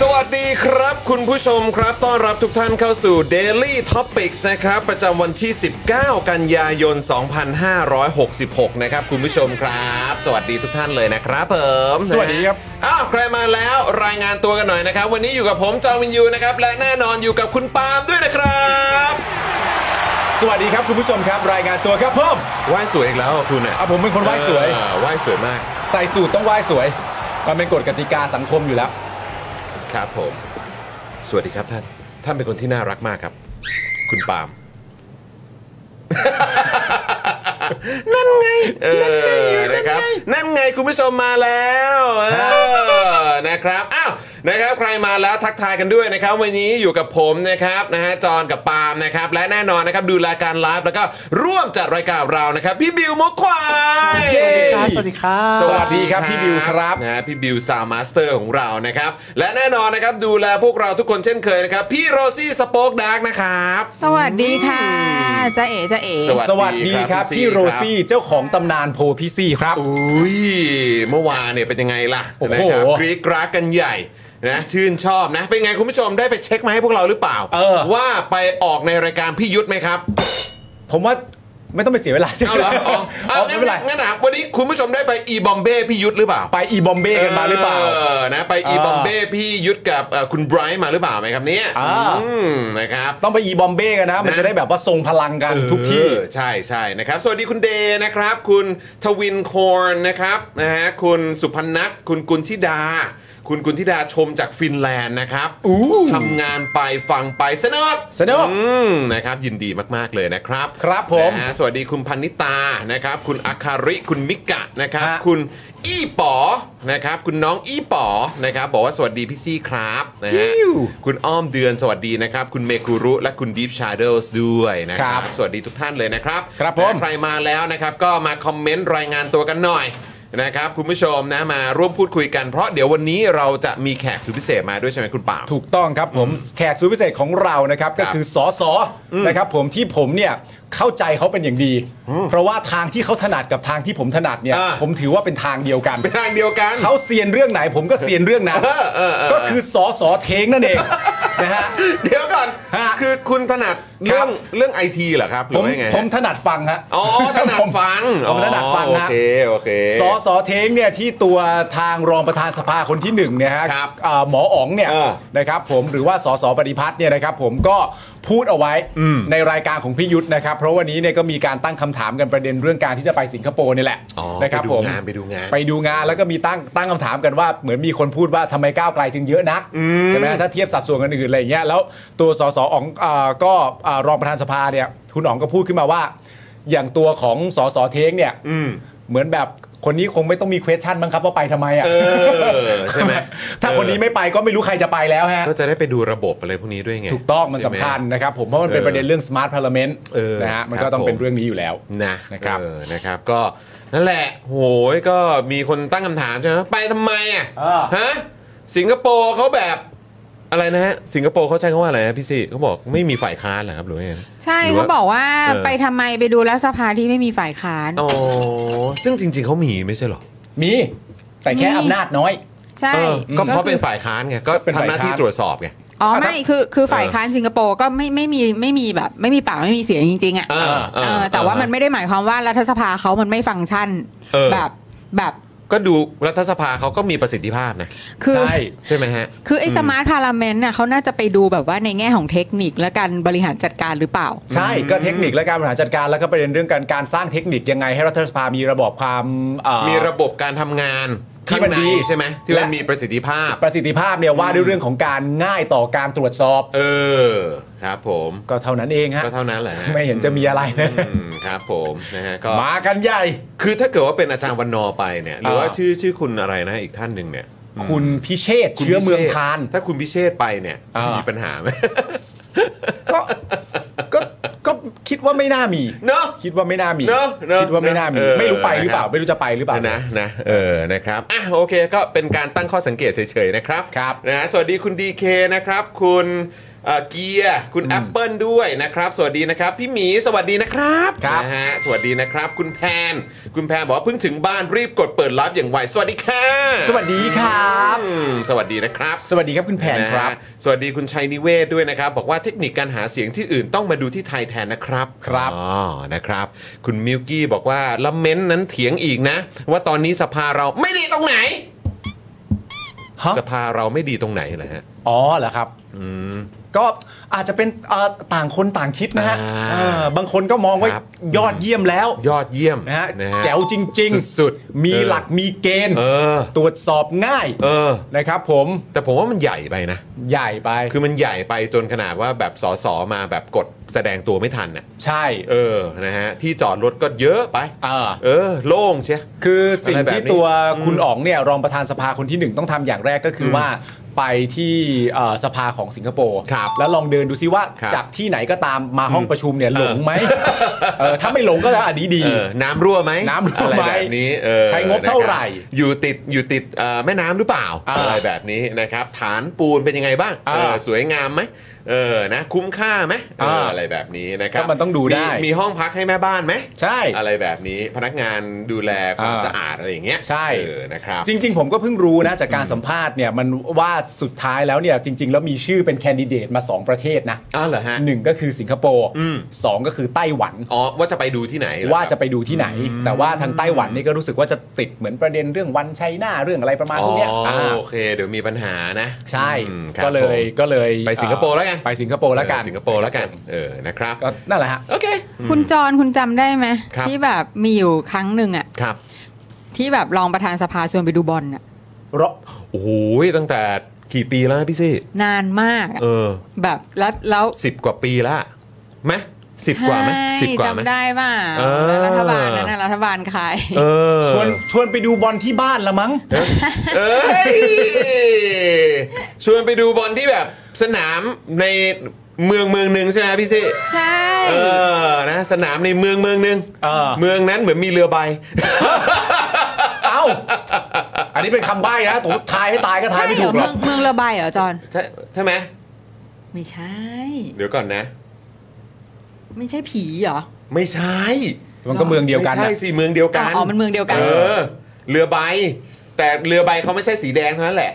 สวัสดีครับ คุณผู้ชมครับต้อนรับทุกท่านเข้าสู่ Daily Topics นะครับ ประจำวันที่ 19 กันยายน 2566 นะครับ คุณผู้ชมครับ สวัสดีทุกท่านเลยนะครับผม สวัสดีครับ นะฮะอ้าวใครมาแล้วรายงานตัวกันหน่อยนะครับ วันนี้อยู่กับผมจอห์นวินยูนะครับ และแน่นอนอยู่กับคุณปาล์มด้วยนะครับ สวัสดีครับคุณผู้ชมครับ รายงานตัวครับเพิ่ม ไหว้สวยอีกแล้วอ่ะคุณอ่ะ อ่ะผมเป็นคนไหว้สวย เออไหว้สวยมาก ใส่สูตรต้องไหว้สวย มันเป็นกฎกติกาสังคมอยู่แล้ว ครับผม สวัสดีครับท่าน ท่านเป็นคนที่น่ารักมากครับ คุณปาล์ม นั่นไง เออ นะครับ นั่นไงคุณผู้ชมมาแล้วเออ นะครับ อ้าว นะครับ ใครมาแล้วทักทายกันด้วยนะครับ วันนี้อยู่กับผมนะครับ นะฮะ จอนกับปาล์มนะครับ และแน่นอนนะครับ ดูรายการไลฟ์แล้วก็ร่วมจัดรายการเรานะครับ พี่บิวมกควาย สวัสดีครับ สวัสดีครับพี่บิวครับ นะฮะพี่บิวซาวมาสเตอร์ของเรานะครับ และแน่นอนนะครับดูแลพวกเราทุกคนเช่นเคยนะครับ พี่โรซี่สป็อกดาร์กนะครับ สวัสดีค่ะจะเอ๋จะเอ๋ สวัสดี สวัสดี ค ค รั รั บบ พี่ พี่ โร โร ซี่ ซี่เจ้าของตำนานโพพี่ซี่ครับ อุ้ยเมื่อวานเนี่ยเป็นยังไงล่ะ โอ้โห นะครับกรี๊ดกรักกันใหญ่นะชื่นชอบนะ เป็นไงคุณผู้ชมได้ไปเช็คมาให้พวกเราหรือเปล่า เออ ว่าไปออกในรายการพี่ยุทธไหมครับ ผมว่าไม่ต้องไปเสียเวลาใช่ เอาเหไหมรออ๋อ เอา เอา ไม่ งั้น เป็นไร งั้นอ่ะวันนี้คุณผู้ชมได้ไปอีบอมเบ้พี่ยุทธหรือเปล่า ไปอีบอมเบ้กันมาหรือเปล่า นะไปอีบอมเบ้พี่ยุทธกับเอ่อคุณไบรท์มาหรือเปล่าไหมครับเนี่ย อ่า อืมนะครับ ต้องไปอีบอมเบ้กันนะ มันจะได้แบบว่าทรงพลังกันทุกที่ เออใช่ใช่นะครับ สวัสดีคุณเดนะครับ คุณทวินคอร์นนะครับนะฮะคุณสุพนัทคุณกุลธิดา คุณกุลธิดาชมจากฟินแลนด์นะครับทำงานไปฟังไปสนุก สนุก อืมนะครับ ยินดีมาก ๆ เลยนะครับ ครับผม นะฮะสวัสดีคุณพันนิตานะครับ คุณอาคาริคุณมิกะนะครับ ฮะ คุณอี้ป๋อนะครับ คุณน้องอี้ป๋อนะครับ บอกว่าสวัสดีพี่ซี่ครับนะฮะคุณอ้อมเดือนสวัสดีนะครับ คุณเมกุรุและคุณดีฟชาร์เดลส์ด้วยนะ นะค ครั รับบ สวัสดีทุกท่านเลยนะครับ ครับผม และใครมาแล้วนะครับก็มาคอมเมนต์รายงานตัวกันหน่อยนะครับคุณผู้ชมนะมาร่วมพูดคุยกันเพราะเดี๋ยววันนี้เราจะมีแขกสุดพิเศษมาด้วยใช่ไหมคุณป่าล์ม ถูกต้องครับผมแขกสุดพิเศษของเรานะครับก็คือสอสอนะครับผมที่ผมเนี่ยเข้าใจเขาเป็นอย่างดี เพราะว่าทางที่เขาถนัดกับทางที่ผมถนัดเนี่ย อ่า ผมถือว่าเป็นทางเดียวกัน เป็นทางเดียวกัน เขาเซียนเรื่องไหนผมก็เซียนเรื่องนั้น เออเออเออ ก็คือสอสอเทงนั่นเอง นะฮะ เดี๋ยวก่อน ฮะ คือคุณถนัด ครับ เรื่องเรื่องไอทีเหรอครับหรื ผ อ ม ว่ายังไงฮะ ผมถนัดฟังฮะ อ๋อถนัด ผม ฟัง ผมถนัดฟัง อ๋อโอ ฮะ เคโอเค สอสอเทงเนี่ยที่ตัวทางรองประธานสภาคนที่หนึ่งเนี่ยฮะ ครับ อ่าหมออ๋องเนี่ย เออ นะครับผมหรือว่าสอสอปฏิพัฒน์เนี่ยนะครับผมก็พูดเอาไว้ในรายการของพี่ยุทธนะครับ เพราะวันนี้เนี่ยก็มีการตั้งคำถามกันประเด็นเรื่องการที่จะไปสิงคโปร์นี่แหละ อ๋อ นะครับผม ไปดูงานไปดูงาน ไปดูงานแล้วก็มีตั้งตั้งคำถามกันว่าเหมือนมีคนพูดว่าทำไมก้าวไกลจึงเยอะนักใช่ไหมถ้าเทียบสัดส่วนกันอื่นอะไรอย่างเงี้ยแล้วตัวสสอ๋องอาก็อ่ารองประธานสภาเนี่ยคุณอ๋องก็พูดขึ้นมาว่า อย่างตัวของสสเท้งเนี่ยเหมือนแบบคนนี้คงไม่ต้องมี question มั้งครับว่าไปทำไมอ่ะ เออใช่ไหม ถ้าคนนี้ไม่ไปก็ไม่รู้ใครจะไปแล้วฮะ ก็จะได้ไปดูระบบอะไรพวกนี้ด้วยไง ถูกต้องมัน ใช่ สำ ไห คัญนะครับผมเพราะมันเป็นประเด็นเรื่อง smart parliament เออ นะฮะมัน ครั ก็ บ ต้องเป็น ผม เรื่องนี้อยู่แล้ว นะ นะครับ เออนะครับก็ นั่นแหละโหยก็มีคนตั้งคำถามใช่ไหมไปทำไมอ่ะ เออ ฮะสิงคโปร์เขาแบบอะไรนะฮะสิงคโปร์เขาใช้คำว่าอะไรนะพี่ซีเขาบอกไม่มีฝ่ายค้านเหรอครับหรือว่าไง ใช่ หรือว่า เขาบอกว่า เออ ไปทำไมไปดูแลวสภาที่ไม่มีฝ่ายค้าน อ๋อซึ่งจริง ๆเขามีไม่ใช่เหรอ มี แต่มีแค่อำนาจน้อย ใช่ เออก็เพราะเป็นฝ่ายค้านไงก็ เป็น ทำ ฝ่าย หน้าที่ ค้าน ตรวจสอบไง อ๋อ อ่ะถ้า ไม่คือคือฝ่ายค้านสิงคโปร์ก็ไม่ไม่มีไม่มีแบบ ไม่มีปากไม่มีเสียงจริง ๆอ่ะ เออเออ เออแต่ว่ามันไม่ได้หมายความว่ารัฐสภาเขามันไม่ฟังก์ชัน เออ แบบแบบ ก็ดูรัฐสภาเขาก็มีประสิทธิภาพนะ คือ ใช่ ใช่ไหมฮะ คือไอ้สมาร์ทพาราเมนต์น่ะเขาน่าจะไปดูแบบว่าในแง่ของเทคนิคและการบริหารจัดการหรือเปล่า ใช่ก็เทคนิคและการบริหารจัดการแล้วก็ประเด็นเรื่องการการสร้างเทคนิคยังไงให้รัฐสภามีระบอบความเอ่อ มีระบบการทำงาน ที่มัน ข้าง ดี ใใช่ไหมที่มัน และ มีประสิทธิภาพ ประสิทธิภาพเนี่ยว่าด้วยเรื่องของการง่ายต่อการตรวจสอบ เออครับผม ก็เท่านั้นเองฮะ ก็เท่านั้นแหละฮะ ไม่เห็นจะมีอะไรนะ อืมครับผมนะฮะก็ มากันใหญ่ คือถ้าเกิดว่าเป็นอาจารย์วันนอร์ไปเนี่ย หรือว่า อ่า ชื่อชื่อคุณอะไรนะอีกท่านหนึ่งเนี่ย คุณพิเชษฐ์ คุณ เชื้อเมือง พิชษ คาน ถ้าคุณพิเชษไปเนี่ยจะ อ่ามี มีปัญหาไหม ก็ก็ก็คิดว่าไม่น่ามี เนาะ คิดว่าไม่น่ามี เนอะเนอะ คิดว่าไม่น่ามี เออ ไม่รู้ไปหรือเปล่า นะครับ ไม่รู้จะไปหรือเปล่า นะนะเออนะครับอ่ะโอเคก็เป็นการตั้งข้อสังเกตเฉยๆนะครับ ครับ นะฮะสวัสดีคุณดีเคนะครับคุณเอ่อเกียร์คุณแอปเปิลด้วยนะครับ สวัสดีนะครับพี่หมีสวัสดีนะครับ ครับ นะฮะสวัสดีนะครับ คุณแพน คุณแพนบอกว่าเพิ่งถึงบ้านรีบกดเปิดไลฟ์อย่างไวสวัสดีค่ะ สวัสดีครับ อืมสวัสดีนะครับ สวัสดีครับคุณแผนครับ นะฮะสวัสดีคุณชัยนิเวศด้วยนะครับ บอกว่าเทคนิคการหาเสียงที่อื่นต้องมาดูที่ไทยแทนนะครับ ครับ อ๋อนะครับ คุณมิวกี้บอกว่าละเม้นนั้นเถียงอีกนะ ว่าตอนนี้สภาเราไม่ดีตรงไหน ฮะ สภาเราไม่ดีตรงไหนเหรอฮะ อ๋อเหรอครับ อืม ก็อาจจะเป็นเอ่อต่างคนต่างคิดนะฮะ อ่า เออบางคนก็มองว่า ครับ ยอดเยี่ยมแล้ว ยอดเยี่ยม นะฮะ นะ แจ๋วจริง สุด ๆ มี เออ หลักมีเกณฑ์ เออ ตรวจสอบง่าย เออ นะครับผม แต่ผมว่ามันใหญ่ไปนะ ใหญ่ไป คือมันใหญ่ไปจนขนาดว่าแบบสอสอมาแบบกดแสดงตัวไม่ทันน่ะ ใช่ เออนะฮะที่จอดรถก็เยอะไป เออ เออ โล่งเชีย คือสิ่ง อะไรแบบนี้ ที่ตัวคุณอ๋องเนี่ยรองประธานสภาคนที่หนึ่งต้องทำอย่างแรกก็คือว่าไปที่เอ่อสภาของสิงคโปร์ ครับ แล้วลองเดินดูซิว่า ครับ จากที่ไหนก็ตามมาห้องประชุมเนี่ยหลงไหมเออถ้าไม่หลงก็จะอันนี้ดี เออน้ำรั่วไหม น้ำรั่ว อะ ไหม แบบนี้เออ ใช้งบเท่าไหนะร่ครับอยู่ติดอยู่ติดเอ่อแม่น้ำหรือเปล่า อ่า อะไรแบบนี้นะครับ ฐานปูนเป็นยังไงบ้าง อ่า เออสวยงามไหมเออนะคุ้มค่าไหมเออ อ่า อะไรแบบนี้นะครับ ก็มันต้องดูได้ มีมีห้องพักให้แม่บ้านไหม ใช่ อะไรแบบนี้พนักงานดูแลความ อ่า สะอาดอะไรอย่างเงี้ย ใช่ เออนะครับ จริง ๆ ผมก็เพิ่งรู้นะจากการสัมภาษณ์เนี่ยมันว่าสุดท้ายแล้วเนี่ยจริง ๆ แล้วมีชื่อเป็นแคนดิเดตมา 2 ประเทศนะ อ้าวเหรอฮะ หนึ่งก็คือสิงคโปร์ อืม สองก็คือไต้หวัน อ๋อว่าจะไปดูที่ไหนเหรอ ว่าจะ ครับ ไปดูที่ไหน แต่ว่าทางไต้หวันนี่ก็รู้สึกว่าจะติดเหมือนประเด็นเรื่องวันไชน่าเรื่องอะไรประมาณพวกเนี้ย อ๋ออา โอเค เดี๋ยวมีปัญหานะ ใช่ อืมครับ ก็เลผยม ก็เลย ไปสิงคโปร์แล้วกัน ไปสิงคโปร์แล้วกัน เออสิงคโปร์แล้วกันเออนะครับ ก็นั่นแหละฮะ โอเค คุณจรคุณจำได้ไหม ครับ ที่แบบมีอยู่ครั้งหนึ่งอ่ะ ครับ ที่แบบรองประธานสภาชวนไปดูบอลอ่ะ รอ โอ้โหตั้งแต่กี่ปีแล้วนะพี่ซี่ นานมากอะ เออ แบบแล้วแล้ว สิบกว่าปีแล้วไหมสิบกว่าไหม ใช่ สิบกว่าไหม จำได้ป่ะ เออ แล้วรัฐบาลนั้นนะรัฐบาลใคร เออ ชวนชวนไปดูบอลที่บ้านละมั้ง เอ้ยชวนไปดูบอลที่แบบสนามในเมืองเมืองหนึ่งใช่ไหมพี่ซี่ ใช่ เออนะสนามในเมืองเมืองหนึ่ง เออ เมืองนั้นเหมือนมีเรือใบ เอ้า อันนี้เป็นคำใบ้นะผมทายให้ตายก็ทา ใช่ ยไม่ เหร ถู อก หร เมื อ อก งเมืองระบายเหรอจอน ใช่ใช่ไหม ไม่ใช่ เดี๋ยวก่อนนะ ไม่ใช่ผีเหรอ ไม่ใช่ มันก็เมืองเดียวกัน ไม่ นะ ใช่สิเมืองเดียวกัน อ๋อมันเมืองเดียวกัน เออเรือใบ แต่เรือใบเขาไม่ใช่สีแดงเท่านั้นแหละ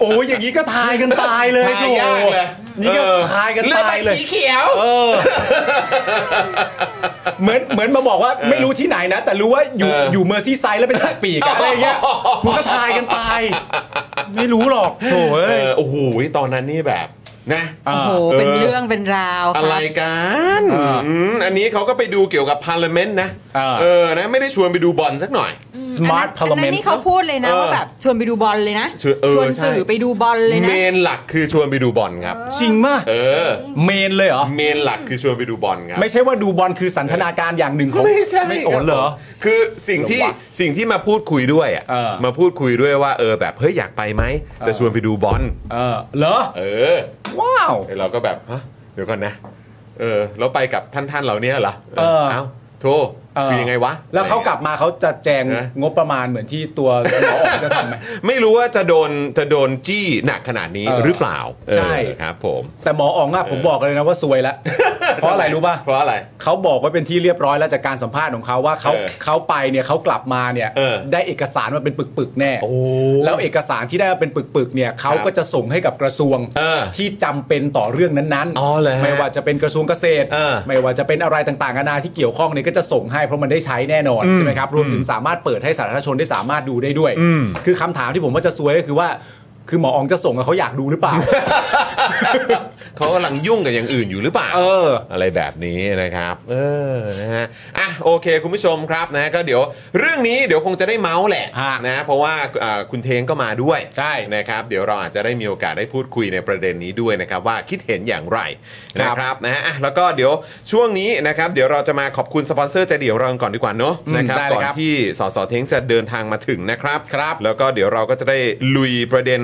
โอ้ยอย่างนี้ก็ทายกันตายเลย ทายยากเลย โอ้โหนี่ก็ เออ ทายกัน เลือดใบ ตายเลย สีเขียว เออ เหมือนเหมือนมาบอกว่าไม่รู้ที่ไหนนะ แต่รู้ว่าอยู่ เออ อ อ ยู่เมอร์ซี่ไซด์แล้วเป็นสัตว์ปีกอะอะไรเงี้ยผมก็ทายกันตาย ไม่รู้หรอกโถ่ เอ เอ้ย อโอ้โหตอนนั้นนี่แบบนะ โอ้โห เออ เป็นเรื่องเป็นราวค อะไร รับ กัน เอออื มอันนี้เขาก็ไปดูเกี่ยวกับพาร์ลเมนต์นะ เออ เออนะไม่ได้ชวนไปดูบอลสักหน่อย smart อันนั้น parliament นี่เขาพูดเลยนะ เออ ว่าแบบชวนไปดูบอลเลยนะ ชวนเออ ชวน ใช่ สื่อไปดูบอลเลย เม นะ นหลักคือชวนไปดูบอลครับ จริงมาก เออ เมนเลยเหรอ เมนหลักคือชวนไปดูบอลครับ ไม่ใช่ว่าดูบอลคือสันทนาการอย่างหนึ่งของ ไม่ใช่ ไม่โอนเหรอ คือสิ่งที่ หรอวะ สิ่งที่มาพูดคุยด้วยอ่ะ เออ มาพูดคุยด้วยว่าเออแบบเฮ้ยอยากไปไหมแต่ชวนไปดูบอล เออเหรอ เออ ว้าว ไอ้เราก็แบบฮะเดี๋ยวก่อนนะ เออแล้วไปกับท่านท่านๆเหล่านี้เหรอ เออ เอ้าโท เออ คือยังไงวะ แล้วเขากลับมาเขาจะแจง นะ งบประมาณเหมือนที่ตัวหมออ๋องจะทำไหม ไม่รู้ว่าจะโดนจะโดนจี้หนักขนาดนี้ เออ หรือเปล่า ใช่ เออครับผม แต่หมออ๋องอะผมบอกเลยนะว่าซวยละ เพราะอะไรรู้ป่ะ เพราะอะไร เขาบอกไว้เป็นที่เรียบร้อยแล้วจากการสัมภาษณ์ของเขาว่าเขา เออ เขาไปเนี่ยเขากลับมาเนี่ย เออ ได้เอกสารมาเป็นปึกๆแน่ โอ้ แล้วเอกสารที่ได้มาเป็นปึกๆเนี่ยเขาก็จะส่งให้กับกระทรวง เอ อ ที่จำเป็นต่อเรื่องนั้น อ๋อเหรอฮะ ไม่ว่าจะเป็นกระทรวงเกษตร เออ ไม่ว่าจะเป็นอะไรต่างๆนานาที่เกี่ยวข้องเนี่ยก็จะส่งให้เพราะมันได้ใช้แน่นอนใช่ไหมครับรวมถึงสามารถเปิดให้สาธารณชนได้สามารถดูได้ด้วย อืม คือคำถามที่ผมว่าจะซวยก็คือว่า คือหมออองจะส่งอะเขาอยากดูหรือเปล่า เขากำลังยุ่งกับอย่างอื่นอยู่หรือเปล่า เออ อะไรแบบนี้นะครับ เออนะฮะอ่ะโอเค คุณผู้ชมครับนะก็เดี๋ยวเรื่องนี้เดี๋ยวคงจะได้เมาส์แหละ ฮะ นะเพราะว่าอ่าคุณเทงก็มาด้วย ใช่ นะครับ เดี๋ยวเราอาจจะได้มีโอกาสได้พูดคุยในประเด็นนี้ด้วยนะครับ ว่าคิดเห็นอย่างไร ค นะ รับ ครับนะฮะอ่ะแล้วก็เดี๋ยวช่วงนี้นะครับ เดี๋ยวเราจะมาขอบคุณสปอนเซอร์ใจเดียวเรากันก่อนดีกว่าเนอะ อืม นะครับ ได้เลย ก่อน ครับ ที่สสเทงจะเดินทางมาถึงนะครับ ครับ แล้วก็เดี๋ยวเราก็จะได้ลุยประเด็น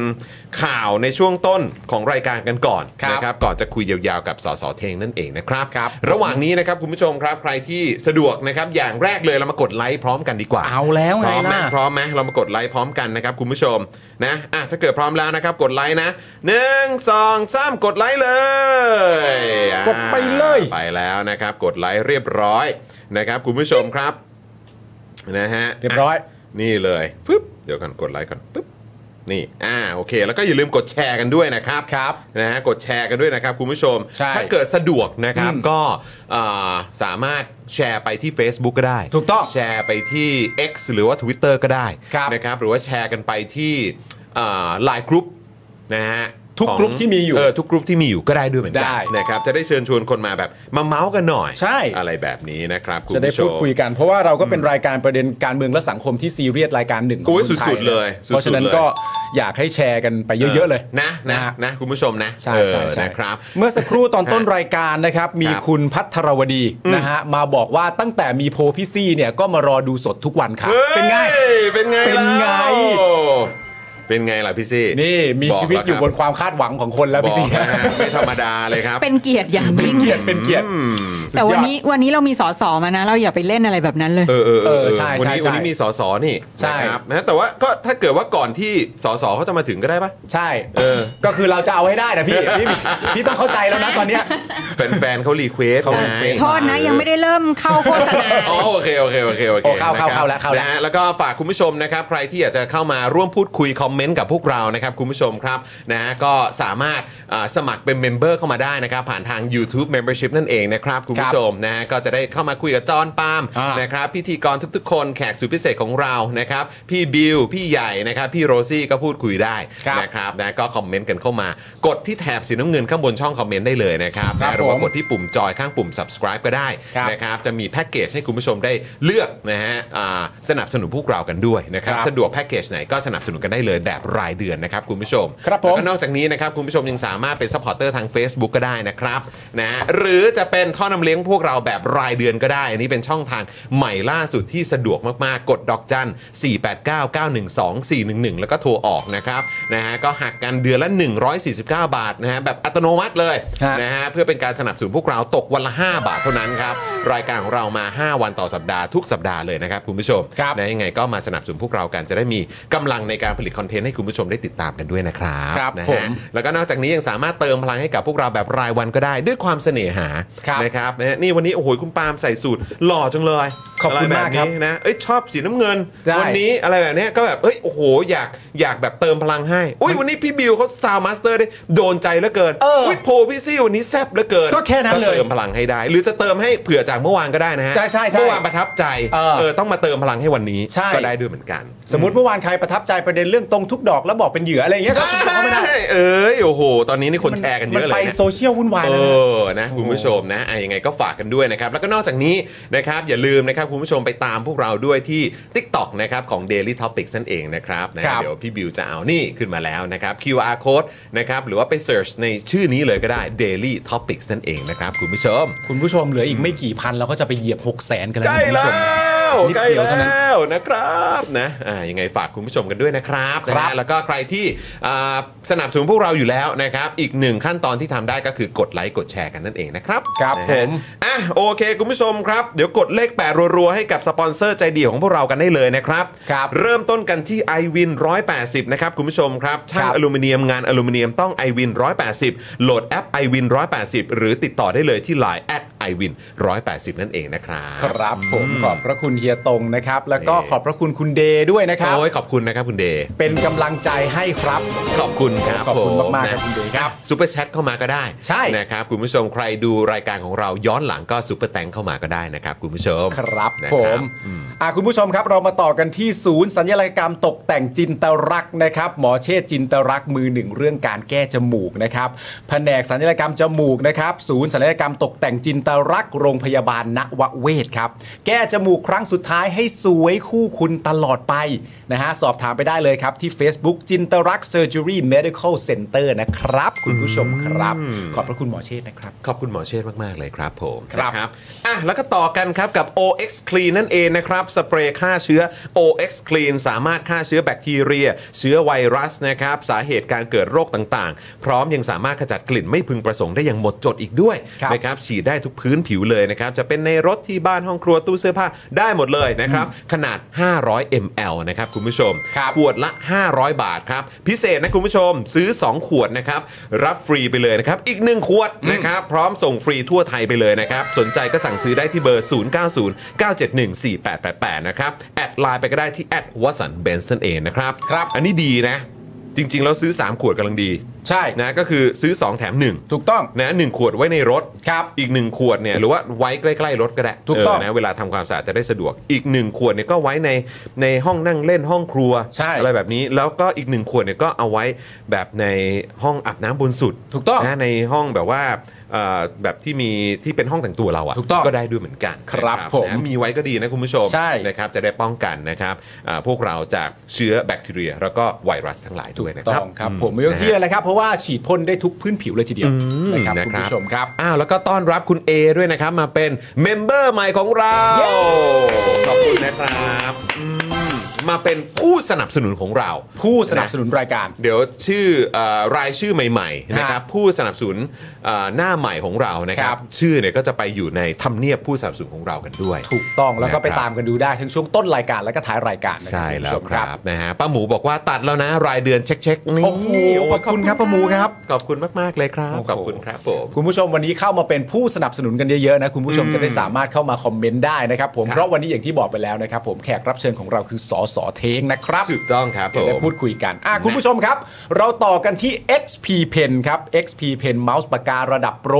ข่าวในช่วงต้นของรายการกันก่อน ครับ นะ นะครับก่อนจะคุยยาวๆกับสสเทงนั่นเองนะครับครับ ระหว่างนี้นะครับคุณผู้ชมครับใครที่สะดวกนะครับอย่างแรกเลยเรามากดไลค์พร้อมกันดีกว่า เอาแล้ว พ ไง ร้อมไหม ล่ะ พร้อมไหมเรามากดไลค์พร้อมกันนะครับคุณผู้ชมนะอ่ะถ้าเกิดพร้อมแล้วนะครับกดไลค์นะหนึ่งสองสามกดไลค์เลย กดไปเลย อ่าไปแล้วนะครับกดไลค์เรียบร้อยนะครับคุณผู้ชมครับนะฮะ เรียบร้อย นี่เลยปึ๊บเดี๋ยวก่อนกดไลค์ก่อนปึ๊บนี่อ่าโอเค แล้วก็อย่าลืมกดแชร์กันด้วยนะครับ ครับ นะฮะกดแชร์กันด้วยนะครับคุณผู้ชม ใช่ ถ้าเกิดสะดวกนะครับ อืม ก็อ่าสามารถแชร์ไปที่ Facebook ก็ได้ ถูกต้อง แชร์ไปที่ X หรือว่า Twitter ก็ได้ ครับ นะครับหรือว่าแชร์กันไปที่ไลน์กรุ๊ปนะฮะ ทุก ของ กรุ๊ปที่มีอยู่ เออทุกกรุ๊ปที่มีอยู่ก็ได้ด้วยเหมือนกั ได้ นะครับจะได้เชิญชวนคนมาแบบมาเมาส์กันหน่อย ใช่ อะไรแบบนี้นะครับคุณ จะได้ ผู้ช พู ม ดคุยกัน เพราะว่าเราก็เป็นรายการประเด็นการเมืองและสังคมที่ซีเรียสรายการหนึ่งของ โอ้ย คนไท สุดๆเลยสุดๆเลย เพราะฉะนั้นก็อยากให้แชร์กันไปเยอะ ๆ เลย นะนะ ฮ นะคุณผู้ชมนะ ใช่ใช่ เออ ใช่ นะครับ เมื่อสักครู่ตอนต้นรายการนะครับ มี ครับ คุณพัทรวดีนะฮะมาบอกว่าตั้งแต่มีโพลพี่ซี่เนี่ยก็มารอดูสดทุกวันค่ะ ฮ้ย เป็นไง เป็นไง เป็นไง ล่ะเป็นไงล่ะพี่ซี่ นี่มีชีวิตอยู่บนความคาดหวังของคนแล้ว บ พี่ อก ซี่ นะฮะไม่ธรรมดาเลยครับ เป็นเกียรติอย่างยิ่ง เกียรติเป็นเกียรติ อืม แต่วัน สุดยอด นี้วันนี้เรามีสอสอมานะ เราอย่าไปเล่นอะไรแบบนั้นเลย เออเออเออ เออใช่ วันนี้ ใช่ วันนี้มีสสนี่ ใช่ นะครับนะแต่ว่าก็ถ้าเกิดว่าก่อนที่สสเขาจะมาถึงก็ได้ปะ ใช่ เออ ก็คือเราจะเอาให้ได้นะพี่พี่พี่ต้องเข้าใจแล้วนะตอนเนี้ย แฟนๆเขารีเควส เขา ไง request โทษนะยังไม่ได้เริ่มเข้าโฆษณา อ๋อโอเคโอเคโอเคโอเค โอ้เข้านะครับเข้าเข้าแล้วเข้าแล้ว นะฮะแล้วก็ฝากคุณผู้ชมนะครับใครที่อยากจะเข้ามาร่วมพูดคุยคอมเมนต์กับพวกเรานะครับคุณผู้ชมครับนะฮะก็สามารถอ่าสมัครเป็นเมมเบอร์เข้ามาได้นะครับผ่านทาง YouTube Membership นั่นเองนะครับคุณผู้ชมนะฮะก็จะได้เข้ามาคุยกับจอห์นปาล์ม อ่าน นะครับพิธีกรทุกๆ คนแขกสุดพิเศษของเรานะครับพี่บิวพี่ใหญ่นะครับพี่โรซี่ก็พูดคุยได้นะครับนะก็คอมเมนต์กันเข้ามากดที่แถบสีน้ำเงินข้างบนช่องคอมเมนต์ได้เลยนะครับ ครับ นะหรือว่า ผม กด ที่ปุ่มจอยข้างปุ่ม subscribe ก็ได้ ครับ นะครับ จะมีแพ็กเกจให้คุณผู้ชมได้เลือกนะฮะอ่าสนับสนุนพวกเรากันด้วยนะครับ ครับ สะดวกแพ็กเกจไหนก็สนับสนุนกันได้เลยแบบรายเดือนนะครับคุณผู้ชม ครับผม แล้วก็นอกจากนี้นะครับคุณผู้ชมยังสามารถเป็น s u p p อร์เตอร์ทาง Facebook ก็ได้นะครับนะฮะหรือจะเป็นท่อนำเลี้ยงพวกเราแบบรายเดือนก็ได้ อันนี้เป็นช่องทางใหม่ล่าสุดที่สะดวกมากๆ กดดอกจัน 489912411 แล้วก็โทรออกนะครับนะฮะก็หักกันเดือนละ 149 บาทนะฮะแบบอัตโนมัติเลย ฮะ นะ นะฮะเพื่อเป็นการสนับสนุนพวกเราตกวันละ 5 บาทเท่านั้นครับ รายการของเรามา 5 วันต่อสัปดาห์ทุกสัปดาห์เลยนะครับคุณผู้ชม ครับ นะยังไงก็มาสนับสนุนพวกเรากันจะได้มีกำลังในการผลิตคอนเทนต์ให้คุณผู้ชมได้ติดตามกันด้วยนะครับ ครับ นะ ผ ฮะ ม แล้วก็นอกจากนี้ยังสามารถเติมพลังให้กับพวกเราแบบรายวันก็ได้ด้วยความเสน่หา ครับ นะครับนะฮะนี่วันนี้โอ้โหคุณปาล์มใส่สูตรหล่อจังเลย ขอบคุณมากครับ อะไแนี้นะเอ้ยชอบสีน้ำเงิน ใช่ วันี้อะไรแบบเนี้ยก็แบบเอ้ยโอ้โหอยากอยากแบบเติมพลังให้อุ้ยวันนี้พี่บิวเขาซาวมาสเตอร์ได้โดนใจเหลือเกิน เอออุ๊ ย โพลพี่ซี่วันนี้แซ่บเหลือเกิน ก็แค่นั้นเลย เติมพลังให้ได้ หรือจะเติมให้เผื่อจากเมื่อวานก็ได้นะฮะ ใช่ใช่ใช่ เมื่อวานประทับใจ เออ ต้องมาเติมพลังให้วันนี้ ใช่ ก็ได้ด้วยเหมือนกัน สมมติเมื่อวานใครประทับใจประเด็นเรื่องตรงทุกดอกแล้วบอกเป็นเหยื่ออะไรอย่างเงี้ยก็เข้าไม่ได้ เอ้ยเอ้ยโอ้โห ตอนนี้นี่คนแชร์กันเยอะเลย มัไป นะ โซเชียลวุ่นวาย เอ แล้วอนะนะคุณผู้ชมนะอ่ะยังไงก็ฝากกันด้วยนะครับ แล้วก็นอกจากนี้นะครับ อย่าลืมนะครับคุณผู้ชมไปตามพวกเราด้วยที่ TikTok นะครับของ Daily Topics นั่นเองนะครับนะครับเดี๋ยวพี่บิวจะเอานี่ขึ้นมาแล้วนะครับ QR code นะครับ หรือว่าไป search ในชื่อนี้เลยก็ได้ Daily Topics นั่นเองนะครับคุณผู้ชม คุณผู้ชมเหลืออีกไม่กี่พันเราก็จะไปเหยียบ 6 0แสนกันแล้ว ใกล้ นะคุณ แล้ ผู้ชม ว แล้ว นิด ใกล้ เดียว แล เท่านั้น้ วนะครับนะอ่ายังไงฝากคุณผู้ชมกันด้วยนะครับ ครับ นะฮะแล้วก็ใครที่อ่าสนับสนุนพวกเราอยู่แล้วนะครับ อีกหนึ่งขั้นตอนที่ทำได้ก็คือกดไลค์กดแชร์กันนั่นเองนะครับ ครับ นะ ผ ฮะ ม อ่ะโอเค คุณผู้ชมครับ เดี๋ยวกดเลขแปดรัวๆ ให้กับสปอนเซอร์ใจดีของพวกเรากันได้เลยนะครับ ครับ เริ่มต้นกันที่ i w วิน180 นะครับ คุณผู้ชมครับ ช่าง ครับ อลูมิเนียมงานอลูมิเนียมต้อง i w วิน180 โหลดแอป i w วิน180 หรือติดต่อได้เลยที่ Line แอด i w วิน180 นั่นเองนะครับ ครับผมขอบพระคุณเฮียตงนะครับ แล้วก็ เอ่ย ขอบพระคุณคุณเดย์ด้วยนะครับ โอ้ยขอบคุณนะครับคุณเดย์ เป็นกำลังใจให้ครับ ขอบคุณครับ ขอบคุณ ผ มากๆ นะครับ คุณเดย์ครับ ซูเปอร์แชทเข้ามาก็ได้ ใช่ นะครับคุณผู้ชมใครดูรายการของเราย้อนหลังก็ซูเปอร์แตงเข้ามาก็ได้นะครับคุณผู้ชม ครับ นะ ผมอ่ะคุณผู้ชมครับเรามาต่อกันที่ศูนย์สัญญกรรมตกแต่งจินตรักษณ์นะครับ หมอเชษฐ์จินตรักษณ์มือหนึ่งเรื่องการแก้จมูกนะครับแผนกสัญญกรรมจมูกนะครับศูนย์สัญญกรรมตกแต่งจินตรักษณ์โรงพยาบาลนวเวศครับ แก้จมูกครั้งสุดท้ายให้สวยคู่คุณตลอดไปนะฮะสอบถามไปได้เลยครับที่ Facebook จินตรักเซอร์เจอรี่เมดิคอลเซ็นเตอร์นะครับ คุณผู้ชมครับ ขอบพระคุณหมอเชษฐ์นะครับ ขอบคุณหมอเชษฐ์มาก ๆ เลยครับผม ครับ นะอ่ะแล้วก็ต่อกันครับกับ OX Clean นั่นเองนะครับ สเปรย์ฆ่าเชื้อ OX Clean สามารถฆ่าเชื้อแบคทีเรีย เชื้อไวรัสนะครับ สาเหตุการเกิดโรคต่างๆ พร้อมยังสามารถขจัดกลิ่นไม่พึงประสงค์ได้อย่างหมดจดอีกด้วย ครับ นะครับฉีดได้ทุกพื้นผิวเลยนะครับ จะเป็นในรถที่บ้านห้องครัวตู้เสื้อผ้าได้หมดเลยนะครับ ขนาด 500 ml นะครับคุณผู้ชม ครับ ขวดละ 500 บาทครับ พิเศษนะคุณผู้ชมซื้อ 2 ขวดนะครับ รับฟรีไปเลยนะครับ อีก 1 ขวดนะครับ พร้อมส่งฟรีทั่วไทยไปเลยนะครับ สนใจก็สั่งซื้อได้ที่เบอร์ 0909714888 นะครับ แอดไลน์ไปก็ได้ที่แอดวัสันเบนสันเองนะครับ ครับ อันนี้ดีนะ จริง ๆ แล้วซื้อ 3 ขวดกำลังดี ใช่ นะก็คือซื้อ 2 แถม 1 ถูกต้อง นะหนึ่งขวดไว้ในรถ ครับ อีกหนึ่งขวดเนี่ยหรือว่าไว้ใกล้ๆรถก็ได้ ถูกต้อง เนะเวลาทำความสะอาดจะได้สะดวก อีกหนึ่งขวดเนี่ยก็ไว้ในในห้องนั่งเล่นห้องครัว ใช่ อะไรแบบนี้แล้วก็อีกหนึ่งขวดเนี่ยก็เอาไว้แบบในห้องอาบน้ำบนสุด ถูกต้อง นะในห้องแบบว่าเอ่อแบบที่มีที่เป็นห้องแต่งตัวเราอะ ถูกต้อง ก็ได้ด้วยเหมือนกัน ครับ นะ ผม นะมีไว้ก็ดีนะคุณผู้ชม ใช่ นะครับจะได้ป้องกันนะครับอ่าพวกเราจากเชื้อแบคทีเรีย แล้วก็ไวรัสทั้งหลายด้วยนะค ต้ รั องครับผมไม่ นะ ต้อง ฮะ เครียดเลยครับเพราะว่าฉีดพ่นได้ทุกพื้นผิวเลยทีเดียวนะครับ นะคคุณรับ ผู้ชมครับ อ้าวแล้วก็ต้อนรับคุณ A ด้วยนะครับ มาเป็นเมมเบอร์ใหม่ของเราขอบคุณนะครับอืมมาเป็นผู้สนับสนุนของเรา ผู้สนับสนุนรายการ เดี๋ยวชื่อเออรายชื่อใหม่ๆนะค ค รั รั บบ ผู้สนับสนุนเอ่อหน้าใหม่ของเรานะครั ครับ บ ชื่อเนี่ยก็จะไปอยู่ในทำเนียบผู้สนับสนุนของเรากันด้วย ถูกต้องแล้วก็ไป นะครับ ตามกันดูได้ทั้งช่วงต้นรายการแล้วก็ท้ายรายการนะ ใช่แล้ ณ ว ผู้ชม ครับนะฮะป้าหมูบอกว่าตัดแล้วนะรายเดือนเช็คๆนี่ โอ้โหขอบคุณครับป้าหมูครับ ขอบคุณมากๆเลยครับ โอ้โห ขอบคุณครับผม คุณผู้ชมวันนี้เข้ามาเป็นผู้สนับสนุนกันเยอะๆนะคุณผู้ชมจะได้สามารถเข้ามาคอมเมนต์ได้นะครับผม ครับ เพราะวันนี้อย่างที่บอกไปแล้วนะครับผมแขกรับเชิญของเราคือสอสอเทงนะครับ ถูกต้องครับผ เดี๋ยวได้ ม พูดคุยกันอ่ะคุณผู้ชมครับ เราต่อกันที่ XP Pen ครับ XP Pen เมาส์ปากการะดับโปร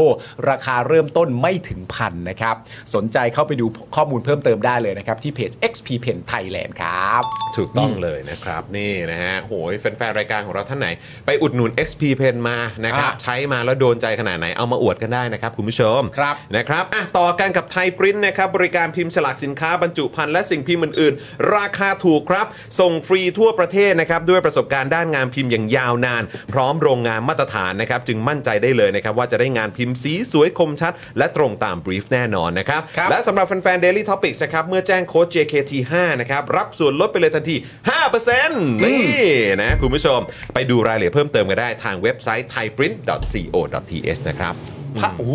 ราคาเริ่มต้นไม่ถึงพันนะครับ สนใจเข้าไปดูข้อมูลเพิ่มเติมได้เลยนะครับ ที่เพจ XP Pen Thailand ครับ ถูกต้องเลยนะครับ นี่นะฮะโหยแฟนๆ รายการของเราท่านไหน ไปอุดหนุน XP Pen มานะครับ อ่ะ ใช้มาแล้วโดนใจขนาดไหนเอามาอวดกันได้นะครับ คุณผู้ชม ครับ นะครับอ่ะต่อกันกับไทยปริ้นนะครับ บริการพิมพ์ฉลากสินค้าบรรจุภัณฑ์และสิ่งพิมพ์อื่นๆ ราคาถูกครับ ส่งฟรีทั่วประเทศนะครับ ด้วยประสบการณ์ด้านงานพิมพ์อย่างยาวนาน พร้อมโรงงานมาตรฐานนะครับ จึงมั่นใจได้เลยนะครับ ว่าจะได้งานพิมพ์สีสวยคมชัด และตรงตามบรีฟแน่นอนนะครับ ครับ และ และสำหรับแฟนๆ Daily Topics นะครับ เมื่อแจ้งโค้ด JKT5 นะครับ รับส่วนลดไปเลยทันที 5%นี่นะ คุณผู้ชม ไปดูรายละเอียดเพิ่มเติมกันได้ทางเว็บไซต์ thaiprint.co.th นะครับ พระโอ้โห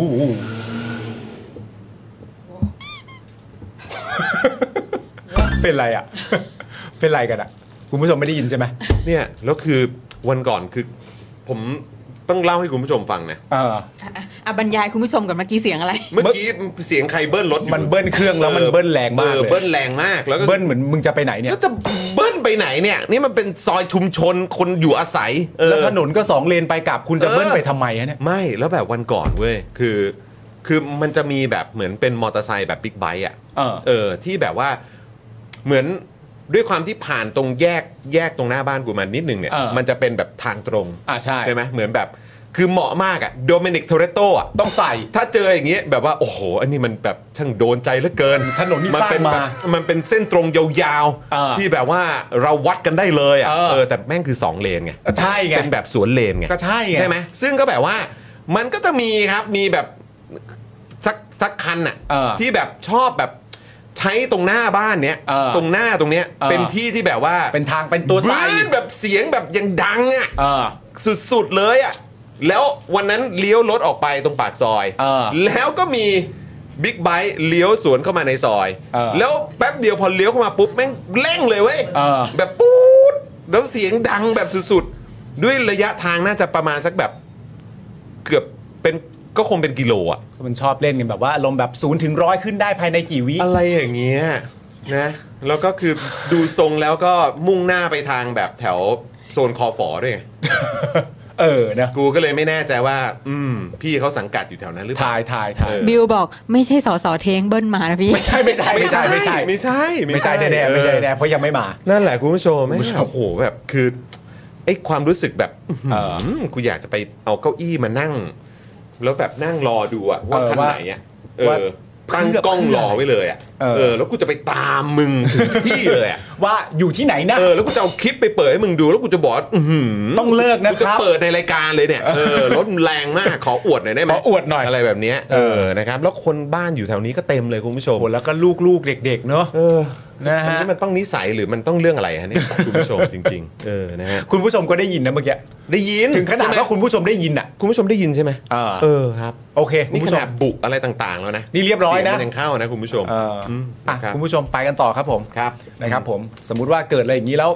เป็นไรอ่ะ เป็นไรกันอ่ะ คุณผู้ชมไม่ได้ยินใช่ไหม เนี่ย แล้วคือวันก่อนคือ ผมต้องเล่าให้คุณผู้ชมฟังนะ เออ อ่ะบรรยายคุณผู้ชมก่อนเมื่อกี้เสียงอะไร เมื่อกี้เสียงใครเบิ้ลรถอยู่ มันเบิ้ลเครื่องแล้วมันเบิ้ลแรงมากเลอยอเบิ้ลแรงมากแล้วก็ เบิ้ลเหมือนมึงจะไปไหนเนี่ย แล้วจะเบิ้ลไปไหนเนี่ย นี่มันเป็นซอยชุมชนคนอยู่อาศัยเออ แล้วถนนก็สองเลนไปกลับคุณจะ เออ เบิ้ลไปทำไมฮะเนี่ย ไม่แล้วแบบวันก่อนเว้ยคือ คือมันจะมีแบบเหมือนเป็นมอเตอร์ไซค์แบบบิ๊กไบค์อ่ะ เออ เออที่แบบว่าเหมือนด้วยความที่ผ่านตรงแยกแยกตรงหน้าบ้านกูมานิดนึงเนี่ย เออ มันจะเป็นแบบทางตรง อ่าใช่ ใช่ไหมเหมือนแบบคือเหมาะมากอ่ะโดมินิกโทเรโตอ่ะ ต้องใส่ ถ้าเจออย่างเงี้ยแบบว่า โอ้โห อันนี้มันแบบช่างโดนใจเหลือเกิน ถนนที่ มัเป็น สร้างมา แบบมันเป็นเส้นตรงยาว เออ ที่แบบว่าเราวัดกันได้เลยอ่ะ เออ เออแต่แม่งคือสองเลนไง ใช่ไง เป็นแบบสวนเลนไง ก็ใช่ไง ใช่ไหมซึ่งก็แบบว่ามันก็จะมีครับมีแบบสักสักคันอ่ะ เออ ที่แบบชอบแบบ ใช้ตรงหน้าบ้านเนี้ย เออ ตรงหน้าตรงเนี้ย เออ เป็นที่ที่แบบว่า เป็นทางเป็นตัวไซ บื้นแบบเสียงแบบอยังดังอ่ะ เออ สุดๆเลยอะ่ะ แล้ววันนั้นเลี้ยวรถออกไปตรงปากซอย เออ แล้วก็มีบิ๊กไบค์เลี้ยวสวนเข้ามาในซอย เออ แล้วแป๊บเดียวพอเลี้ยวเข้ามาปุ๊บแม่งเร่งเลยเว้ย เออ แบบปู๊ดแล้วเสียงดังแบบสุดๆ ด้วยระยะทางน่าจะประมาณสักแบบ เกือบเป็นก็คงเป็นกิโลอะ มันชอบเล่นกันแบบว่าลมณ์แบบ0ูนย์ถึงร้อยขึ้นได้ภายในกี่วิ อะไรอย่างเงี้ยนะ แล้วก็คือดูทรงแล้วก็มุ่งหน้าไปทางแบบแถวโซนคอฝอด้วยไง เออนะ กูก็เลยไม่แน่ใจว่า อืม พี่เขาสังกัดอยู่แถวนั้นหรือเปล่า ถ่ายถ่ายถ่าย เออ บิวบอกไม่ใช่สอสอเทงเบิ้ลมานะพี่ ไม่ใช่ไม่ใช่ไม่ใช่ไม่ใช่ ไม่ใช่ ไม่ใช่แน่ๆไม่ใช่แน่ๆเพราะยังไม่มา นั่นแหละคุณผู้ชม คุณผู้ชม โอ้โหแบบคือไอ้ความรู้สึกแบบ เออ หืมกูอยากจะไปเอาเก้าอี้มานั่ง แล้วแบบนั่งรอดูอะว่า เออ คัน ว่า ไหนอะเอ ว่า อตั้งกล้องรอไว้เลยอะ เออ เออ แล้วกูจะไปตามมึงถึงที่เลยอะ ว่าอยู่ที่ไหนนะ เออแล้วกูจะเอาคลิปไปเปิดให้มึงดู แล้วกูจะบอกว่าอื้อหือ ต้องเลิกนะ จะ ครับ เปิดในรายการเลยเนี่ยเออรถแรงมากขออวดหน่อยได้ไหม ขออวดหน่อย อะไรแบบเนี้ยเออนะครับแล้วคนบ้านอยู่แถวนี้ก็เต็มเลยคุณผู้ชม โอ้โหแล้วก็ลูกๆเด็ก ๆ เนอะ เออ นะฮะ อัมันต้องนิสัยหรือมันต้องเรื่องอะไรฮะเนี่ยคุณผู้ชมจริง ๆ เออนะฮะ คุณผู้ชมก็ได้ยินนะเมื่อกี้ ได้ยิน ถึงขนาด ใช่ไหม ว่าคุณผู้ชมได้ยินอ่ะ คุณผู้ชมได้ยินใช่ไหม เออ เออครับ โอเคคุณ นี่ข ผู้ชม นาดบุกอะไรต่างๆแล้วนะ นี่เรียบร้อยนะ สีงมันยังเข้านะคุณผู้ชม เอออ ม อ่ะ ครับ คุณผู้ชมไปกันต่อครับผม ครับ นะครับผมสมมุติว่าเกิดอะไรอย่างนี้แล้ว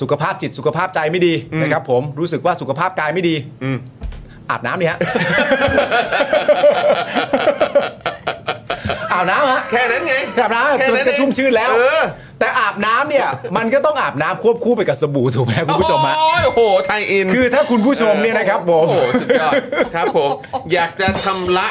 สุขภาพจิตสุขภาพใจไม่ดี อืม นะครับผมรู้สึกว่าสุขภาพกายไม่ดี อืม อาบน้ำดิ ฮะ อาบน้ำฮะ แค่นั้นไง อาบน้ำ แค่ จน นั้น กระ เอง ชุ่มชื่นแล้ว เออ แต่อาบน้ำเนี่ย มันก็ต้องอาบน้ำควบคู่ไปกับสบู่ถู กไหมคุณผู้ชมฮะ โอ้ยโอ้โหไทยอิน คือถ้าคุณผู้ชมเนี่ยนะครับผม โอ้โหสุดยอดครับผมอยากจะชำระ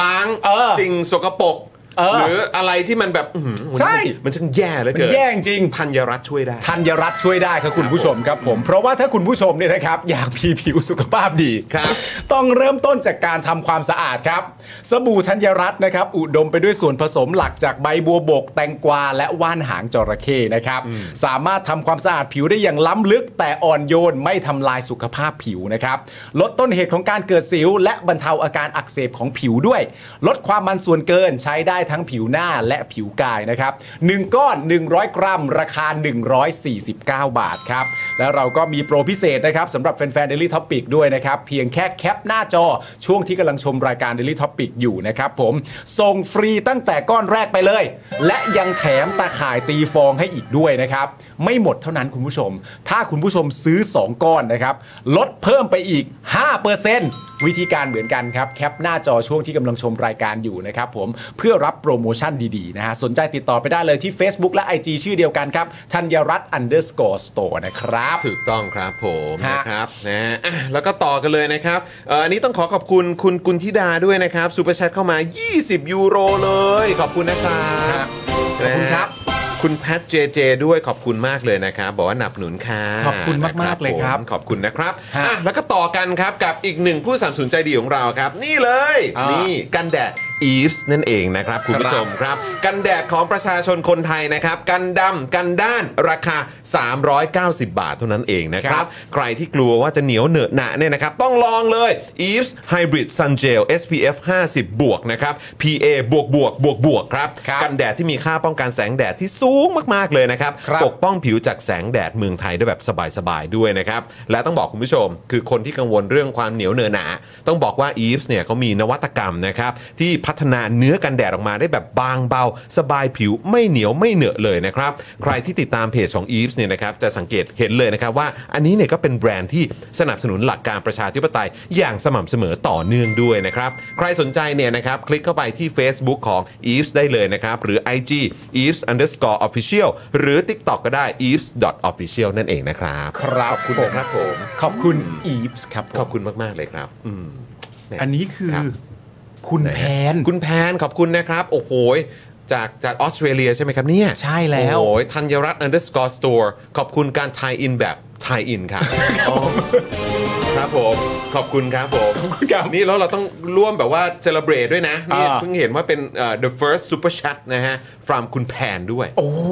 ล้าง เออ สิ่งสกปรก เออ หรืออะไรที่มันแบบอื้อหือ ใช่ มันช่างแย่เหลือ มัน เกิน แย่จริง ธัญรัตน์ช่วยได้ ธัญรัตน์ช่วยได้ครับคุณผู้ชมครับผม เพราะว่าถ้าคุณผู้ชมเนี่ยนะครับ อยากมีผิวสุขภาพดี ครับ ต้องเริ่มต้นจากการทำความสะอาดครับ สบู่ธัญรัตน์นะครับ อุดมไปด้วยส่วนผสมหลักจากใบบัวบก แตงกวา และว่านหางจระเข้นะครับ สามารถทำความสะอาดผิวได้อย่างล้ำลึก แต่อ่อนโยนไม่ทำลายสุขภาพผิวนะครับ ลดต้นเหตุของการเกิดสิว และบรรเทาอาการอักเสบของผิวด้วย ลดความมันส่วนเกินใช้ได้ทั้งผิวหน้าและผิวกายนะครับ 1 ก้อน 100 กรัม ราคา 149 บาทครับ แล้วเราก็มีโปรพิเศษนะครับสำหรับแฟนๆ Daily Topic ด้วยนะครับ เพียงแค่แคปหน้าจอช่วงที่กำลังชมรายการ Daily Topic อยู่นะครับผม ส่งฟรีตั้งแต่ก้อนแรกไปเลย และยังแถมตาข่ายตีฟองให้อีกด้วยนะครับ ไม่หมดเท่านั้นคุณผู้ชม ถ้าคุณผู้ชมซื้อ 2 ก้อนนะครับ ลดเพิ่มไปอีก 5%วิธีการเหมือนกันครับ แคปหน้าจอช่วงที่กำลังชมรายการอยู่นะครับผมเพื่อรับโปรโมชั่นดี ๆ นะฮะ สนใจติดต่อไปได้เลยที่ Facebook และ IG ชื่อเดียวกันครับธัญรัตน์ underscore store นะครับ ถูกต้องครับผม ฮะ นะครับนะฮะ อ่ะแล้วก็ต่อกันเลยนะครับเอ่ออันนี้ต้องขอขอบคุณคุณกุลธิดาด้วยนะครับซูเปอร์แชทเข้ามา 20 ยูโรเลย ขอบคุณนะครับ ฮะขอบคุณครับ นะฮะคุณแพทเจเจด้วยขอบคุณมากเลยนะครับบอกว่าหนับหนุนค่ะ ขอบคุณมากๆ นะ เลยครับ ผมขอบคุณนะครับ ฮะ อ่ะแล้วก็ต่อกันครับกับอีกหนึ่งผู้สนัมสนุนใจดีของเราครับ นี่เลย อ่านี่ นี่กันแดดอีฟส์นั่นเองนะครับคุณผู้ชม ผมครับกันแดดของประชาชนคนไทยนะครับ กันดำกันด้านราคา 390 บาทเท่านั้นเองนะค ค รั รับ บ ใครที่กลัวว่าจะเหนียวเหนอะหนะเนี่ยนะครับ ต้องลองเลย Eves Hybrid Sun Gel SPF 50 บวกนะครับ PA บวกบวกบวกบวกครับ ครับ กันแดดที่มีค่าป้องกันแสงแดดที่สูงมาก ๆ เลยนะครับ ครับ ปกป้องผิวจากแสงแดดเมืองไทยได้แบบสบาย ๆ ด้วยนะครับ และต้องบอกคุณผู้ชม คือคนที่กังวลเรื่องความเหนียวเนอะหนา ต้องบอกว่า e v e s เนี่ยเขามีนวัตกรรมนะครับ ที่พัฒนาเนื้อกันแดดออกมาได้แบบบางเบา สบายผิวไม่เหนียวไม่เหนอะเลยนะครับ ใครที่ติดตามเพจของ e v e s เนี่ยนะครับ จะสังเกตเห็นเลยนะครับว่าอันนี้เนี่ยก็เป็นแบรนด์ที่สนับสนุนหลักการประชาธิปไตยอย่างสม่ำเสมอต่อเนื่องด้วยนะครับ ใครสนใจเนี่ยนะครับ คลิกเข้าไปที่ Facebook ของ e v e s ได้เลยนะครับ หรือ IG e v e s underscore official หรือ TikTok ก็ได้ e v e s official นั่นเองนะครับ ครับ ขอบคุณ ผม นะครับผม ขอบคุณอีฟส์ครับผม ขอบคุณมาก ๆ เลยครับอืม อันนี้คือ ครับ คุณแพน คุณแพนขอบคุณนะครับ โอ้โหยจากจากออสเตรเลียใช่ไหมครับเนี่ย ใช่แล้ว โอ้โหธัญรัตน์ underscore store ขอบคุณการทายอินแบบทายอินครับครับผม ขอบคุณครับผม คุณครับ นี่แล้วเราต้องร่วมแบบว่าเซเลบรตด้วยนะนี่ อ่า เพิ่งเห็นว่าเป็นเอ่อ the first super chat นะฮะ from คุณแพนด้วย โอ้โห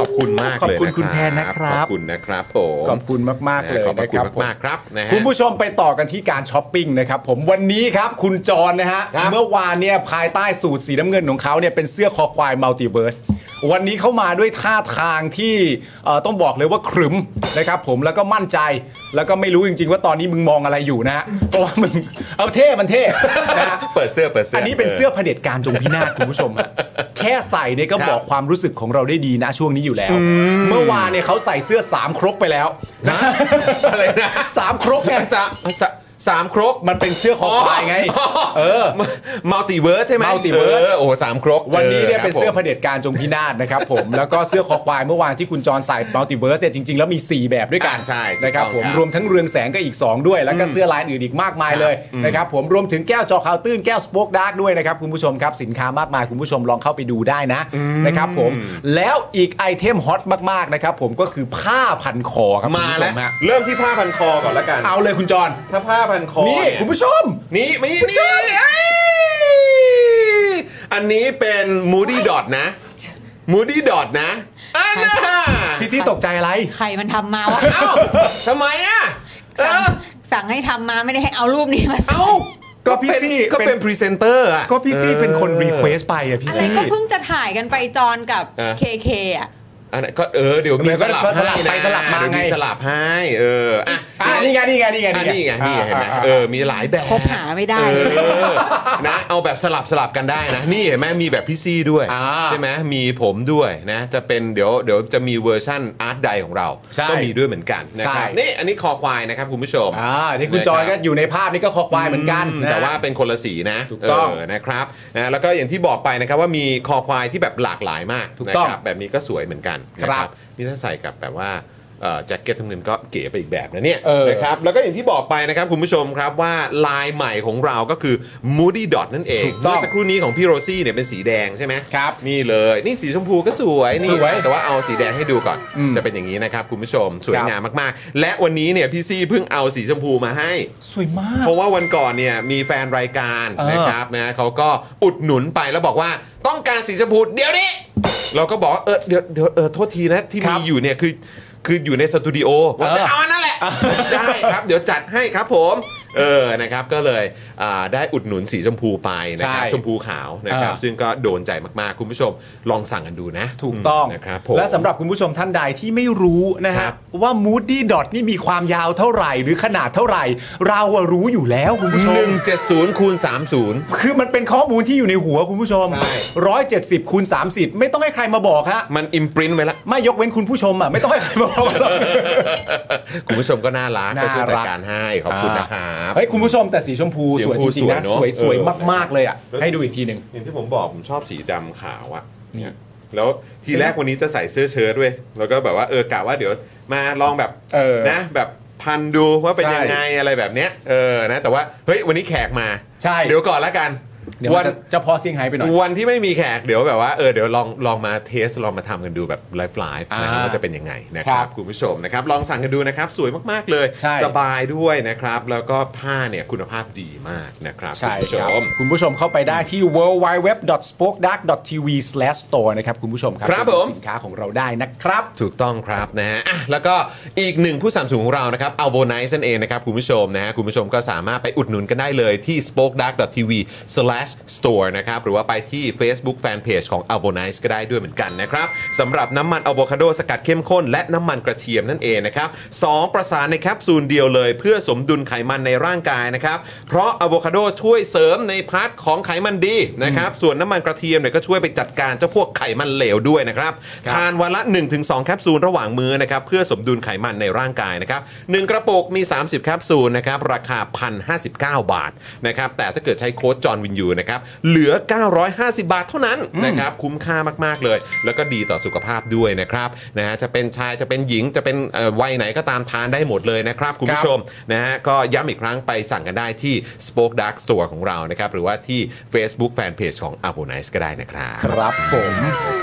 ขอบคุณมาก ขอบ เลย คุณ นะ คุณแพนนะครับ ขอบคุณนะครับผม ขอบคุณมาก ๆ เลย ขอบพ นะ ระ ค คุ รับ ณ ผม มากๆครับนะฮะ คุณผู้ชมไปต่อกันที่การช้อปปิ้งนะครับผมวันนี้ครับคุณจรนะฮะ ครับ เมื่อวานเนี่ยภายใต้สูตรสีน้ำเงินของเขาเนี่ยเป็นเสื้อคอควายมัลติเวิร์ส วันนี้เขามาด้วยท่าทางที่เอ่อต้องบอกเลยว่าขรึมนะครับผมแล้วก็มั่นใจแล้วก็ไม่รู้จริง ๆ ว่าตอนนี้มึงมองอะไรอยู่นะฮะเพราะว่ามึงเอาเท่มันเท่นะฮะ เปิดเสื้อเปิดเสื้อ อั อั นนี้เป็นเสื้อเผด็จการจงพินาศคุณผู้ชมฮะ แค่ใส่เนี่ยก็ ครับ บอกความรู้สึกของเราได้ดีนะช่วงนี้อยู่แล้ว เมื่อวานเนี่ยเขาใส่เสื้อสามครกไปแล้วนะ อะไรนะ สามครกไง สามสามสามครก มันเป็นเสื้อคอควายไง เออ มัลติเวิร์สใช่ไหม Multiverse เออโอ้โหสามครก วันนี้เนี่ย ครับ เป็นเสื้อ ผม เผด็จการจงพินาศนะครับผม แล้วก็เสื้อคอควายเมื่อวานที่คุณจรใส่มัลติเวิร์สเนี่ยจริง ๆ แล้วมี 4 แบบด้วยกัน อ่าใช่ถูก นะครับ ต้อง ผม ครับ รวมทั้งเรืองแสงก็อีก 2 ด้วย แล้วก็เสื้อลายอื่นอีกมากมายเลยนะครับผมรวมถึงแก้วจอขาวตื้นแก้วสป็อกดาร์กด้วยนะครับคุณผู้ชมครับสินค้ามากมายคุณผู้ชมลองเข้าไปดูได้นะนะครับผมแล้วอีกไอเทมฮอตมากๆนะครับผมก็คือผ้าพันคอครับคุณ า ผู้ช แล้ว มฮะ เริ่มที่ผ้าพันคอก่อนละกัน เอาเลยคุณจร ถ้าผ้าพันคอ นี่ เย คุณผู้ชม นี่มีนี่เอ้ยอันนี้เป็น Moody Dot นะ Moody Dot นะอันน่ะ พี่ซี่ตกใจอะไร ใครมันทำมาวะ เอ้าทำไมอ่ะเอ้า สั่งสั่งให้ทำมาไม่ได้ให้เอารูปนี้มาใส่ เอ้า ก็พี่ซี่ เป็นก็ เป็ เป็น น พรีเซนเตอร์อ่ะ ก็พี่ซี่เป็นคนรีเควสไปอะพี่ อะไร ซี่ ก็เพิ่งจะถ่ายกันไปจอนกับ อ่ะ เคเคอ่ะ อันนั้นก็เออเดี๋ยวมี เดี๋ยว ส ก็ ลับ ก็สลับ ให้นะ ไปสลับมา เดี๋ยวมี ไง สลับให้ เอออ่ะ อ่านี่ไงนี่ไงนี่ไง อันนี้ไงนี่ไงเห็นไหม อ่า เออมีหลายแบบ คบหาไม่ได้ เออนะเอาแบบสลับสลับกันได้นะ นี่เห็นไหมมีแบบพี่ซี่ด้วย อ่า ใช่ไหมมีผมด้วยนะจะเป็นเดี๋ยวเดี๋ยวจะมีเวอร์ชั่นอาร์ตไดของเรา ใช่ ก็มีด้วยเหมือนกันนะครับ ใช่ นี่อันนี้คอควายนะครับคุณผู้ชม อ่านี่คุณจอยก็อยู่ในภาพนี้ก็คอควายเหมือนกัน อืม นะ แต่ว่าเป็นคนละสีนะ ถูกต้อง เนะครับนะแล้วก็อย่างที่บอกไปนะครับว่ามีคอควายที่แบบหลากหลายมาก ถูกต้อนะงครับแบบนี้ก็สวยเหมือนกันนะครับนี่ถ้าใส่กับแบบว่าเอ่อแจ็คเก็ตทำเงินก็เก๋ไปอีกแบบนะเนี่ย เออ นะครับแล้วก็อย่างที่บอกไปนะครับคุณผู้ชมครับว่าลายใหม่ของเราก็คือ Moody Dot นั่นเอง ถูกต้อง เมื่สักครู่นี้ของพี่โรซี่เนี่ยเป็นสีแดงใช่ไหม ครับ นี่เลย นี่สีชมพูก็สวยนี่ สวย แต่ว่าเอาสีแดงให้ดูก่อน อืม จะเป็นอย่างนี้นะครับคุณผู้ชมสวย ครับ งามมากๆ และวันนี้เนี่ยพี่ซี่เพิ่งเอาสีชมพูมาให้ สวยมาก เพราะว่าวันก่อนเนี่ยมีแฟนรายการ เออ นะครับนะเขาก็อุดหนุนไปแล้วบอกว่าต้องการสีชมพูเดี๋ยวนี้เราก็บอกว่าเออเดี๋ยวเดี๋ยวเออโทษทีนะที่ ครั มี บ อยู่เนี่ยคือคืออยู่ในสตูดิโอว่า เออ จะเอาอันนั่นแหละ ได้ครับ เดี๋ยวจัดให้ครับผมเออนะครับก็เลยอ่าได้อุดหนุนสีชมพูไปนะครับ ใช่ ชมพูขาวนะครับ เออ ซึ่งก็โดนใจมากๆ คุณผู้ชมลองสั่งกันดูนะ ถูกต้อง นะครับผม และสำหรับคุณผู้ชมท่านใดที่ไม่รู้นะ ครั ฮะ บ ว่า Moody Dot นี่มีความยาวเท่าไหร่ หรือขนาดเท่าไหร่ เราอะรู้อยู่แล้วคุณผู้ชม 170คูณ30 คือมันเป็นข้อมูลที่อยู่ในหัวคุณผู้ชม ใช่ 170คูณ30 ไม่ต้องให้ใครมาบอกฮะ มันอิมปรินไว้ละ ไม่ยกเว้นคุณผู้ชมอ่ะไม่ต้องให้ใครมาบอกหรอก คุณผู้ชมก็น่ารักก็ น่าช่วยรักจัดการให้ขอบคุณนะครับ เฮ้ยคุณผู้ชมแต่สีชมพู สีช ส ม วย พู จริงๆนะ สวยเนอะ สวยสวย เออ มากๆเลยอ่ะให้ดูอีกทีหนึ่ง อย่างที่ผมบอกผมชอบสีดำขาวอะเนี่ยแล้วทีแรกวันนี้จะใส่เสื้อเชิ้ตด้วย แล้วก็แบบว่าเออกะว่าเดี๋ยวมาลองแบบ เออ นะแบบพันดูว่าเป็น ใช่ ยังไงอะไรแบบเนี้ยเออนะแต่ว่าเฮ้ยวันนี้แขกมา ใช่ เดี๋ยวก่อนละกัน เดี๋ยว วั มันจะจะพอเซี่ยงไฮ้ไปหน่อย วันที่ไม่มีแขกเดี๋ยวแบบว่าเออเดี๋ยวลองลองมาเทสลองมาทำกันดูแบบไลฟ์ไลฟ์นะ อ่า ว่าจะเป็นยังไงนะค ครั รับบ คุณผู้ชมนะครับลองสั่งกันดูนะครับสวยมากๆเลย ใช่ สบายด้วยนะครับ แล้วก็ผ้าเนี่ยคุณภาพดีมากนะครับ ใช่ คุณผู้ช ครับ ม คุณผู้ชมเข้าไปได้ที่ w w w s p o k e d a r k t v s t o r e นะครับ คุณผู้ชมครับ ครับ ไปดู ผม สินค้าของเราได้นะครับ ถูกต้องครับนะฮะอ่ะแล้วก็อีกหนึ่งผู้สนัมสูงของเรานะครับเอาโบนัสนั่นเองนะครับคุณผู้ชมนะฮะคุณผู้ชมก็สามารถไปอุดหนุนกันได้เลยที่ spokedark.tv/store นะครับหรือว่าไปที่ Facebook Fanpage ของ a v o n i c e ก็ได้ด้วยเหมือนกันนะครับสำหรับน้ำมันอะโวคาโดสกัดเข้มข้น และน้ำมันกระเทียมนั่นเองนะครับสองประสานในแคปซูลเดียวเลย เพื่อสมดุลไขมันในร่างกายนะครับเพราะอะโวคาโดช่วยเสริมในพาร์ทของไขมันดีนะครับส่วนน้ำมันกระเทียมเนี่ยก็ช่วยไปจัดการเจ้าพวกไขมันเหลวด้วยนะครับ ครับ ทาน ทานวันละ 1-2 แคปซูลระหว่างมื้อนะครับเพื่อสมดุลไขมันในร่างกายนะครับหนึ่งกระปุกมี 30 แคปซูลนะครับราคา 1,059 บาทนะครับแต่ถ้าเกิดใช้โค้ดจอห์นวินยูนะครับเหลือ 950 บาทเท่านั้นนะครับคุ้มค่ามากๆเลย แล้วก็ดีต่อสุขภาพด้วยนะครับนะฮะจะเป็นชายจะเป็นหญิงจะเป็นเอ่อวัยไหนก็ตามทานได้หมดเลยนะครับคุณผู้ชมนะฮะก็ย้ำอีกครั้งไปสั่งกันได้ที่ Spoke Dark Store ของเรานะครับหรือว่าที่ Facebook Fanpage ของ a v o n i c e ก็ได้นะครับ ครับผม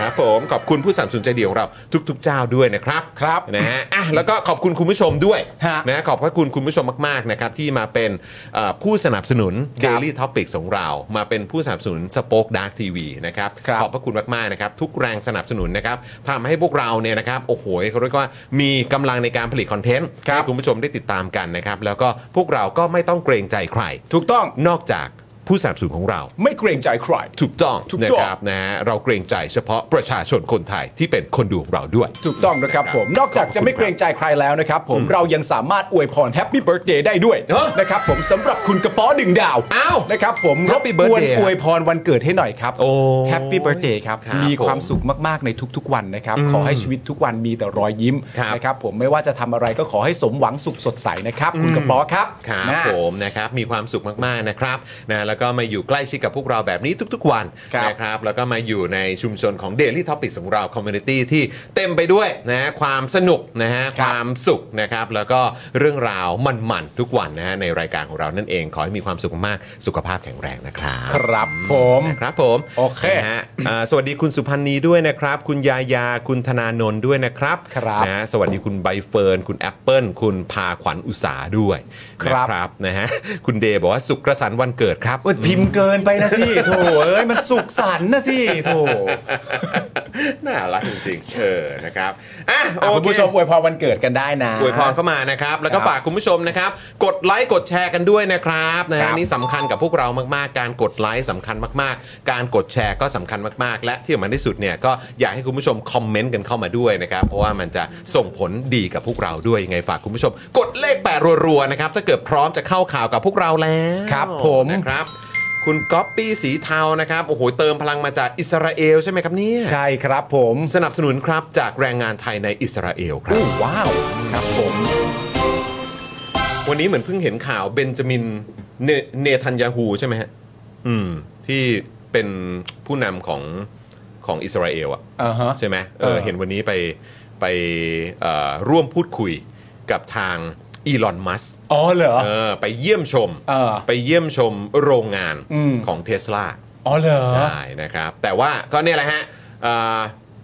ครับผมขอบคุณผู้สนัมสนุนใจดีของเราทุก ๆ เจ้าด้วยนะครับ ครับ นะฮะอ่ะแล้วก็ขอบคุณคุณผู้ชมด้วย ฮะ นะขอบพระคุณคุณผู้ชมมากๆนะครับที่มาเป็นเอ่อผู้สนับสนุน ครับ Daily Topic ของเรา มาเป็นผู้สนับสนุน Spoke Dark TV นะครับ ครับ ขอบพระคุณมากๆนะครับทุกแรงสนับสนุนนะครับทำให้พวกเราเนี่ยนะครับโอ้โหเขาเรียกว่ามีกำลังในการผลิตคอนเทนต์ ครับ ให้คุณผู้ชมได้ติดตามกันนะครับแล้วก็พวกเราก็ไม่ต้องเกรงใจใคร ถูกต้อง นอกจาก ผู้สนับสนุนของเรา ไม่เกรงใจใคร ถูกต้อง ถูก นะ ต้อง ครับนะฮะเราเกรงใจเฉพาะประชาชนคนไทยที่เป็นคนดูของเราด้วย ถูกต้องนะครับผม นอกจากจะไม่เกรงใจใครแล้วนะครับผมเรายังสามารถอวยพรแฮปปี้เบิร์ a เดย์ได้ด้วย ฮะ นะครับผมสำหรับคุณกระป๋อดึงดาว อ้าว นะครับผม Happy รบกวน Birthday อวยพรวันเกิดให้หน่อยครับ โอ้ แฮปปี้เบิร์ a เดย์ครับ ครับ มีความสุขมาก ๆ ในทุก ๆ วันนะครับ ขอให้ชีวิตทุกวันมีแต่รอยยิ้ม ครับ นะครับผมไม่ว่าจะทำอะไรก็ขอให้สมหวังสุขสดใสนะครับ คุณกระป๋อครับ ครับ นะ ผมนะครับมีความสุขมากๆนะครับนะแล้วก็มาอยู่ใกล้ชิดกับพวกเราแบบนี้ทุก ๆ วัน ครับ นะครับแล้วก็มาอยู่ในชุมชนของ Daily Topics ของเราคอมมูนิตี้ที่เต็มไปด้วยนะฮะความสนุกนะฮะ ค ครับ วามสุขนะครับแล้วก็เรื่องราวมันๆทุกวันนะฮะในรายการของเรานั่นเอง ขอให้มีความสุขมากๆสุขภาพแข็งแรงนะครับ ครับผม นะครับผม โอเค นะฮะอ่าสวัสดีคุณสุพันธ์นีด้วยนะครับ คุณยายาคุณธนานนท์ด้วยนะครับ ครับ นะฮะสวัสดีคุณใบเฟิร์นคุณแอปเปิลคุณพาขวัญอุตสาด้วย ครับ นะครับนะฮะคุณเดย์บอกว่าสุขกระสันวันเกิด ครับ โอ๊ยพิมพ์เกินไปนะสิโถเอ้ยมันสุขสันต์นะสิโถ น่ารักจริงๆเออนะครับอ่ะ อ่ะ โอ คุเคณผู้ชมอวยพรวันเกิดกันได้นะ อวยพรเข้ามานะครับ แล้วก็ ครับ ฝากคุณผู้ชมนะครับ กดไลค์กดแชร์กันด้วยนะครับนะ ครั ฮะ บ นี่สำคัญกับพวกเรามากๆ การกดไลค์สำคัญมากๆ การกดแชร์ก็สำคัญมากๆ และที่สำคัญที่สุดเนี่ยก็อยากให้คุณผู้ชมคอมเมนต์กันเข้ามาด้วยนะครับ เพราะว่ามันจะส่งผลดีกับพวกเราด้วยยังไงฝากคุณผู้ชม กดเลขแปดรัวๆนะครับถ้าเกิดพร้อมจะเข้าข่าวกับพวกเราแล้ว ครับผม นะครับ คุณก๊อปปี้สีเทานะครับโอ้โหเติมพลังมาจากอิสราเอลใช่ไหมครับเนี่ย ใช่ครับผม สนับสนุนครับจากแรงงานไทยในอิสราเอลครับ อู้ว้าวครับผม วันนี้เหมือนเพิ่งเห็นข่าวเบนจามินเนเนทันยาฮูใช่ไหมฮะ อืม ที่เป็นผู้นำของของอิสราเอลอ่ะ อ่าฮะ ใช่ไหมเอ เอ อ อ เห็นวันนี้ไปไปเอ่อร่วมพูดคุยกับทางอีลอนมัส อ๋อเหรอ เออไปเยี่ยมชม เออ ไปเยี่ยมชมโรงงาน อืม ของเทสลา อ๋อเหรอ ใช่นะครับ แต่ว่าก็เนี่ยแหละฮะเอ่อ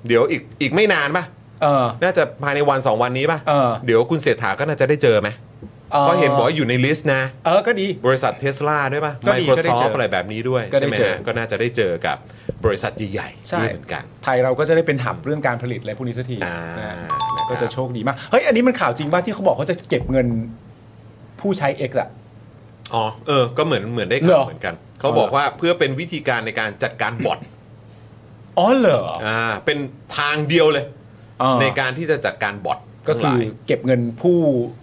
เดี๋ยวอีกอีกไม่นานป่ะ เออ น่าจะภายในวัน 2 วันนี้ป่ะ เออ เดี๋ยวคุณเศรษฐาก็น่าจะได้เจอไหมเพราะเห็นบอกว่าอยู่ในลิสต์นะ เออก็ดี บริษัทเทสลาด้วยป่ะ ก็ดีก็ได้เจ Microsoft ออ อะไรแบบนี้ด้วย ก็ได้ ใช่ไหม เจอ ฮะก็น่าจะได้เจอกับบริษัทใหญ่ ใช่ ๆด้วยเหมือนกัน ไทยเราก็จะได้เป็นหับเรื่องการผลิตอะไรพวกนี้สักที อ่าน นะ ะ ก็จะโชคดีมาก เฮ้ย อันนี้มันข่าวจริงป่ะที่เขาบอกเขาจะเก็บเงินผู้ใช้ X อะ อ๋อเออ ก็เหมือนเหมือนได้ เหร ข่าว อ เหมือนกัน เขาบอกว่าเพื่อเป็นวิธีการในการจัดการบอท อ๋อเหรอ อ่าเป็นทางเดียวเลย อ่า ในการที่จะจัดการบอท ก็คือเก็บเงินผู้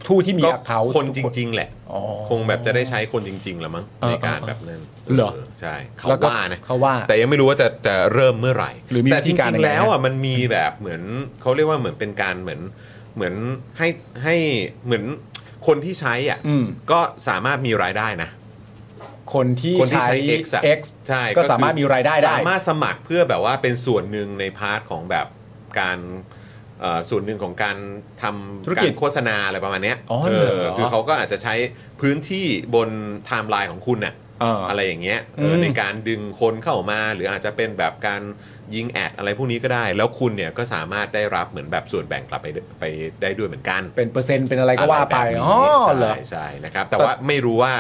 ผู้ที่มี ก็ เขา คนจริง ๆ แหละ อ๋อ คงแบบจะได้ใช้คนจริง ๆ แล้วมั้ง เออ ในการแบบนั้น เหรอ ใช่เขา แล้วก็ ว่านะ เขาว่า แต่ยังไม่รู้ว่าจะจะเริ่มเมื่อไหร่ หรือมี แต่ วิ จ ธีการ ริง ยัง ๆ ไง แล้วอ่ะมันมีแบบเหมือนเขาเรียกว่าเหมือนเป็นการเหมือนเหมือนให้ให้เหมือนคนที่ใช้อ่ะ อืม ก็สามารถมีรายได้นะ คนที่ คนที่ ใช้ ใช้ X อะ X ใช่ ก็ คือ สามารถมีรายได้ได้ สามารถสมัครเพื่อแบบว่าเป็นส่วนหนึ่งในพาร์ทของแบบการเอ่อส่วนหนึ่งของการทำ ธุรกิจ าโฆษณาอะไรประมาณเนี้ย อ๋อเหรอ คือเขาก็อาจจะใช้พื้นที่บนไทม์ไลน์ของคุณน่ะ เอออ ไรอย่างเงี้ยเอออ ม ในการดึงคนเข้ามา หรืออาจจะเป็นแบบการยิงแอดอะไรพวกนี้ก็ได้ แล้วคุณเนี่ยก็สามารถได้รับเหมือนแบบส่วนแบ่งกลับไปด้วยไปได้ด้วยเหมือนกัน เป็นเปอร์เซ็นต์เป็นอะไรก็ว่าไป ะรแบบนี้ อ๋อเหรอ ใช่ใช่นะครับ แต่ว่าไม่รู้ว่า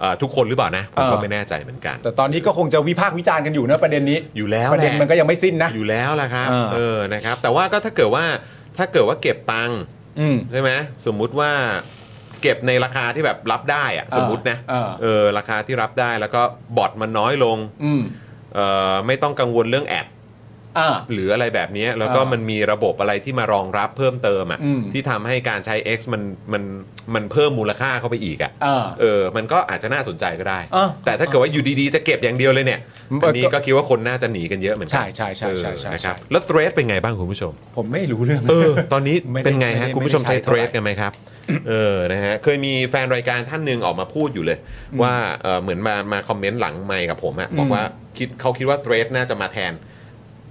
เอ่อทุกคนหรือเปล่านะผมก็ เออ ไม่แน่ใจเหมือนกัน แต่ตอนนี้ก็คงจะวิพากษ์วิจารณ์กันอยู่นะประเด็นนี้ อยู่แล้ว ประเด็น แหละ มันก็ยังไม่สิ้นนะ อยู่แล้วล่ะครับ เออ เออนะครับ แต่ว่าก็ถ้าเกิดว่าถ้าเกิดว่าเก็บตังค์ อืม ใช่ไหมสมมุติว่าเก็บในราคาที่แบบรับได้อะสมมตินะ เออ เออราคาที่รับได้แล้วก็บอทมันน้อยลง อืม เออไม่ต้องกังวลเรื่องแอด อ่า หรืออะไรแบบเนี้ยแล้วก็ เออ มันมีระบบอะไรที่มารองรับเพิ่มเติมอ่ะ อืม ที่ทำให้การใช้ X มันมันมันเพิ่มมูลค่าเข้าไปอีกอ่ะ เออ เออมันก็อาจจะน่าสนใจก็ได้ เออ แต่ถ้าเกิดว่าอยู่ดีๆ จะเก็บอย่างเดียวเลยเนี่ย เออก็ อันนี้ก็คิดว่าคนน่าจะหนีกันเยอะเหมือนกั ใช่ใช่ใช่ใช่เออใช่ใช่ นะครับแล้วเทรดเป็นไงบ้างคุณผู้ชม ผมไม่รู้เรื่อง เออตอนนี้ ไม่ได้ เป็นไงฮะ ไม่ได้ คุณผู้ชม ไม่ ใช้ ได้ เทรดกันไหมครับ เออนะฮะเคยมีแฟนรายการท่านหนึ่งออกมาพูดอยู่เลย ว่าเออเหมือนมามาคอมเมนต์หลังไมค์กับผมอะบอกว่าคิดเขาคิดว่าเทรดน่าจะมาแทน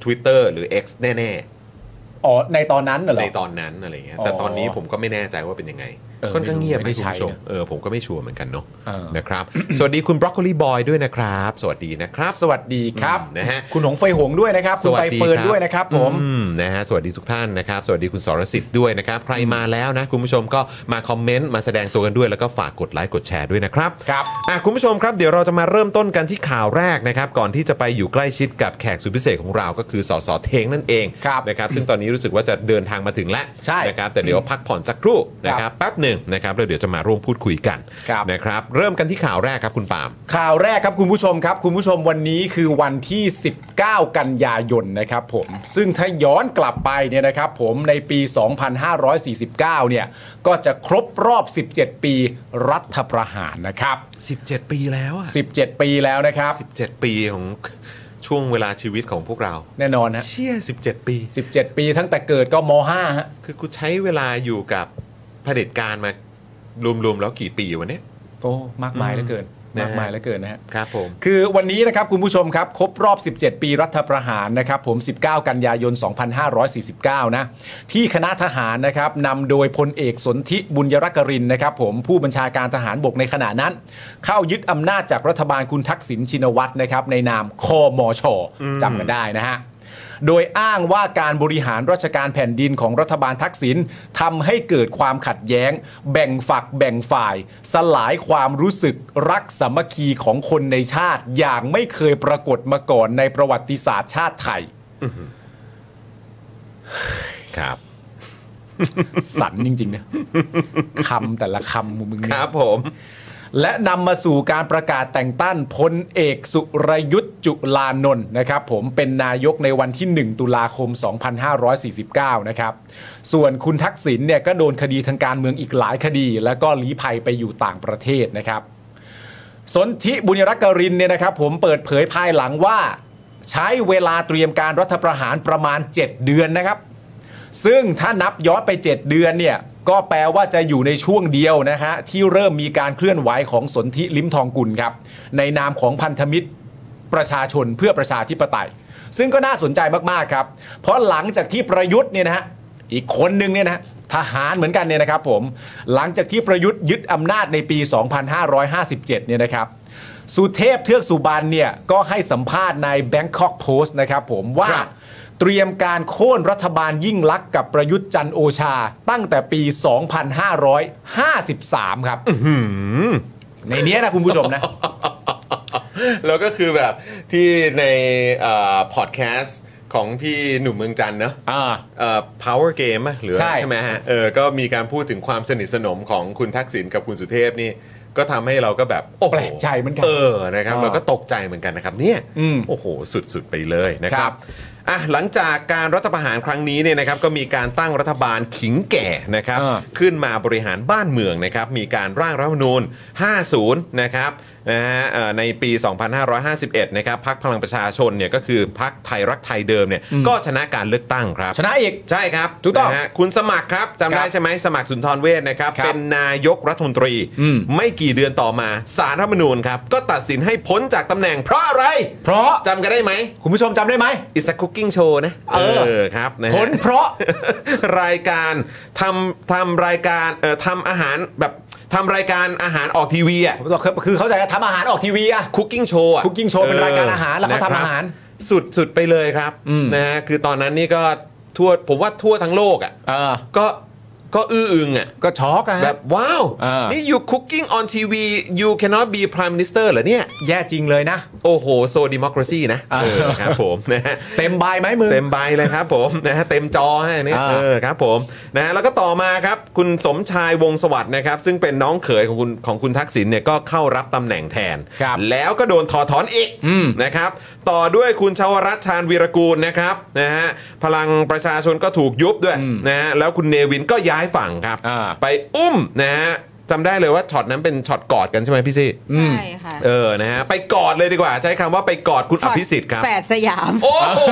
Twitter หรือ X แน่ ๆ อ๋อในตอนนั้นน่ะเหรอ ในตอนนั้นอะไรเงี้ย อ๋อ แต่ตอนนี้ผมก็ไม่แน่ใจว่าเป็นยังไง เออ ค่อนข้างเงียบ ไม่ ไม ได้ ใช่ ใช้ ชม นะ เออผมก็ไม่ชัวร์เหมือนกันเนาะ เออ นะครับ สวัสดีคุณบรอกโคลีบอยด้วยนะครับ สวัสดีนะครับ สวัสดีครับ อืมนะฮะ คุณหงเฟยหงด้วยนะครับ คุณใบเฟิร์นด้วยนะครับผม อืนะฮะสวัสดีทุกท่านนะครับ สวัสดีคุณสรสิทธิ์ด้วยนะครับ ใครมาแล้วนะ คุณผู้ชมก็มาคอมเมนต์มาแสดงตัวกันด้วยแล้วก็ฝากกดไลค์กดแชร์ด้วยนะครับ ครับ อ่ะคุณผู้ชมครับเดี๋ยวเราจะมาเริ่มต้นกันที่ข่าวแรกนะครับ ก่อนที่จะไปอยู่ใกล้ชิดกับแขกสุดพิเศษของเราก็คือสสเทงนั่นเอง ครับ นะครับซึ่งตอนนี้รู้สึกว่าจะเดินทางมาถึงแล้ว ใช่ นะครับแต่เดี๋ยวพักผ่อนสักครู่นะครับแป๊บหนึ่ง นึ่งนะครับแล้วเดี๋ยวจะมาร่วมพูดคุยกัน ครับ นะครับเริ่มกันที่ข่าวแรกครับคุณปาล์ม ข่าวแรกครับคุณผู้ชมครับ คุณผู้ชมวันนี้คือวันที่ 19 กันยายนนะครับผมซึ่งถ้าย้อนกลับไปเนี่ยนะครับผมในปี 2549 เนี่ยก็จะครบรอบ 17 ปีรัฐประหารนะครับ 17 ปีแล้วอะ 17 ปีแล้วนะครับ 17 ปีของ ช่วงเวลาชีวิตของพวกเรา แน่นอนฮะ เชี่ย 17 ปี 17 ปีตั้งแต่เกิดก็ม .5 ฮะ คือกูใช้เวลาอยู่กับเผด็จการมารวมๆแล้วกี่ปีวะเนี่ย โอ้มากมายเหลือเกิน นะฮะ มากมายเหลือเกินนะฮะ ครับผม คือวันนี้นะครับคุณผู้ชมครับ ครบรอบ 17 ปีรัฐประหารนะครับผม 19 กันยายน 2549 นะ ที่คณะทหารนะครับนำโดยพลเอกสนธิบุญยรักรินทร์นะครับผมผู้บัญชาการทหารบกในขณะนั้น เข้ายึดอำนาจจากรัฐบาลคุณทักษิณชินวัตรนะครับในนามคอมอชอจำกันได้นะฮะ โดยอ้างว่าการบริหารราชการแผ่นดินของรัฐบาลทักษิณทำให้เกิดความขัดแย้ง แบ่งฝักแบ่งฝ่าย สลายความรู้สึกรักสามัคคีของคนในชาติ อย่างไม่เคยปรากฏมาก่อนในประวัติศาสตร์ชาติไทย ครับ สันจริงๆนะคำแต่ละคำของมึง ค เนี่ย รับผม และนำมาสู่การประกาศแต่งตั้งพลเอกสุรยุทธ์จุลานนท์นะครับผมเป็นนายกในวันที่ 1 ตุลาคม 2549 นะครับส่วนคุณทักษิณเนี่ยก็โดนคดีทางการเมืองอีกหลายคดี แล้วก็ลี้ภัยไปอยู่ต่างประเทศนะครับ สนธิบุญรักกรินเนี่ยนะครับผมเปิดเผยภายหลังว่า ใช้เวลาเตรียมการรัฐประหารประมาณ 7 เดือนนะครับ ซึ่งถ้านับย้อนไป 7 เดือนเนี่ยก็แปลว่าจะอยู่ในช่วงเดียวนะฮะที่เริ่มมีการเคลื่อนไหวของสนธิลิ้มทองกุลครับในนามของพันธมิตรประชาชนเพื่อประชาธิปไตย ซึ่งก็น่าสนใจมากๆครับ เพราะหลังจากที่ประยุทธ์เนี่ยนะฮะอีกคนนึงเนี่ยนะฮะทหารเหมือนกันเนี่ยนะครับผมหลังจากที่ประยุทธ์ยึดอำนาจในปี 2557 เนี่ยนะครับ สุเทพเทือกสุบรรณเนี่ยก็ให้สัมภาษณ์ใน Bangkok Post นะครับผมว่า ครับ เตรียมการโค่นรัฐบาลยิ่งลักษณ์กับประยุทธ์จันทร์โอชา ตั้งแต่ปี 2553 ครับ ในเนี้ยนะคุณผู้ชมนะ แล้วก็คือแบบที่ในพอดแคสต์ของพี่หนุ่มเมืองจันทร์เนอะ อ่า เอ่อ power game อะหรือ ใช่ ใช่ไหมฮะเออก็มีการพูดถึงความสนิทสนมของคุณทักษิณกับคุณสุเทพนี่ ก็ทำให้เราก็แบบโอ้โห แปลกใจเหมือนกัน เออ นะครับ อ่า เราก็ตกใจเหมือนกันนะครับเนี่ย อืม โอ้โห สุด ๆ ไปเลยนะค ค รั รั บบ อ่ะหลังจากการรัฐประหารครั้งนี้เนี่ยนะครับ ก็มีการตั้งรัฐบาลขิงแก่นะครับ อ่า ขึ้นมาบริหารบ้านเมืองนะครับ มีการร่างรัฐธรรมนูญ 50 นะครับนะฮะเอ่อในปี 2551 นะครับพักพลังประชาชนเนี่ยก็คือพักไทยรักไทยเดิมเนี่ย ก็ชนะการเลือกตั้งครับ ชนะอีก ใช่ครับ ถูกต้อง นะฮะคุณสมัครครับจำได้ ครับ ใช่ไหมสมัครสุนทรเวชนะครับ ครับ เป็นนายกรัฐมนตรี อืม ไม่กี่เดือนต่อมาสารรัฐธรรมนูญครับ ก็ตัดสินให้พ้นจากตำแหน่งเพราะอะไร เพราะ จำกันได้ไหม คุณผู้ชมจำได้ไหม อิสคุกกิ้งโชว์นะ เออ ครับนะ ผ ฮะ ลเพราะ รายการทำทำรายการเอ่อทำอาหารแบบทำรายการอาหารออกทีวีอ่ะ ผมบอกคือคือเขาใจว่าทำอาหารออกทีวีอะ คุกกิ้งโชว์ Cooking Show เป็นรายการอาหารแล้วเขาทำอาหาร สุดสุดๆไปเลยครับ อืม นะฮะคือตอนนั้นนี่ก็ทั่วผมว่าทั่วทั้งโลกอ่ะ เออ ก็ก็อื้ออึงอ่ะ ก็ช็อกอะฮะ แบบว้าว อ่านี่ นี่ you cooking on TV you cannot be prime minister เหรอเนี่ย แย่จริงเลยนะ โอ้โห โซ democracy นะ อ่า เออครับผม นะฮะ เต็มใบไหมมือ เต็มใบเลยครับผมนะฮะเต็มจอให้เนี่ย อ่า เออครับผมนะฮะแล้วก็ต่อมาครับคุณสมชายวงศ์สวัสด์นะครับ ซึ่งเป็นน้องเขยของคุณของคุณทักษิณเนี่ยก็เข้ารับตำแหน่งแทน ครับ แล้วก็โดนถอดถอนอีก อืม นะครับ ต่อด้วยคุณชาวรัตน์ชาญวีรกูลนะครับนะฮะพลังประชาชนก็ถูกยุบด้วย อืม นะฮะแล้วคุณเนวินก็ย้ายฝั่งครับ อ่า ไปอุ้มนะฮะจำได้เลยว่าช็อตนั้นเป็นช็อตกอดกันใช่ไหมพี่ซี่ ใช่ค่ะ เออนะฮะไปกอดเลยดีกว่า ใช้คำว่าไปกอดคุณอภิสิทธิ์ครับ แฝดสยาม โอ้โห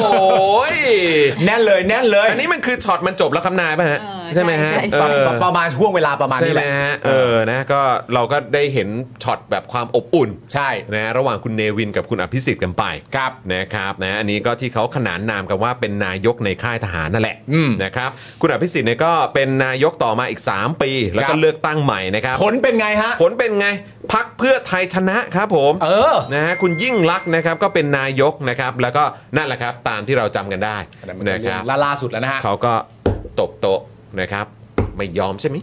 แน่นเลยแน่นเลย อันนี้มันคือช็อตมันจบแล้วคำนายป่ะฮะ เออ ใช่ไหมฮะ ใช่ใช่ เออ ประมาณช่วงเวลาประมาณ ใช่ นี้ ไห แห ม ละ ฮะเออนะก็เราก็ได้เห็นช็อตแบบความอบอุ่น ใช่ นะฮะระหว่างคุณเนวินกับคุณอภิสิทธิ์กันไป ครับ นะครับนะอันนี้ก็ที่เขาขนานนามกันว่าเป็นนายกในค่ายทหารนั่นแหละ อืม นะครับคุณอภิสิทธิ์เนี่ยก็เป็นนายกต่อมาอีก 3 ปี แล้ว ค ก็ รับ เลือกตั้งใหม่นะครับ ผลเป็นไงฮะ ผลเป็นไงพักเพื่อไทยชนะครับผม เออ นะฮะคุณยิ่งลักษณ์นะครับก็เป็นนายกนะครับแล้วก็นั่นแหละครับตามที่เราจำกันได้นะครับ ล่าล่าสุดแล้วนะฮะ เขาก็ตบโต๊ะนะครับ ไม่ยอมใช่ไหม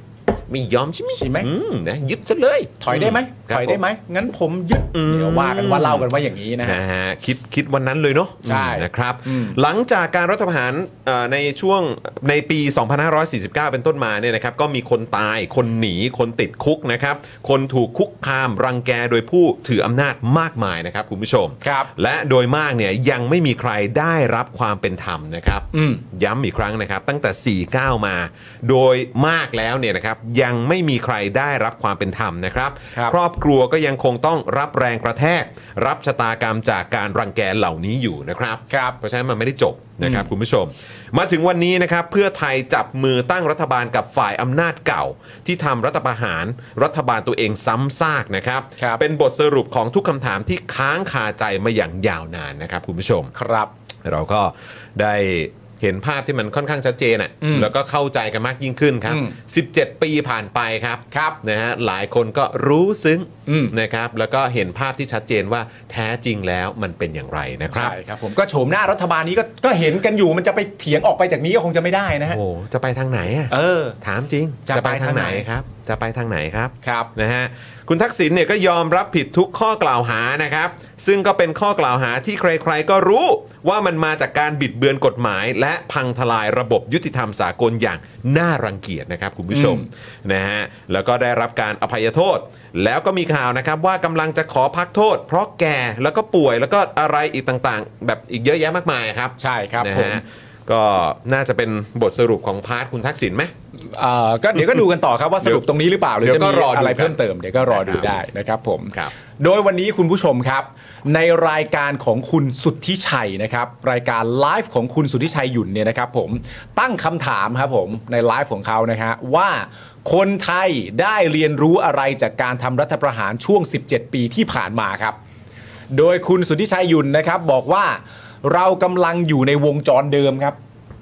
ไม่ยอมใช่ไหม ใช่ไหม อืมนะยึดซะเลย ถอยได้ไหม ครับ ถอยได้ไหม งั้นผมยึดเดี๋ยวว่ากันว่าเล่ากันว่าอย่างนี้ ผม นะฮะ นะฮะคิดคิดวันนั้นเลยเนาะ ใช่ อืมนะครับ อืม หลังจากการรัฐประหาร เอ่อในช่วงในปี 2549 เป็นต้นมาเนี่ยนะครับก็มีคนตายคนหนีคนติดคุกนะครับคนถูกคุกคามรังแกโดยผู้ถืออำนาจมากมายนะครับคุณผู้ชม ครับ และโดยมากเนี่ยยังไม่มีใครได้รับความเป็นธรรมนะครับ อืม ย้ำอีกครั้งนะครับ ตั้งแต่ 49 มา โดยมากแล้วเนี่ยนะครับยังไม่มีใครได้รับความเป็นธรรมนะครับ ครับ ครอบครัวก็ยังคงต้องรับแรงกระแทก รับชะตากรรมจากการรังแกเหล่านี้อยู่นะครับ ครับ เพราะฉะนั้นมันไม่ได้จบนะครับคุณผู้ชม มาถึงวันนี้นะครับเพื่อไทยจับมือตั้งรัฐบาลกับฝ่ายอำนาจเก่า ที่ทำรัฐประหารรัฐบาลตัวเองซ้ำซากนะครับ ครับ เป็นบทสรุปของทุกคำถามที่ค้างคาใจมาอย่างยาวนานนะครับคุณผู้ชม ครับ เราก็ได้เห็นภาพที่มันค่อนข้างชัดเจนอ่ะ อืม แล้วก็เข้าใจกันมากยิ่งขึ้นครั อืม บ 17 ปีผ่านไปครับ ครับ นะฮะหลายคนก็รู้ซึ้ง อืม นะครับแล้วก็เห็นภาพที่ชัดเจนว่าแท้จริงแล้วมันเป็นอย่างไรนะครับ ใช่ครับผมก็โฉมหน้ารัฐบาลนี้ก็ก็เห็นกันอยู่มันจะไปเถียงออกไปจากนี้ก็คงจะไม่ได้นะฮะ โอ้โหจะไปทางไหนอ่ะ เออ ถามจริง จะไปทางไหน ครับ จะไปทางไหนครับ ครับ นะฮะคุณทักษิณเนี่ยก็ยอมรับผิดทุกข้อกล่าวหานะครับ ซึ่งก็เป็นข้อกล่าวหาที่ใครๆก็รู้ว่ามันมาจากการบิดเบือนกฎหมาย และพังทลายระบบยุติธรรมสากลอย่างน่ารังเกียจนะครับคุณผู้ชมนะฮะแล้วก็ได้รับการอภัยโทษ แล้วก็มีข่าวนะครับว่ากำลังจะขอพักโทษ เพราะแก่แล้วก็ป่วยแล้วก็อะไรอีกต่างๆ แบบอีกเยอะแยะมากมายครับ ใช่ครับ นะ ผม ฮะก็น่าจะเป็นบทสรุปของพาร์ทคุณทักษิณไหม เอ่อก็เดี๋ยวก็ดูกันต่อครับว่าสรุปตรงนี้หรือเปล่าหรือ เดี๋ จะ ยวก็ มี รอดู อะไร กัน เพิ่มเติมเดี๋ยวก็รอดู ครับ ได้นะครับผม ครับ โดยวันนี้คุณผู้ชมครับ ในรายการของคุณสุทธิชัยนะครับรายการไลฟ์ของคุณสุทธิชัยหยุ่นเนี่ยนะครับผมตั้งคำถามครับผมในไลฟ์ของเขานะฮะว่าคนไทยได้เรียนรู้อะไรจากการทำรัฐประหารช่วง 17 ปีที่ผ่านมาครับ โดยคุณสุทธิชัยหยุ่นนะครับ บอกว่าเรากำลังอยู่ในวงจรเดิมครับ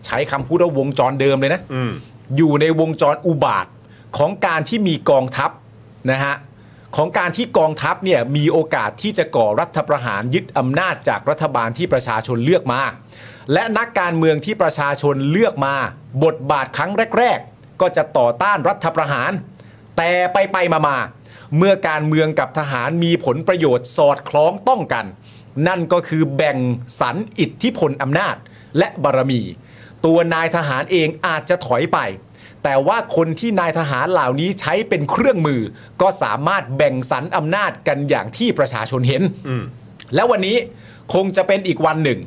ใช้คำพูดว่าวงจรเดิมเลยนะ อืม อยู่ในวงจรอุบาทของการที่มีกองทัพนะฮะของการที่กองทัพเนี่ยมีโอกาสที่จะก่อรัฐประหารยึดอำนาจจากรัฐบาลที่ประชาชนเลือกมา และนักการเมืองที่ประชาชนเลือกมา บทบาทครั้งแรก ๆ ก็จะต่อต้านรัฐประหาร แต่ไปไปมามาๆเมื่อการเมืองกับทหารมีผลประโยชน์สอดคล้องต้องกัน นั่นก็คือแบ่งสรรอิทธิพลอำนาจและบารมี ตัวนายทหารเองอาจจะถอยไป แต่ว่าคนที่นายทหารเหล่านี้ใช้เป็นเครื่องมือ ก็สามารถแบ่งสรรอำนาจกันอย่างที่ประชาชนเห็น แล้ววันนี้คงจะเป็นอีกวันหนึ่ง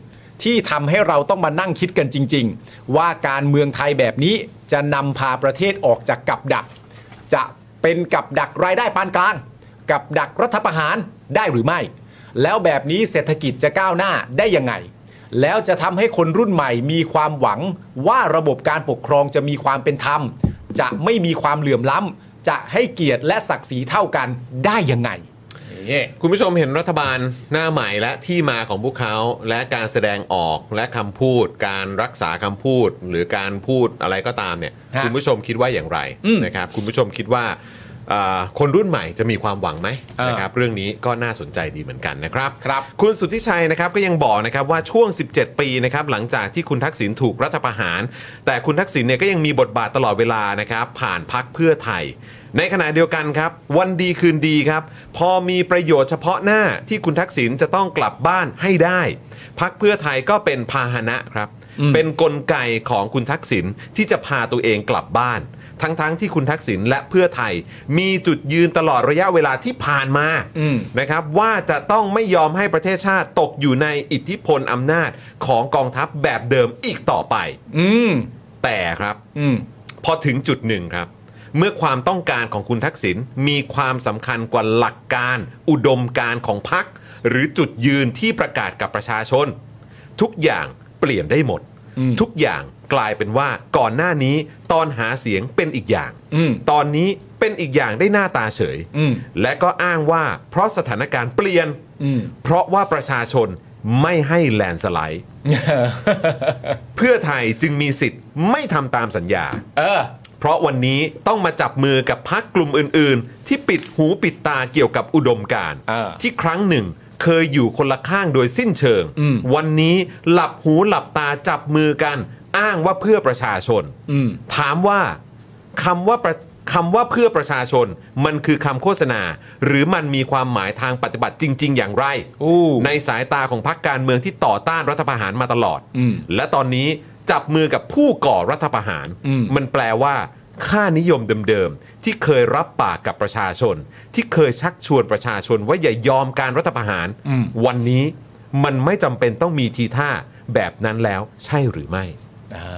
ที่ทำให้เราต้องมานั่งคิดกันจริง ๆ ว่าการเมืองไทยแบบนี้จะนำพาประเทศออกจากกับดัก จะเป็นกับดักรายได้ปานกลาง กับดักรัฐประหารได้หรือไม่ แล้วแบบนี้เศรษฐกิจจะก้าวหน้าได้ยังไง แล้วจะทำให้คนรุ่นใหม่มีความหวังว่าระบบการปกครองจะมีความเป็นธรรม จะไม่มีความเหลื่อมล้ำจะให้เกียรติและศักดิ์ศรีเท่ากันได้ยังไงนี่ คุณผู้ชมเห็นรัฐบาลหน้าใหม่และที่มาของพวกเขาและการแสดงออกและคำพูด การรักษาคำพูด หรือการพูดอะไรก็ตามเนี่ย ฮะ คุณผู้ชมคิดว่าอย่างไร อืม นะครับคุณผู้ชมคิดว่าเอ่อคนรุ่นใหม่จะมีความหวังไหม เออ นะครับเรื่องนี้ก็น่าสนใจดีเหมือนกันนะครับ ครับ คุณสุทธิชัยนะครับก็ยังบอกนะครับว่าช่วง 17 ปีนะครับหลังจากที่คุณทักษิณถูกรัฐประหาร แต่คุณทักษิณเนี่ยก็ยังมีบทบาทตลอดเวลานะครับผ่านพักเพื่อไทย ในขณะเดียวกันครับ วันดีคืนดีครับ พอมีประโยชน์เฉพาะหน้าที่คุณทักษิณจะต้องกลับบ้านให้ได้ พักเพื่อไทยก็เป็นพาหนะครับ เป็นกลไกของคุณทักษิณที่จะพาตัวเองกลับบ้าน ทั้งๆที่คุณทักษิณและเพื่อไทย มีจุดยืนตลอดระยะเวลาที่ผ่านมา อืม นะครับ ว่าจะต้องไม่ยอมให้ประเทศชาติตกอยู่ในอิทธิพลอำนาจของกองทัพแบบเดิมอีกต่อไป อืม แต่ครับ อืม พอถึงจุดหนึ่งครับ เมื่อความต้องการของคุณทักษิณมีความสำคัญกว่าหลักการ อุดมการณ์ของพรรคหรือจุดยืนที่ประกาศกับประชาชน ทุกอย่างเปลี่ยนได้หมด อืม ทุกอย่างกลายเป็นว่าก่อนหน้านี้ตอนหาเสียงเป็นอีกอย่าง อืม ตอนนี้เป็นอีกอย่างได้หน้าตาเฉย อืม และก็อ้างว่าเพราะสถานการณ์เปลี่ยน อื ม เพราะว่าประชาชนไม่ให้แลนด์สไลด์ เพื่อไทยจึงมีสิทธิ์ไม่ทำตามสัญญา เออ เพราะวันนี้ต้องมาจับมือกับพักกลุ่มอื่น ๆ ที่ปิดหูปิดตาเกี่ยวกับอุดมการณ์ อ่า ที่ครั้งหนึ่งเคยอยู่คนละข้างโดยสิ้นเชิง อืม วันนี้หลับหูหลับตาจับมือกัน อ้างว่าเพื่อประชาชน อืม ถามว่าคำว่าประคำว่าเพื่อประชาชน มันคือคำโฆษณา หรือมันมีความหมายทางปฏิบัติจริง ๆ อย่างไร อู้哦 ในสายตาของพรรคการเมืองที่ต่อต้านรัฐประหารมาตลอด อืม และตอนนี้ จับมือกับผู้ก่อรัฐประหาร มันแปลว่า ค่านิยมเดิมๆ ที่เคยรับปากกับประชาชน ที่เคยชักชวนประชาชนว่าอย่ายอมการรัฐประหาร วันนี้มันไม่จำเป็นต้องมีทีท่าแบบนั้นแล้วใช่หรือไม่ อ่า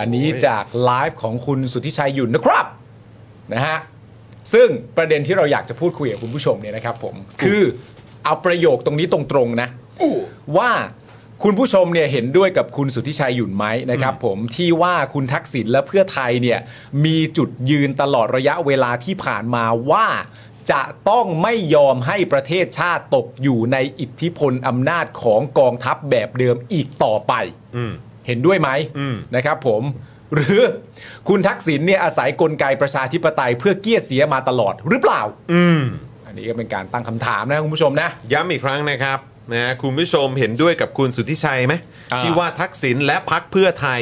อันนี้จากไลฟ์ของคุณสุทธิชัยหยุ่นนะครับนะฮะซึ่งประเด็นที่เราอยากจะพูดคุยกับคุณผู้ชมเนี่ยนะครับผมคือเอาประโยคตรงนี้ตรงๆนะว่าคุณผู้ชมเนี่ยเห็นด้วยกับคุณสุทธิชัยหยุ่นไหมนะครับผมที่ว่าคุณทักษิณและเพื่อไทยเนี่ยมีจุดยืนตลอดระยะเวลาที่ผ่านมาว่า จะต้องไม่ยอมให้ประเทศชาติตกอยู่ในอิทธิพลอำนาจของกองทัพแบบเดิมอีกต่อไป อืม เห็นด้วยไหม อืม นะครับผม หรือคุณทักษิณเนี่ยอาศัยกลไกประชาธิปไตยเพื่อเกี้ยเสียมาตลอดหรือเปล่า อืม อันนี้ก็เป็นการตั้งคำถามนะคุณผู้ชมนะ ย้ำอีกครั้งนะครับนะคุณผู้ชมเห็นด้วยกับคุณสุทธิชัยไหม อ่า ที่ว่าทักษิณและพักเพื่อไทย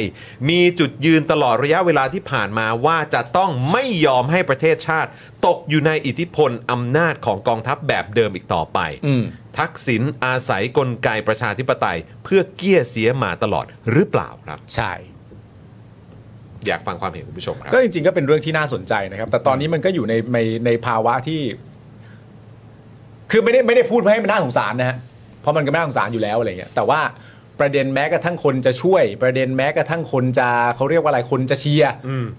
มีจุดยืนตลอดระยะเวลาที่ผ่านมาว่าจะต้องไม่ยอมให้ประเทศชาติ ตกอยู่ในอิทธิพลอำนาจของกองทัพแบบเดิมอีกต่อไป อืม ทักษิณอาศัยกลไกประชาธิปไตย เพื่อเกี้ยเสียมาตลอดหรือเปล่าครับ ใช่ อยากฟังความเห็นคุณผู้ชมครับ ก็จริงๆก็เป็นเรื่องที่น่าสนใจนะครับ แต่ตอนนี้มันก็อยู่ในในในภาวะที่ คือไม่ได้ไม่ได้พูดเพื่อให้มันน่าสงสารนะฮะเพราะมันก็ไม่น่าสงสารอยู่แล้วอะไรเงี้ยแต่ว่าประเด็นแม้กระทั่งคนจะช่วย ประเด็นแม้กระทั่งคนจะเขาเรียกว่าอะไรคนจะเชียร์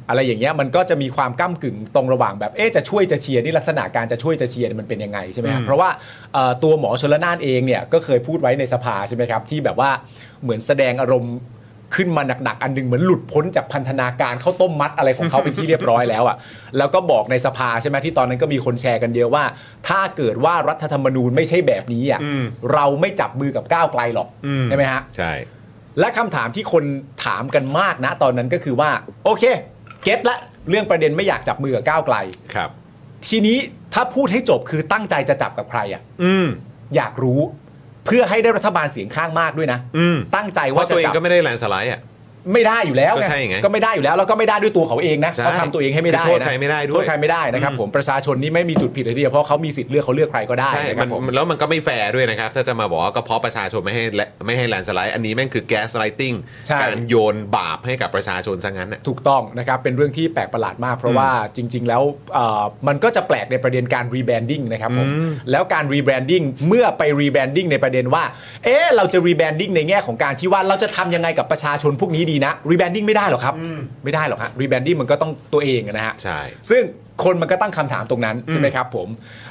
อะไรอย่างเงี้ยมันก็จะมีความก้ากึ่งตรงระหว่างแบบเอ๊ะจะช่วยจะเชียร์นี่ลักษณะการจะช่วยจะเชียร์เนี่ยมันเป็นยังไงใช่ไหมฮะเพราะว่าเอ่อตัวหมอชลนานเองเนี่ยก็เคยพูดไว้ในสภาใช่ไหมครับ ที่แบบว่าเหมือนแสดงอารมณ์ ขึ้นมาหนักๆ อันหนึงเหมือนหลุดพ้นจากพันธนาการเข้าวต้มมัดอะไรของเขาเป็นที่เรียบร้อยแล้วอะ่ะ แล้วก็บอกในสภาใช่ไหมที่ตอนนั้นก็มีคนแชร์กันเยอะว่า ถ้าเกิดว่ารัฐธรรมนูญไม่ใช่แบบนี้อะ่ะ อืม เราไม่จับมือกับก้าวไกลหรอก อืม ใช่ไหมฮะ ใช่ และคำถามที่คนถามกันมากนะตอนนั้นก็คือว่า โอเค เก็ตละเรื่องประเด็นไม่อยากจับมือกับก้าวไกล ครับ ทีนี้ถ้าพูดให้จบคือตั้งใจจะจับกับใครอ่ะ อืม อยากรู้ เพื่อให้ได้รัฐบาลเสียงข้างมากด้วยนะ อืม ตั้งใจ เพ ว่า ราะ จะ ตัวเอง จับ ก็ไม่ได้แลนด์สไลด์อ่ะ ไม่ได้อยู่แล้ว ก็ใช่ไง ก็ไม่ได้อยู่แล้วแล้วก็ไม่ได้ด้วยตัวเขาเองนะ ใช่ เขาทำตัวเองให้ไม่ได้ คือโทษ นะ ใครไม่ได้ด้วย โทษใครไม่ได้นะครับ อืม ผมประชาชนนี่ไม่มีจุดผิดเลยทีเดียวเพราะเขามีสิทธิ์เลือกเขาเลือกใครก็ได้ ใช่ นะค มั รั น บผม แล้วมันก็ไม่แฟร์ด้วยนะครับ ถ้าจะมาบอกว่าก็เพราะประชาชนไม่ให้และไม่ให้แลนด์สไลด์ อันนี้แม่งคือแก๊สไลติง ใช่ การโยนบาปให้กับประชาชนซะงั้นน่ะ ถูกต้องนะครับเป็นเรื่องที่แปลกประหลาดมาก เพราะว่าจริง ๆ แล้วเอ่อมันก็จะแปลกในประเด็นการรีแบรนดิ้งนะครับผมแล้วการรีแบรนดิ้งเมื่อไปรีแบรนดิ้งในประเด็นว่า เอ๊ะเราจะรีแบรนดิ้งในแง่ของการที่ว่าเราจะทำยังไงกับประชาชนพวกนี้ดีนะรีแบรนดิ้งไม่ได้หรอกครับไม่ได้หรอกฮะรีแบรนดิ้งมันก็ต้องตัวเองนะฮะ ใช่ ซึ่งคนมันก็ตั้งคำถามตรงนั้นใช่ไหมครับผม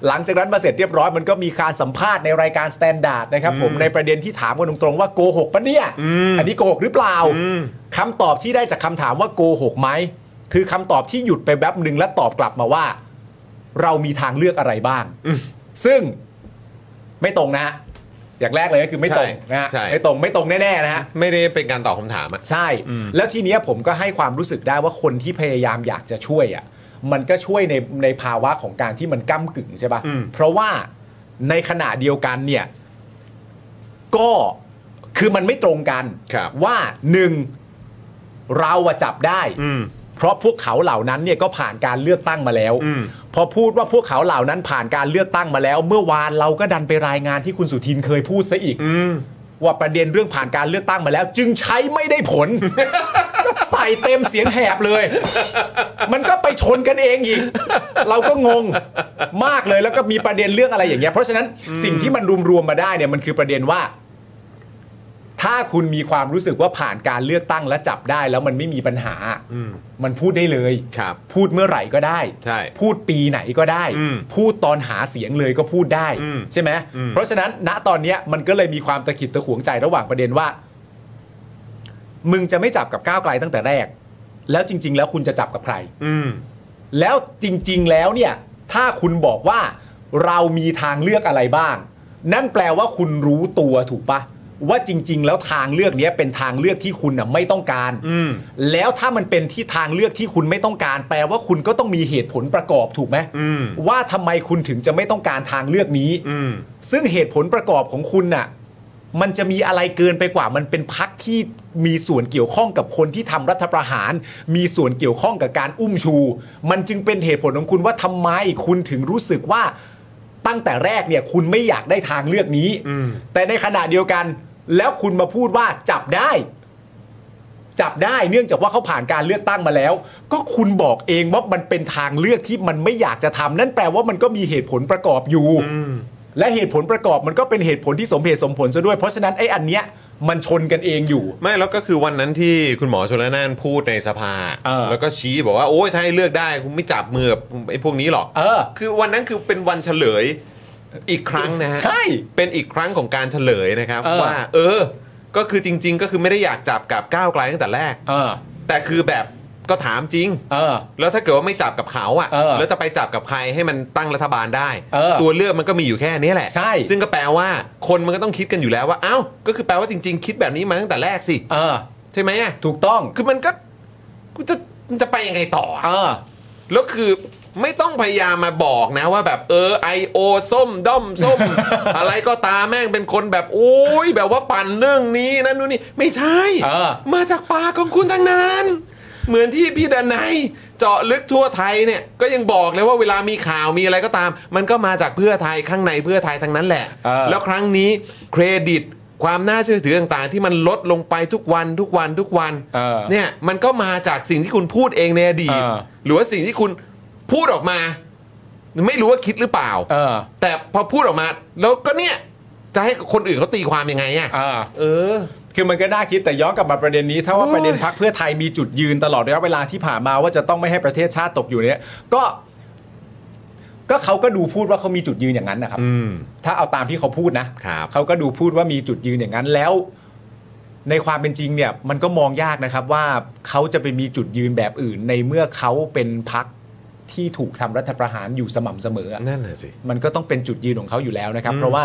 หลังจากนั้นมาเสร็จเรียบร้อยมันก็มีการสัมภาษณ์ในรายการสแตนดาร์ดนะครับผมในประเด็นที่ถามกันตรงๆว่าโกหกปะเนี่ย อันนี้โกหกหรือเปล่าคำตอบที่ได้จากคำถามว่าโกหกไหมคือคำตอบที่หยุดไปแป๊บหนึ่งและตอบกลับมาว่า เรามีทางเลือกอะไรบ้าง ซึ่งไม่ตรงนะฮะอย่างแรกเลยก็คือไม่ตรงนะฮะ ใช่ใช่ ไม่ตรงไม่ตรงแน่ๆนะฮะ ไม่ได้เป็นการตอบคำถามอ่ะ ใช่ แล้วทีเนี้ยผมก็ให้ความรู้สึกได้ว่าคนที่พยายามอยากจะช่วยอ่ะมันก็ช่วยในในภาวะของการที่มันก้ากึ่งใช่ อืม ปะ่ะเพราะว่าในขณะเดียวกันเนี่ยก็คือมันไม่ตรงกันว่าหนึ่งเราอะจับได้ อืม เพราะพวกเขาเหล่านั้นเนี่ยก็ผ่านการเลือกตั้งมาแล้ว อืม พอพูดว่าพวกเขาเหล่านั้นผ่านการเลือกตั้งมาแล้ว เมื่อวานเราก็ดันไปรายงานที่คุณสุทินเคยพูดซะอีก อืม ว่าประเด็นเรื่องผ่านการเลือกตั้งมาแล้ว จึงใช้ไม่ได้ผล ก็ใส่เต็มเสียงแหบเลย มันก็ไปชนกันเองอีก เราก็งงมากเลยแล้วก็มีประเด็นเรื่องอะไรอย่างเงี้ยเพราะฉะนั้นสิ่งที่มันรวมๆมาได้เนี่ยมันคือประเด็นว่า ถ้าคุณมีความรู้สึกว่าผ่านการเลือกตั้งและจับได้แล้วมันไม่มีปัญหา อืม มันพูดได้เลย ครับ พูดเมื่อไหร่ก็ได้ ใช่ พูดปีไหนก็ได้ อืม พูดตอนหาเสียงเลยก็พูดได้ อืม ใช่ไหม อืม เพราะฉะนั้นณตอนเนี้ยมันก็เลยมีความตะขิดตะขวงใจระหว่างประเด็นว่า มึงจะไม่จับกับก้าวไกลตั้งแต่แรก แล้วจริง ๆ แล้วคุณจะจับกับใคร อืม แล้วจริง ๆ แล้วเนี่ย ถ้าคุณบอกว่าเรามีทางเลือกอะไรบ้าง นั่นแปลว่าคุณรู้ตัวถูกปะว่าจริง ๆ แล้วทางเลือกเนี้ยเป็นทางเลือกที่คุณน่ะไม่ต้องการ อืม แล้วถ้ามันเป็นที่ทางเลือกที่คุณไม่ต้องการ แปลว่าคุณก็ต้องมีเหตุผลประกอบถูกไหม อืม ว่าทำไมคุณถึงจะไม่ต้องการทางเลือกนี้ อืม ซึ่งเหตุผลประกอบของคุณน่ะ มันจะมีอะไรเกินไปกว่า มันเป็นพักที่มีส่วนเกี่ยวข้องกับคนที่ทำรัฐประหาร มีส่วนเกี่ยวข้องกับการอุ้มชู มันจึงเป็นเหตุผลของคุณว่าทำไมคุณถึงรู้สึกว่าตั้งแต่แรกเนี่ย คุณไม่อยากได้ทางเลือกนี้ แต่ในขณะเดียวกัน แล้วคุณมาพูดว่าจับได้ จับได้เนื่องจากว่าเขาผ่านการเลือกตั้งมาแล้ว ก็คุณบอกเองว่ามันเป็นทางเลือกที่มันไม่อยากจะทำนั่นแปลว่ามันก็มีเหตุผลประกอบอยู่ และเหตุผลประกอบมันก็เป็นเหตุผลที่สมเหตุสมผลซะด้วยเพราะฉะนั้นไอ้อันเนี้ยมันชนกันเองอยู่ ไม่แล้วก็คือวันนั้นที่คุณหมอชลน่านพูดในสภา เออ แล้วก็ชี้บอกว่าโอ้ยถ้าให้เลือกได้คุณไม่จับมือกับไอ้พวกนี้หรอก เออ คือวันนั้นคือเป็นวันเฉลยอีกครั้งนะฮะ ใช่ เป็นอีกครั้งของการเฉลยนะครับ เออ ว่า เออ ก็คือจริง ๆ ก็คือไม่ได้อยากจับกับก้าวไกลตั้งแต่แรก เออ แต่คือแบบก็ถามจริง เออ แล้วถ้าเกิดว่าไม่จับกับเขาอ่ะ เออ แล้วจะไปจับกับใครให้มันตั้งรัฐบาลได้ เออ ตัวเลือกมันก็มีอยู่แค่นี้แหละ ใช่ ซึ่งก็แปลว่าคนมันก็ต้องคิดกันอยู่แล้วว่าเอ้าก็คือแปลว่าจริง ๆ คิดแบบนี้มาตั้งแต่แรกสิ เออ ใช่ไหมอะ ถูกต้อง คือมันก็กูจะมันจะไปยังไงต่ออะ เออ แล้วคือไม่ต้องพยายามมาบอกนะว่าแบบเออไอโอส้มด้อม ส้ม อะไรก็ตามแม่งเป็นคนแบบโอ้ยแบบว่าปั่นเรื่องนี้นั่นนู่นนี่ไม่ใช่ เออ มาจากปากของคุณทั้งนั้น เหมือนที่พี่ดนัยเจาะลึกทั่วไทยเนี่ย ก็ยังบอกเลยว่าเวลามีข่าวมีอะไรก็ตาม มันก็มาจากเพื่อไทยข้างในเพื่อไทยทั้งนั้นแหละ เออ แล้วครั้งนี้เครดิตความน่าเชื่อถือต่างๆ ที่มันลดลงไปทุกวันทุกวันทุกวัน เออ เนี่ยมันก็มาจากสิ่งที่คุณพูดเองในอดีต เออ หรือว่าสิ่งที่คุณพูดออกมา ไม่รู้ว่าคิดหรือเปล่า เออ แต่พอพูดออกมา แล้วก็เนี่ย จะให้คนอื่นเขาตีความยังไงอ่ะ เออ เออ คือมันก็น่าคิดแต่ย้อนกลับมาประเด็นนี้ ถ้าว่าประเด็นพักเพื่อไทยมีจุดยืนตลอดระยะเวลาที่ผ่านมาว่าจะต้องไม่ให้ประเทศชาติตกอยู่เนี้ยก็ ก็เขาก็ดูพูดว่าเขามีจุดยืนอย่างนั้นนะครับ อืม ถ้าเอาตามที่เขาพูดนะครับ เขาก็ดูพูดว่ามีจุดยืนอย่างนั้นแล้ว ในความเป็นจริงเนี่ย มันก็มองยากนะครับ ว่าเขาจะไปมีจุดยืนแบบอื่น ในเมื่อเขาเป็นพักที่ถูกทำรัฐประหารอยู่สม่ำเสมออะ นั่นน่ะสิ มันก็ต้องเป็นจุดยืนของเขาอยู่แล้วนะครับ เพราะว่า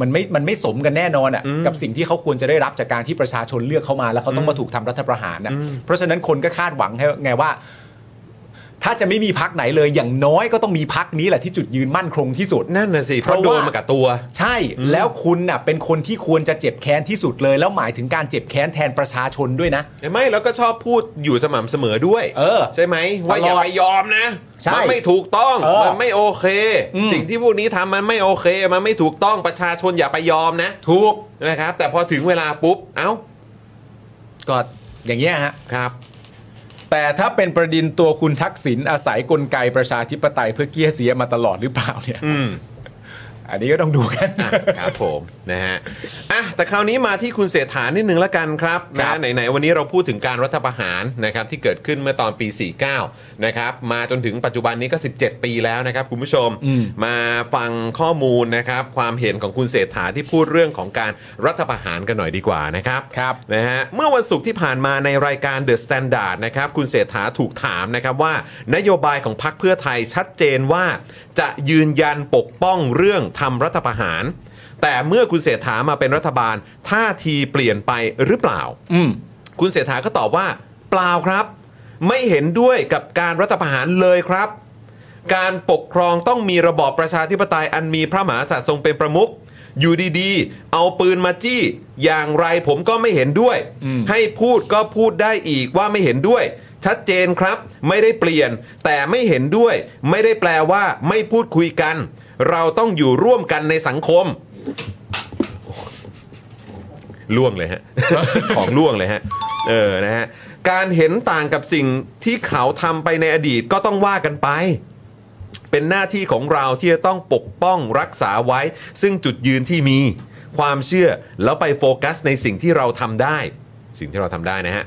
มันไม่มันไม่สมกันแน่นอนอะ่ะกับสิ่งที่เขาควรจะได้รับจากการที่ประชาชนเลือกเขามา แล้วเขาต้องมาถูกทำรัฐประหาร อื นะ ม เพราะฉะนั้นคนก็คาดหวังให้ไงว่า ถ้าจะไม่มีพักไหนเลย อย่างน้อยก็ต้องมีพักนี้แหละที่จุดยืนมั่นคงที่สุด นั่นน่ะสิเพ เพราะ ราะโดน ว่า มากับตัว ใช่แล้วคุณน่ะเป็นคนที่ควรจะเจ็บแค้นที่สุดเลย แล้วหมายถึงการเจ็บแค้นแทนประชาชนด้วยนะ ไม่แล้วก็ชอบพูดอยู่สม่ำเสมอด้วย เออ ใช่ไหมว่าอย่าไปยอมนะ ใช่ มันไม่ถูกต้อง เออ มันไม่โอเค อืม สิ่งที่พวกนี้ทำมันไม่โอเค มันไม่ถูกต้องประชาชนอย่าไปยอมนะ ถูก นะครับ แต่พอถึงเวลาปุ๊บเอ้า ก็อย่างเงี้ยฮะ ครับ แต่ถ้าเป็นประเด็นตัวคุณทักษิณอาศัยกลไกประชาธิปไตยเพื่อเกี้ยเสียมาตลอดหรือเปล่าเนี่ย อืม อันนี้ก็ต้องดูกัน อ่ะครับผม นะฮะอ่ะแต่คราวนี้มาที่คุณเศรษฐานิดนึงละกันครับ ครั นะ บ ไหนๆวันนี้เราพูดถึงการรัฐประหารนะครับที่เกิดขึ้นเมื่อตอนปี 49นะครับมาจนถึงปัจจุบันนี้ก็ 17 ปีแล้วนะครับคุณผู้ชม อืม ฟังข้อมูลนะครับความเห็นของคุณเศรษฐาที่พูดเรื่องของการรัฐประหารกันหน่อยดีกว่านะครับ ครับ นะฮะเมื่อวันศุกร์ที่ผ่านมาในรายการ The Standard นะครับคุณเศรษฐาถูกถามนะครับว่านโยบายของพรรคเพื่อไทยชัดเจนว่า จะยืนยันปกป้องเรื่องทำรัฐประหาร แต่เมื่อคุณเศรษฐามาเป็นรัฐบาลท่าทีเปลี่ยนไปหรือเปล่า อืม คุณเศรษฐาก็ตอบว่า เปล่าครับ ไม่เห็นด้วยกับการรัฐประหารเลยครับ การปกครองต้องมีระบอบประชาธิปไตยอันมีพระมหากษัตริย์ทรงเป็นประมุขอยู่ดีๆ เอาปืนมาจี้ อย่างไรผมก็ไม่เห็นด้วย อืม ให้พูดก็พูดได้อีกว่าไม่เห็นด้วย ชัดเจนครับ ไม่ได้เปลี่ยน แต่ไม่เห็นด้วย ไม่ได้แปลว่าไม่พูดคุยกัน เราต้องอยู่ร่วมกันในสังคม ล่วงเลยฮะ ของล่วงเลยฮะ เออ นะฮะ การเห็นต่างกับสิ่งที่เขาทำไปในอดีตก็ต้องว่ากันไป เป็นหน้าที่ของเราที่จะต้องปกป้องรักษาไว้ ซึ่งจุดยืนที่มีความเชื่อแล้วไปโฟกัสในสิ่งที่เราทำได้ สิ่งที่เราทำได้นะฮะ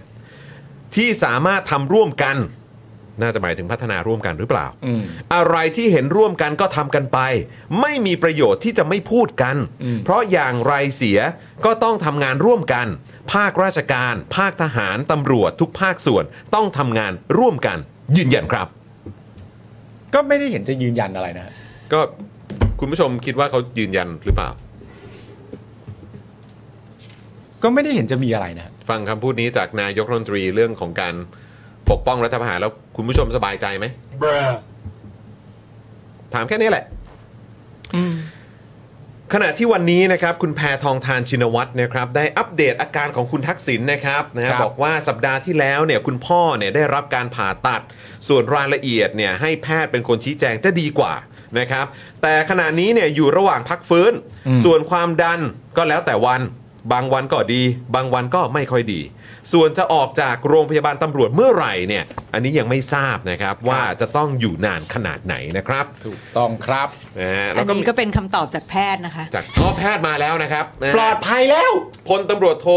ที่สามารถทำร่วมกัน น่าจะหมายถึงพัฒนาร่วมกันหรือเปล่า อืม อะไรที่เห็นร่วมกันก็ทำกันไป ไม่มีประโยชน์ที่จะไม่พูดกัน อืม เพราะอย่างไรเสียก็ต้องทำงานร่วมกัน ภาคราชการ ภาคทหารตำรวจทุกภาคส่วนต้องทำงานร่วมกัน ยืนยันครับ ก็ไม่ได้เห็นจะยืนยันอะไรนะฮะ ก็คุณผู้ชมคิดว่าเขายืนยันหรือเปล่า ก็ไม่ได้เห็นจะมีอะไรนะฮะ ฟังคำพูดนี้จากนายกรัฐมนตรีเรื่องของการปกป้องรัฐประหารแล้วคุณผู้ชมสบายใจไหม Bruh. ถามแค่นี้แหละ ขณะที่วันนี้นะครับคุณแพทองทานชินวัตรนะครับได้อัปเดตอาการของคุณทักษิณนะครับนะฮะบอกว่าสัปดาห์ที่แล้วเนี่ยคุณพ่อเนี่ยได้รับการผ่าตัด ส่วนรายละเอียดเนี่ยให้แพทย์เป็นคนชี้แจงจะดีกว่านะครับแต่ขณะนี้เนี่ยอยู่ระหว่างพักฟื้น ส่วนความดันก็แล้วแต่วัน บางวันก็ดี บางวันก็ไม่ค่อยดี ส่วนจะออกจากโรงพยาบาลตำรวจเมื่อไหร่เนี่ย อันนี้ยังไม่ทราบนะครับว่าจะต้องอยู่นานขนาดไหนนะครับ ถูกต้องครับ นะฮะ อั แล้ น วก็มี นี้ก็เป็นคำตอบจากแพทย์นะคะ จากพ่อแพทย์มาแล้วนะครับนะฮะ ปลอดภัยแล้ว พลตำรวจโท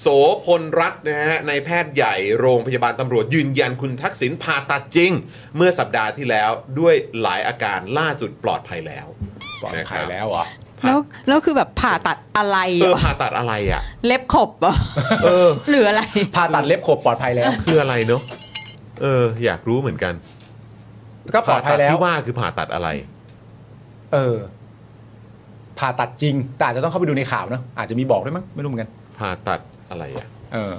โสพลรัตน์นะฮะในแพทย์ใหญ่โรงพยาบาลตำรวจยืนยันคุณทักษิณผ่าตัดจริง เมื่อสัปดาห์ที่แล้วด้วยหลายอาการล่าสุดปลอดภัยแล้ว ปลอดภัย นะครับ แล้วเหรอ แล้วแล้วคือแบบผ่าตัดอะไร เออ อะ ผ่าตัดอะไรอ่ะ เล็บขบเหร อ เออ หรืออะไร ผ่าตัดเล็บขบปลอดภัยแล้ว คืออะไรเนาะเออ อยากรู้เหมือนกัน ก็ปลอดภัยแล้ว ที่ว่าคือผ่าตัดอะไร เออ ผ่าตัดจริง แต่อาจจะต้องเข้าไปดูในข่าวเนอะอาจจะมีบอกด้วยมั้ง ไม่รู้เหมือนกัน ผ่าตัดอะไรอ่ะ เออ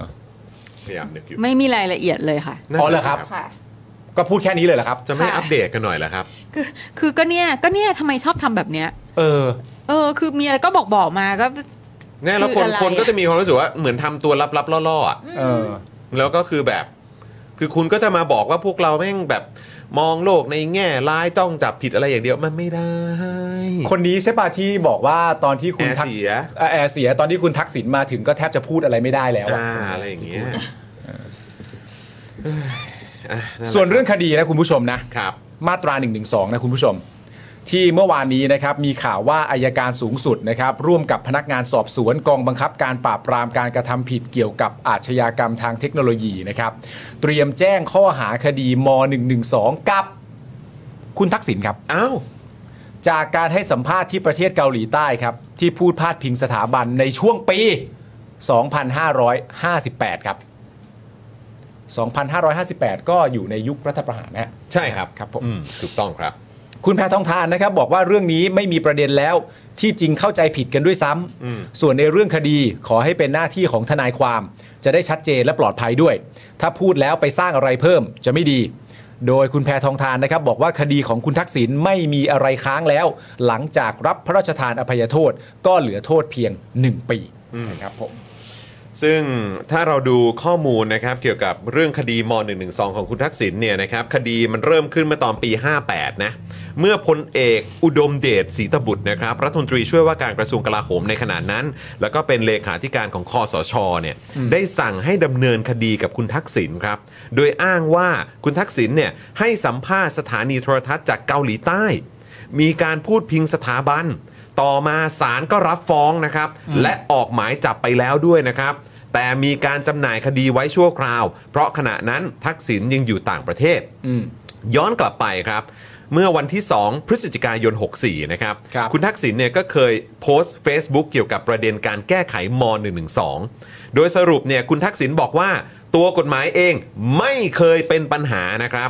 พยายามนึกอยู่ ไม่มีรายละเอียดเลยค่ะ นั่น อ๋อเหรอครับ สิ ค่ะ ก็พูดแค่นี้เลยเหรอครับ จะไม่ ค่ะ อัปเดตกันหน่อยเหรอครับ คือคือก็เนี่ยก็เนี่ยทำไมชอบทำแบบเนี้ย เออ เออ คือมีอะไรก็บอกบอกมาก็ แน่แล้วคน คืออะไร คนก็ อะ จะมีความรู้สึกว่าเหมือนทำตัวลับๆล่อๆอะ เออ แล้วก็คือแบบ คือคุณก็จะมาบอกว่าพวกเราแม่งแบบมองโลกในแง่ร้ายจ้องจับผิดอะไรอย่างเดียวมันไม่ได้ คนนี้ใช่ป่ะที่บอกว่าตอนที่ แอ คุณ ร์ ทัก เสีย เอ่อแอร์เสียตอนที่คุณทักษิณมาถึงก็แทบจะพูดอะไรไม่ได้แล้วอะ อ่าอะไรอย่างเงี้ยอ่ะนั่นแหละ ส่วนเรื่องคดีนะคุณผู้ชมนะ ครับ มาตรา1นึนะคุณผู้ชม ที่เมื่อวานนี้นะครับมีข่าวว่าอายการสูงสุดนะครับร่วมกับพนักงานสอบสวนกองบังคับการปราบปรามการกระทำผิดเกี่ยวกับอาชญากรรมทางเทคโนโลยีนะครับ เตรียมแจ้งข้อหาคดีม .112 กับ คุณทักษิณครับ อ้าว จากการให้สัมภาษณ์ที่ประเทศเกาหลีใต้ครับ ที่พูดพาดพิงสถาบันในช่วงปี 2558 ครับ 2558 ก็อยู่ในยุครัฐประหารนะฮะ ใช่ครับ ครับผม อืมถูกต้องครับ คุณแพทองทานนะครับบอกว่าเรื่องนี้ไม่มีประเด็นแล้วที่จริงเข้าใจผิดกันด้วยซ้ำ อืม ส่วนในเรื่องคดีขอให้เป็นหน้าที่ของทนายความ จะได้ชัดเจนและปลอดภัยด้วย ถ้าพูดแล้วไปสร้างอะไรเพิ่มจะไม่ดี โดยคุณแพทองทานนะครับ บอกว่าคดีของคุณทักษิณไม่มีอะไรค้างแล้ว หลังจากรับพระราชทานอภัยโทษ ก็เหลือโทษเพียง 1 ปีนะครับผม ซึ่งถ้าเราดูข้อมูลนะครับเกี่ยวกับเรื่องคดีม .112 ของคุณทักษิณเนี่ยนะครับคดีมันเริ่มขึ้นเมื่อตอนปี 58 นะ เมื่อพลเอกอุดมเดชศรีตบุตรนะครับรัฐมนตรีช่วยว่าการกระทรวงกลาโหมในขณะนั้น แล้วก็เป็นเลขาธิการของคอสชเนี่ยได้สั่งให้ดำเนินคดีกับคุณทักษิณครับ โดยอ้างว่าคุณทักษิณเนี่ยให้สัมภาษณ์สถานีโทรทัศน์จากเกาหลีใต้ มีการพูดพิงสถาบัน ต่อมาศาลก็รับฟ้องนะครับ และออกหมายจับไปแล้วด้วยนะครับ แต่มีการจำหน่ายคดีไว้ชั่วคราว เพราะขณะนั้นทักษิณยังอยู่ต่างประเทศ อืม ย้อนกลับไปครับ เมื่อวันที่ 2 พฤศจิกายน 64 นะครับ ครับ ณทักษิณเนี่ยก็เคยโพสต์ Facebook เกี่ยวกับประเด็นการแก้ไขม .112 โดยสรุปเนี่ยคุณทักษิณบอกว่า ตัวกฎหมายเองไม่เคยเป็นปัญหานะครับ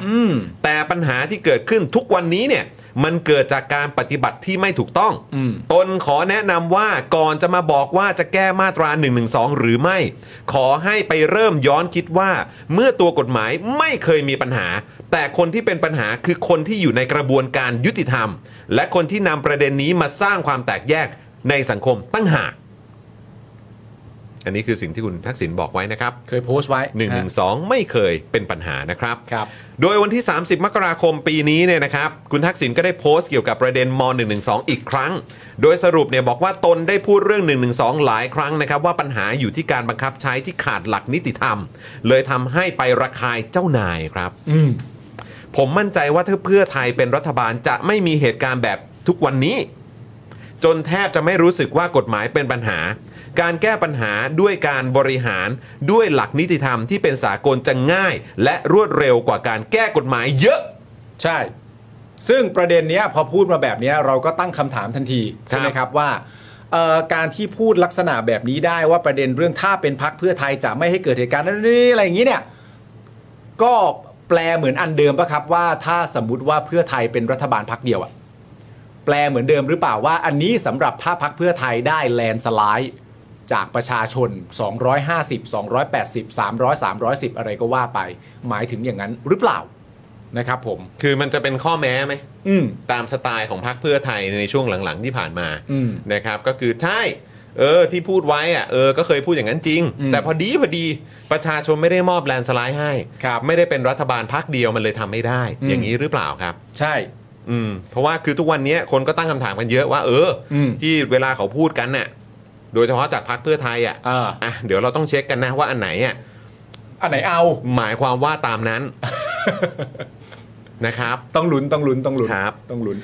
แต่ปัญหาที่เกิดขึ้นทุกวันนี้เนี่ยมันเกิดจากการปฏิบัติที่ไม่ถูกต้อง อืม ตนขอแนะนำว่าก่อนจะมาบอกว่าจะแก้มาตรา 112 หรือไม่ ขอให้ไปเริ่มย้อนคิดว่า เมื่อตัวกฎหมายไม่เคยมีปัญหา แต่คนที่เป็นปัญหาคือคนที่อยู่ในกระบวนการยุติธรรม และคนที่นำประเด็นนี้มาสร้างความแตกแยกในสังคมตั้งหาก อันนี้คือสิ่งที่คุณทักษิณบอกไว้นะครับ เคยโพสต์ไว้ 1นึ ฮะ ไม่เคยเป็นปัญหานะครับ ครับ โดยวันที่ 30 มกราคมปีนี้เนี่ยนะครับ คุณทักษิณก็ได้โพสต์เกี่ยวกับประเด็นม .112 อีกครั้ง โดยสรุปเนี่ยบอกว่าตนได้พูดเรื่อง 112 หลายครั้งนะครับ ว่าปัญหาอยู่ที่การบังคับใช้ที่ขาดหลักนิติธรรม เลยทำให้ไประคายเจ้านายครับ อืม ผมมั่นใจว่าถ้าเพื่อไทยเป็นรัฐบาลจะไม่มีเหตุการณ์แบบทุกวันนี้ จนแทบจะไม่รู้สึกว่ากฎหมายเป็นปัญหา การแก้ปัญหาด้วยการบริหารด้วยหลักนิติธรรมที่เป็นสากลจะง่าย และรวดเร็วกว่าการแก้กฎหมายเยอะ ใช่ ซึ่งประเด็นเนี้ยพอพูดมาแบบเนี้ยเราก็ตั้งคำถามทันที ครับ ใช่ไหมครับว่าเอ่อการที่พูดลักษณะแบบนี้ได้ว่าประเด็นเรื่องถ้าเป็นพักเพื่อไทยจะไม่ให้เกิดเหตุการณ์นั้นนี่อะไรอย่างนี้เนี่ย ก็แปลเหมือนอันเดิมปะครับว่าถ้าสมมติว่าเพื่อไทยเป็นรัฐบาลพักเดียวอะแปลเหมือนเดิมหรือเปล่าว่า อันนี้สำหรับถ้าพักเพื่อไทยได้แลนด์สไลด์จากประชาชน 250 280 300 310 อะไรก็ว่าไป หมายถึงอย่างนั้นหรือเปล่านะครับ ผม คือมันจะเป็นข้อแม้ไหม อืม ตามสไตล์ของพรรคเพื่อไทยในช่วงหลังๆที่ผ่านมา อืม นะครับก็คือใช่เออที่พูดไว้อะเออก็เคยพูดอย่างนั้นจริง อืม แต่พอดีพอดีประชาชนไม่ได้มอบแลนด์สไลด์ให้ ครับ ไม่ได้เป็นรัฐบาลพรรคเดียวมันเลยทำไม่ได้ อืม อย่างนี้หรือเปล่าครับ ใช่ อืมเพราะว่าคือทุกวันนี้คนก็ตั้งคำถามกันเยอะว่า เอออ ม ที่เวลาเขาพูดกันเนี่ย โดยเฉพาะจากพรรคเพื่อไทยอ่ะ อ่า อ่ะเดี๋ยวเราต้องเช็คกันนะว่าอันไหนอ่ะ อันไหนเอา หมายความว่าตาม นั้น นะครับ ต้องลุ้นต้องลุ้นต้องลุ้น ครับ ต้องลุ้น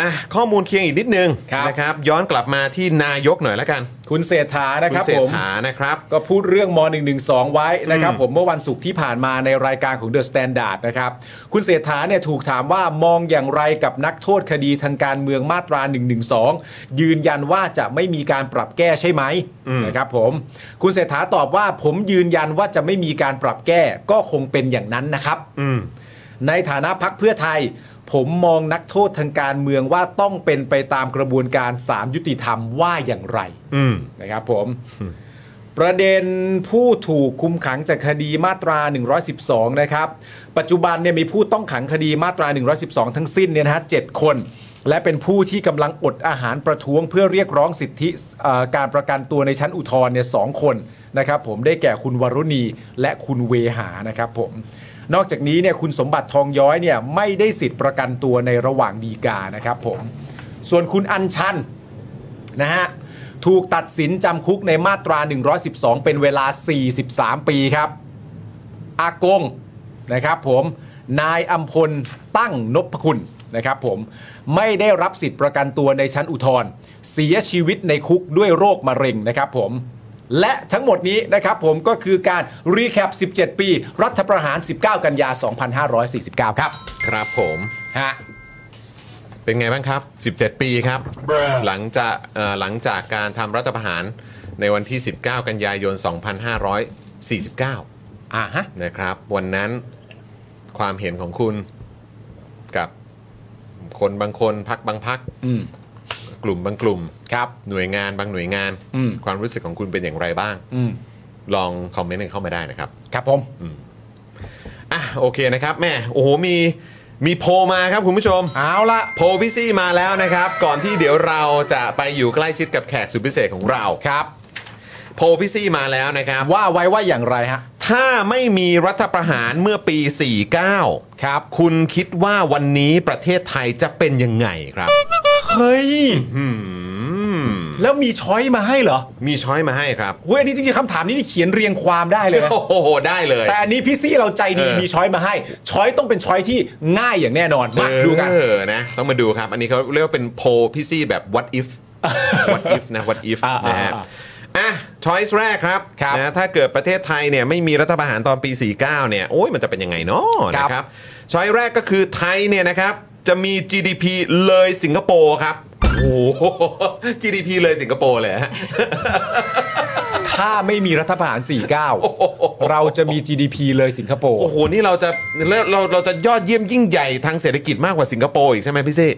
อ่ะข้อมูลเคียงอีกนิดนึง ครับ นะครับ ย้อนกลับมาที่นายกหน่อยละกัน คุณเศรษฐานะ คุ ค ณ รับ เศร ผ ษ ม ฐานะครับ ก็พูดเรื่องม .112 ไว้นะครับผมเมื่อวันศุกร์ที่ผ่านมาในรายการของ The Standard นะครับคุณเศรษฐาเนี่ยถูกถามว่ามองอย่างไรกับนักโทษคดีทางการเมืองมาตรา 112 ยืนยันว่าจะไม่มีการปรับแก้ใช่ไหมนะครับผมคุณเศรษฐาตอบว่าผมยืนยันว่าจะไม่มีการปรับแก้ก็คงเป็นอย่างนั้นนะครับ อืม ในฐานะพักเพื่อไทย ผมมองนักโทษทางการเมืองว่าต้องเป็นไปตามกระบวนการสามยุติธรรมว่าอย่างไร อืม นะครับผม ประเด็นผู้ถูกคุมขังจากคดีมาตรา 112 นะครับ ปัจจุบันเนี่ยมีผู้ต้องขังคดีมาตรา 112 ทั้งสิ้นเนี่ยนะฮะ 7 คน และเป็นผู้ที่กำลังอดอาหารประท้วงเพื่อเรียกร้องสิทธิเอ่อการประกันตัวในชั้นอุทธรณ์เนี่ยสองคนนะครับผมได้แก่คุณวรุณีและคุณเวหานะครับผม นอกจากนี้เนี่ยคุณสมบัติทองย้อยเนี่ยไม่ได้สิทธิประกันตัวในระหว่างดีกานะครับผม ส่วนคุณอัญชัน นะฮะ ถูกตัดสินจำคุกในมาตรา 112 เป็นเวลา 43 ปีครับ อากงนะครับผมนายอัมพลตั้งนพคุณนะครับผมไม่ได้รับสิทธิ์ประกันตัวในชั้นอุทธรณ์เสียชีวิตในคุกด้วยโรคมะเร็งนะครับผมและทั้งหมดนี้นะครับผมก็คือการรีแคป 17 ปี รัฐประหาร 19 กันยา 2549 ครับ ครับผม ฮะ เป็นไงบ้างครับ 17 ปีครับ Bruh หลังจากเอ่อหลังจากการทำรัฐประหารในวันที่ 19 กันยายน 2549 อ่าฮะ นะครับ วันนั้นความเห็นของคุณกับคนบางคนพักบางพัก อืม กลุ่มบางกลุ่ม ครับ หน่วยงานบางหน่วยงาน อืม ความรู้สึกของคุณเป็นอย่างไรบ้าง อืม ลองคอมเมนต์กันเข้ามาได้นะครับ ครับผม อ่ะโอเคนะครับแม่โอ้โหมีมีโพลมาครับคุณผู้ชม เอาละ โพลพี่ซี่มาแล้วนะครับ ก่อนที่เดี๋ยวเราจะไปอยู่ใกล้ชิดกับแขกสุดพิเศษของเรา ครับ โพลพี่ซี่มาแล้วนะครับ ว่า ว่าไว้ว่าอย่างไรฮะ ถ้าไม่มีรัฐประหารเมื่อปี 49 ครับ คุณคิดว่าวันนี้ประเทศไทยจะเป็นยังไงครับ เฮ้ย อืม แล้วมีช้อยมาให้เหรอ มีช้อยมาให้ครับ เว้ยอันนี้จริงๆคำถามนี้นี่เขียนเรียงความได้เลยนะ โอ้โหได้เลย แต่อันนี้พี่ซี่เราใจดี เออ มีช้อยมาให้ ช้อยต้องเป็นช้อยที่ง่ายอย่างแน่นอนมาดูกัน เออนะ ต้องมาดูครับ อันนี้เขาเรียกว่าเป็นโพลพี่ซี่แบบ what if what if นะ what if อ่า นะฮะ อ่า อ่ะช้อยส์แรกครับ ครับ นะถ้าเกิดประเทศไทยเนี่ยไม่มีรัฐประหารตอนปี 49 เนี่ย โอ้ยมันจะเป็นยังไงเนาะ ครับ นะครับช้อยส์แรกก็คือไทยเนี่ยนะครับ จะมี GDP เลยสิงคโปร์ครับ โอ้โห GDP เลยสิงคโปร์เลยฮะ ถ้าไม่มีรัฐประหาร 49 เราจะมี GDP เลยสิงคโปร์ โอ้โห นี่เราจะเราเราเราจะยอดเยี่ยมยิ่งใหญ่ทางเศรษฐกิจมากกว่าสิงคโปร์อีกใช่ไหมพี่ซี่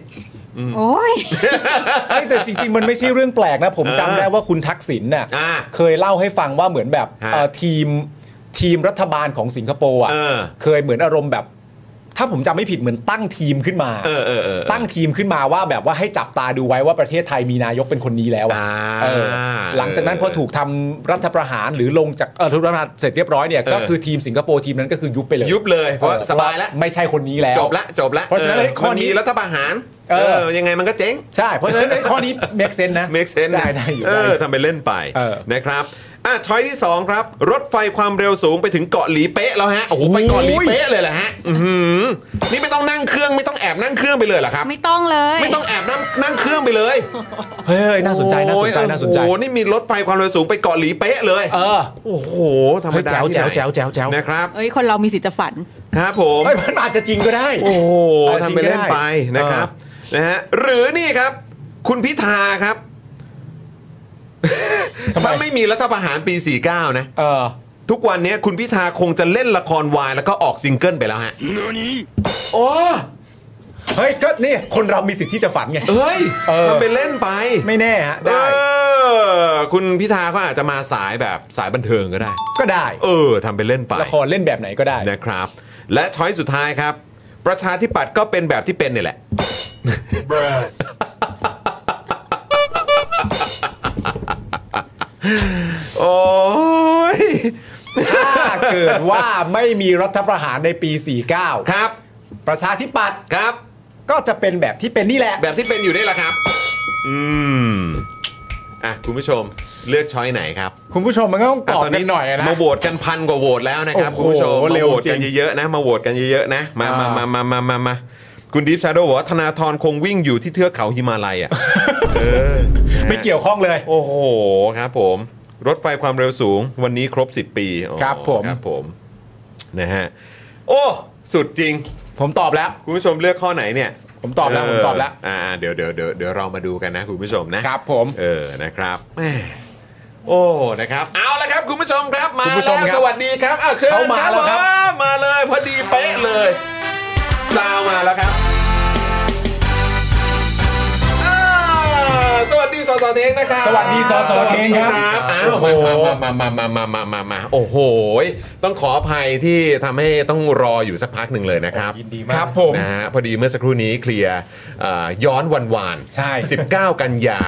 โอ้ย เอ้ยแต่จริง ๆ มันไม่ใช่เรื่องแปลกนะ ผมจำได้ว่าคุณทักษิณน่ะ อ่า เคยเล่าให้ฟังว่าเหมือนแบบ ฮะ เอ่อทีมทีมรัฐบาลของสิงคโปร์อ่ะ เออ เคยเหมือนอารมณ์แบบ ถ้าผมจำไม่ผิดเหมือนตั้งทีมขึ้นมา เออเออเออ ตั้งทีมขึ้นมาว่าแบบว่าให้จับตาดูไว้ว่าประเทศไทยมีนายกเป็นคนนี้แล้วอะ อ่า เออหลังจากนั้นพอถูกทำรัฐประหารหรือลงจากเออรัฐประหารเสร็จเรียบร้อยเนี่ย เออ ก็คือทีมสิงคโปร์ทีมนั้นก็คือยุบไปเลย ยุบเลยเพราะว่า ออ สบายแล้ว ไม่ใช่คนนี้แล้ว จบละจบละ เพราะฉะนั้น ออ ไอ้ข้อนี้ มัมีรัฐประหาร เออ ยังไงมันก็เจ๊ง ใช่ เพราะฉะนั้นไอ้ข้ อนี้ make sense นะ make sense ได้ได้อยู่ เอ ได้อ อยู่ ทำไปเล่นไป เออ นะครับอ่ะช้อยที่ 2 ครับ รถไฟความเร็วสูงไปถึงเกาะหลีเป๊ะแล้วฮะ โอ้โห ไปเกาะหลีเป๊ะเลยเหรอฮะอื้อหือนี่ไม่ต้องนั่งเครื่องไม่ต้องแอบนั่งเครื่องไปเลยเหรอครับ ไม่ต้องเลย ไม่ต้องแอบนั่งนั่งเครื่องไปเลย เฮ้ยน่าสนใจน่าสนใจ โอ้ย น่าสนใจ โอ้โหนี่มีรถไฟความเร็วสูงไปเกาะหลีเป๊ะเลย เออ โอ้โหธรรมดา เฮ้ยแจ๋ว ที่ไหน แจ๋วแจ๋วแจ๋ว นะครับ เอ้ยคนเรามีสิทธิ์จะฝัน ครับผม เฮ้ยมันอาจจะจริงก็ได้ โอ้โห เออจริ ทำ ง ไป ก็ได้ เล่นไปนะครับนะฮะหรือนี่ครับ คุณพิธาครับ ทำไม ถ้าไม่มีรัฐประหารปี 49 นะ เออ ทุกวันนี้คุณพิธาคงจะเล่นละครวาย แล้วก็ออกซิงเกิลไปแล้วฮะโอ้ เฮ้ยก็นี่คนเรามีสิทธิ์ที่จะฝันไง เฮ้ย เออ ทำไปเล่นไป ไม่แน่ฮะ เอ ได้ อคุณพิธาก็อาจจะมาสายแบบสายบันเทิงก็ได้ ก็ได้ เออทำไปเล่นไป ละครเล่นแบบไหนก็ได้ นะครับ และช้อยสุดท้ายครับ ประชาธิปัตย์ก็เป็นแบบที่เป็นนี่แหละ โอ้ย ถ้าเกิดว่าไม่มีรัฐประหารในปี ค 49 รับ ประชาธิปัตย์ ครับ ก็จะเป็นแบบที่เป็นนี่แหละ แบบที่เป็นอยู่นี่แหละครับ อืม อ่ะ คุณผู้ชม เลือกช้อยไหนครับ คุณผู้ชมมันก็ต้องตอบ ะ กันหน่อยนะ มาโหวตกันพันกว่าโหวตแล้วนะครับ โอ้ คุณ โห ผู้ชมมา เร็ว โหวต จริ กัน ง เยอะๆนะมาโหวตกันเยอะๆนะมามา อ่าม มามามามามาคุณดิฟซาโดบอกว่าธนาธรคงวิ่งอยู่ที่เทือกเขาฮิมาลัยอ่ะ เออนะฮะ ไม่เกี่ยวข้องเลย โอ้โหครับผม รถไฟความเร็วสูงวันนี้ครบ 10 ปีอ๋อ ครับผม ครับผมนะฮะโอ้สุดจริง ผมตอบแล้ว คุณผู้ชมเลือกข้อไหนเนี่ย ผมตอบแล้วผมตอบแล้ว เอ่าเดี๋ยวเดี๋ยวเดี๋ยวเดี๋ยวเรามาดูกันนะคุณผู้ชมนะครับ ผม เออนะครับแหม่โอ้นะครับ เอาละครับคุณผู้ชมครับมา คุณผู้ชม แล้ ครั ว บ สวัสดีครับอ้าวเชิญ เขามาแล้วครับ ผมมาเลยพอดีเป๊ะเลยซาวมาแล้วครับอ้าวสวัสดีสสเทงนะครับ สวัสดีสสเทงครับ ครับอ้าวมามามา มามามามามามามาโอ้โห ต้องขออภัยที่ทำให้ต้องรออยู่สักพักหนึ่งเลยนะครับ ยินดีมากครับผม นะฮะพอดีเมื่อสักครู่นี้เคลียร์เอ่อย้อนวันวาน ใช่ 19 กันยา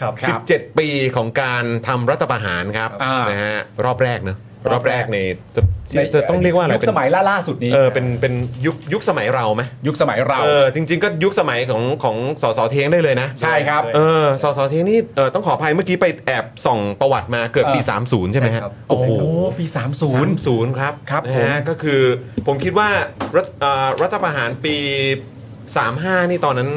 ครับ 49 17 ปีของการทำรัฐประหารครับ อ่าน นะฮะรอบแรกเนอะรอบแรกในจะจะจะต้องเรียกว่าอะไร ยุคสมัยล่าล่าสุดนี้ เออเป็นเป็นยุคยุคสมัยเราไหม ยุคสมัยเรา เออจริง ๆ ก็ยุคสมัยของของสสเทงได้เลยนะ ใช่ครับ เออสสเทงนี่เออต้องขออภัยเมื่อกี้ไปแอบส่องประวัติมาเกิดปี เออ 30 ใช่ไหมฮะโอ้โห ปี ศูนย์ครับ ครับ นะฮะ ผม ก็คือผมคิดว่ารัฐเอ่อรัฐประหารปี 35 นี่ตอนนั้น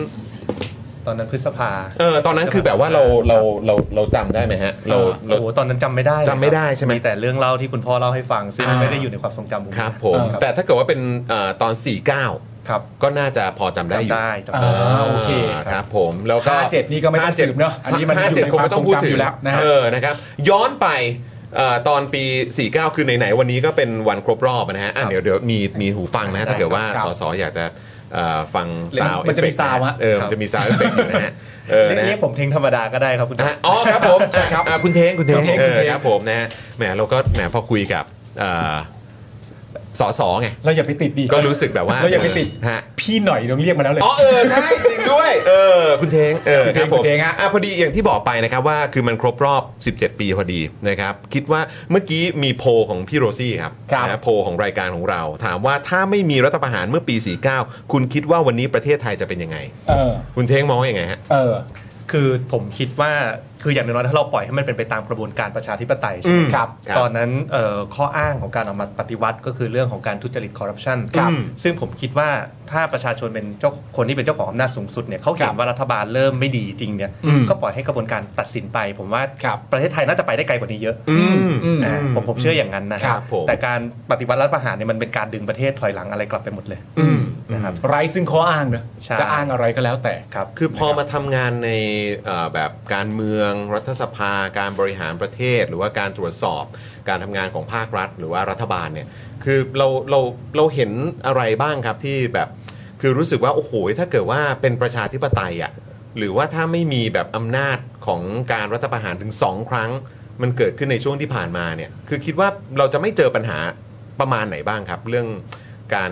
ตอนนั้นพฤษภา เออตอนนั้นคือแบบว่าเราเราเราเราจำได้ไหมฮะเราเรา โอ้โหตอนนั้นจำไม่ได้เลย จำไม่ได้ใช่ไหม แต่เรื่องเล่าที่คุณพ่อเล่าให้ฟัง ซึ่ง อ่า ไม่ได้อยู่ในความทรงจำผม ครับผม ครับ แต่ถ้าเกิดว่าเป็นเอ่อตอน ครับ 49 ก็น่าจะพอจำได้อยู่ จำได้จำ อ่ ได้ าโอเค ครับผมแล้วก็ ห้าเจ็ดนี่ก็ไม่ต้อห้งจ็ด สืบเนอะอันนี้มัน ห้า อยู่ เจ็ด ใน คงไม่ต้องพูดถึง ความทรงจำอยู่แล้วนะฮะ เออนะครับย้อนไปเอ่อตอนปี 49 คือไหนๆวันนี้ก็เป็นวันครบรอบนะฮะอ่ะเดี๋ยวเดี๋ยวมีมีหูฟังนะฮะถ้าเกิดว่า ครับ สสอยากจะเอ่อฟัง เล่น ซาว มันจะมี sound ฮะ เออมันจะมีซาวเอฟเฟกต์นะฮะเออนะ เรี ฮะ ยกผมเทงธรรมดาก็ได้ครับคุณ อ่ะอ๋อครับผมอ่ะ ครับอ่ะคุณเทงคุณเทง คุณเท้ง เอ คุณ อ เท้ง ครับผมนะฮะแหมเราก็แหมพอคุยกับเอ่อสสไง เราอย่าไปติดดี ก็รู้สึกแบบว่า เราอย่าไปติด ฮะ พี่หน่อยต้องเรียกมาแล้วเลย อ๋อเออใช่จริงด้วยเออคุณเทงเออ คุณ ค เท้ รั ง บผม คุณเท้งฮะ อ่ะพอดีอย่างที่บอกไปนะครับว่าคือมันครบรอบ 17 ปีพอดีนะครับ คิดว่าเมื่อกี้มีโพลของพี่โรซี่ครับ ครับ นะโพลของรายการของเรา ถามว่าถ้าไม่มีรัฐประหารเมื่อปี 49 คุณคิดว่าวันนี้ประเทศไทยจะเป็นยังไง เออ คุณเทงมองว่ายังไงฮะ เออ คือผมคิดว่าคืออย่างน้อยๆถ้าเราปล่อยให้มันเป็นไปตามกระบวนการประชาธิปไตยใช่ไหม อืม ครับ ครับ ตอนนั้นเอ่อข้ออ้างของการออกมาปฏิวัติก็คือเรื่องของการทุจริตคอร์รัปชัน ครับ ซึ่งผมคิดว่าถ้าประชาชนเป็นเจ้าคนที่เป็นเจ้าของอำนาจสูงสุดเนี่ยเขาเห็ ครั น บ ว่ารัฐบาลเริ่มไม่ดีจริงเนี่ย อืม ก็ปล่อยให้กระบวนการตัดสินไป ผมว่า ครับ ประเทศไทยน่าจะไปได้ไกลกว่านี้เยอะ อืม อ่าผมผมเชื่ออย่างนั้นนะครับ ผม แต่การปฏิวัติรัฐประหารเนี่ยมันเป็นการดึงประเทศถอยหลังอะไรกลับไปหมดเลยนะครับ ไร้ซึ่งข้ออ้างเนอะ ใช่ จะอ้างอะไรก็แล้วแต่ ครับ คือพอมาทำงานในเอ่อแบบการเมืองรัฐสภา การบริหารประเทศ หรือว่าการตรวจสอบ การทำงานของภาครัฐ หรือว่ารัฐบาลเนี่ยคือเราเราเราเห็นอะไรบ้างครับที่แบบคือรู้สึกว่าโอ้โหถ้าเกิดว่าเป็นประชาธิปไตยอะ่ะหรือว่าถ้าไม่มีแบบอำนาจของการรัฐประหารถึงสองครั้ง มันเกิดขึ้นในช่วงที่ผ่านมาเนี่ยคือคิดว่าเราจะไม่เจอปัญหาประมาณไหนบ้างครับ เรื่องการ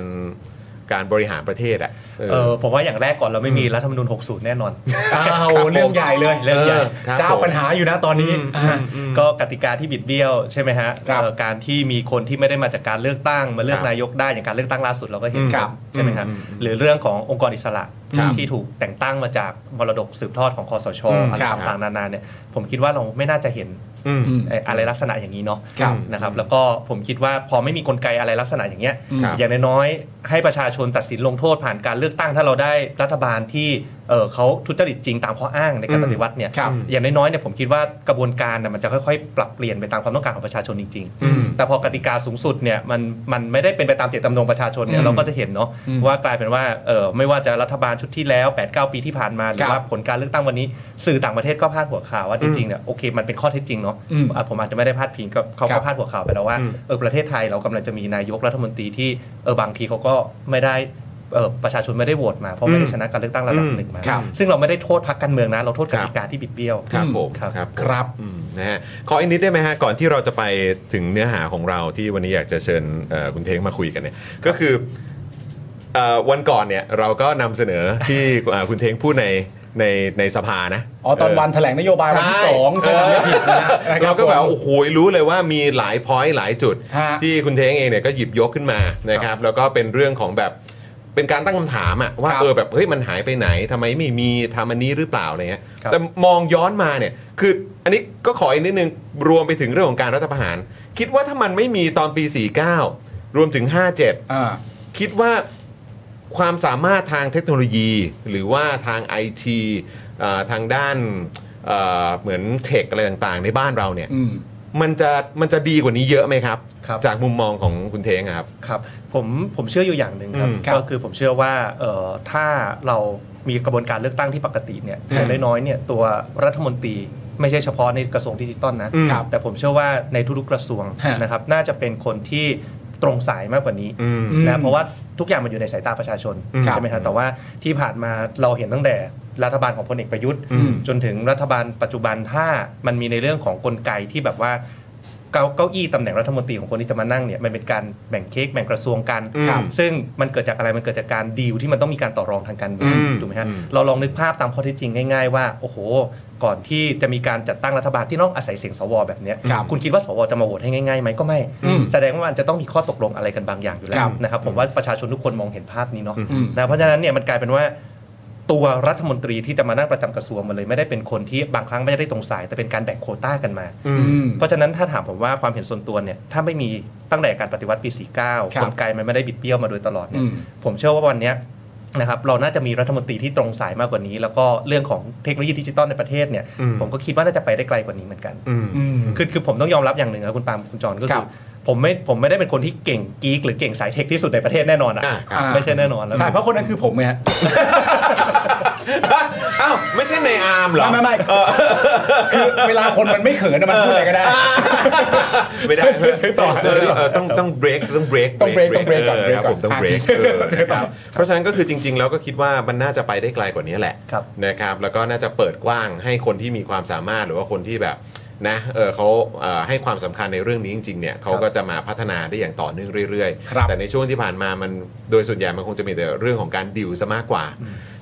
การบริหารประเทศอะเออ เออผมว่าอย่างแรกก่อนเราไม่มีรัฐธรรมนูญ 60 แน่นอน อ้าวเรื่องใหญ่เลย เรื่องใหญ่ ครับ เจ้า ผม ปัญหาอยู่นะตอนนี้อ่า ก็กติกาที่บิดเบี้ยวใช่ไหมฮะ ครับ เอ่อการที่มีคนที่ไม่ได้มาจากการเลือกตั้ง มาเลือ ค ก รับ นายกได้อย่างการเลือกตั้งล่าสุดเราก็เห็น ครับ ใช่ไหมฮะหรือเรื่องขององค์กรอิสระ ครับ ที่ถูกแต่งตั้งมาจากมรดกสืบทอดของคอสช อืม อะไร ครับ ต่างๆนานาเนี่ยผมคิดว่าเราไม่น่าจะเห็น อืม อืม เอ่ออะไรลักษณะอย่างนี้เนาะ ครับ นะครับแล้วก็ผมคิดว่าพอไม่มีกลไกอะไรลักษณะอย่างเงี้ย ครับ อย่างน้อยๆให้ประชาชนตัดสินลงโทษผ่านการเลือกตั้ง ถ้าเราได้รัฐบาลที่เอ่อเขาทุจริตจริงตามข้ออ้างในการปฏิวัติเนี่ย ครับ อย่างน้อยๆเนี่ยผมคิดว่ากระบวนการน่ะมันจะค่อยๆ ปรับเปลี่ยนไปตามความต้องการของประชาชนจริง อืม ๆ แต่พอกติกาสูงสุดเนี่ยมันมันไม่ได้เป็นไปตามเจตจำนงประชาชนเนี่ อืมยเราก็จะเห็นเนาะ อืม ว่ากลายเป็นว่าเออไม่ว่าจะรัฐบาลชุดที่แล้ว 8 9 ปีที่ผ่านมาหรือว่าผลการเลือกตั้งวันนี้ สื่อต่างประเทศก็พาดหัวข่าวว่าจริงๆเนี่ยโอเคมันเป็นข้อเท็จจริงเนาะ อืม อ่ะผมอาจจะไม่ได้พาดพิงก็เขา ครั ก็ บ พาดหัวข่าวไปแล้วว่า อืม เออประเทศไทยเรากำลังจะมีนายกรัฐมนตรีที่เออบางทีเขาก็ไม่ได้เออประชาชนไม่ได้โหวตมาเพราะไม่ได้ชนะการเลือกตั้งระดับหนึ่งมา ครับ ซึ่งเราไม่ได้โทษพรรคการเมืองนะเราโทษกติกาที่บิดเบี้ยว ครับผม ครับ ผม ครับ อืมนะฮะขออีกนิดได้ไหมฮะก่อนที่เราจะไปถึงเนื้อหาของเราที่วันนี้อยากจะเชิญเอ่อคุณเทงมาคุยกันเนี่ยก็คือเอ่อวันก่อนเนี่ยเราก็นำเสนอที่ เอ่อคุณเทงพูดในในในสภานะ อ๋อตอนวันแถลงนโยบายวันที่สองใช่ไหมไม่ผิดนะฮะ เราก็ ค แบบ ผม โอ้โหรู้เลยว่ามีหลายพอยต์หลายจุด ฮะ ที่คุณเทงเองเนี่ยก็หยิบยกขึ้นมานะครับแล้วก็เป็นเรื่องของแบบ เป็นการตั้งคำถามอะว่า ครับ เออแบบเฮ้ยมันหายไปไหนทำไมไม่มีทำอันนี้หรือเปล่าอะไรเงี้ย ครับ แต่มองย้อนมาเนี่ยคืออันนี้ก็ขออีกนิดนึงรวมไปถึงเรื่องของการรัฐประหาร คิดว่าถ้ามันไม่มีตอนปี 49 รวมถึง 57 อ่า คิดว่าความสามารถทางเทคโนโลยีหรือว่าทางไอทีทางด้านเอ่อเหมือนเทคอะไรต่างๆ ในบ้านเราเนี่ย อืม มันจะมันจะดีกว่านี้เยอะไหมครับ ครับ จากมุมมองของคุณเทงอะครับ ครับผมผมเชื่ออยู่อย่างหนึ่งครับ อืมครับ ก็คือผมเชื่อว่าเอ่อถ้าเรามีกระบวนการเลือกตั้งที่ปกติเนี่ย อืม อย่างน้อยๆเนี่ยตัวรัฐมนตรีไม่ใช่เฉพาะในกระทรวงดิจิตอลนะ อืมครับ แต่ผมเชื่อว่าในทุกๆกระทรวง ฮะ นะครับน่าจะเป็นคนที่ตรงสายมากกว่านี้ อืม อืมนะเพราะว่าทุกอย่างมันอยู่ในสายตาประชาชน อืม ใช่ไหมครับแต่ว่าที่ผ่านมาเราเห็นตั้งแต่รัฐบาลของพลเอกประยุทธ์ อืม จนถึงรัฐบาลปัจจุบันถ้ามันมีในเรื่องของกลไกที่แบบว่า เก้าเก้าอี้ตำแหน่งรัฐมนตรีของคนที่จะมานั่งเนี่ยมันเป็นการแบ่งเค้กแบ่งกระทรวงกัน ครับ ซึ่งมันเกิดจากอะไรมันเกิดจากการดีลที่มันต้องมีการต่อรองทางการเมือง อืม ถูกไหมฮะ อืม เราลองนึกภาพตามข้อเท็จจริงง่ายๆว่าโอ้โห ก่อนที่จะมีการจัดตั้งรัฐบาลที่ต้องอาศัยเสียงสวแบบเนี้ย ครับ คุณคิดว่าสวจะมาโหวตให้ง่ายๆไหมก็ไม่ อืม แสดงว่ามันจะต้องมีข้อตกลงอะไรกันบางอย่างอยู่แล้ ครั ว บ นะครับผมว่าประชาชนทุกคนมองเห็นภาพนี้เนาะ อืม นะเพราะฉะนั้นเนี่ยมันกลายเป็นว่าตัวรัฐมนตรีที่จะมานั่งประจำกระทรวงมันเลยไม่ได้เป็นคนที่บางครั้งไม่ได้ตรงสายแต่เป็นการแบ่งโควต้ากันมา อืม เพราะฉะนั้นถ้าถามผมว่าความเห็นส่วนตัวเนี่ยถ้าไม่มีตั้งแต่การปฏิวัติปี 49 กลไกมันไม่ได้บิดเบี้ยวมาโดยตลอดเนี่ย อืม ผมเชื่อว่าวันเนี้ยนะครับเราน่าจะมีรัฐมนตรีที่ตรงสายมากกว่านี้ แล้วก็เรื่องของเทคโนโลยีดิจิตอลในประเทศเนี่ย อืม ผมก็คิดว่าน่าจะไปได้ไกลกว่านี้เหมือนกัน อืม อืม คือคือผมต้องยอมรับอย่างหนึ่งนะคุณปาล์มคุณจอนก็ ค คื รั อบ ผมไม่ผมไม่ได้เป็นคนที่เก่งกีกหรือเก่งสายเทคที่สุดในประเทศแน่นอน อ่า อะ ครับ ไม่ใช่แน่นอนแล้ว ใช่เพราะคนนั้นคือผมไงฮะ อ้าวไม่ใช่ในอาร์มเหรอ ไม่ไม่ไม่คือเวลาคนมันไม่เขินนะมันพูดอะไรก็ได้ ไม่ได้ เชิญเชิญเชิญต่อ เเอต้องต้องเบรกต้องเบรก ต้อง break ต้อง break ก่อน break ครับผก่อนมต้องเบรก อ่ะเชิญเชิญเชิญต่อ เพราะฉะนั้นก็คือจริง ๆ แล้วก็คิดว่ามันน่าจะไปได้ไกลกว่านี้แหละ ครับ นะครับแล้วก็น่าจะเปิดกว้างให้คนที่มีความสามารถหรือว่าคนที่แบบนะเออเขาเอ่อให้ความสำคัญในเรื่องนี้จริงๆเนี่ยเขาก็จะมาพัฒนาได้อย่างต่อเนื่องเรื่อย ครัๆบแต่ในช่วงที่ผ่านมามันโดยส่วนใหญ่มันคงจะมีแต่เรื่องของการดิวซะมากกว่า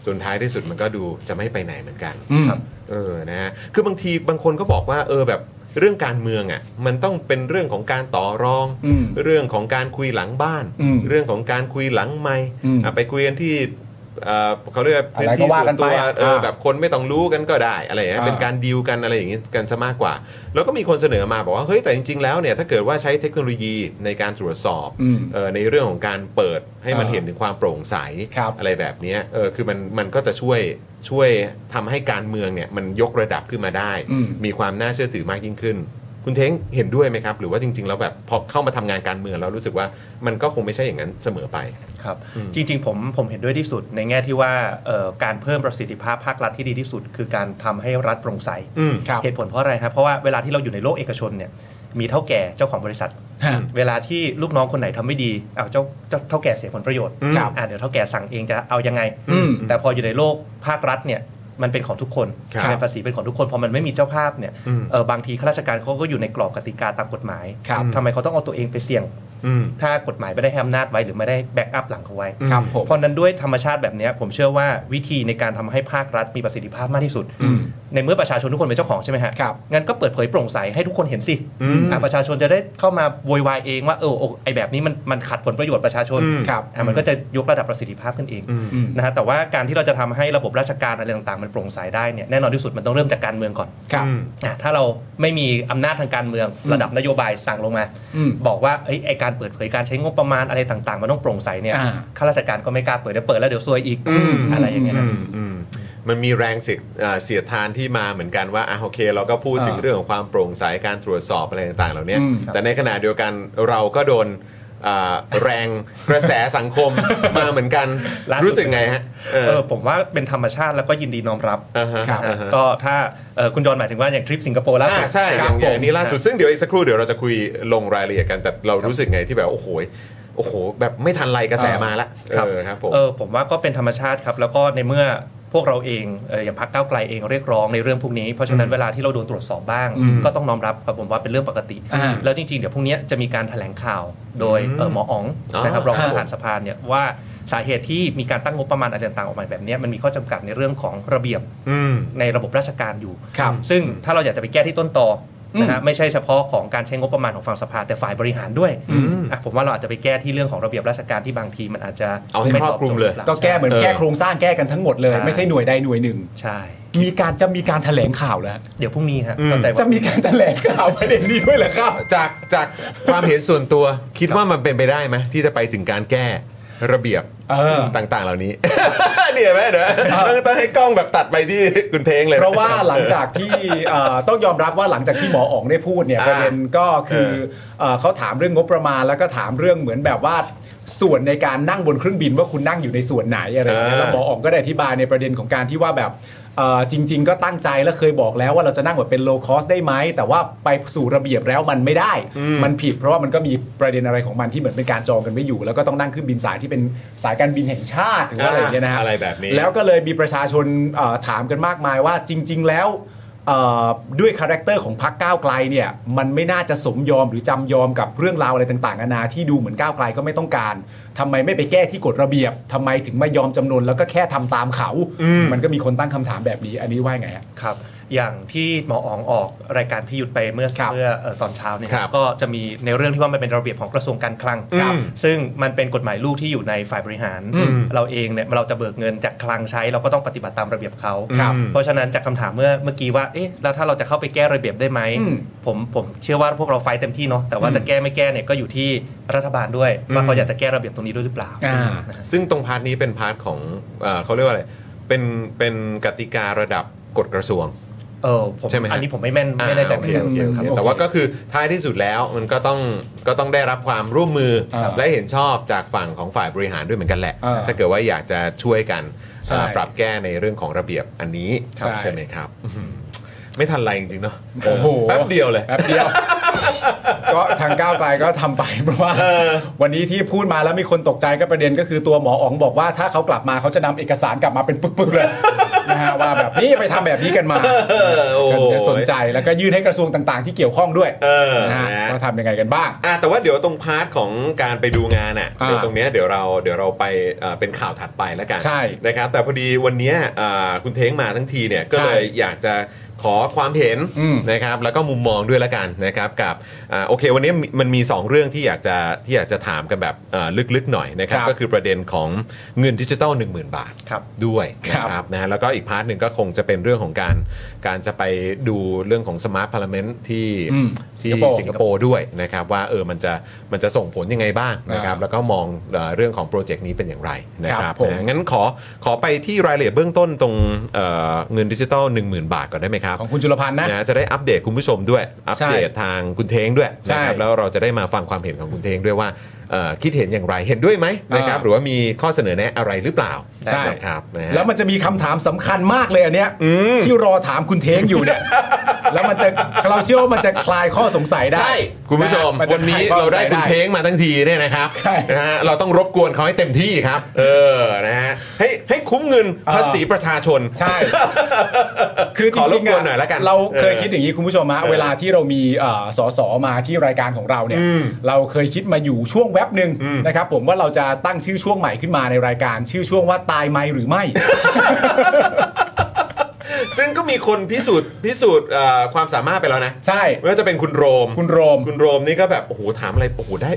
จนท้ายที่สุดมันก็ดูจะไม่ไปไหนเหมือนกัน อืม ครับ เออ นะฮะ คือบางทีบางคนก็บอกว่า เออ แบบเรื่องการเมืองอ่ะ มันต้องเป็นเรื่องของการต่อรอง อืม เรื่องของการคุยหลังบ้าน อืม เรื่องของการคุยหลังไม่ อืม อ่ะไปคุยกันที่เอ่อเขาเรียกว่าพื้น อะไรก็ ที่ ว่า ส่ว กัน น ตั ไป ว อ่ะ เอออา แบบคนไม่ต้องรู้กันก็ได้อะไรอย่างเงี้ย อ่า เป็นการดีลกันอะไรอย่างงี้กันซะมากกว่า แล้วก็มีคนเสนอมาบอกว่า เฮ้ย แต่จริง ๆ แล้วเนี่ย ถ้าเกิดว่าใช้เทคโนโลยีในการตรวจสอบ อืม เอ่อในเรื่องของการเปิดให้มัน อ่า เห็นถึงความโปร่งใส ครับ อะไรแบบเนี้ยเออคือมันมันก็จะช่วยช่วยทำให้การเมืองเนี่ยมันยกระดับขึ้นมาได้ อืม มีความน่าเชื่อถือมากยิ่งขึ้น คุณเท้งเห็นด้วยไหมครับ หรือว่าจริง ๆ แล้วแบบพอเข้ามาทำงานการเมืองแล้วรู้สึกว่ามันก็คงไม่ใช่อย่างนั้นเสมอไป ครับ อืม จริงๆผมผมเห็นด้วยที่สุดในแง่ที่ว่าเอ่อการเพิ่มประสิทธิภาพภาครัฐที่ดีที่สุด คือการทำให้รัฐโปร่งใส อืม ครับ เหตุผลเพราะอะไรครับเพราะว่าเวลาที่เราอยู่ในโลกเอกชนเนี่ยมีเท่าแก่เจ้าของบริษัท ฮะ เวลาที่ลูกน้องคนไหนทำไม่ดีเอาวเจ้าเจ้าเท่าแก่เสียผลประโยชน์ อืม ครับ อ่าเดี๋ยวเท่าแก่สั่งเองจะเอายังไง อืม แต่พออยู่ในโลกภาครัฐเนี่ยมันเป็นของทุกคน ครับ ใช่ไหมภาษีเป็นของทุกคนพอมันไม่มีเจ้าภาพเนี่ย อืม เออบางทีข้าราชการเขาก็อยู่ในกรอบกติกาตามกฎหมาย ครับ ทำไมเขาต้องเอาตัวเองไปเสี่ยง อืม ถ้ากฎหมายไม่ได้ให้อำนาจไว้หรือไม่ได้แบ็กอัพหลังเขาไว้ ครับผม เพราะนั้นด้วยธรรมชาติแบบเนี้ยผมเชื่อว่าวิธีในการทำให้ภาครัฐมีประสิทธิภาพมากที่สุด อืม ในเมื่อประชาชนทุกคนเป็นเจ้าของใช่ไหมฮะ ครับ งั้นก็เปิดเผยโปร่งใสให้ทุกคนเห็นสิ อืม อ่ะประชาชนจะได้เข้ามาโวยวายเองว่าเออโอ้ไอแบบนี้มันมันขัดผลประโยชน์ประชาชน อืม ครับ อ่ะมันก็จะยกระดับประสิทธิภาพขึ้นเอง อืม อืม นะฮะแต่ว่าการที่เราจะทำให้ระบบราชการอะไรต่างๆมันโปร่งใสได้เนี่ยแน่นอนที่สุดมันต้องเริ่มจากการเมืองก่อน ครับ อืม อ่ะถ้าเราไม่มีอำนาจทางการเมือง อืม ระดับนโยบายสั่งลงมา อืม บอกว่าเอ้ยไอการเปิดเผยการใช้งบประมาณอะไรต่าง ๆ มันต้องโปร่งใสเนี่ย อ่า ข้าราชการก็ไม่กล้าเปิดเดี๋ยวเปิดแล้วเดี๋ยวซวยอีก อืม อะไรอย่างเงี้ยนะ อืมอืมมันมีแรงเสียดเอ่อเสียดทานที่มาเหมือนกันว่าอ่ะโอเค เราก็พูดถึง อ่า เรื่องของความโปร่งใสการตรวจสอบอะไรต่างๆ เหล่านี้ อืม แต่ในขณะเดียวกันเราก็โดนอ่าแรงกระแสสังค ม มาเหมือนกัน ล่าสุด รู้สึกไงฮะเออ เออผมว่าเป็นธรรมชาติแล้วก็ยินดีน้อมรับ อ่าฮะ ครับ อ่าฮะ ก็ถ้าเอ่อคุณจอนหมายถึงว่าอย่างทริปสิงคโปร์ล่า อ่า สุด ใช่อ ค ย่า รับ งอย่างนี้ล่าสุด ผม ซึ่งเดี๋ยวอีกสักครู่เดี๋ยวเราจะคุยลงรายละเอียดกันแต่เรารู้สึกไงที่แบบโอ้โหโอ้โห แบบไม่ทันไรกระแสมาละ ครับ เออครับผม เออผมว่าก็เป็นธรรมชาติครับ แล้วก็ในเมื่อพวกเราเองเอ่ออย่างพรรคก้าวไกลเองเรียกร้องในเรื่องพวกนี้ เพราะฉะนั้นเวลาที่เราโดนตรวจสอบบ้าง อืม ก็ต้องน้อมรับครับผมว่าเป็นเรื่องปกติ อ่า แล้วจริง ๆ เดี๋ยวพรุ่งนี้จะมีการแถลงข่าวโดยเอ่อหมออ๋อง อ๋อ นะครับรอง ครับ ประธานสภาเนี่ยว่าสาเหตุที่มีการตั้งงบประมาณอะไรต่างๆออกมาแบบเนี้ยมันมีข้อจำกัดในเรื่องของระเบียบในระบบราชการอยู่ ครับ ซึ่งถ้าเราอยากจะไปแก้ที่ต้นตอ นะฮะไม่ใช่เฉพาะของการใช้งบประมาณของฝั่งสภาแต่ฝ่ายบริหารด้วยอ่ะผมว่าเราอาจจะไปแก้ที่เรื่องของระเบียบราชการที่บางทีมันอาจจะ เอาให้ ไม่ ครอบคลุมเลย ตโจทหรืปา ก็แก้เหมือน เออ แก้โครงสร้างแก้กันทั้งหมดเลย ใช่ ไม่ใช่หน่วยใดหน่วยหนึ่ง ใช่ มีการจะมีการแถลงข่าวแล้ว เดี๋ยวพรุ่งนี้ฮะเข้าใจว่า จะมีการแถลงข่าวประเด็นนี้ด้วยเหรอครับ จากจากความเห็นส่วนตัวคิดว่ามันเป็นไปได้ไหมที่จะไปถึงการแก้ระเบียบ เออ ต่างๆ เหล่านี้ เนี่ยไหมเดี๋ยวต้องต้องให้กล้องแบบตัดไปที่คุณเทงเลย เพราะว่าหลังจากที่เอ่อต้องยอมรับว่าหลังจากที่หมออ๋องได้พูดเนี่ย อ่า ประเด็นก็คือเอ่อเขาถามเรื่องงบประมาณ แล้วก็ถามเรื่องเหมือนแบบว่าส่วนในการนั่งบนเครื่องบินว่าคุณนั่งอยู่ในส่วนไหนอะไรอย่างเงี้ย อ่า แล้วหมออ๋องก็ได้อธิบายในประเด็นของการที่ว่าแบบเอ่อจริง ๆ ก็ตั้งใจและเคยบอกแล้วว่าเราจะนั่งแบบเป็นโลคอสได้ไหมแต่ว่าไปสู่ระเบียบแล้วมันไม่ได้ มันผิดเพราะว่ามันก็มีประเด็นอะไรของมันที่เหมือนเป็นการจองกันไว้อยู่ แล้วก็ต้องนั่งเครื่องบินสายที่เป็นสายการบินแห่งชาติหรือว่าอะไรอย่างเงี้ยนะฮะ อะไรแบบนี้ แล้วก็เลยมีประชาชนเอ่อถามกันมากมายว่าจริง ๆ แล้วเอ่อด้วยคาแรคเตอร์ของพรรคก้าวไกลเนี่ยมันไม่น่าจะสมยอมหรือจำยอมกับเรื่องราวอะไรต่างๆนานาที่ดูเหมือนก้าวไกลก็ไม่ต้องการทำไมไม่ไปแก้ที่กฎระเบียบทำไมถึงไม่ยอมจำนนแล้วก็แค่ทำตามเขา มันก็มีคนตั้งคำถามแบบนี้ อันนี้ว่าไงฮะ ครับอย่างที่หมออ๋องออกรายการพิยุทธไปเมื่อ ครับ เมื่อเอ่อตอนเช้าเนี่ย ครับ ก็จะมีในเรื่องที่ว่ามันเป็นระเบียบของกระทรวงการคลัง ครับ ซึ่งมันเป็นกฎหมายลูกที่อยู่ในฝ่ายบริหาร เราเองเนี่ยเราจะเบิกเงินจากคลังใช้เราก็ต้องปฏิบัติตามระเบียบเขา ครับ เพราะฉะนั้นจากคำถามเมื่อเมื่อกี้ว่าเอ๊ะแล้วถ้าเราจะเข้าไปแก้ระเบียบได้ไหม อืม ผมผมเชื่อว่าพวกเราไฟท์เต็มที่เนาะแต่ว่าจะแก้ไม่แก้เนี่ยก็อยู่ที่รัฐบาลด้วยว่าเขาอยากจะแก้ระเบียบตรงนี้ด้วยหรือเปล่า อ่า นะฮะ ซึ่งตรงพาร์ทนี้เป็นพาร์ทของเอ่อเขาเรียกว่าอะไรเป็นเป็นกติการะดับกฎกระทรวง เออผม ใช่ไหมฮะ อันนี้ผมไม่แม่นไม่แน่ใจ อ่า เห โอ มือ เคนโอเคโอเคกันครับ แต่ว่าก็คือท้ายที่สุดแล้วมันก็ต้องก็ต้องได้รับความร่วมมือ ครับ และเห็นชอบจากฝั่งของฝ่ายบริหารด้วยเหมือนกันแหละ อ่า ถ้าเกิดว่าอยากจะช่วยกัน ใช่ อ่าปรับแก้ในเรื่องของระเบียบอันนี้ ใช่ ใช่ไหมครับอื้อหือไม่ทันไรจริงๆเนาะ โอ้โห แป๊บเดียวเลย แป๊บเดียว ก็ทางก้าวไกลก็ทำไปเพราะว่าวันนี้ที่พูดมาแล้วมีคนตกใจก็ประเด็นก็คือตัวหมออ๋องบอกว่าถ้าเขากลับมาเขาจะนำเอกสารกลับมาเป็นปึกๆเลย นะฮะว่าแบบนี้ไปทำแบบนี้กันมา โอ้โห จะสนใจแล้วก็ยื่นให้กระทรวงต่างๆ ที่เกี่ยวข้องด้วย เออ นะฮะ นะ ว่าทำยังไงกันบ้าง อ่ะแต่ว่าเดี๋ยวตรงพาร์ทของการไปดูงานอ่ะ อ่า เดี๋ยวตรงเนี้ยเดี๋ยวเราเดี๋ยวเราไปเอ่อเป็นข่าวถัดไปแล้วกัน ใช่ นะครับแต่พอดีวันเนี้ยอ่าคุณเท้งมาทั้งทีเนี่ยก็เลยอยากจะขอความเห็น อืม นะครับแล้วก็มุมมองด้วยละกันนะครับกับอ่าโอเค วันนี้มันมี 2 เรื่องที่อยากจะที่อยากจะถามกันแบบเอ่อลึกๆหน่อยนะครับ ครับ ก็คือประเด็นของเงินดิจิตอล10,000 บาท ครับ ด้วย ครั นะ บ ครับนะแล้วก็อีกพาร์ทหนึ่งก็คงจะเป็นเรื่องของการการจะไปดูเรื่องของสมาร์ทพาร์เมนต์ที่ อืม ที่ สิงคโปร์ สิงคโปร์ด้วยนะครับว่าเออมันจะมันจะส่งผลยังไงบ้างนะครับ อ่า แล้วก็มองเอ่อเรื่องของโปรเจกต์นี้เป็นอย่างไรนะค ครั รับบ ผม นะงั้นขอขอไปที่รายละเอียดเบื้องต้นตรงเอ่อเงินดิจิตอล10,000 บาทก่อนได้ไหมครับ ของคุณจุลพันธ์นะ จะได้อัปเดตคุณผู้ชมด้วย อัปเดตทางคุณเทงด้วย ใช่ นะครับแล้วเราจะได้มาฟังความเห็นของคุณเทงด้วยว่าเอ่อคิดเห็นอย่างไรเห็นด้วยไหมนะครับ อ่า หรือว่ามีข้อเสนอแนะอะไรหรือเปล่า ใช่ นะครับนะฮะ แล้วมันจะมีคำถามสำคัญมากเลยอันเนี้ยที่รอถามคุณเทงอยู่เนี่ย แล้วมันจะเราเชื่อว่ามันจะคลายข้อสงสัยได้ ใช่ คุณผู้ชม ะฮะจะ วันนี้ คลยข้อ เราได้ สงสัย คุณเท้งมาทั้งทีเนี่ยนะครับ ใช่ นะฮะเราต้องรบกวนเขาให้เต็มที่ครับ เออนะฮะให้ให้คุ้มเงิน เออ ภาษีประชาชน ใช่ คือจ ขอร ริ บ ง ก ๆ วน อะ หน่อยละกัน เราเคย เออ คิดอย่างนี้คุณผู้ชมฮะเวลาที่เรามีเอ่อสสมาที่รายการของเราเนี่ย เราเคยคิดมาอยู่ช่วงแว็บหนึ่งนะครับ ผมว่าเราจะตั้งชื่อช่วงใหม่ขึ้นมาในรายการ ชื่อช่วงว่าตายไหมหรือไม่ ซึ่งก็มีคนพิสูจน์พิสูจน์เอ่อความสามารถไปแล้วนะ ใช่ ไม่ว่าจะเป็นคุณโรม คุณโรม คุณโรมนี่ก็แบบโอ้โหถามอะไรโอ้โหได้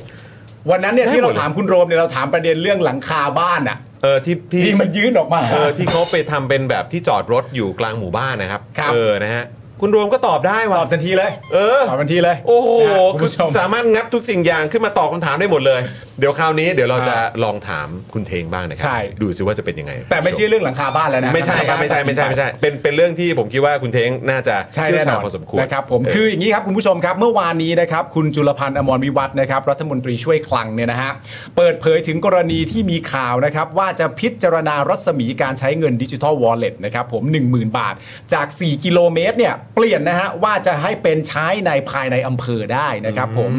วันนั้นเนี่ย ได้ ที่ หม เรา ดเลย ถามคุณโรมเนี่ยเราถามประเด็นเรื่องหลังคาบ้านอ่ะ เออที่ที่ ที่มันยื่นออกมา เออที่เขาไปทำเป็นแบบที่จอดรถอยู่กลางหมู่บ้านนะครับ ครับ เออนะฮะคุณโรมก็ตอบได้ ต ว่ะ อบทันทีเลย เออ ตอบทันทีเลย โอ้โห นะฮะคุณ คือ ผู้ชม สามารถงัดทุกสิ่งอย่างขึ้นมาตอบคำถามได้หมดเลย เดี๋ยวคราวนี้เดี๋ยวเราจะลองถามคุณเทงบ้างนะครั ใช่ ดูซิว่าจะเป็นยังไง แต่ไม่ใช่เรื่องหลังคาบ้านแล้วนะ ไม่ใช่ครับไม่ใช่ไม่ใช่ไม่ใช่เป็นเป็นเรื่องที่ผมคิดว่าคุณเทงน่าจะ ใช่ เชี่ยว แน่น ชาญ อน พอสมควร นะครับผม เออ คืออย่างนี้ครับคุณผู้ชมครับเมื่อวานนี้นะครับคุณจุลพันธ์อมรวิวัฒน์นะครับรัฐมนตรีช่วยคลังเนี่ยนะฮะเปิดเผยถึงกรณีที่มีข่าวนะครับว่าจะพิจารณารัศมีการใช้เงินดิจิทัลวอลเล็ตนะครับผม 10,000 บาท จาก 4 กิโลเมตรเนี่ยเปลี่ยนนะฮะว่าจะให้เป็นใช้ในภายในอำเภอได้นะครับผม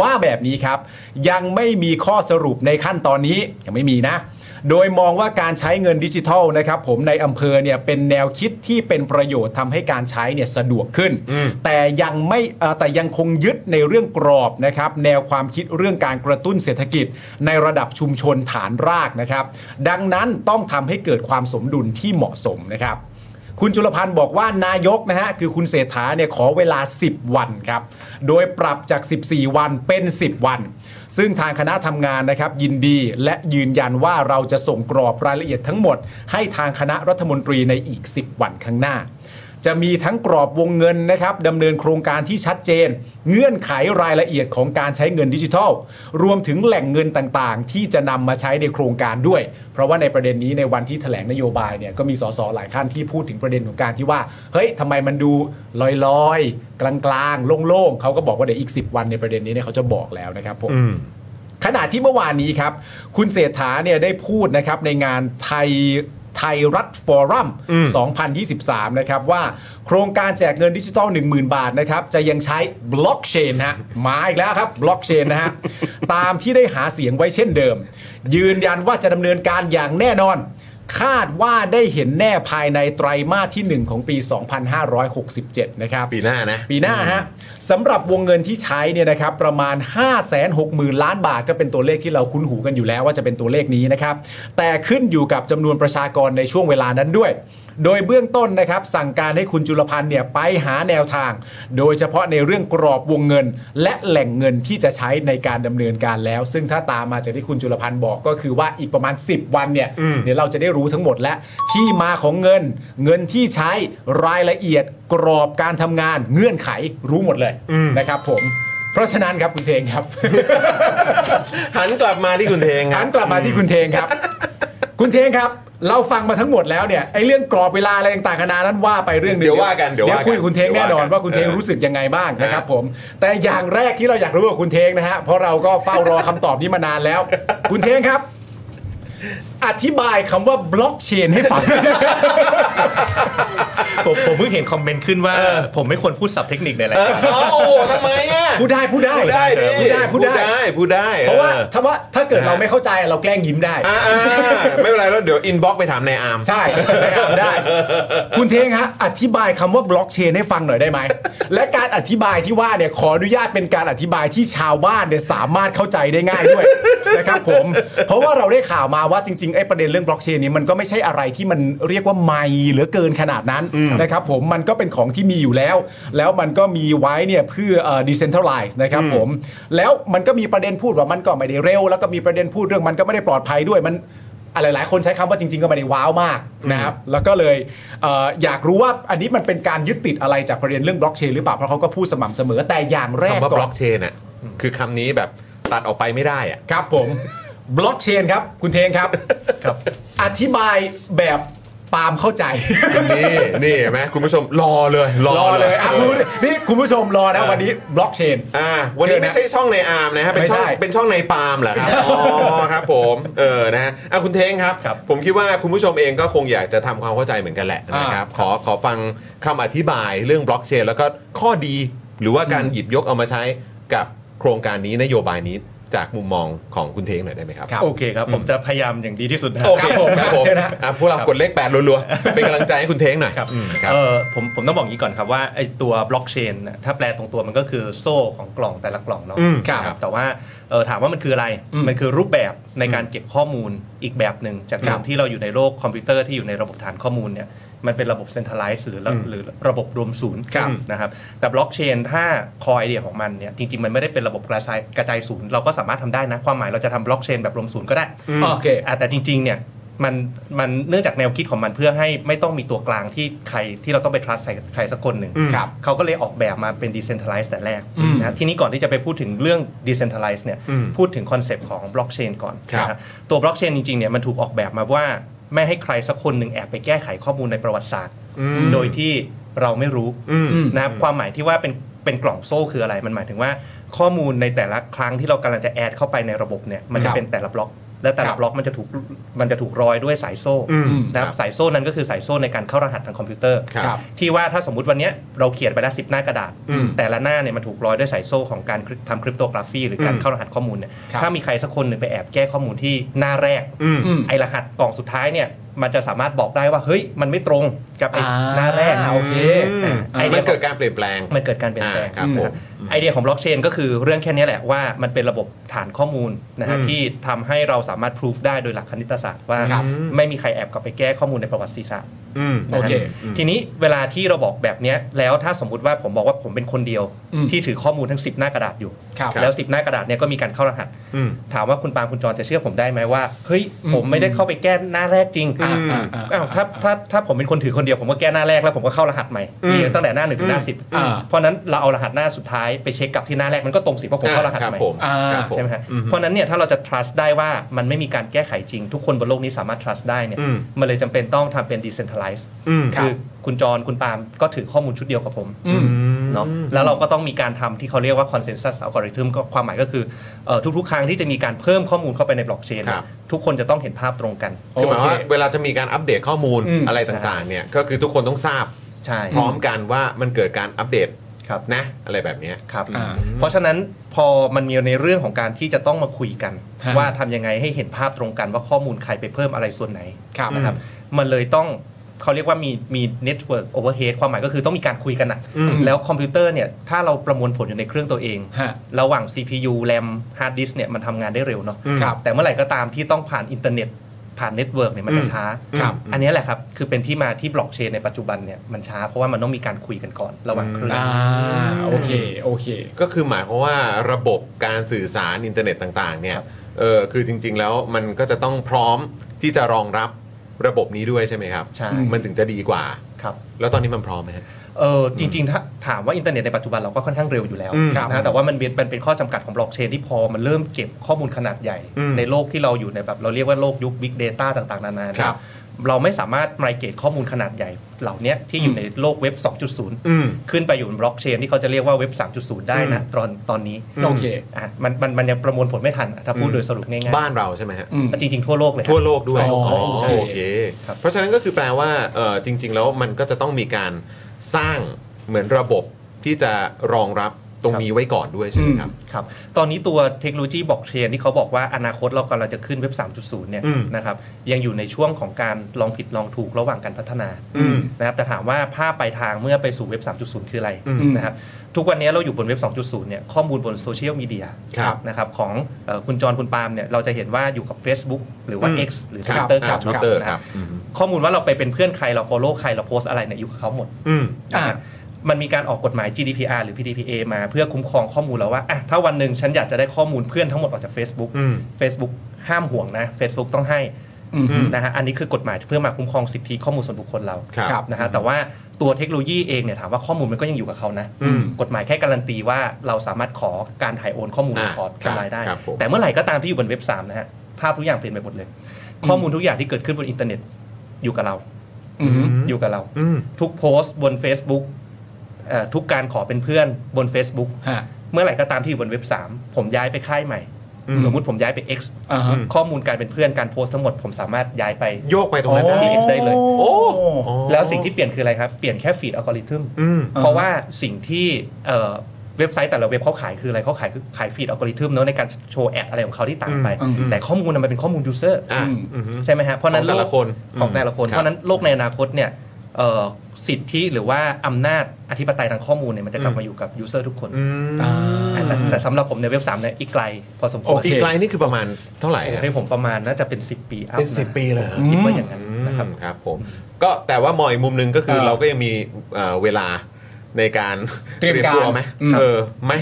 ว่าแบบนี้ครับ ยังไม่มีข้อสรุปในขั้นตอนนี้ยังไม่มีนะ โดยมองว่าการใช้เงินดิจิทัลนะครับผมในอำเภอเนี่ยเป็นแนวคิดที่เป็นประโยชน์ทำให้การใช้เนี่ยสะดวกขึ้น แต่ยังไม่เอ่อแต่ยังคงยึดในเรื่องกรอบนะครับแนวความคิดเรื่องการกระตุ้นเศรษฐกิจ ในระดับชุมชนฐานรากนะครับ ดังนั้นต้องทำให้เกิดความสมดุลที่เหมาะสมนะครับ คุณจุลพันธ์บอกว่านายกนะฮะคือคุณเศรษฐาเนี่ยขอเวลา 10 วันครับ โดยปรับจาก 14 วันเป็น 10 วัน ซึ่งทางคณะทำงานนะครับยินดีและยืนยันว่าเราจะส่งกรอบรายละเอียดทั้งหมด ให้ทางคณะรัฐมนตรีในอีก 10 วันข้างหน้า จะมีทั้งกรอบวงเงินนะครับดำเนินโครงการที่ชัดเจน เงื่อนไขรายละเอียดของการใช้เงินดิจิทัล รวมถึงแหล่งเงินต่างๆ ที่จะนำมาใช้ในโครงการด้วย เพราะว่าในประเด็นนี้ในวันที่แถลงนโยบายเนี่ยก็มีสสหลายท่านที่พูดถึงประเด็นของการที่ว่า เฮ้ยทำไมมันดูลอยๆ กลางๆ โล่งๆเขาก็บอกว่าเดี๋ยวอีก 10 วันในประเด็นนี้เนี่ยเขาจะบอกแล้วนะครับผม ขณะที่เมื่อวานนี้ครับ คุณเศรษฐาเนี่ยได้พูดนะครับในงานไทยไทยรัฐฟอรัม 2023 นะครับ ว่าโครงการแจกเงินดิจิทัล 10,000 บาทนะครับ จะยังใช้บล็อกเชนฮะมาอีกแล้วครับบล็อกเชนนะฮะ ตามที่ได้หาเสียงไว้เช่นเดิม ยืนยันว่าจะดำเนินการอย่างแน่นอน คาดว่าได้เห็นแน่ภายในไตรมาสทีหนึ่1 ของปี 2567 นะครับ ปีหน้านะ ปีหน้าฮะสำหรับวงเงินที่ใช้เนี่ยนะครับประมาณ 5 6 0 0 0 0 ล้านบาทก็เป็นตัวเลขที่เราคุ้นหูกันอยู่แล้วว่าจะเป็นตัวเลขนี้นะครับ แต่ขึ้นอยู่กับจำนวนประชากรในช่วงเวลานั้นด้วย โดยเบื้องต้นนะครับ สั่งการให้คุณจุลพันธ์เนี่ยไปหาแนวทาง โดยเฉพาะในเรื่องกรอบวงเงิน และแหล่งเงินที่จะใช้ในการดำเนินการแล้ว ซึ่งถ้าตามมาจากที่คุณจุลพันธ์บอกก็คือว่าอีกประมาณ 10 วันเนี่ยเดี๋ยวเราจะได้รู้ทั้งหมดและที่มาของเงิน เงินที่ใช้รายละเอียด กรอบการทำงานเงื่อนไขรู้หมดเลยนะครับผม เพราะฉะนั้นครับคุณเทงครับ หันกลับมาที่คุณเทงค หั รับ นกลับมาที่คุณเทงครับ คุณเทงครับ เราฟังมาทั้งหมดแล้วเนี่ยไอ้เรื่องกรอบเวลาอะไรต่างๆนานานั้นว่าไปเรื่องหนึง เดี๋ยวว่ากันเดี๋ เดี๋ ย ยว ว ว่ากัน คุยกับคุณเทงแน่นอเดี๋ยวว่านกัน ว่าคุณเทง เออ รู้สึกยังไงบ้างนะครับผม แต่อย่างแรกที่เราอยากรู้กับคุณเทงนะฮะเพราะเราก็เฝ้ารอคำตอบนี้มานาน แล้ว คุณเทงครับ อธิบายคำว่าบล็อกเชนให้ฟัง ผมผมเพิ่งเห็นคอมเมนต์ขึ้นว่า ผมไม่ควรพูดสับเทคนิคในราย เออ การ เอ้าโอ้โหทำไมอ่ะ พูดได้พูดได้ พูดได้ดิ พูดได้พูดได้ พูดได้ เพราะว่า ออ ถ้าว่าถ้าเกิด นะ เราไม่เข้าใจเราแกล้งยิ้มได้ อ่าอ่าไม่เป็นไรแล้วเดี๋ยวอินบ็อกไปถามนายอาร์ม ใช่ไม่อ่านได้ คุณเทงฮะอธิบายคำว่าบล็อกเชนให้ฟังหน่อยได้ไหม และการอธิบายที่ว่าเนี่ยขออนุญาตเป็นการอธิบายที่ชาวบ้านเนี่ยสามารถเข้าใจได้ง่ายด้วย นะครับผม เพราะว่าเราได้ข่าวมาว่าจริงๆไอ้ประเด็นเรื่องบล็อกเชนนี้มันก็ไม่ใช่อะไรที่มันเรียกว่าใหม่เหลือเกินขนาดนั้นนะครับผมมันก็เป็นของที่มีอยู่แล้ว แล้วมันก็มีไว้เนี่ยเพื่อเอ่อ decentralize นะครับผม แล้วมันก็มีประเด็นพูดว่ามันก็ไม่ได้เร็ว แล้วก็มีประเด็นพูดเรื่องมันก็ไม่ได้ปลอดภัยด้วยมัน หลายหลายๆคนใช้คำว่าจริง ๆ ก็ไม่ได้ว้าวมากนะครับ แล้วก็เลยเอออยากรู้ว่าอันนี้มันเป็นการยึดติดอะไรจากประเด็นเรื่องบล็อกเชนหรือเปล่า เพราะเขาก็พูดสม่ำเสมอแต่อย่างแรก คำว่าบ ก่ ล็ อ อน กเชนอ่ะคือคำนี้แบบตัดออกไปไม่ได้อ่ะ ครับผม บล็อกเชนครับ คุณเทงครับ ครับ อธิบายแบบปาล์มเข้าใจ นี่นี่เห็นไหมคุณผู้ชมรอเลยรอ รอเลย อ่ะ อ่ะคุณนี่คุณผู้ชมรอนะวันนี้บล็อกเชน อ่าวันนี้ เชิญนะ ไม่ใช่ช่องในอาร์มนะฮะเป็นช่อง ไม่ใช่ เป็นช่องในปาล์มเหรอครับอ๋อครับผมเออนะฮะอ่ะคุณเท้งครับ ครับ ผมคิดว่าคุณผู้ชมเองก็คงอยากจะทำความเข้าใจเหมือนกันแหละนะครับขอขอฟังคำอธิบายเรื่องบล็อกเชนแล้วก็ข้อดีหรือว่าการหยิบยกเอามาใช้กับโครงการนี้นโยบายนี้จากมุมมองของคุณเท้งหน่อยได้ไหมครับ ครับ โอเคครับ ผมจะพยายามอย่างดีที่สุดนะ โอเค ครับผม ครับผม เชิญนะ อ่ะพวกเรากดเลขแปดรัวๆเป็นกำลังใจให้คุณเท้งหน่อย ครับ อืมครับ เออผมผมต้องบอกอย่างนี้ก่อนครับว่าไอตัวบล็อกเชนยถ้าแปลตรงตัวมันก็คือโซ่ของกล่องแต่ละกล่องเนาะ อืม นะครับแต่ว่าเออถามว่ามันคืออะไร อืม มันคือรูปแบบในการเก็บข้อมูลอีกแบบหนึ่งจาก ครั กา บ รที่เราอยู่ในโลกคอมพิวเตอร์ที่อยู่ในระบบฐานข้อมูลเนี่ยมันเป็นระบบเซนทรัลไลซ์หรือระหรือระบบรวมศูนย์ ครับ นะครับแต่บล็อกเชนถ้าคอยเดียของมันเนี่ยจริงๆ มันไม่ได้เป็นระบบกระจายกระจายศูนย์เราก็สามารถทำได้นะความหมายเราจะทำบล็อกเชนแบบรวมศูนย์ก็ได้ โอเค อ่ะแต่จริงๆ เนี่ยมันมันเนื่องจากแนวคิดของมันเพื่อให้ไม่ต้องมีตัวกลางที่ใครที่เราต้องไป trust ใส่ใครสักคนหนึ่ง ครับ เขาก็เลยออกแบบมาเป็น decentralized แต่แรก อืม นะทีนี้ก่อนที่จะไปพูดถึงเรื่อง decentralized เนี่ย อืม พูดถึงคอนเซปต์ของ blockchain ก่อน ครับ นะฮะตัว blockchain จริงๆ เนี่ยมันถูกออกแบบมาว่าไม่ให้ใครสักคนหนึ่งแอบไปแก้ไขข้อมูลในประวัติศาสตร์ โดยที่เราไม่รู้ อืม นะครับความหมายที่ว่าเป็นเป็นกล่องโซ่คืออะไร มันหมายถึงว่าข้อมูลในแต่ละครั้งที่เรากำลังจะแอดเข้าไปในระบบเนี่ยมัน ค จะ รับ เป็นแต่ละบล็อก และแต่ ครั ละ บบ ล็อกมันจะถูกมันจะถูกร้อยด้วยสายโซ่ อืม นะครับสายโซ่นั้นก็คือสายโซ่ในการเข้ารหัสทางคอมพิวเตอร์ ครับ ที่ว่าถ้าสมมุติวันเนี้ยเราเขียนไปแล้วสิบหน้ากระดาษ แต่ละหน้าเนี่ยมันถูกร้อยด้วยสายโซ่ของการทำคริปโตกราฟีหรือการเข้ารหัสข้อมูลเนี่ย ครับ ถ้ามีใครสักคนหนึ่งไปแอบแก้ข้อมูลที่หน้าแรก อืม อืม ไอรหัสกล่องสุดท้ายเนี่ยมันจะสามารถบอกได้ว่าเฮ้ยมันไม่ตรงกับไอหน้าแรก อ่าโอเค อ่า ไอ้ ไอ มั เดีย น ข เกิ อ ด ง การเปลี่ยนแปลง มันเกิดการเปลี่ยนแปลง อ่าครับผม นะครับ ไอเดียของบล็อกเชนก็คือเรื่องแค่นี้แหละว่ามันเป็นระบบฐานข้อมูลนะฮะ อืม ที่ทำให้เราสามารถพิสูจได้โดยหลักคณิตศาสตร์ว่า ครับ ไม่มีใครแอบกลับไปแก้ข้อมูลในประวัติศาสตร์ ืม นะโอฮะเค ทีนี้เวลาที่เราบอกแบบเนี้ยแล้วถ้าสมมุติว่าผมบอกว่าผมเป็นคนเดียว อืม ที่ถือข้อมูลทั้ง 10 หน้ากระดาษอยู่ ครับ แล้ว 10 หน้ากระดาษเนี่ยก็มีการเข้ารหัส อืม ถามว่าคุณปางคุณจรจะเชื่อผมได้ไหมว่าเฮ้ย อืม ผมไม่ได้เข้าไปแก้หน้าแรกจริง อืม อ้าวถ้าถ้าถ้าผมเป็นคนถือคนเดียวผมก็แก้หน้าแรกแล้วผมก็เข้ารหัสใหม่ อืม เรียงตั้งแต่หน้าหนึ่งถึงหน้าสิบ อ่า เพราะฉะนั้นเราเอารหัสหน้าสุดท้ายไปเช็คกับที่หน้าแรกมันก็ตรงสิเพราะผมเข้ารหัส ครับ ใหม่ ผม อ่า ครับผ ใช่ไหมฮะ อืม เพราะฉะนั้นเนี่ยถ้าเราจะ trust ได้ว่ามันไม่มีการแก้ไขจริง ทุกคนบนโลกนี้สามารถ trust ได้เนี่ย อืม มันเลยจำเป็นต้องทำเป็น decentralize อืม ครับ คือคุณจรคุณปาล์มก็ถือข้อมูลชุดเดียวกับผม อืม เนาะแล้วเราก็ต้องมีการทำที่เขาเรียกว่า consensus algorithm ก็ความหมายก็คือเอ่อทุกๆ ครั้งที่จะมีการเพิ่มข้อมูลเข้าไปในบล็อกเชน ครับ ทุกคนจะต้องเห็นภาพตรงกัน คือหมายว่าเวลาจะมีการอัปเดตข้อมูล อืม อะไรต่างๆเนี่ยก็คือทุกคนต้องทราบ ใช่ พร้อมกันว่ามันเกิดการอัปเดต ครับ นะ อะไรแบบเนี้ย ครับ อ่า เพราะฉะนั้นพอมันมีในเรื่องของการที่จะต้องมาคุยกัน ฮะ ว่าทำยังไงให้เห็นภาพตรงกันว่าข้อมูลใครไปเพิ่มอะไรส่วนไหน ครับ นะครับมันเลยต้องเขาเรียกว่ามีมี network overhead ความหมายก็คือต้องมีการคุยกันนะ อืม แล้วคอมพิวเตอร์เนี่ยถ้าเราประมวลผลอยู่ในเครื่องตัวเอง ฮะ ระหว่าง CPU RAM Hard Disk เนี่ยมันทำงานได้เร็วเนาะ ครับ แต่เมื่อไหร่ก็ตามที่ต้องผ่านอินเทอร์เน็ต ผ่านเน็ตเวิร์กเนี่ยมันจะช้า ครับ อันนี้แหละครับ คือเป็นที่มาที่บล็อกเชนในปัจจุบันเนี่ยมันช้าเพราะว่ามันต้องมีการคุยกันก่อนระหว่างเครื่อง อ่าโอเค โอเค ก็คือหมายความว่าระบบการสื่อสารอินเทอร์เน็ตต่างๆเนี่ย ครับ เออคือจริง ๆ แล้วมันก็จะต้องพร้อมที่จะรองรับระบบนี้ด้วยใช่ไหมครับ ใช่ มันถึงจะดีกว่า ครับ แล้วตอนนี้มันพร้อมไหมฮะ เออจริงๆถ้าถามว่าอินเทอร์เน็ตในปัจจุบันเราก็ค่อนข้างเร็วอยู่แล้ว อืม ครับ นะแต่ว่ามันเป็นมันเป็นข้อจำกัดของบล็อกเชนที่พอมันเริ่มเก็บข้อมูลขนาดใหญ่ อืม ในโลกที่เราอยู่ในแบบเราเรียกว่าโลกยุค Big Data ต่างๆ นานาเนี่ย ครับ เราไม่สามารถไมเกตข้อมูลขนาดใหญ่ เหล่าเนี้ยที่อยู่ในโลกเว็บ 2.0 อืม ขึ้นไปอยู่บนบล็อกเชนที่เขาจะเรียกว่าเว็บ 3.0 ได้นะตอนตอนนี้ โอเค อ่ะมันมันมันยังประมวลผลไม่ทันอ่ะถ้าพู อื ด ม โดยสรุปง่าย บ้านเราใช่ไหมฮะ อืม ๆจริง ๆ ทั่วโลกเลยฮะ ทั่วโลกด้วย อ๋ออ๋อ โอ โอ เค เค ครับ เพราะฉะนั้นก็คือแปลว่าเอ่อจริง ๆ แล้วมันก็จะต้องมีการสร้างเหมือนระบบที่จะรองรับตรงนี้ไว้ก่อนด้วยใช่ไหมครับ ครับ ตอนนี้ตัวเทคโนโลยีบล็อกเชนที่เขาบอกว่าอนาคตเรากำลังจะขึ้นเว็บ 3.0 เนี่ย อืม นะครับยังอยู่ในช่วงของการลองผิดลองถูกระหว่างการพัฒนา อืม นะครับแต่ถามว่าภาพปลายทางเมื่อไปสู่เว็บ 3.0 คืออะไร อืม นะครับทุกวันนี้เราอยู่บนเว็บ 2.0 เนี่ยข้อมูลบนโซเชียลมีเดีย ครับ นะครับของเอ่อคุณจรคุณปาล์มเนี่ยเราจะเห็นว่าอยู่กับ Facebook หรือว่า อืม X หรือ ครั Twitter ค ค รั รั บบ นอตเตอร์ นะครับ ข้อมูลว่าเราไปเป็นเพื่อนใครเรา follow ใครเราโพสอะไรเนี่ยอยู่กับเขาหมด อืม อ่า มันมีการออกกฎหมาย GDPR หรือ PDPA มาเพื่อคุ้มครองข้อมูลแล้วว่าอ่ะถ้าวันหนึ่งฉันอยากจะได้ข้อมูลเพื่อนทั้งหมดออกจาก Facebook อืม Facebook ห้ามห่วงนะ Facebook ต้องให้ อืม นะฮะอันนี้คือกฎหมายเพื่อมาคุ้มครองสิทธิข้อมูลส่วนบุคคลเรา ครับ ครับ นะฮะแต่ว่าตัวเทคโนโลยีเองเนี่ยถามว่าข้อมูลมันก็ยังอยู่กับเขานะ อืม กฎหมายแค่การันตีว่าเราสามารถขอการถ่ายโอนข้อมูล อ่า ขอทำลายได้ ครับผม แต่เมื่อไหร่ก็ตามที่อยู่บนเว็บ3นะฮะภาพทุกอย่างเปลี่ยนไปหมดเลย ข้อมูลทุกอย่างที่เกิดขึ้นบนอินเทอร์เน็ตอยู่กับเรา อืม อยู่กับเรา อืม ทุกโพสต์บน Facebook เอ่อทุกการขอเป็นเพื่อนบน Facebook ฮะ เมื่อไหร่ก็ตามที่อยู่บนเว็บ 3 ผมย้ายไปค่ายใหม่ อืม สมมุติผมย้ายไป X อ่าฮะ ข้อมูลการเป็นเพื่อนการโพสต์ทั้งหมด ผมสามารถย้ายไป โยกไปตรงนั้น โอ้ ได้ PX ได้เลย โอ้ โอ้ แล้วสิ่งที่เปลี่ยนคืออะไรครับ เปลี่ยนแค่ฟีดอัลกอริทึม อืม เพราะว่าสิ่งที่เอ่อเว็บไซต์แต่ละเว็บเขาขายคืออะไรเขาขายคือขายฟีดอัลกอริทึมเนาะในการโชว์แอดอะไรของเขาที่ต่างไป อืมอืม แต่ข้อมูลน่ะมันเป็นข้อมูลยูเซอร์ อ่ะ อืม อืม ใช่ไหมฮะเพราะฉะนั้น ของแต่ละ โก คน ของแต่ละคน ครับ เพราะฉะนั้นโลกในอนาคตเนี่ยเอ่อสิทธิหรือว่าอำนาจอธิปไตยทางข้อมูลเนี่ยมันจะกลับมาอยู่กับยูเซอร์ทุกคน อืม อ่า แต่แต่สำหรับผมในยเว็บ3เนี่ยอีกไกล พอสมควร โอเค อีกไกลนี่คือประมาณเท่าไหร่ฮะ ให้ผมประมาณน่าจะเป็น 10 ปีอัพ เป็น 10 ปีเลยเหรอ คิดว่าอย่างนั้น อืม นะครับ ครับผมก็แต่ว่ามองอีกมุมหนึงก็คือ เออ เราก็ยังมีเอ่อเวลาในการ เตรียมการ ตัวไหม อืม เออไหม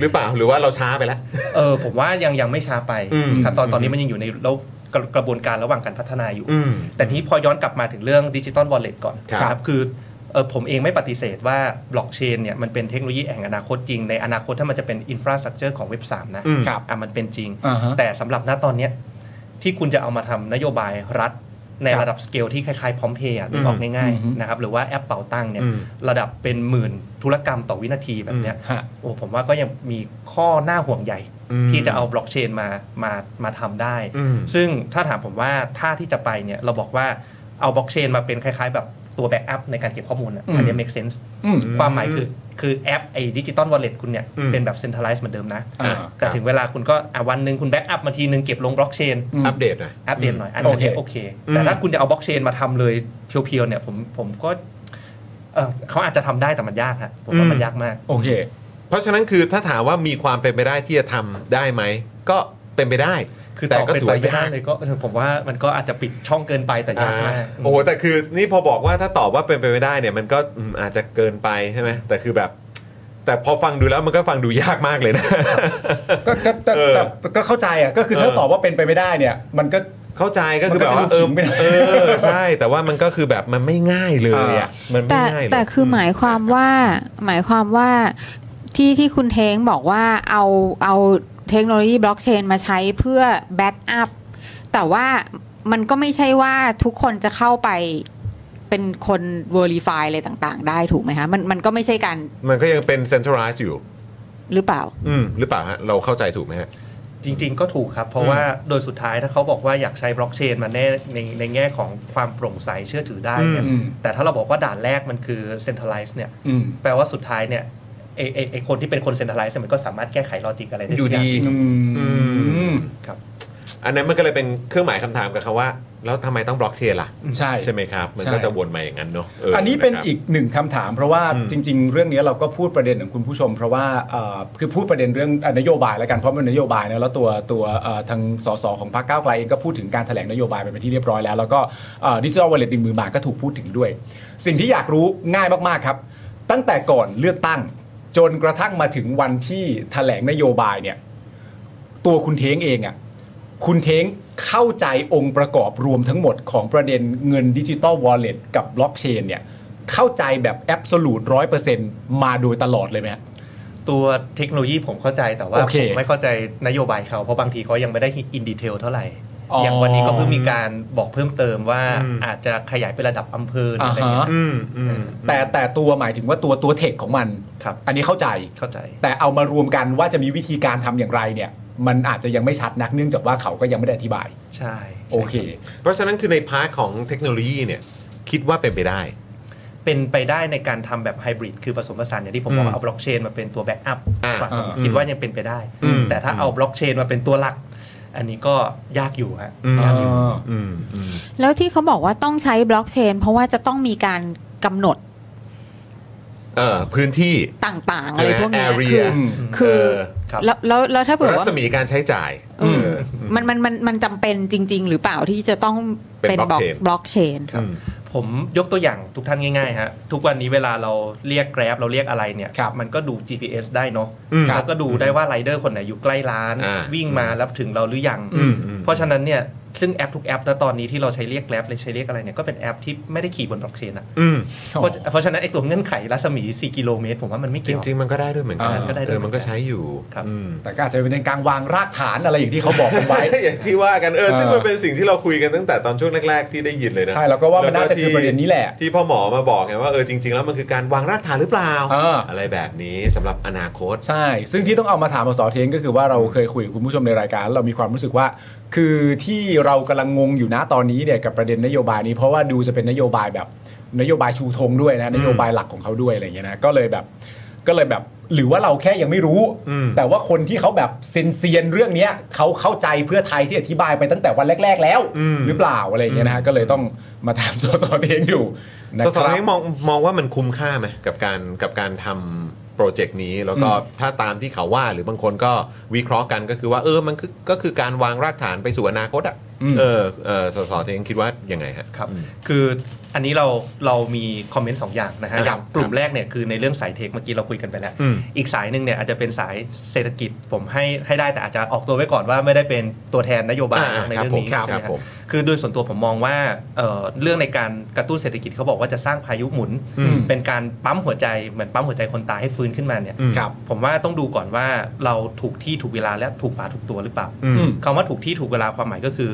หรือเปล่าหรือว่าเราช้าไปแล้ว เออผมว่ายังยังไม่ช้าไป อืม ครับตอนตอนนี้มันยังอยู่ในระกระกระบวนการระหว่างการพัฒนาอยู่ อืม แต่ทีนี้พอย้อนกลับมาถึงเรื่องดิจิตอลวอลเล็ตก่อน ครับ คือเอ่อผมเองไม่ปฏิเสธว่าบล็อกเชนเนี่ยมันเป็นเทคโนโลยีแห่งอนาคตจริง ในอนาคตถ้ามันจะเป็นอินฟราสตรักเจอร์ของเว็บ 3 นะ อืม ครับ อ่ะมันเป็นจริง อ่าฮะ แต่สำหรับณตอนเนี้ยที่คุณจะเอามาทำนโยบายรัฐ ในระดับสเกลที่คล้ายๆพร้อมเพย์นึกออกง่าย อืม ๆนะครับหรือว่าแอปเป่าตังเนี่ย อืม ระดับเป็นหมื่นธุรกรรมต่อวินาทีแบบเนี้ย ฮะ โอ้ผมว่าก็ยังมีข้อหน้าห่วงใหญ่ อืม ที่จะเอาบล็อกเชนมามามาทำได้ อืม ซึ่งถ้าถามผมว่าถ้าที่จะไปเนี่ยเราบอกว่าเอาบล็อกเชนมาเป็นคล้ายๆ แบบตัวแบ็กอัพในการเก็บข้อมูลอะ อืม อันเนี้ย make sense อืม ความหมายคือคือแอปไอ้ดิจิตอลวอลเล็ตคุณเนี่ย อืม เป็นแบบเซ็นทรัลไลซ์เหมือนเดิมนะ อ่า แต่ถึงเวลาคุณก็อ่ะวันหนึ่งคุณแบ็กอัพมาทีนึงเก็บลงบล็อกเชน อืม อัปเดตหน่อย อัปเดตหน่อยอันนี้น โอเค โอเค แต่ อืม ถ้าคุณจะเอาบล็อกเชนมาทำเลยเพียวๆเนี่ยผมผมก็เอ่อเขาอาจจะทำได้แต่มันยากฮะผมว่ามันยากมาก โอเค เพราะฉะนั้นคือถ้าถามว่ามีความเป็นไปได้ที่จะทำได้ไหม ก็เป็นไปได้ คือ แต่ ตอบ ก็ เป็น ถือ ไป ว่า ไม่ได้ ยาก เลยก็ผมว่ามันก็อาจจะปิดช่องเกินไปแต่ยากมาก อ่าโอ้โหแต่คือนี่พอบอกว่าถ้าตอบว่าเป็นไปไม่ได้เนี่ยมันก็อืมอาจจะเกินไปใช่ไหมแต่คือแบบ แต่พอฟังดูแล้วมันก็ฟังดูยากมากเลยนะ ก็ก็แต่ เออ แต่ก็เข้าใจอ่ะก็คือถ้า เออ ตอบว่าเป็นไปไม่ได้เนี่ย มันก็ เข้าใจก็คือแบบว่า มันก็ เอ จะดู อ ขิงไปหน่อย เออใช่ แต่ว่ามันก็คือแบบมันไม่ง่ายเลยอ่ะมันไม่ แต่ ง่ายเลย แต่คือหมายความว่าหมายความว่าที่ที่คุณเทงบอกว่าเอาเอาเทคโนโลยีบล็อกเชนมาใช้เพื่อแบ็กอัพแต่ว่ามันก็ไม่ใช่ว่าทุกคนจะเข้าไปเป็นคน verify อะไรต่างๆ ได้ถูกไหมคะมันมันก็ไม่ใช่การ มันก็ยังเป็น centralized อยู่ หรือเปล่า อืมหรือเปล่าฮะเราเข้าใจถูกไหมฮะ จริง ๆ ก็ถูกครับ เพราะว่าโดยสุดท้ายถ้าเขาบอกว่าอยากใช้บล็อกเชนมาแน่ในในแง่ของความโปร่งใสเชื่อถือได้เนี่ย อืม แต่ถ้าเราบอกว่าด่านแรกมันคือเซ็นทรัลไลซ์เนี่ย อืม แปลว่าสุดท้ายเนี่ยไอไอ้ไอคนที่เป็นคนเซ็นทรัลไลซ์มันก็สามารถแก้ไขลอจิกอะไรได้ อยู่ดี อืม ครับ อันนั้นมันก็เลยเป็นเครื่องหมายคำถามกับคำว่า แล้วทำไมต้องบล็อกเชนล่ะ ใช่ ใช่ไหมครับ มัน ใช่ ก็จะวนมาอย่างนั้นเนอะเ อันนี้เป็น ครับ อีกหนึ่งคำถาม เพราะว่า อืม จริง ๆ เรื่องนี้เราก็พูดประเด็นของคุณผู้ชม เพราะว่าเอ่อคือพูดประเด็นเรื่องนโยบายแล้วกันเพราะมันนโยบายนะแล้วตัวตัวเอ่อทางสสของพรรคก้าวไกลเองก็พูดถึงการแถลงนโยบายไปเป็นที่เรียบร้อยแล้ว แล้วก็ดิจิทัลวอลเล็ตดึงมือมาก็ถูกพูดถึงด้วย สิ่งที่อยากรู้ง่ายมากๆครับ ตั้งแต่ก่อนเลือกตั้ง จนกระทั่งมาถึงวันที่แถลงนโยบายเนี่ยตัวคุณเท้งเองอ่ะ คุณเท้งเข้าใจองค์ประกอบรวมทั้งหมดของประเด็นเงินดิจิตอลวอลเล็ตกับบล็อกเชนเนี่ย เข้าใจแบบแอบสูตรร้อยเปอร์เซ็นต์มาโดยตลอดเลยไหมฮะ ตัวเทคโนโลยีผมเข้าใจแต่ว่า โอเค ผมไม่เข้าใจนโยบายเขาเพราะบางทีเขายังไม่ได้อินดีเทลเท่าไหร่ อ๋อ อ อย่าง วันนี้ก็เพิ่งมีการบอกเพิ่มเติมว่าอาจจะขยายไประดับอำเภอหรืออะไรอ่าเงี้ฮะ ย อืมอืม แต่แต่ตัวหมายถึงว่าตัวตัวเทคของมัน ครับ อันนี้เข้าใจ เข้าใจ แต่เอามารวมกันว่าจะมีวิธีการทำอย่างไรเนี่ย มันอาจจะยังไม่ชัดนักเนื่องจากว่าเขาก็ยังไม่ได้อธิบาย ใช่ โอเค เพราะฉะนั้นคือในพาร์ทของเทคโนโลยีเนี่ย คิดว่าเป็นไปได้ เป็นไปได้ในการทำแบบไฮบริดคือผสมผสานอย่างที่ผมบอก อืม ว่าเอาบล็อกเชนมาเป็นตัวแบ็กอัพ อ่า ผม อ่า คิดว่ายังเป็นไปได้ อืม แต่ถ้าเอาบล็อกเชนมาเป็นตัวหลัก อันนี้ก็ยากอยู่ฮะ อย ากอยู่ ่า อืมอืม แล้วที่เขาบอกว่าต้องใช้บล็อกเชนเพราะว่าจะต้องมีการกำหนด เออพื้นที่ ต่างๆ อะ ใช่ ไร ไหม พวกเนี้ย area คือคือ เออ ครับ แล้วแล้วแล้วถ้าเผื่อ รั ว่า ศมีการใช้จ่าย เออมันมันมันมันจำเป็นจริง ๆ หรือเปล่าที่จะต้อง เป็น บล็อก blockchain บล็อกเชน อืม ผมยกตัวอย่างทุกท่านง่ายๆฮะทุกวันนี้เวลาเราเรียกแกร็บเราเรียกอะไรเนี่ย ครับ มันก็ดู GPS ได้เนาะ อืม แล้วก็ดูได้ว่าไรเดอร์คนไหนอยู่ใกล้ร้าน อ่า วิ่งมารับถึงเราหรือยัง อืมอืม เพราะฉะนั้นเนี่ยซึ่งแอปทุกแอปนะตอนนี้ที่เราใช้เรียกแกร็บเลยใช้เรียกอะไรเนี่ยก็เป็นแอปที่ไม่ได้ขี่บนบล็อกเชนอะ อืม เพราะเพราะฉะนั้นไอ้ตัวเงื่อนไขรัศมี 4 กิโลเมตร ผมว่ามันจไม่เกี่ยว ริง ๆ มันก็ได้ด้วยเหมือนกัน อ่า ก็ได้ด้วย เออมันก็ใช้อยู่ ครับ อืม แต่ก็อาจจะเป็นการวางรากฐานอะไรอย่างที่เขาบอกกันไว้ อย่างที่ว่ากันเออ เออ ซึ่งมันเป็นสิ่งที่เราคุยกันตั้งแต่ตอนช่วงแรก ๆ ที่ได้ยินเลยนะ ใช่แล้วก็ว่ามันน่าจะคืแล้วก็อที่ ประเด็นนี้แหละ ที่พ่อหมอมาบอกไงว่าเออจริง ๆ แล้วมันคือการวางรากฐานหรือเปล่า เอออ ไรแบบนี้สำหรับอนาคต ใช่ ซึ่งที่ต้องเอามาถามอสอเทงก็คือว่าเราเคยคุยกับคุณผู้ชมในรายการแล้วเรามีความรู้สึกว่า คือที่เรากำลังงงอยู่นะตอนนี้เนี่ยกับประเด็นนโยบายนี้ เพราะว่าดูจะเป็นนโยบายแบบนโยบายชูธงด้วยนะนโยบายหลักของเขาด้วยอะไรอย่างเงี้ยนะก็เลยแบบก็เลยแบบหรือว่าเราแค่ยังไม่รู้ อืม แต่ว่าคนที่เขาแบบเซนเซียนเรื่องเนี้ยเขาเข้าใจเพื่อไทยที่อธิบายไปตั้งแต่วันแรก ๆ แล้ว หรือเปล่าอะไรอย่างเงี้ยนะฮะก็เลยต้องมาถามสสเทงอยู่นะ ส ค ส รับ นี่มองมองว่ามันคุ้มค่าไหมกับการกับการทำโปรเจกต์นี้ แล้วก็ถ้าตามที่เขาว่าหรือบางคนก็วิเคราะห์กันก็คือว่าเออมันคือก็คือการวางรากฐานไปสู่อนาคตอ่ะ อืม เออเออสสเทงคิดว่ายังไงฮะ ครับ คืออันนี้เราเรามีคอมเมนต์สองอย่างนะ ครั ฮะ บ อย่างกลุ่มแรกเนี่ยคือในเรื่องสายเทคเมื่อกี้เราคุยกันไปแล้ว อืม อีกสายหนึ่งเนี่ยอาจจะเป็นสายเศรษฐกิจผมให้ให้ได้แต่อาจจะออกตัวไว้ก่อนว่าไม่ได้เป็นตัวแทนนโยบาย อ่า ในเรื่องนี้ ครับผม ใช่ไหม ครับผม คือโดยส่วนตัวผมมองว่าเอ่อเรื่องในการกระตุ้นเศรษฐกิจเขาบอกว่าจะสร้างพายุหมุน อืม เป็นการปั๊มหัวใจเหมือนปั๊มหัวใจคนตายให้ฟื้นขึ้นมาเนี่ย อืม ครับ ผมว่าต้องดูก่อนว่าเราถูกที่ถูกเวลาและถูกฝาถูกตัวหรือเปล่า อืม คำว่าถูกที่ถูกเวลาความหมายก็คือ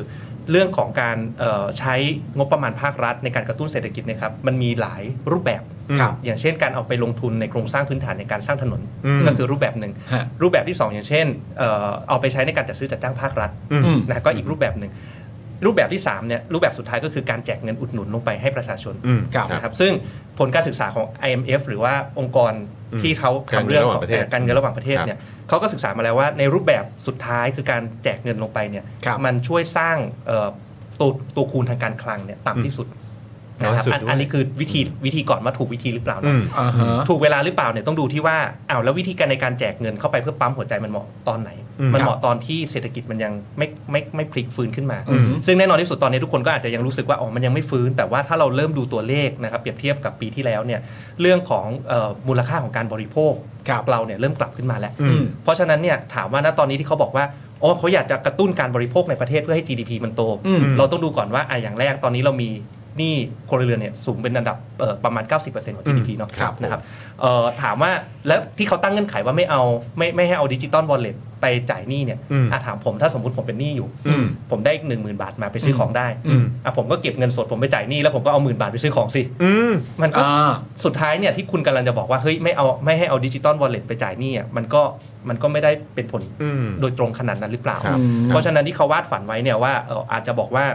เรื่องของการเอ่อใช้งบประมาณภาครัฐในการกระตุ้นเศรษฐกิจเนะครับมันมีหลายรูปแบบ ครับ อย่างเช่นการเอาไปลงทุนในโครงสร้างพื้นฐานในการสร้างถนน อืม ก็คือรูปแบบหนึ่ง ฮะ รูปแบบที่สองอย่างเช่นเอ่อเอาไปใช้ในการจัดซื้อจัดจ้างภาครัฐ อืม อืม นะก็อีกรูปแบบหนึ่งรูปแบบที่3เนี่ยรูปแบบสุดท้ายก็คือการแจกเงินอุดหนุนลงไปให้ประชาชน อืมครับ นะครับซึ่งผลการศึกษาของ IMF หรือว่าองค์กร อืม ที่เขา การ ทำ เงิน เรื่อง ระห ข ว่า อง ง ประเทศ การเงินระหว่างประเทศเนี่ยเขาก็ศึกษามาแล้วว่าในรูปแบบสุดท้ายคือการแจกเงินลงไปเนี่ย ครับ มันช่วยสร้างเอ่อตัวตัวคูณทางการคลังเนี่ย อืม ต่ำที่สุด นะครับ สุด อัน ด้วย อันนี้คือวิธีวิธีก่อนว่าถูกวิธีหรือเปล่านะ อืม อ่าฮะ ถูกเวลาหรือเปล่าเนี่ยต้องดูที่ว่าอ้าวแล้ววิธีการในการแจกเงินเข้าไปเพื่อปั๊มหัวใจมันเหมาะตอนไหน อืม มันเหมาะตอนที่เศรษฐกิจมันยังไม่ไม่ไม่พลิกฟื้นขึ้นมา อืม ซึ่งแน่นอนที่สุดตอนนี้ทุกคนก็อาจจะยังรู้สึกว่าอ๋อมันยังไม่ฟื้น แต่ว่าถ้าเราเริ่มดูตัวเลขนะครับเปรียบเทียบกับปีที่แล้วเนี่ยเรื่องของเอ่อมูลค่าของการบริโภค ครับ เราเนี่ยเริ่มกลับขึ้นมาแล้ว อืม เพราะฉะนั้นเนี่ยถามว่าณตอนนี้ที่เขาบอกว่าโอ้เขาอยากจะกระตุ้นการบริโภคในประเทศเพื่อให้ GDP มันโต อืม เราต้องดูก่อนว่าอ่ะอย่างแรกตอนนี้เรามีหนี้ครัวเรือนเนี่ยสูงเป็นอันดับเอ่อประมาณ 90%ของ GDP เนาะ ครับผม นะครับเอ่อถามว่าแล้วที่เขาตั้งเงื่อนไขว่าไม่เอาไม่ไม่ให้เอาดิจิตอลวอลเล็ตไปจ่ายหนี้เนี่ย อืม อ่ะถามผมถ้าสมมติผมเป็นหนี้อยู่ อืม ผมได้ 1 0,000 บาทมาไปซื้อของได้ อืม อ่ะผมก็เก็บเงินสดผมไปจ่ายหนี้แล้วผมก็เอาหมื่นบาทไปซื้อของสิ อืม มันก็ อ่า สุดท้ายเนี่ยที่คุณกำลังจะบอกว่าเฮ้ยไม่เอาไม่ให้เอาดิจิตอลวอลเล็ตไปจ่ายหนี้อ่ะมันก็มันก็ไม่ได้เป็นผล อืม โดยตรงขนาดนั้นหรือเปล่า ครับ เพราะฉะนั้นที่เขาวาดฝันไว้เนี่ยว่าเอ่ออาจจะบอกว่า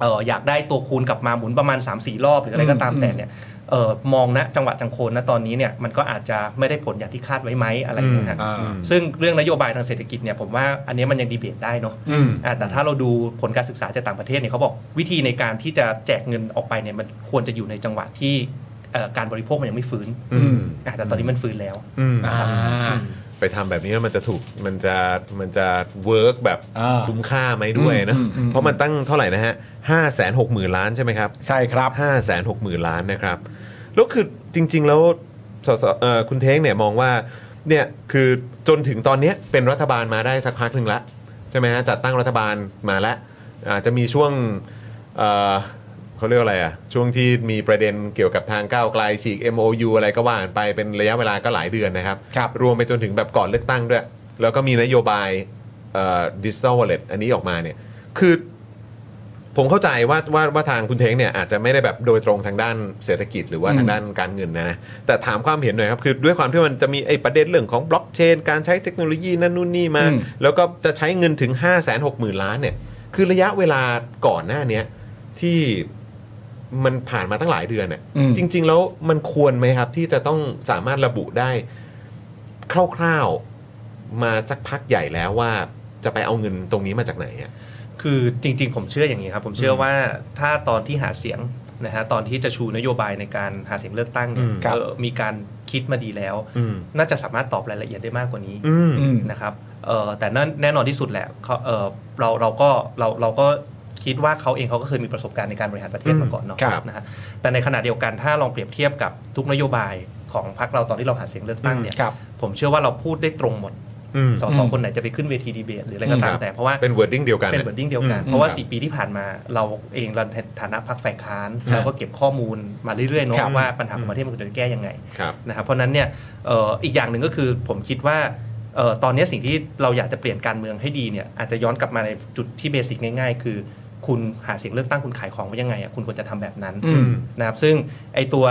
เอ่ออยากได้ตัวคูณกลับมาหมุนประมาณ 3-4 รอบ หรืออะไรก็ตาม อืม แต่เนี่ยเออมองนะจังหวะจังโคนนะตอนนี้เนี่ยมันก็อาจจะไม่ได้ผลอย่างที่คาดไว้ไหมอะไรอย่างเงี้ย อืม ฮะ อ่า ซึ่งเรื่องนโยบายทางเศรษฐกิจเนี่ยผมว่าอันนี้มันยังดีเบตได้เนาะ อืม อ่ะแต่ถ้าเราดูผลการศึกษาจากต่างประเทศเนี่ยเขาบอกวิธีในการที่จะแจกเงินออกไปเนี่ยมันควรจะอยู่ในจังหวะที่เอ่อการบริโภคมันยังไม่ฟื้น อืม อ่ะแต่ตอนนี้มันฟื้นแล้ว อืม อ่า ไปทำแบบนี้มันจะถูกมันจะมันจะเวิร์กแบบ อ่า คุ้มค่าไหมด้วยเนอะ อืมอืม เพราะมันตั้งเท่าไหร่นะฮะห้าแสนหกหมื่นล้านใช่ไหมครับ ใช่ครับ ห้าแสนหกหมื่นล้านนะครับ แล้วคือจริง ๆ แล้วสสเอ่อคุณเท้งเนี่ยมองว่าเนี่ยคือจนถึงตอนเนี้ยเป็นรัฐบาลมาได้สักพักหนึ่งละใช่ไหมฮะจัดตั้งรัฐบาลมาแล้วอาจจะมีช่วงเอ่อเขาเรียกว่าอะไรอ่ะช่วงที่มีประเด็นเกี่ยวกับทางก้าวไกลฉีก MOU อะไรก็ว่ากันไปเป็นระยะเวลาก็หลายเดือนนะครับ ครับ รวมไปจนถึงแบบก่อนเลือกตั้งด้วย แล้วก็มีนโยบายดิจิทัลวอลเล็ตอันนี้ออกมาเนี่ย คือผมเข้าใจว่าว่าว่าทางคุณเท้งเนี่ยอาจจะไม่ได้แบบโดยตรงทางด้านเศรษฐกิจหรือว่า อืม ทางด้านการเงินนะนะแต่ถามความเห็นหน่อยครับ คือด้วยความที่มันจะมีไอ้ประเด็นเรื่องของบล็อกเชนการใช้เทคโนโลยีนั่นนู่นนี่มา แล้วก็จะใช้เงินถึง 5 6 0 0 0 0 ล้านเนี่ย คือระยะเวลาก่อนหน้าเนี้ยที่มันผ่านมาตั้งหลายเดือนเนี่ย อืม จริง ๆ แล้วมันควรไหมครับ ที่จะต้องสามารถระบุได้ คร่าวๆมาสักพักใหญ่แล้วว่าจะไปเอาเงินตรงนี้มาจากไหนอ่ะ คือจริงๆ ผมเชื่ออย่างนี้ครับ ผมเชื่อว่าถ้าตอนที่หาเสียงนะฮะตอนที่จะชูนโยบายในการหาเสียงเลือกตั้งเนี่ย อืมครับ เอ่อมีการคิดมาดีแล้ว อืม น่าจะสามารถตอบรายละเอียดได้มากกว่านี้ อืม อืม นะครับเอ่อแต่นั่นแน่นอนที่สุดแหละเขาเอ่อเราเราก็เราเราก็คิดว่าเขาเองเขาก็เคยมีประสบการณ์ในการบริหารประเทศมาก่อนเนาะ ครับ นะฮะแต่ในขณะเดียวกันถ้าลองเปรียบเทียบกับทุกนโยบายของพรรคเราตอนที่เราหาเสียงเลือกตั้งเนี่ย ครับ ผมเชื่อว่าเราพูดได้ตรงหมด อืม สอสอ อืม คนไหนจะไปขึ้นเวทีดีเบตหรืออะไรก็ อืมค ตา รั ม บ แต่เพราะว่า เป็น wording เดียวกัน เป็นเบอร์ดิ้งเดียวกัน อืม เพราะว่า ครับ 4 ปีที่ผ่านมาเราเองเราในฐานะพรรคฝ่ายค้านเราก็เก็บข้อมูลมาเรื่อยๆเนาะ ครับ ว่าปัญหาขอ อื ง ม ประเทศมันควรจะแก้ยังไง ครับ นะครับเพราะฉะนั้นเนี่ยเอ่ออีกอย่างหนึ่งก็คือผมคิดว่าเอ่อตอนนี้สิ่งที่เราอยากจะเปลี่ยนการเมืองให้ดีเนี่ยอาจจะย้อนกลับมาในจุดที่เบสิกง่ายๆ คือคุณหาเสียงเลือกตั้งคุณขายของไว้ยังไงอ่ะคุณควรจะทำแบบนั้น อืม นะครับซึ่งไอตัว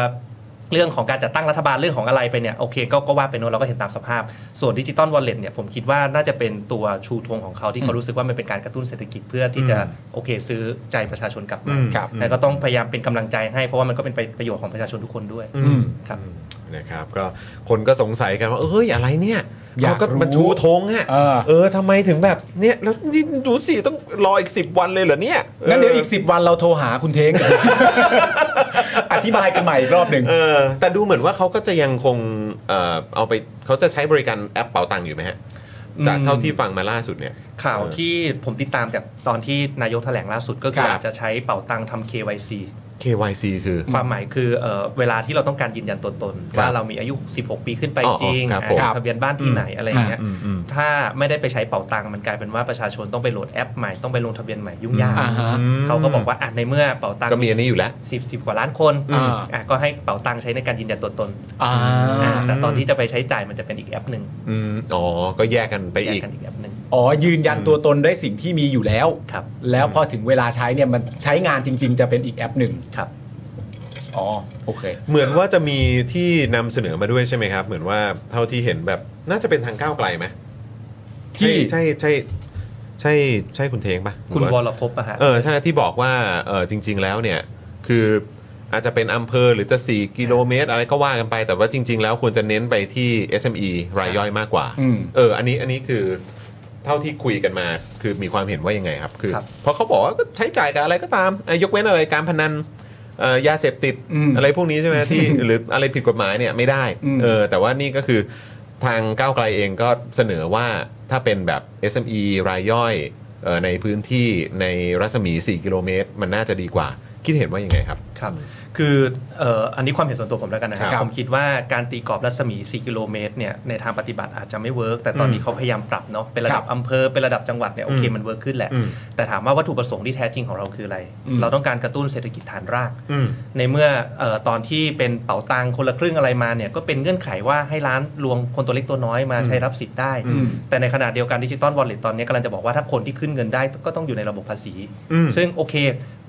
เรื่องของการจัดตั้งรัฐบาลเรื่องของอะไรไปเนี่ยโอเคก็ก็ว่าไปเนอะเราก็เห็นตามสภาพ ส่วนดิจิตอลวอลเล็ตเนี่ยผมคิดว่าน่าจะเป็นตัวชูธงของเขาที่เขารู้สึกว่ามันเป็นการกระตุ้นเศรษฐกิจเพื่อที่จะ อืม โอเค ซื้อใจประชาชนกลับมา อืมครับ แล้วก็ต้องพยายามเป็นกำลังใจให้เพราะว่ามันก็เป็นประโยชน์ของประชาชนทุกคนด้วย อืม ครับ นะครับก็คนก็สงสัยกันว่าเอ้ยอะไรเนี่ย อยาก เขก็มัน รู้ ชูธงฮะ เออ เออทำไมถึงแบบเนี่ยแล้วนี่ดูสิต้องรออีก 10 วันเลยเหรอเนี่ย งั้นเดี๋ยวอีก 10 วันเราโทรหาคุณเท้ง อธิบายกันใหม่อีกรอบหนึ่ง เออแต่ดูเหมือนว่าเขาก็จะยังคงเอ่อเอาไปเขาจะใช้บริการแอปเป๋าตังค์อยู่ไหมฮะ จากเท่าที่ฟังมาล่าสุดเนี่ย ข่าว เออ ที่ผมติดตามจากตอนที่นายกแถลงล่าสุดก็คือ ครับ อาจจะใช้เป่าตังทำ KYC KYC คือ ความหมายคือเอ่อเวลาที่เราต้องการยืนยันตัวตน ครับ ว่าเรามีอายุ 16 ปีขึ้นไป อ๋อ จริง ครับ อ่ะ ผม จดทะเบียนบ้านที่ไหนอะไรอย่างเงี้ย อืมอืม ถ้าไม่ได้ไปใช้เป่าตังมันกลายเป็นว่าประชาชนต้องไปโหลดแอปใหม่ต้องไปลงทะเบียนใหม่ยุ่งยาก อ่าฮะ เขาก็บอกว่าอ่ะในเมื่อเป่าตัง ก็มีอันนี้อยู่แล้ว สิบสิบกว่าล้านคน อ่า อ่ะก็ให้เป่าตังใช้ในการยืนยันตัวตน อ่า อ่ะแต่ตอนที่จะไปใช้จ่ายมันจะเป็นอีกแอปหนึ่ง อืมอ๋อ ก็แยกกันไป แยก อีก กันอีกแอปหนึ่ง อ๋อ ยืนยันตัวตนด้วยสิ่งที่มีอยู่แล้ว ครับ แล้วพอถึงเวลาใช้เนี่ย มันใช้งานจริง ๆ จะเป็นอีกแอปหนึ่ง ครับ อ๋อ โอเค เหมือนว่าจะมีที่นำเสนอมาด้วยใช่ไหมครับ เหมือนว่าเท่าที่เห็นแบบน่าจะเป็นทางก้าวไกลไหม ที่ ใช่ใช่ใช่ใช่ ใช่คุณเทงปะ คุณ หรื ว อาร พบอะฮะ เออใช่ที่บอกว่าเออจริง ๆ แล้วเนี่ย คืออาจจะเป็นอำเภอหรือจะ 4 กิโลเมตร อะไรก็ว่ากันไป แต่ว่าจริง ๆ แล้วควรจะเน้นไปที่ SME รายย่อยมากกว่า อืม เออ อันนี้ อันนี้คือ เท่าที่คุยกันมา คือมีความเห็นว่ายังไงครับ คือ ครับ เพราะเขาบอกว่าก็ใช้จ่ายกับอะไรก็ตามอ่ะยกเว้นอะไรการพนัน เอ่อยาเสพติด อืม อะไรพวกนี้ใช่ไหมที่ หรืออะไรผิดกฎหมายเนี่ยไม่ได้ อืม เออแต่ว่านี่ก็คือทางก้าวไกลเองก็เสนอว่าถ้าเป็นแบบ SME รายย่อยเอ่อในพื้นที่ในรัศมี 4 กิโลเมตร มันน่าจะดีกว่า คิดเห็นว่ายังไงครับ ครับ คือเอ่ออันนี้ความเห็นส่วนตัวผมแล้วกันนะค ครั รับบ ผมคิดว่าการตีกรอบรัศมี 4 กิโลเมตรเนี่ยในทางปฏิบัติอาจจะไม่เวิร์กแต่ตอนนี้เขาพยายามปรับเนาะเป็นระดับอำเภอเป็นระดับจังหวัดเนี่ยโอเค อืม มันเวิร์กขึ้นแหละ อืม แต่ถามว่าวัตถุประสงค์ที่แท้จริงของเราคืออะไร เราต้องการกระตุ้นเศรษฐกิจฐานราก อืม ในเมื่อเออตอนที่เป็นเป๋าตังคนละครึ่งอะไรมาเนี่ยก็เป็นเงื่อนไขว่าให้ร้านรวงคนตัวเล็กตัวน้อยมาใช้รับสิทธิ์ได้ อืม แต่ในขณะเดียวกันดิจิตอลวอลเล็ตตอนนี้กำลังจะบอกว่าถ้าคนที่ขึ้นเงินได้ก็ต้องอยู่ในระบบภาษี อืม ซึ่งโอเค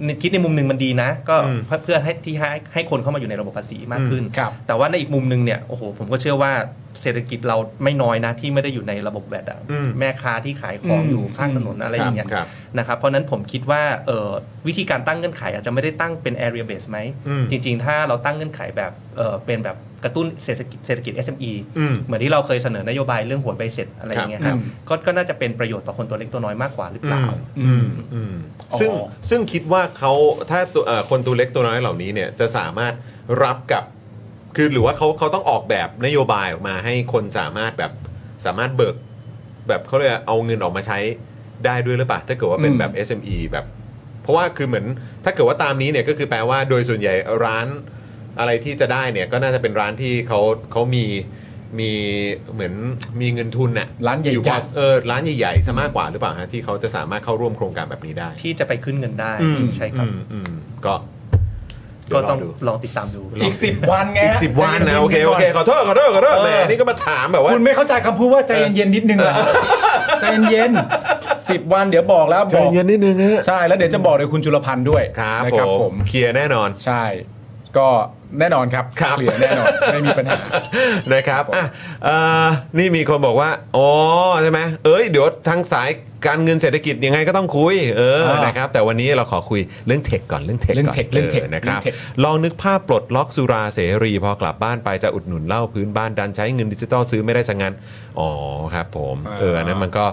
ในคิดในมุมหนึ่งมันดีนะ ก็ อืม เพื่อเพื่อให้ที่ให้ให้คนเข้ามาอยู่ในระบบภาษีมากขึ้น อืมครับ แต่ว่าในอีกมุมหนึ่งเนี่ยโอ้โหผมก็เชื่อว่าเศรษฐกิจเราไม่น้อยนะที่ไม่ได้อยู่ในระบบแวดอะ อืม แม่ค้าที่ขายของอยู่ข้างถนนอะไรอย่างเงี้ย ครับ นะครับเพราะฉะนั้นผมคิดว่าเอ่อวิธีการตั้งเงื่อนไขอาจจะไม่ได้ตั้งเป็น area base ไหม อืม จริง ๆ ถ้าเราตั้งเงื่อนไขแบบเอ่อเป็นแบบกระตุ้นเศรษฐกิจเศรษฐกิจ SME อืม เหมือนที่เราเคยเสนอนโยบายเรื่องหัวใบเสร็จอะไรอย่างเงี้ยครับ ครับ ก็ก็น่าจะเป็นประโยชน์ต่อคนตัวเล็กตัวน้อยมากกว่าหรือเปล่า อืม อืมซึ่ง อ๋อ ซึ่งคิดว่าเขาถ้าตัวเอ่อคนตัวเล็กตัวน้อยเหล่านี้เนี่ยจะสามารถรับกับคือหรือว่าเขาเขาต้องออกแบบนโยบายออกมาให้คนสามารถแบบสามารถเบิก แบบเขาเรียกเอาเงินออกมาใช้ได้ด้วยหรือเปล่าถ้าเกิดว่าเป็น อืม แบบ SME แบบ เพราะว่าคือเหมือนถ้าเกิดว่าตามนี้เนี่ยก็คือแปลว่าโดยส่วนใหญ่ร้านอะไรที่จะได้เนี่ยก็น่าจะเป็นร้านที่เขาเขามีมีเหมือนมีเงินทุนน่ะ ร้านใหญ่ อยู่พอ จัด เออร้านใหญ่ๆซะมากกว่าหรือเปล่าฮะที่เขาจะสามารถเข้าร่วมโครงการแบบนี้ได้ ที่จะไปขึ้นเงินได้ อืม ใช่ค อื รับ มอืมก็เดี๋ยวรก็ต้อง ดู ลองติดตามดู อี อีกสิบวันไง อีกสิบวันนะ โอเค โอเค ขอโทษ ขอโทษ ขอโทษแหมนี่ก็มาถามแบบว่า คุณไม่เข้าใจคำพูดว่าใจเย็นๆนิดนึงเหรอใจเย็นๆสิบวันเดี๋ยวบอกแล้ว ใจ บอก เย็นนิดนึงฮะ ใช่แล้วเดี๋ยวจะบอกโดยคุณจุลพันธ์ด้วย ครับ นะ ผ ครับผม ม เคลียร์แน่นอน ใช่ ก็แน่นอนครับ ครับ เคลียร์แน่นอน ไม่มีปัญหา นะครับอ่ะเอ่อนี่มีคนบอกว่า อ๋อ ใช่ไหมเอ้ย เดี๋ยวทางสายการเงินเศรษฐกิจยังไงก็ต้องคุย เออ อ่าน นะครับ แต่วันนี้เราขอคุยเรื่องเทคก่อน เรื่องเทค เรื่องเทคเรื่องเทค นะครับ เรื่องเทค ลองนึกภาพปลดล็อกสุราเสรี พอกลับบ้านไปจะอุดหนุนเหล้าพื้นบ้านดันใช้เงินดิจิตอลซื้อไม่ได้สังงั้น อ๋อครับผมเอออันนั้นมันก็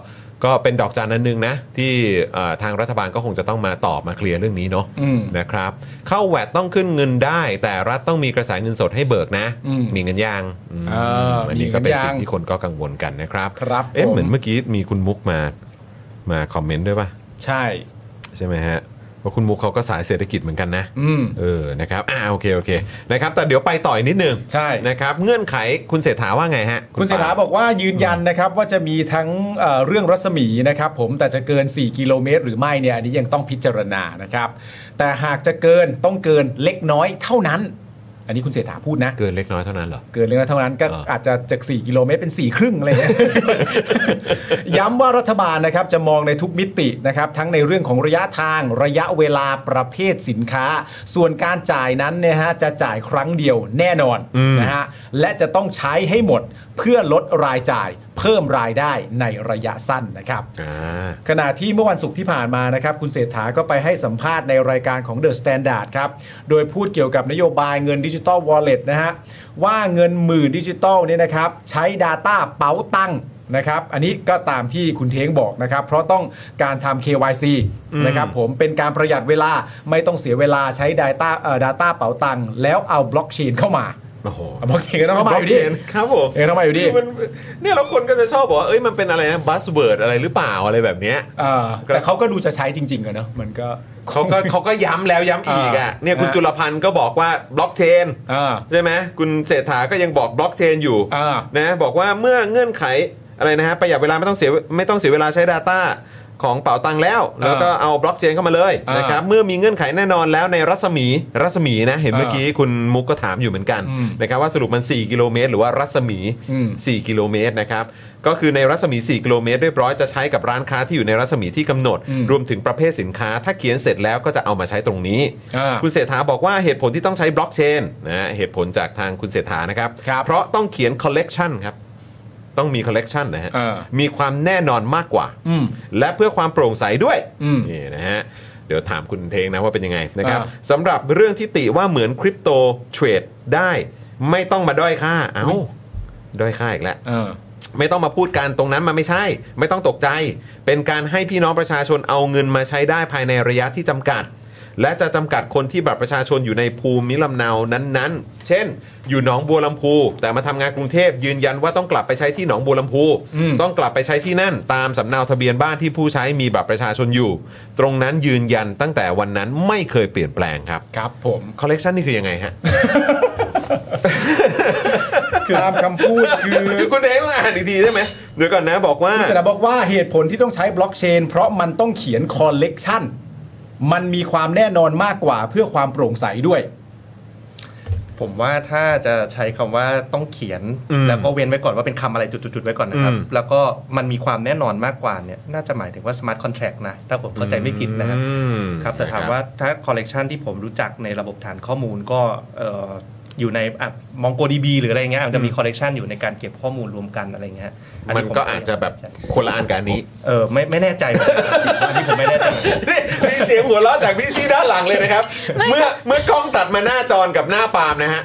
ก็เป็นดอกจันนั้นนึงนะ ที่เอ่อทางรัฐบาลก็คงจะต้องมาตอบมาเคลียร์เรื่องนี้เนาะ อืม นะครับเข้าแวดต้องขึ้นเงินได้ แต่รัฐต้องมีกระแสเงินสดให้เบิกนะ อืม มีเงินยางอืม อ่า อันนี้ก็เป็น มีเงินยาง สิ่งที่คนก็กังวลกันนะครับ ครับ เอ๊ะ ผม เหมือนเมื่อกี้มีคุณมุกมามาคอมเมนต์ด้วยป่ะ ใช่ ใช่ไหมฮะว่าคุณมุกเขาก็สายเศรษฐกิจเหมือนกันนะ อืม เออ นะครับ อ่า โอเค โอเค นะครับ แต่เดี๋ยวไปต่อยนิดนึง ใช่ นะครับ เงื่อนไขคุณเศรษฐาว่าไงฮะ คุณเสถา ปล์ม บอกว่ายืนยันนะครับว่าจะมีทั้งเอ่อเรื่องรัศมีนะครับผมแต่จะเกิน 4 กิโลเมตร หรือไม่เนี่ยอันนี้ยังต้องพิจารณานะครับ แต่หากจะเกินต้องเกินเล็กน้อยเท่านั้น อันนี้คุณเสถาพูดนะ เกินเล็กน้อยเท่านั้นเหรอ เกินเล็กน้อยเท่านั้นก็ อ่า อาจจะจาก 4 กิโลเมตรเป็น 4 ครึ่งอะไรเงี้ ย ย้ำว่ารัฐบาลนะครับจะมองในทุกมิตินะครับทั้งในเรื่องของระยะทางระยะเวลาประเภทสินค้า ส่วนการจ่ายนั้นเนี่ยฮะจะจ่ายครั้งเดียวแน่นอน อืม นะฮะและจะต้องใช้ให้หมดเพื่อลดรายจ่าย เพิ่มรายได้ในระยะสั้นนะครับ อ่า ขณะที่เมื่อวันศุกร์ที่ผ่านมานะครับ คุณเศรษฐาก็ไปให้สัมภาษณ์ในรายการของ The Standard ครับ โดยพูดเกี่ยวกับนโยบายเงินดิจิตอลวอลเล็ตนะฮะ ว่าเงินหมื่นดิจิตอลเนี่ยนะครับ ใช้ Data เป๋าตังค์นะครับ อันนี้ก็ตามที่คุณเท้งบอกนะครับ เพราะต้องการทำ KYC นะครับผมเป็นการประหยัดเวลาไม่ต้องเสียเวลาใช้ Data เอ่อ Data เป๋าตังค์แล้วเอาบล็อกเชนเข้ามา โอ้โห เอาบล็อกเชนก็ต้องเข้ามาอยู่บล็ดีกเชนครับผม เออเข้ามาอยู่ดิ คืมันเนี่ยเราคนก็จะชอบบอกว่า เอ้ย มันเป็นอะไรนะ บัสเวิร์ดอะไรหรือเปล่า อะไรแบบเนี้ย เอ่อแต่เขาก็ดูจะใช้จริงๆอะเนาะมันก็ เขาก็ เขาก็ย้ำแล้วย้ำอีกอ่ะ อ่า เนี่ยคุณ อ่า จุลพันธ์ก็บอกว่าบล็อกเชน อ่า ใช่ไหมคุณเศรษฐาก็ยังบอกบล็อกเชนอยู่ อ่า นะบอกว่าเมื่อเงื่อนไขอะไรนะฮะประหยัดเวลาไม่ต้องเสียไม่ต้องเสียเวลาใช้ Data ของเป๋าตังแล้ว แล้วก็เอาบล็อกเชนเข้ามาเลย อ่าน นะครับเมื่อมีเงื่อนไขแน่นอนแล้วในรัศมีรัศมีนะเห็นเมื่อกี้คุณมุกก็ถามอยู่เหมือนกัน อืม นะครับว่าสรุปมัน 4 กิโลเมตร หรือว่ารัศมี อืม 4 กิโลเมตรนะครับก็คือในรัศมี 4 กิโลเมตรเรียบร้อยจะใช้กับร้านค้าที่อยู่ในรัศมีที่กำหนด อืม รวมถึงประเภทสินค้า ถ้าเขียนเสร็จแล้วก็จะเอามาใช้ตรงนี้ อ่า คุณเศรษฐาบอกว่าเหตุผลที่ต้องใช้บล็อกเชนนะฮะเหตุผลจากทางคุณเศรษฐานะครับ ครับ เพราะต้องเขียนคอลเลกชันครับ ต้องมีคอลเลกชันนะฮะ เออ มีความแน่นอนมากกว่า อืม และเพื่อความโปร่งใสด้วย อืม นี่นะฮะเดี๋ยวถามคุณเทงนะว่าเป็นยังไงนะครับ อ่า สำหรับเรื่องที่ติว่าเหมือนคริปโตเทรดได้ ไม่ต้องมาด้อยค่าเอ้าด้อยค่าอีกแล้ว เออ ไม่ต้องมาพูดกันตรงนั้นมันไม่ใช่ ไม่ต้องตกใจ เป็นการให้พี่น้องประชาชนเอาเงินมาใช้ได้ภายในระยะที่จำกัด และจะจำกัดคนที่บัตรประชาชนอยู่ในภูมิลำเนานั้นๆ เช่น อยู่หนองบัวลำพู แต่มาทำงานกรุงเทพยืนยันว่าต้องกลับไปใช้ที่หนองบัวลำพู อืม ต้องกลับไปใช้ที่นั่น ตามสำเนาทะเบียนบ้านที่ผู้ใช้มีบัตรประชาชนอยู่ ตรงนั้นยืนยันตั้งแต่วันนั้นไม่เคยเปลี่ยนแปลงครับ ครับผม คอลเลกชันนี่คือยังไงฮะ ตามคำพูดคือ คุณเองต้องอ่านอีกทีได้ไหมเดี๋ยวก่อนนะบอกว่า คุณชนะบอกว่าเหตุผลที่ต้องใช้บล็อกเชน เพราะมันต้องเขียนคอลเลกชันมันมีความแน่นอนมากกว่าเพื่อความโปร่งใสด้วย ผมว่าถ้าจะใช้คำว่าต้องเขียน อืม แล้วก็เว้นไว้ก่อนว่าเป็นคำอะไรจุดๆๆไว้ก่อนนะครับ อืม แล้วก็มันมีความแน่นอนมากกว่าเนี่ยน่าจะหมายถึงว่าสมาร์ทคอนแท็กนะถ้าผมเข้าใจไม่ผิดนะครับ อืม ครับแต่ถามว่าถ้าคอลเลกชันที่ผมรู้จักในระบบฐานข้อมูลก็เอ่ออยู่ในมองโกดีบีหรืออะไรเงี้ยมันจะมีคอลเลกชันอยู่ในการเก็บข้อมูลรวมกันอะไรเงี้ยอั มัน ผ ก็อาจจะแบบคนละอันกับอันนี้ เออไม่ไม่แน่ใจเหมือนกันอันนี้ผมไม่แน่ใจ นี่มีเสียงหัวเราะจากพี่ซี่ด้านหลังเลยนะครับ เมื่อเมื่อกล้องตัดมาหน้าจอนกับหน้าปาล์มนะฮะ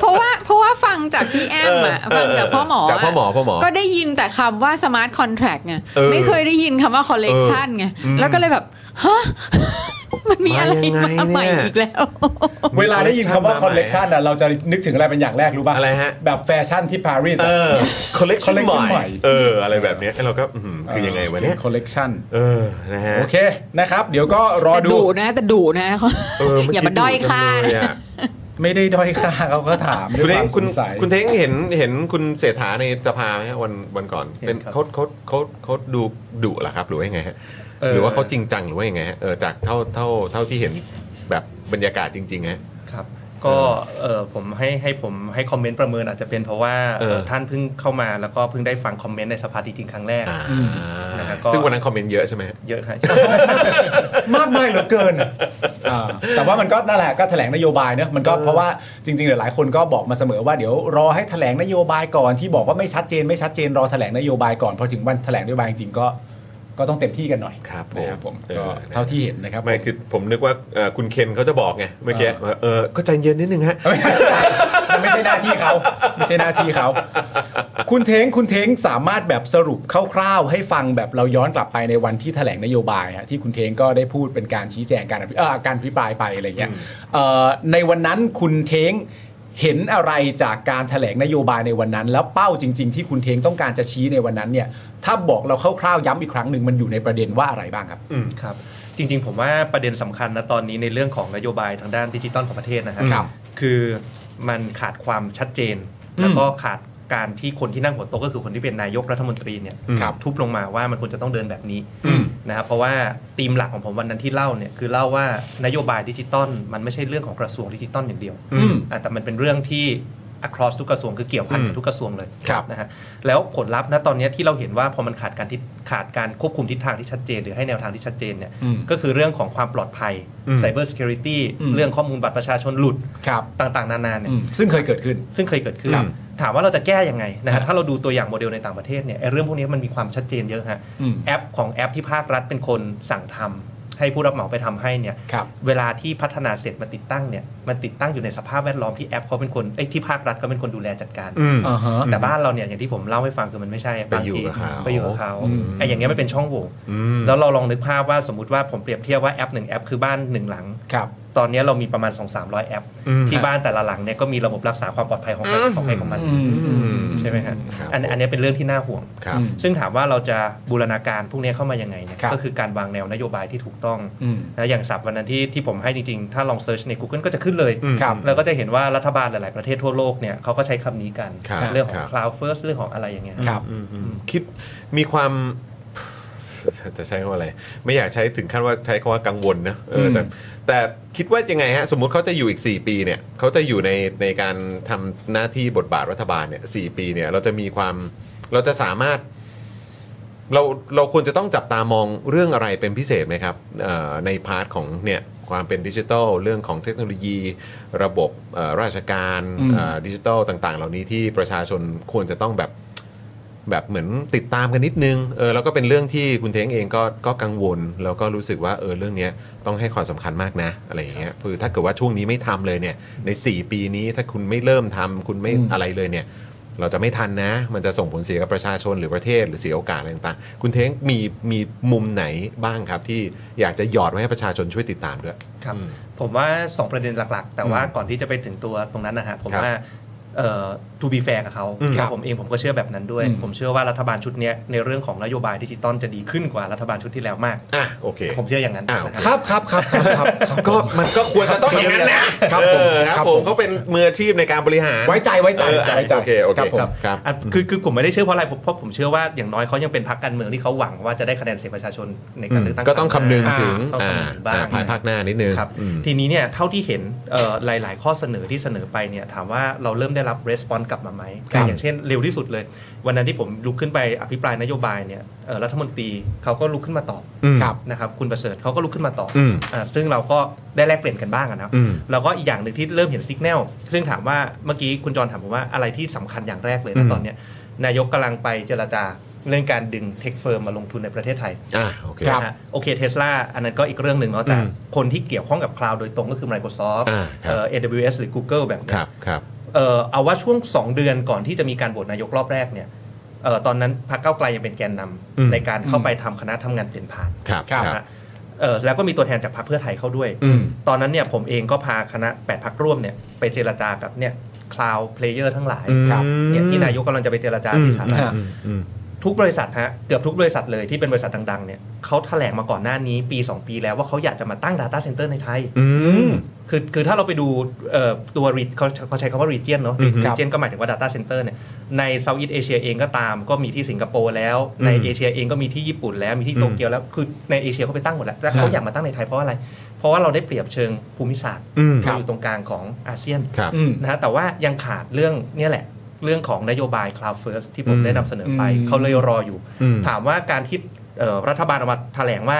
เพราะว่าเพราะว่าฟังจากพี่แอมอะ เออเออ ฟังจากพ่อหมอ จากพ่อหมอพ่อหมอ ก็ได้ยินแต่คำว่าสมาร์ทคอนแท็กไง เออ ไม่เคยได้ยินคำว่าคอลเลกชันไง อืม แล้วก็เลยแบบฮะ มันมีอะไร มา มา ยังไงเนี่ใหม่ย อีกแล้ว เวลาได้ยินคำว่าคอลเลกชันอ่ะเราจะนึกถึงอะไรเป็นอย่างแรกรู้ป่ะ อะไรฮะ แบบแฟชั่นที่ปารีส เอ อะ อคอลเลกชัน collection ให ใหม่ ม่เออ อะไรแบบเนี้ยเราก็อื้อหือคือยังไงวะเนี่ย คอลเลกชัน เออนะฮะ โอเคนะครับ เดี๋ยวก็รอ แต่ ดู ดุนะแต่ดุนะเขา เอเ อย่ามาด้อยค่า เมื่อกี้ดูจังเลย นะ อะ ไม่ได้ด้อยค่าเขาก็ถาม คุณ ด้วย เท้งความส คุณ งสัย คุณเท้งเห็นเห็นคุณเศรษฐาในสภาไหมฮะวันวันก่อน เห็น เป็น ครับ เขาเขาเขาเขาดูดุเหรอครับหรือว่ายังไงฮะ เห รือว่าเขาจริงจังหรือว่ายังไงฮะเออจากเท่าเท่าเท่าที่เห็นแบบบรรยากาศจริงๆฮะ ครับก็เออผมให้ให้ผมให้คอมเมนต์ประเมินอาจจะเป็นเพราะว่า เออ เอ่อท่านเพิ่งเข้ามาแล้วก็เพิ่งได้ฟังคอมเมนต์ในสภาจริงๆครั้งแรก อ่า นะครับก็ ซึ่งวันนั้นคอมเมนต์เยอะใช่ไหมฮะ เยอะ ครับ มากมายเหลือเกินอะอ่าแต่ว่ามันก็นั่นแหละก็แถลงนโยบายเนอะมันก็เพราะว่าจริงๆหลายๆคนก็บอกมาเสมอว่าเดี๋ยวรอให้แถลงนโยบายก่อนที่บอกว่าไม่ชัดเจนไม่ชัดเจนรอแถลงนโยบายก่อนพอถึงวันแถลงนโยบายจริงๆก็ก็ต้องเต็มที่กันหน่อย ครับผม นะครับผม เออ ก็เท่าที่เห็นนะครับ ไม่คือผมนึกว่าเอ่อคุณเคนเขาจะบอกไงเมื่อกี้ อ่า ว่าเออก็ใจเย็นนิดนึงฮะ ไม่ใช่มันไม่ใช่หน้าที่เขาไม่ใช่หน้าที่เขา คุณเทงคุณเทงสามารถแบบสรุปคร่าวๆ ให้ฟังแบบเราย้อนกลับไปในวันที่แถลงนโยบายฮะที่คุณเทงก็ได้พูดเป็นการชี้แจงการอภิเอ่อการอภิปรายไปอะไรเงี้ยเอ่อในวันนั้นคุณเทงเห็นอะไรจากการแถลงนโยบายในวันนั้น แล้วเป้าจริง ๆ ที่คุณเทงต้องการจะชี้ในวันนั้นเนี่ยถ้าบอกเราคร่าวๆย้ำอีกครั้งหนึ่งมันอยู่ในประเด็นว่าอะไรบ้างครับ ครับจริงๆ ผมว่าประเด็นสำคัญนะตอนนี้ในเรื่องของนโยบายทางด้านดิจิตอลของประเทศนะฮะ ครับ คือมันขาดความชัดเจน อืม แล้วก็ขาดการที่คนที่นั่งหัวโต๊ะก็คือคนที่เป็นนายกรัฐมนตรีเนี่ย ครับ ทุบลงมาว่ามันควรจะต้องเดินแบบนี้ อืม นะครับเพราะว่าธีมหลักของผมวันนั้นที่เล่าเนี่ยคือเล่าว่านโยบายดิจิตอลมันไม่ใช่เรื่องของกระทรวงดิจิตอลอย่างเดียว อืม อ่ะแต่มันเป็นเรื่องที่ across ทุกกระทรวงคือเกี่ยวพันกับทุกกระทรวงเลย ครับ นะฮะแล้วผลลัพธ์นะตอนเนี้ยที่เราเห็นว่าพอมันขาดการที่ขาดการควบคุมทิศทางที่ชัดเจน หรือให้แนวทางที่ชัดเจนเนี่ย อืม ก็คือเรื่องของความปลอดภัย อืม cyber security อืม เรื่องข้อมูลบัตรประชาชนหลุด ครับ ต่างๆ นานาเนี่ย อืมซึ่งเคยเกิดขึ้น ซึ่งเคยเกิดขึ้น ครับ ถามว่าเราจะแก้ยังไงนะ ครั ฮะ บ ถ้าเราดูตัวอย่างโมเดลในต่างประเทศเนี่ยไอ้เรื่องพวกนี้มันมีความชัดเจนเยอะฮะ อืม แอปของแอปที่ภาครัฐเป็นคนสั่งทำให้ผู้รับเหมาไปทำให้เนี่ย ครับ เวลาที่พัฒนาเสร็จมาติดตั้งเนี่ยมันติดตั้งอยู่ในสภาพแวดล้อมที่แอปเขาเป็นคนเอ้ยที่ภาครัฐเขาเป็นคนดูแลจัดการ อืม อ่าฮะ แต่บ้านเราเนี่ยอย่างที่ผมเล่าให้ฟังคือมันไม่ใช่ ไปอยู่ ที กับเขา ไปอยู่กับเขา อืม ไอ้อย่างเงี้ยไม่เป็นช่องโหว่ อืม แล้วเราลองนึกภาพว่าสมมติว่าผมเปรียบเทียบว่าแอปหนึ่งแอปคือบ้านหนึ่งหลัง ครับ ตอนเนี้ยเรามีประมาณ 2 3 0 0 แอป อืม ที่บ้านแต่ละหลังเนี่ยก็มีระบบรักษาความปลอดภัยของใครของใครของมันใช่ไหมฮะ ครับ อันอันเนี้ยเป็นเรื่องที่น่าห่วง ครับ อืม ซึ่งถามว่าเราจะบูรณาการพวกเนี้ยเข้ามายังไงเนี่ย ครับ ก็คือการวางแนวนโยบายที่ถูกต้อง อืม นะอย่างศัพท์วันนั้นที่ที่ผมให้จริงๆ ถ้าลองเซิร์ชใน Google ก็จะขึ้นเลย อืม ครับ แล้วก็จะเห็นว่ารัฐบาลหลาย ๆ ประเทศทั่วโลกเนี่ยเขาก็ใช้คำนี้กัน ครับ เรื่องของ ครับ cloud first เรื่องของอะไรอย่างเงี้ย ครับ อืมอืมคิดมีความ จะใช้คำว่าอะไร ไม่อยากใช้ถึงขั้นว่าใช้คำว่ากังวลนะเออแต่ อืม แต่คิดว่ายังไงฮะ สมมุติเขาจะอยู่อีก 4 ปีเนี่ยเขาจะอยู่ในในการทำหน้าที่บทบาทรัฐบาลเนี่ยสปีเนี่ย เราจะมีความเราจะสามารถ เราเราควรจะต้องจับตามองเรื่องอะไรเป็นพิเศษไหมครับเอ่อในพาร์ทของเนี่ยความเป็นดิจิทัลเรื่องของเทคโนโลยี ระบบเอ่อราชการ อืม เอ่อดิจิทัลต่างๆ เหล่านี้ที่ประชาชนควรจะต้องแบบแบบเหมือนติดตามกันนิดนึงเออแล้วก็เป็นเรื่องที่คุณเท้งเองก็ก็กังวล แล้วก็รู้สึกว่าเออเรื่องเนี้ยต้องให้ความสำคัญมากนะอะไรอย่างเงี้ยคือถ้าเกิดว่าช่วงนี้ไม่ทำเลยเนี่ยใน 4 ปีนี้ถ้าคุณไม่เริ่มทำคุณไม่อะไรเลยเนี่ย เราจะไม่ทันนะ มันจะส่งผลเสียกับประชาชนหรือประเทศหรือเสียโอกาสอะไรต่างๆคุณเท้งมีมีมุมไหนบ้างครับ ที่อยากจะหยอดไว้ให้ประชาชนช่วยติดตามด้วย ครับ อืม ผมว่า 2 ประเด็นหลักๆ แต่ว่า อืม ก่อนที่จะไปถึงตัวตรงนั้นนะฮะผม ครับ ว่าเอ่อ to be fair กับเขา อืม ค ครั รับบ ผมเองผมก็เชื่อแบบนั้นด้วย อืม ผมเชื่อว่ารัฐบาลชุดเนี้ยในเรื่องของนโยบายดิจิตอลจะดีขึ้นกว่ารัฐบาลชุดที่แล้วมาก อ่ะโอเค ผมเชื่ออย่างนั้น อ้าว นะค ค รั รับ บครับครับครับครับ ก็มันก็ควรจะต้องอย่างนั้นนะครับ เอ ผอมค ครั รับบ ผ ผมม เขาเป็นมืออาชีพในการบริหาร ไว้ใจไว้ใจ เออ ไว้ใจ โอเคโอเค ครับผม ครับ อ่ะคือคือผมไม่ได้เชื่อเพราะอะไรผมเพราะผมเชื่อว่าอย่างน้อยเขายังเป็นพรรคการเมืองที่เขาหวังว่าจะได้คะแนนเสียงประชาชนในการเลือกตั้ง ก็ต้องคำนึงถึง อ่าต้อง อ่า คำนึงถึงบ้า อ่าง ภายภาคหน้านิดนึง ครับ อืม ทีนี้เนี่ยเท่าที่เห็นเอ่อหลาย ๆ ข้อเสนอที่เสนอไปเนี่ยถามว่าเราเริ่มได้รับ response กลับมาไหม ครับ อย่างเช่นเร็วที่สุดเลย วันนั้นที่ผมลุกขึ้นไปอภิปรายนโยบายเนี่ยเอ่อรัฐมนตรีเขาก็ลุกขึ้นมาตอบ ครับ นะครับคุณประเสริฐเขาก็ลุกขึ้นมาตอบ อืม อ่าซึ่งเราก็ได้แลกเปลี่ยนกันบ้างอะนะครับ อืม แล้วก็อีกอย่างหนึ่งที่เริ่มเห็นสัญญาณซึ่งถามว่าเมื่อกี้คุณจรถามผมว่าอะไรที่สำคัญอย่างแรกเลย อื นะ ม ตอนเนี้ยนายกกำลังไปเจรจาเรื่องการดึงเทคเฟิร์มมาลงทุนในประเทศไทย อ่าโอเค ครับ นะฮะโอเคเทสลาอันนั้นก็อีกเรื่องหนึ่งเนาะแต่ อืม คนที่เกี่ยวข้องกับคลาวด์โดยตรงก็คือ Microsoft อ่าครับ เอ่อ AWS หรือ Google แบบเนี้ ค ย รับครับ เอ่อเอาว่าช่วง 2 เดือนก่อนที่จะมีการโหวตนายกรอบแรกเนี่ยเอ่อตอนนั้นพรรคก้าวไกลยังเป็นแกนนำ อืม ในการเข้าไปทำคณะทำงานเปลี่ยนผ่าน ครับ ครับ ครับ นะฮะเอ่อแล้วก็มีตัวแทนจากพรรคเพื่อไทยเข้าด้วย อืม ตอนนั้นเนี่ยผมเองก็พาคณะ 8พรรคร่วมเนี่ยไปเจรจากับเนี่ยคลาวด์เพลเยอร์ทั้งหลาย อืม ครับเนี่ยที่นายกกำลังจะไปเจรจาที่ศาลา อืมอืม ทุกบริษัทฮะเกือบทุกบริษัทเลยที่เป็นบริษัทดังๆเนี่ยเขาแถลงมาก่อนหน้านี้ปี 2 ปีแล้วว่าเขาอยากจะมาตั้ง Data Center ในไทย อืม คือคือถ้าเราไปดูเอ่อตัวรีเขาเขาใช้คำว่า region เนอะ อือฮึครับ region ก็หมายถึงว่า Data Center เนี่ยใน Southeast Asia เองก็ตามก็มีที่สิงคโปร์แล้ว ใน อืม เอเชียเองก็มีที่ญี่ปุ่นแล้วมีที่ อืม โตเกียวแล้วคือในเอเชียเขาไปตั้งหมดแล้วแต่เขาอยากมาตั้งในไทยเพราะอะไร เพราะว่าเราได้เปรียบเชิงภูมิศาสตร์ อืม เราอยู่ตรงกลางของอาเซียน ครับ อืม นะฮะแต่ว่ายังขาดเรื่องเนี่ยแหละ เรื่องของนโยบาย Cloud First ที่ผ อื ม ม ได้นำเสนอไป อืม เขาเลยรออยู่ อืม ถามว่าการที่เอ่อรัฐบาลออกมาแถลงว่า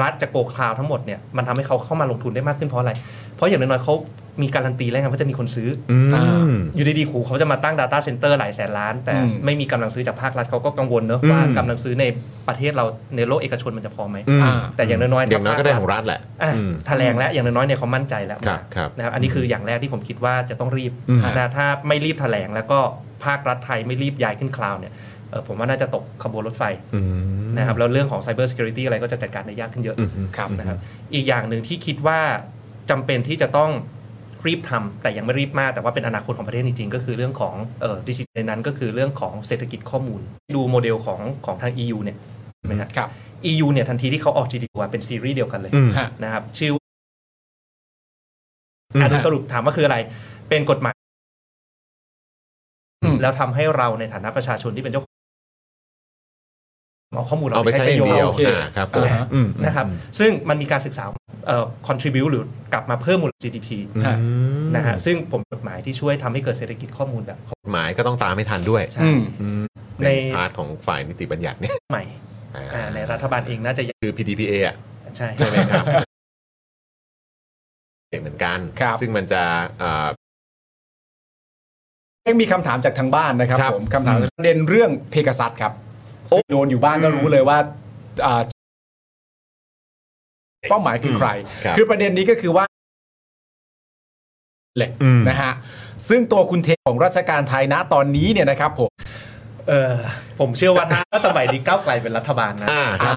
รัฐจะโกคลาวทั้งหมดเนี่ยมันทำให้เขาเข้ามาลงทุนได้มากขึ้นเพราะอะไร เพราะอย่างน้อยๆเขามีการันตีแล้วไงว่าจะมีคนซื้ออ อื อ่า ม อยู่ดีๆครูเขาจะมาตั้ง Data Center หลายแสนล้าน แต่ อืม ไม่มีกำลังซื้อจากภาครัฐเขาก็กังวลเนอะ อืม ว่ากำลังซื้อในประเทศเราในโลกเอกชนมันจะพอไหม อืม อ่า แต่อย่างน้อยๆ อย่างน้อย ถ้า ก็ได้ของรัฐแหละ อ่ะ อืม แถลงแล้วอย่างน้อยๆเนี่ยเขามั่นใจแล้ว ครับครับ นะครับอันนี้คืออย่างแรกที่ผมคิดว่าจะต้องรีบ อืม นะถ้าไม่รีบแถลงแล้วก็ภาครัฐไทยไม่รีบย้ายขึ้นคลาวด์เนี่ยเอ่อผมว่าน่าจะตกขบวนรถไฟ อืม นะครับแล้วเรื่องของ Cyber Security อะไรก็จะจัดการได้ยากขึ้นเยอะ อืม ครับ นะครับอีกอย่างหนึ่งที่คิดว่าจำเป็นที่จะต้องรีบทำแต่ยังไม่รีบมาก แต่ว่าเป็นอนาคตของประเทศจริงๆ ก็คือเรื่องของดิจิทัลในนั้นก็คือเรื่องของเศรษฐกิจข้อมูล ดูโมเดลของของทาง EU เนี่ยเห็นไหมฮะ ครับ EU เนี่ยทันทีที่เขาออก GDP มาเป็นซีรีส์เดียวกันเลย อืม ฮะ นะครับชื่อ อืม อ่ะโดยสรุปถามว่าคืออะไร เป็นกฎหมาย อืม แล้วทำให้เราในฐานะประชาชนที่เป็นเจ้าของเอาข้อมูล เอา เรา ไป ไป ใช้ ใช้ อ ประ ย่าง โยช เดียวโอเคน์อ่าครับผม อ่าฮะ อืม นะครับ ซึ่งมันมีการศึกษาเอ่อ contribute หรือกลับมาเพิ่มมูลค่า GDP อืม นะฮะซึ่งผมกฎหมายที่ช่วยทำให้เกิดเศรษฐกิจข้อมูลแบบ กฎหมายก็ต้องตามให้ทันด้วย ใช่ อืม อืม ใน ในพาร์ทของฝ่ายนิติบัญญัติเนี่ย ใหม่ อ่า อ่าในรัฐบาลเองน่าจะยัง คือ PDPA อ่ะ ใช่ ใช่ไหมครับ เหมือนกัน ครับ ซึ่งมันจะเอ่อ ยังมีคำถามจากทางบ้านนะครับ ครับ ผมคำถามประเด็นเรื่องเพกาซัสครับซึ่งโดนอยู่บ้างก็รู้เลยว่าอ่าเป้าหมายคือใคร ครับ คือประเด็นนี้ก็คือว่าเหล็ก อืม นะฮะซึ่งตัวคุณเทของราชการไทยนะตอนนี้เนี่ยนะครับผม เออผมเชื่อว่าถ้าสมัยนี้ก้าวไกลเป็นรัฐบาลนะ อ่าครับ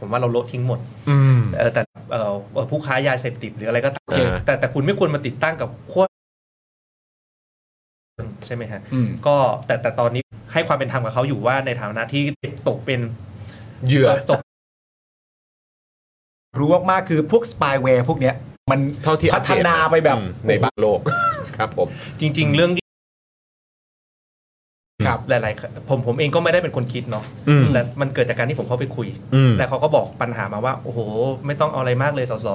ผมว่าเราโละทิ้งหมด อืม เออแต่เอ่อเอ่อผู้ค้ายาเสพติดหรืออะไรก็ตาม โอเค แต่แต่คุณไม่ควรมาติดตั้งกับขั้วใช่ไหมฮะ อืม ก็แต่แต่ตอนนี้ให้ความเป็นธรรมกับเขาอยู่ว่าในฐานะที่ตกเป็น เหยื่อ ตก รู้มากๆคือพวกสปายแวร์พวกเนี้ย มัน เท่าที่อั พั ป ฒ เดต นาไปแบบ อืมในบ้านโลก ครับผม จริง ๆ เรื่อง ครับ หลายๆผมผมเองก็ไม่ได้เป็นคนคิดเนาะ อืม แต่มันเกิดจากการที่ผมเข้าไปคุย อืม แล้วเขาก็บอกปัญหามาว่า โอ้โห ไม่ต้องเอาอะไรมากเลยสส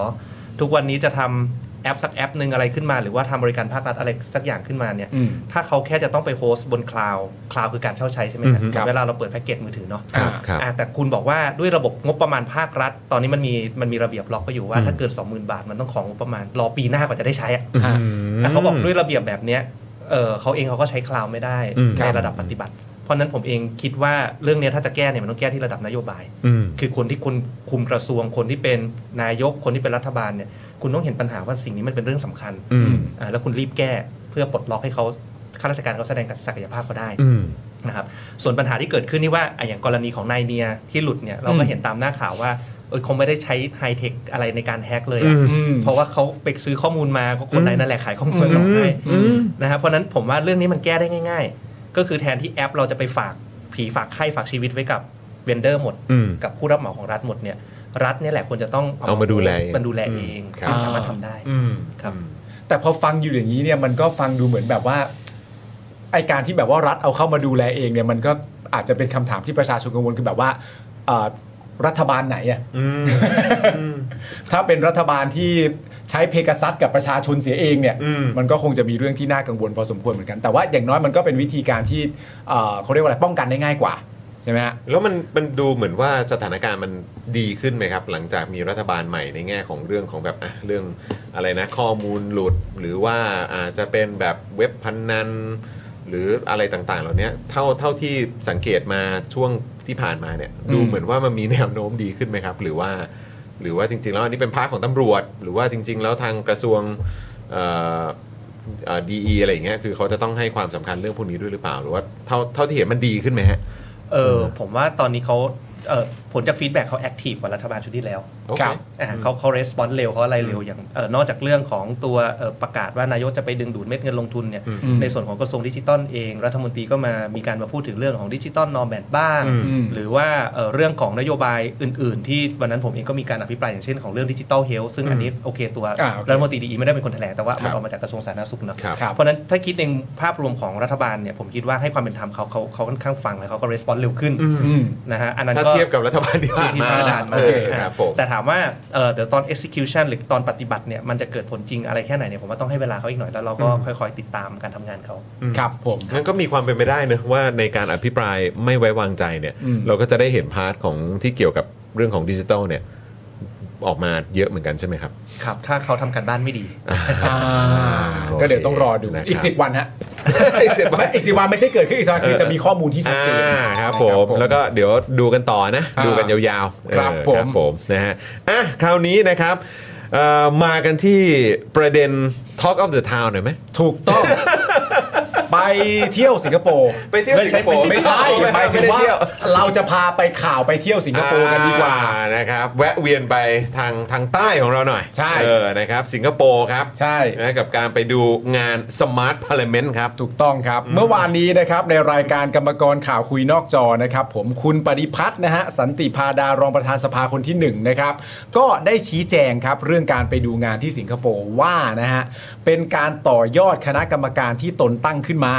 ทุกวันนี้จะทำแอปสักแอปหนึ่งอะไรขึ้นมา หรือว่าทำบริการภาครัฐอะไรสักอย่างขึ้นมาเนี่ย อืม ถ้าเขาแค่จะต้องไปโฮสต์บนคลาวคลาวคือการเช่าใช้ใช่ไหมครับ อือฮึครับ เวลาเราเปิดแพ็กเกจมือถือเนาะ ครับครับ อ่าแต่คุณบอกว่าด้วยระบบงบประมาณภาครัฐ ตอนนี้มันมีมันมีระเบียบล็อกไปอยู่ว่า อืม ถ้าเกิด 20,000 บาทมันต้องของงบประมาณ รอปีหน้ากว่าจะได้ใช้อะ อืม แต่เขาบอกด้วยระเบียบแบบเนี้ยเออเขาเองเขาก็ใช้คลาวไม่ได้ อืมครับ ในระดับปฏิบัติ เพราะฉะนั้นผมเองคิดว่าเรื่องเนี้ยถ้าจะแก้เนี่ยมันต้องแก้ที่ระดับนโยบาย อืม คือคนที่คุณคุมกระทรวงคนที่เป็นนายกคนที่เป็นรัฐบาลเนี่ยคุณต้องเห็นปัญหาว่าสิ่งนี้มันเป็นเรื่องสำคัญ อืม อ่าแล้วคุณรีบแก้ เพื่อปลดล็อกให้เขาข้าราชการเขาแสดงศักยภาพเขาได้ อืม นะครับส่วนปัญหาที่เกิดขึ้นนี่ว่าอ่ะอย่างกรณีของนายเนียที่หลุดเนี่ยเราก็เห็นตามหน้าข่าวว่าเออคงไม่ได้ใช้ไฮเทคอะไรในการแฮ็กเลยอะ อืม เพราะว่าเขาไปซื้อข้อมูลมาก็คนในนั่นแหละขายข้อมูลเราให้ อืม นะครับเพราะฉะนั้นผมว่าเรื่องนี้มันแก้ได้ง่าย ๆ ก็คือแทนที่แอปเราจะไปฝากผีฝากไข้ฝากชีวิตไว้กับเวนเดอร์หมด อืม กับผู้รับเหมาของรัฐหมดเนี่ยรัฐเนี่ยแหละควรจะต้อง เอามาดูแลเอง มันดูแลเอง ครับ ซึ่งสามารถทำได้ อืม ครับ แต่พอฟังอยู่อย่างนี้เนี่ยมันก็ฟังดูเหมือนแบบว่าไอการที่แบบว่ารัฐเอาเข้ามาดูแลเองเนี่ยมันก็อาจจะเป็นคำถามที่ประชาชนกังวลคือแบบว่าเอ่อรัฐบาลไหนอะ อืม ถ้าเป็นรัฐบาลที่ใช้เพกาซัสกับประชาชนเสียเองเนี่ย อืม นก็คงจะมีเรื่องที่น่ากังวลพอสมควรเหมือนกัน แต่ว่าอย่างน้อยมันก็เป็นวิธีการที่เอ่อเขาเรียกว่าอะไรป้องกันได้ง่ายกว่าใช่ไหมฮะ แล้วมันมันดูเหมือนว่าสถานการณ์มันดีขึ้นไหมครับ หลังจากมีรัฐบาลใหม่ในแง่ของเรื่องของแบบอ่ะเรื่องอะไรนะข้อมูลหลุด หรือว่าอาจจะเป็นแบบเว็บพนนัน หรืออะไรต่างๆ เหล่านี้เท่าเท่าที่สังเกตมาช่วงที่ผ่านมาเนี่ย ดูเหมือนว่ามันมีแนวโน้มดีขึ้นไหมครับ หรือว่า หรือว่าจริง ๆ แล้วอันนี้เป็นภาคของตำรวจ หรือว่าจริง ๆ แล้วทางกระทรวงดีอีอะไรอย่างเงี้ยคือเขาจะต้องให้ความสำคัญเรื่องพวกนี้ด้วยหรือเปล่า หรือว่าเท่าเท่าที่เห็นมันดีขึ้นไหมฮะ เออผมว่าตอนนี้เขาเออผลจากฟีดแบ็กเขาแอคทีฟกว่ารัฐบาลชุดที่แล้ว โอเค ครับ อ่าเขาเขา e s p o n s e เร็วเขาอะไรเร็วอย่างเอ่อนอกจากเรื่องของตัวเอ่อประกาศว่านายกจะไปดึงดูดเม็ดเงินลงทุนเนี่ย อืม ในส่วนของกระทรวงดิจิตอลเอง รัฐมนตรีก็มามีการมาพูดถึงเรื่องของดิจิตอลนอมแบนบ้าง อืม หรือว่าเอ่อเรื่องของนโยบายอื่น ๆ ที่วันนั้นผมเองก็มีการอภิปรายอย่างเช่นของเรื่องดิจิตอลเฮลท์ซึ่งอันนี้โอเคตัว อ่าโอเค รัฐมนตรีดีไม่ได้เป็นคนแถลงแต่ว่าคมัรั น บ ออกมาจากกระทรวงสาธารณสุขเนอะ ครับ ครับ เพราะฉะนั้นถ้าคิดในภาพรวมของรัฐบาลเนี่ยผมคิดว่าให้ความเป็นธรรมเขาเขาเขาค่อนข้างฟังแล้วเขาก็รีสปอนส์เร็วขึ้น อืม นะฮะอันนั้น ถ้า ก็ เทียบกับรัฐบาลที่ผ่านมา ที่ผ่านมา เอ โอเค อครับผม แต่ถามว่าเอ่อเดี๋ยวตอน execution หรือตอนปฏิบัติเนี่ยมันจะเกิดผลจริงอะไรแค่ไหนเนี่ยผมว่าต้องให้เวลาเขาอีกหน่อยแล้วเราก็ค่อยๆ ติดตามการทำงานเขา ครับผม นั่นก็มีความเป็นไปได้นะว่าในการอภิปรายไม่ไว้วางใจเนี่ย อืม เราก็จะได้เห็นพาร์ทของที่เกี่ยวกับเรื่องของดิจิทัลเนี่ยออกมาเยอะเหมือนกันใช่ไหมครับ ครับ ถ้าเขาทำการบ้านไม่ดี โอเค ก็เดี๋ยวต้องรอดู นะครับ อีกสิบวันฮะ อีก10วัน อีกสิบวันไม่ใช่เกิดขึ้นอีกสิบวันคือจะมีข้อมูลที่ชัดเจน อ่าครับผม แล้วก็เดี๋ยวดูกันต่อนะ อ่า ดูกันยาวๆ ครับ เออ ผม ผมนะฮะอ่ะคราวนี้นะครับเอ่อมากันที่ประเด็น Talk of the Town หน่อยไหม ถูกต้อง ไปเที่ยวสิงคโปร์ ไปเที่ยวสิงคโปร์ ไม่ใช่ ไม่ใช่ หมายถึงว่า ไม่ได้เที่ยว เราจะพาไปข่าวไปเที่ยวสิงคโปร์กันดีกว่า อ่นะครับ แวะเวียนไปทางทางใต้ของเราหน่อย ใช่ เออนะครับสิงคโปร์ครับ ใช่ นะกับการไปดูงาน Smart Parliament ครับ ถูกต้องครับ เมื่อวานนี้นะครับในรายการกรรมกรข่าวคุยนอกจอนะครับ ผมคุณปฏิพัฒน์นะฮะสันติพาดารองประธานสภาคนที่หนึ่งนะครับก็ได้ชี้แจงครับเรื่องการไปดูงานที่สิงคโปร์ว่านะฮะเป็นการต่อยอดคณะกรรมการที่ตนตั้งขึ้นมา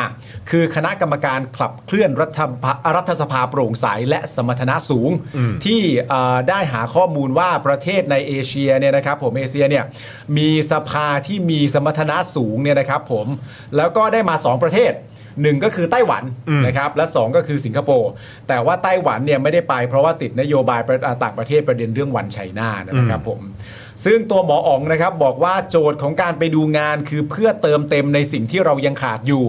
คือคณะกรรมการขับเคลื่อนรัฐบารัฐสภาโปร่งใสและสมรรถนะสูง ที่เอ่อได้หาข้อมูลว่าประเทศในเอเชียเนี่ยนะครับผมเอเชียเนี่ยมีสภาที่มีสมรรถนะสูงเนี่ยนะครับผมแล้วก็ได้มา 2 ประเทศหนึ่งก็คือไต้หวันนะครับและ 2 ก็คือสิงคโปร์แต่ว่าไต้หวันเนี่ยไม่ได้ไปเพราะว่าติดนโยบายประอ่าต่างประเทศประเด็นเรื่องวันไชน่านะครับผมซึ่งตัวหมออ๋องนะครับบอกว่าโจทย์ของการไปดูงานคือเพื่อเติมเต็มในสิ่งที่เรายังขาดอยู่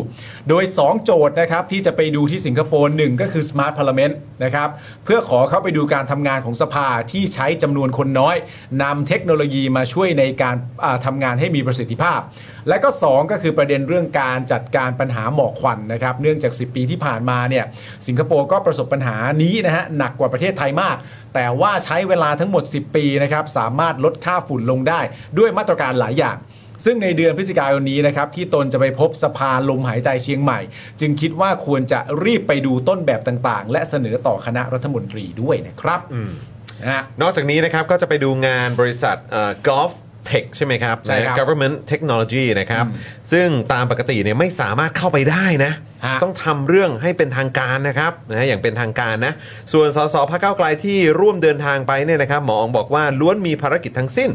โดย 2 โจทย์นะครับที่จะไปดูที่สิงคโปร์หนึ่งก็คือ Smart Parliament นะครับเพื่อขอเข้าไปดูการทำงานของสภาที่ใช้จำนวนคนน้อยนำเทคโนโลยีมาช่วยในการอ่าทำงานให้มีประสิทธิภาพ และก็ 2 ก็คือประเด็นเรื่องการจัดการปัญหาหมอกควันนะครับเนื่องจาก 10 ปีที่ผ่านมาเนี่ยสิงคโปร์ก็ประสบปัญหานี้นะฮะหนักกว่าประเทศไทยมาก แต่ว่าใช้เวลาทั้งหมด 10 ปีนะครับสามารถลดค่าฝุ่นลงได้ ด้วยมาตรการหลายอย่าง ซึ่งในเดือนพฤศจิกายนนี้นะครับที่ตนจะไปพบสภาลมหายใจเชียงใหม่ จึงคิดว่าควรจะรีบไปดูต้นแบบต่างๆ และเสนอต่อคณะรัฐมนตรีด้วยนะครับนะฮะ นอกจากนี้นะครับก็จะไปดูงานบริษัทกอล์ฟเทคใช่ไหมครับ ใช่ครับ นะ government technology นะครับ ซึ่งตามปกติเนี่ยไม่สามารถเข้าไปได้นะ ฮะ ต้องทำเรื่องให้เป็นทางการนะครับนะอย่างเป็นทางการนะ ส่วนสสพรรคก้าวไกลที่ร่วมเดินทางไปเนี่ยนะครับหมออองบอกว่าล้วนมีภารกิจทั้งสิ้น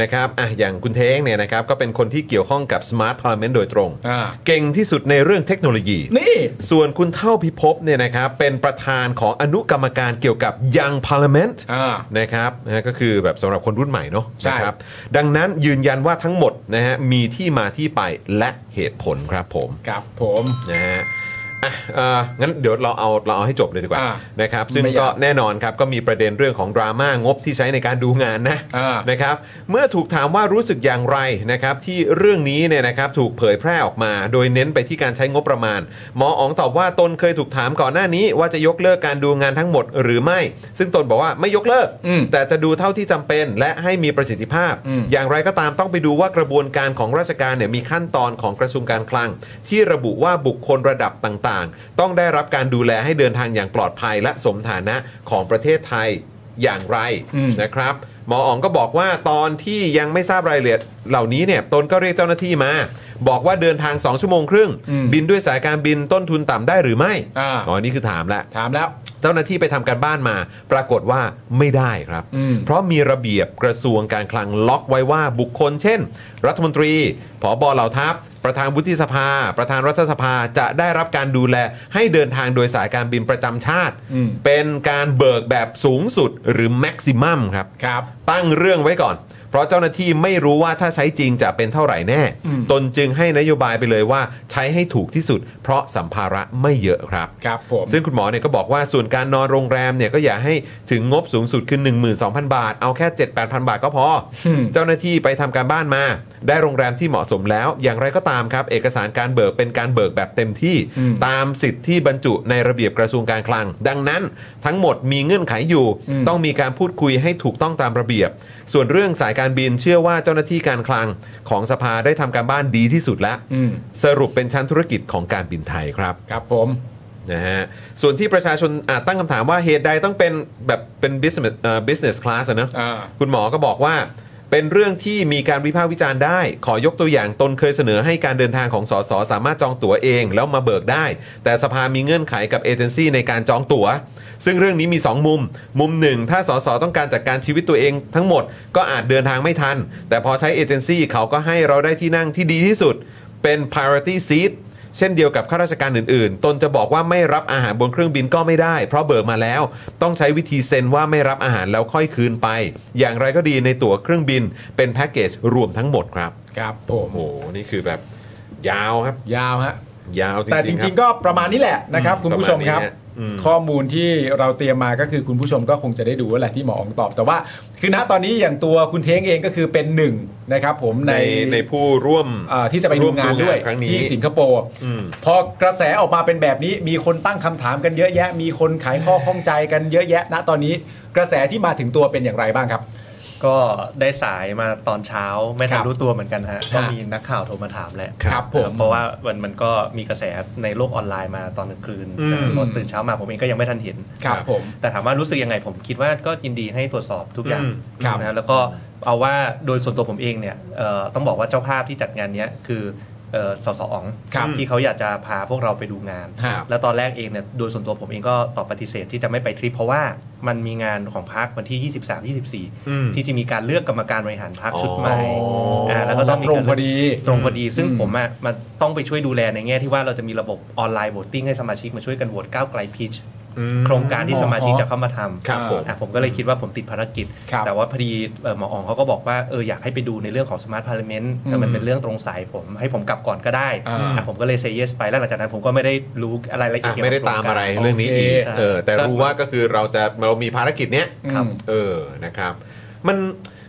นะครับอ่ะอย่างคุณเท้งเนี่ยนะครับก็เป็นคนที่เกี่ยวข้องกับ smart parliament โดยตรง อ่า เก่งที่สุดในเรื่องเทคโนโลยี นี่ ส่วนคุณเท่าพิภพเนี่ยนะครับเป็นประธานของอนุกรรมการเกี่ยวกับยังพาร์ l เมนต์ อ่า นะครับนะก็คือแบบสำหรับคนรุ่นใหม่เนาะ ใช่ นะครัดังนั้นยืนยันว่าทั้งหมดนะฮะมีที่มาที่ไปและเหตุผลครับผม ครับผม นะฮะ อ่ะเอ่องั้นเดี๋ยวเราเอาเราเอาให้จบเลยดีกว่า อ่า นะครับซึ่ง ไม่ยาก ก็แน่นอนครับก็มีประเด็นเรื่องของดราม่างบที่ใช้ในการดูงานนะ อ่าน นะครับเมื่อถูกถามว่ารู้สึกอย่างไรนะครับที่เรื่องนี้เนี่ยนะครับถูกเผยแพร่ออกมา โดยเน้นไปที่การใช้งบประมาณหมออ๋องตอบว่าตนเคยถูกถามก่อนหน้านี้ ว่าจะยกเลิกการดูงานทั้งหมดหรือไม่ ซึ่งตนบอกว่าไม่ยกเลิก อืม แต่จะดูเท่าที่จำเป็นและให้มีประสิทธิภาพ อืม อย่างไรก็ตามต้องไปดูว่ากระบวนการของราชการเนี่ยมีขั้นตอนของกระทรวงการคลัง ที่ระบุว่าบุคคลระดับต่างๆ ต้องได้รับการดูแลให้เดินทางอย่างปลอดภัย และสมฐานะของประเทศไทยอย่างไร อืม นะครับหมออ๋องก็บอกว่าตอนที่ยังไม่ทราบรายละเอียดเหล่านี้เนี่ยตนก็เรียกเจ้าหน้าที่มา บอกว่าเดินทาง 2 ชั่วโมงครึ่ง อืม บินด้วยสายการบินต้นทุนต่ำได้หรือไม่ อ่า อ๋อนี่คือถามแล้ว ถามแล้ว เจ้าหน้าที่ไปทำการบ้านมา ปรากฏว่าไม่ได้ครับ อืม เพราะมีระเบียบกระทรวงการคลังล็อกไว้ว่าบุคคล เช่น รัฐมนตรีผอบอเหล่าทัพ ประธานวุฒิสภา ประธานรัฐสภาจะได้รับการดูแลให้เดินทางโดยสายการบินประจำชาติ อืม เป็นการเบิกแบบสูงสุดหรือแม็กซิมัมครับ ครับ ตั้งเรื่องไว้ก่อน เพราะเจ้าหน้าที่ไม่รู้ว่าถ้าใช้จริงจะเป็นเท่าไหร่แน่ อืม ตนจึงให้นโยบายไปเลยว่าใช้ให้ถูกที่สุด เพราะสัมภาระไม่เยอะครับ ครับผม ซึ่งคุณหมอเนี่ยก็บอกว่าส่วนการนอนโรงแรมเนี่ยก็อย่าให้ถึงงบสูงสุดคือ 12,000 บาท เอาแค่ 7-8,000 บาทก็พอ อืม เจ้าหน้าที่ไปทำการบ้านมา ได้โรงแรมที่เหมาะสมแล้ว อย่างไรก็ตามครับ เอกสารการเบิกเป็นการเบิกแบบเต็มที่ ตามสิทธิ์ที่บรรจุในระเบียบกระทรวงการคลัง ดังนั้นทั้งหมดมีเงื่อนไขอยู่ ต้องมีการพูดคุยให้ถูกต้องตามระเบียบ ส่วนเรื่องสายการบินเชื่อว่าเจ้าหน้าที่การคลังของสภาได้ทำการบ้านดีที่สุดแล้ว อืม สรุปเป็นชั้นธุรกิจของการบินไทยครับ ครับผม นะฮะส่วนที่ประชาชนอาจตั้งคำถามว่าเหตุใดต้องเป็นแบบเป็น business เอ่อ business class อะเนอะ อ่า คุณหมอก็บอกว่า เป็นเรื่องที่มีการวิพากษ์วิจารณ์ได้ ขอยกตัวอย่างตนเคยเสนอให้การเดินทางของสสสามารถจองตั๋วเอง แล้วมาเบิกได้ แต่สภามีเงื่อนไขกับเอเจนซี่ในการจองตั๋ว ซึ่งเรื่องนี้มี 2 มุม มุมหนึ่งถ้าสสต้องการจัดการชีวิตตัวเองทั้งหมดก็อาจเดินทางไม่ทัน แต่พอใช้เอเจนซี่เขาก็ให้เราได้ที่นั่งที่ดีที่สุด เป็น priority seat เช่นเดียวกับข้าราชการอื่นๆ ตนจะบอกว่าไม่รับอาหารบนเครื่องบินก็ไม่ได้ เพราะเบิกมาแล้ว ต้องใช้วิธีเซ็นว่าไม่รับอาหารแล้วค่อยคืนไป อย่างไรก็ดีในตั๋วเครื่องบินเป็นแพ็กเกจรวมทั้งหมดครับ ครับผม โอ้โห นี่คือแบบยาวครับ ยาวฮะ ยาวจริงๆ แต่จริง ค ๆ รับ ก็ประมาณนี้แหละนะครับ คุณผู้ชมครับ ประมาณนี้ฮะอืม ข้อมูลที่เราเตรียมมาก็คือคุณผู้ชมก็คงจะได้ดูแหละที่หมออ๋องตอบ แต่ว่า คือณตอนนี้อย่างตัวคุณเท้งเองก็คือเป็นหนึ่งนะครับผมใในนในผู้ร่วม เอ่อที่จะไปดู ร่วม งานด้วย ครั้งนี้ ที่สิงคโปร์ อืม พอกระแสออกมาเป็นแบบนี้มีคนตั้งคำถามกันเยอะแยะ มีคนขายข้อข้องใจกันเยอะแยะ ณตอนนี้กระแสที่มาถึงตัวเป็นอย่างไรบ้างครับ ก็ได้สายมาตอนเช้าไม่ทั คน รับ รู้ตัวเหมือนกันฮะก็ ฮะ มีนักข่าวโทรมาถามแหละ ครับผม เพราะว่ามันมันก็มีกระแสในโลกออนไลน์มาตอนกลางคืน อืม แต่พอตื่นเช้ามาผมเองก็ยังไม่ทันเห็น ครับผม แต่ถามว่ารู้สึกยังไงผมคิดว่าก็ยินดีให้ตรวจสอบทุกอย่าง อืมครับ นะแล้วก็เอาว่าโดยส่วนตัวผมเองเนี่ยเอ่อต้องบอกว่าเจ้าภาพที่จัดงานเนี้ยคือเอ่อสสออง ครับ ที่เขาอยากจะพาพวกเราไปดูงาน ครับ แล้วตอนแรกเองเนี่ยโดยส่วนตัวผมเองก็ตอบปฏิเสธที่จะไม่ไปทริปเพราะว่ามันมีงานของพักวันที่ 23 24 อืม ที่จะมีการเลือกกรรมการบริหารพรรคชุดใหม่ อ๋ออ่ าแล้วก็ต้องมี ตรงพอดี ตรงพอดี ซึ่ง อืม ผมอ่ะมันต้องไปช่วยดูแลในแง่ที่ว่าเราจะมีระบบออนไลน์โหวตติ้งให้สมาชิกมาช่วยกันโหวตก้าวไกลพีช อืม โครงการที่สมาชิกจะเข้ามาทำ ครับผม อ่ะผมก็เลยคิดว่าผมติดภารกิจ ครับ แต่ว่าพอดีเอ่อหมออ๋องเขาก็บอกว่าเอออยากให้ไปดูในเรื่องของสมาร์ทพาร์ i เมนต์แต่มันเป็นเรื่องตรงสายผมให้ผมกลับก่อนก็ได้ อ่า อ่ะผมก็เลยเซย์เยสไปแล้วหลังจากนั้นผมก็ไม่ได้รู้อะไรละเอีย อ่ะ ดเกี่ยว ไม่ กับ ได้ โคง ตาม ก อะไรเรื่องนี้อีก โอเค เออแต่ ก็ รู้ว่าก็คือเราจะเรามีภารกิจเนี้ย ครับ เออ นะครับ มัน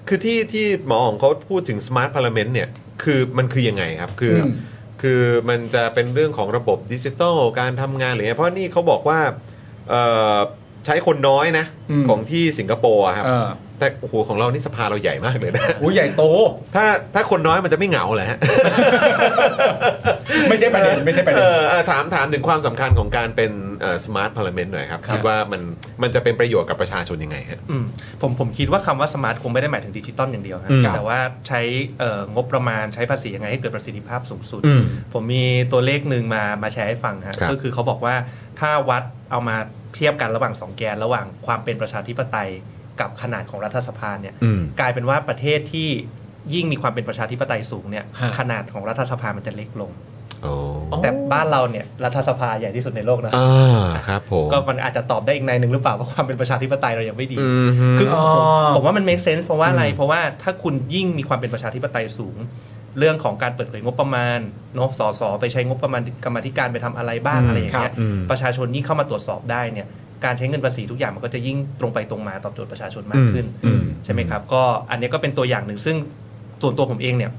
คือที่ที่หมอของเขาพูดถึงสมาร์ทพาร์เมนต์เนี่ย คือมันคือยังไงครับ คือ อืม คือมันจะเป็นเรื่องของระบบดิจิทัลการทำงานหรือไงเพราะนี่เขาบอกว่าเอ่อใช้คนน้อยนะ อืม ของที่สิงคโปร์อะครับ เออ แต่โอ้โหของเรานี่สภาเราใหญ่มากเลย นะ โอ้ยใหญ่โต ถ้าถ้าคนน้อยมันจะไม่เหงาเหรอฮะ ไม่ใช่ประเด็นไม่ใช่ประเด็น ออออถามถามถึงความสำคัญของการเป็นสมาร์ทพาร์เมนต์หน่อยครับ คิดว่ามันมันจะเป็นประโยชน์กับประชาชนยังไงฮะ อืมผมผมคิดว่าคำว่าสมาร์ทคงไม่ได้หมายถึงดิจิตอลอย่างเดียวฮะ อืมครับ แต่ว่าใช้เอ่องบประมาณใช้ภาษียังไงให้เกิดประสิทธิภาพสูงสุด อืม ผมมีตัวเลขหนึ่งมามาแชร์ให้ฟังฮะ ครับ ก็คือเขาบอกว่าถ้าวัดเอามาเทียบกันระหว่างสองแกน ระหว่างความเป็นประชาธิปไตยกับขนาดของรัฐสภาเนี่ย อืม กลายเป็นว่าประเทศที่ยิ่งมีความเป็นประชาธิปไตยสูงเนี่ย ฮะ ขนาดของรัฐสภามันจะเล็กลง โอ้ แต่บ้านเราเนี่ยรัฐสภาใหญ่ที่สุดในโลกนะ อ่าครับผม ก็มันอาจจะตอบได้อีกในหนึ่งหรือเปล่าว่าความเป็นประชาธิปไตยเรายังไม่ดี อืม คืออ อ ผมผมว่ามัน make sense เพราะว่าอะไร เพราะว่าถ้าคุณยิ่งมีความเป็นประชาธิปไตยสูง เรื่องของการเปิดเผยงบประมาณเนาะสสไปใช้งบประมาณกรรมาธิการไปทำอะไรบ้างอะไรอย่างคเงี้ยรับอืม ประชาชนยิ่งเข้ามาตรวจสอบได้เนี่ยการใช้เงินภาษีทุกอย่างมันก็จะยิ่งตรงไปตรงมาตอบโจทย์ประชาชนมากขึ้น อืม ใช่ไหมครับ ก็อันนี้ก็เป็นตัวอย่างหนึ่งซึ่งส่วนตัวผมเองเนี่ย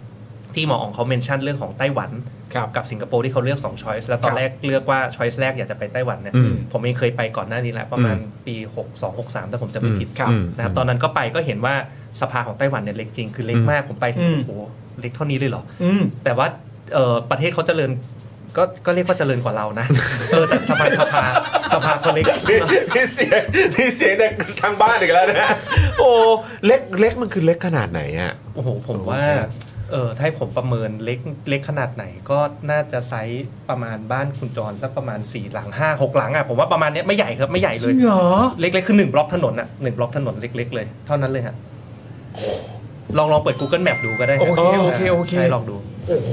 ที่หมออ๋องเขาเมนชั่นเรื่องของไต้หวัน ครับ กับสิงคโปร์ที่เขาเลือก2ช้อยส์แล้วตอ ครั น บ แรกเลือกว่าช้อยส์แรกอยากจะไปไต้หวันเนี่ย อืม ผมเองเคยไปก่อนหน้านี้แล้วประมาณปี 6 2 6 3ถ้าผมจำไม่ผิด อืมครับ นะครับตอนนั้นก็ไปก็เห็นว่าสภาของไต้หวันเนี่ยเล็กจริงคือเล็กมากผมไปถึง อืม โอ้โหเล็กเท่านี้เลยเหรอ อืม แต่ว่าเอ่อประเทศเขาเจริญก็ก็เรียกว่าเจริญกว่าเรานะ เออแต่สภาสภาสภาคนเล็ก นี่นี่เสียงนี่เสียงจากทางบ้านอีกแล้วนะโอ้เล็กเล็กมันคือเล็กขนาดไหนอ่ะ โอ้โหผมว่า โอเค เออถ้าให้ผมประเมินเล็กเล็กขนาดไหนก็น่าจะไซส์ประมาณบ้านคุณจรสักประมาณ4หลัง5 6หลังอ่ะผมว่าประมาณเนี้ยไม่ใหญ่ครับไม่ใหญ่เลยเล็กๆคือ1บล็อกถนนอ่ะหนึ่งบล็อกถนนเล็ก ๆ เลยเท่านั้นเลยฮะลองลองเปิด Google Map ดูก็ได้ฮะ โอเคโอเคโอเค ใช่ลองดู โอ้โห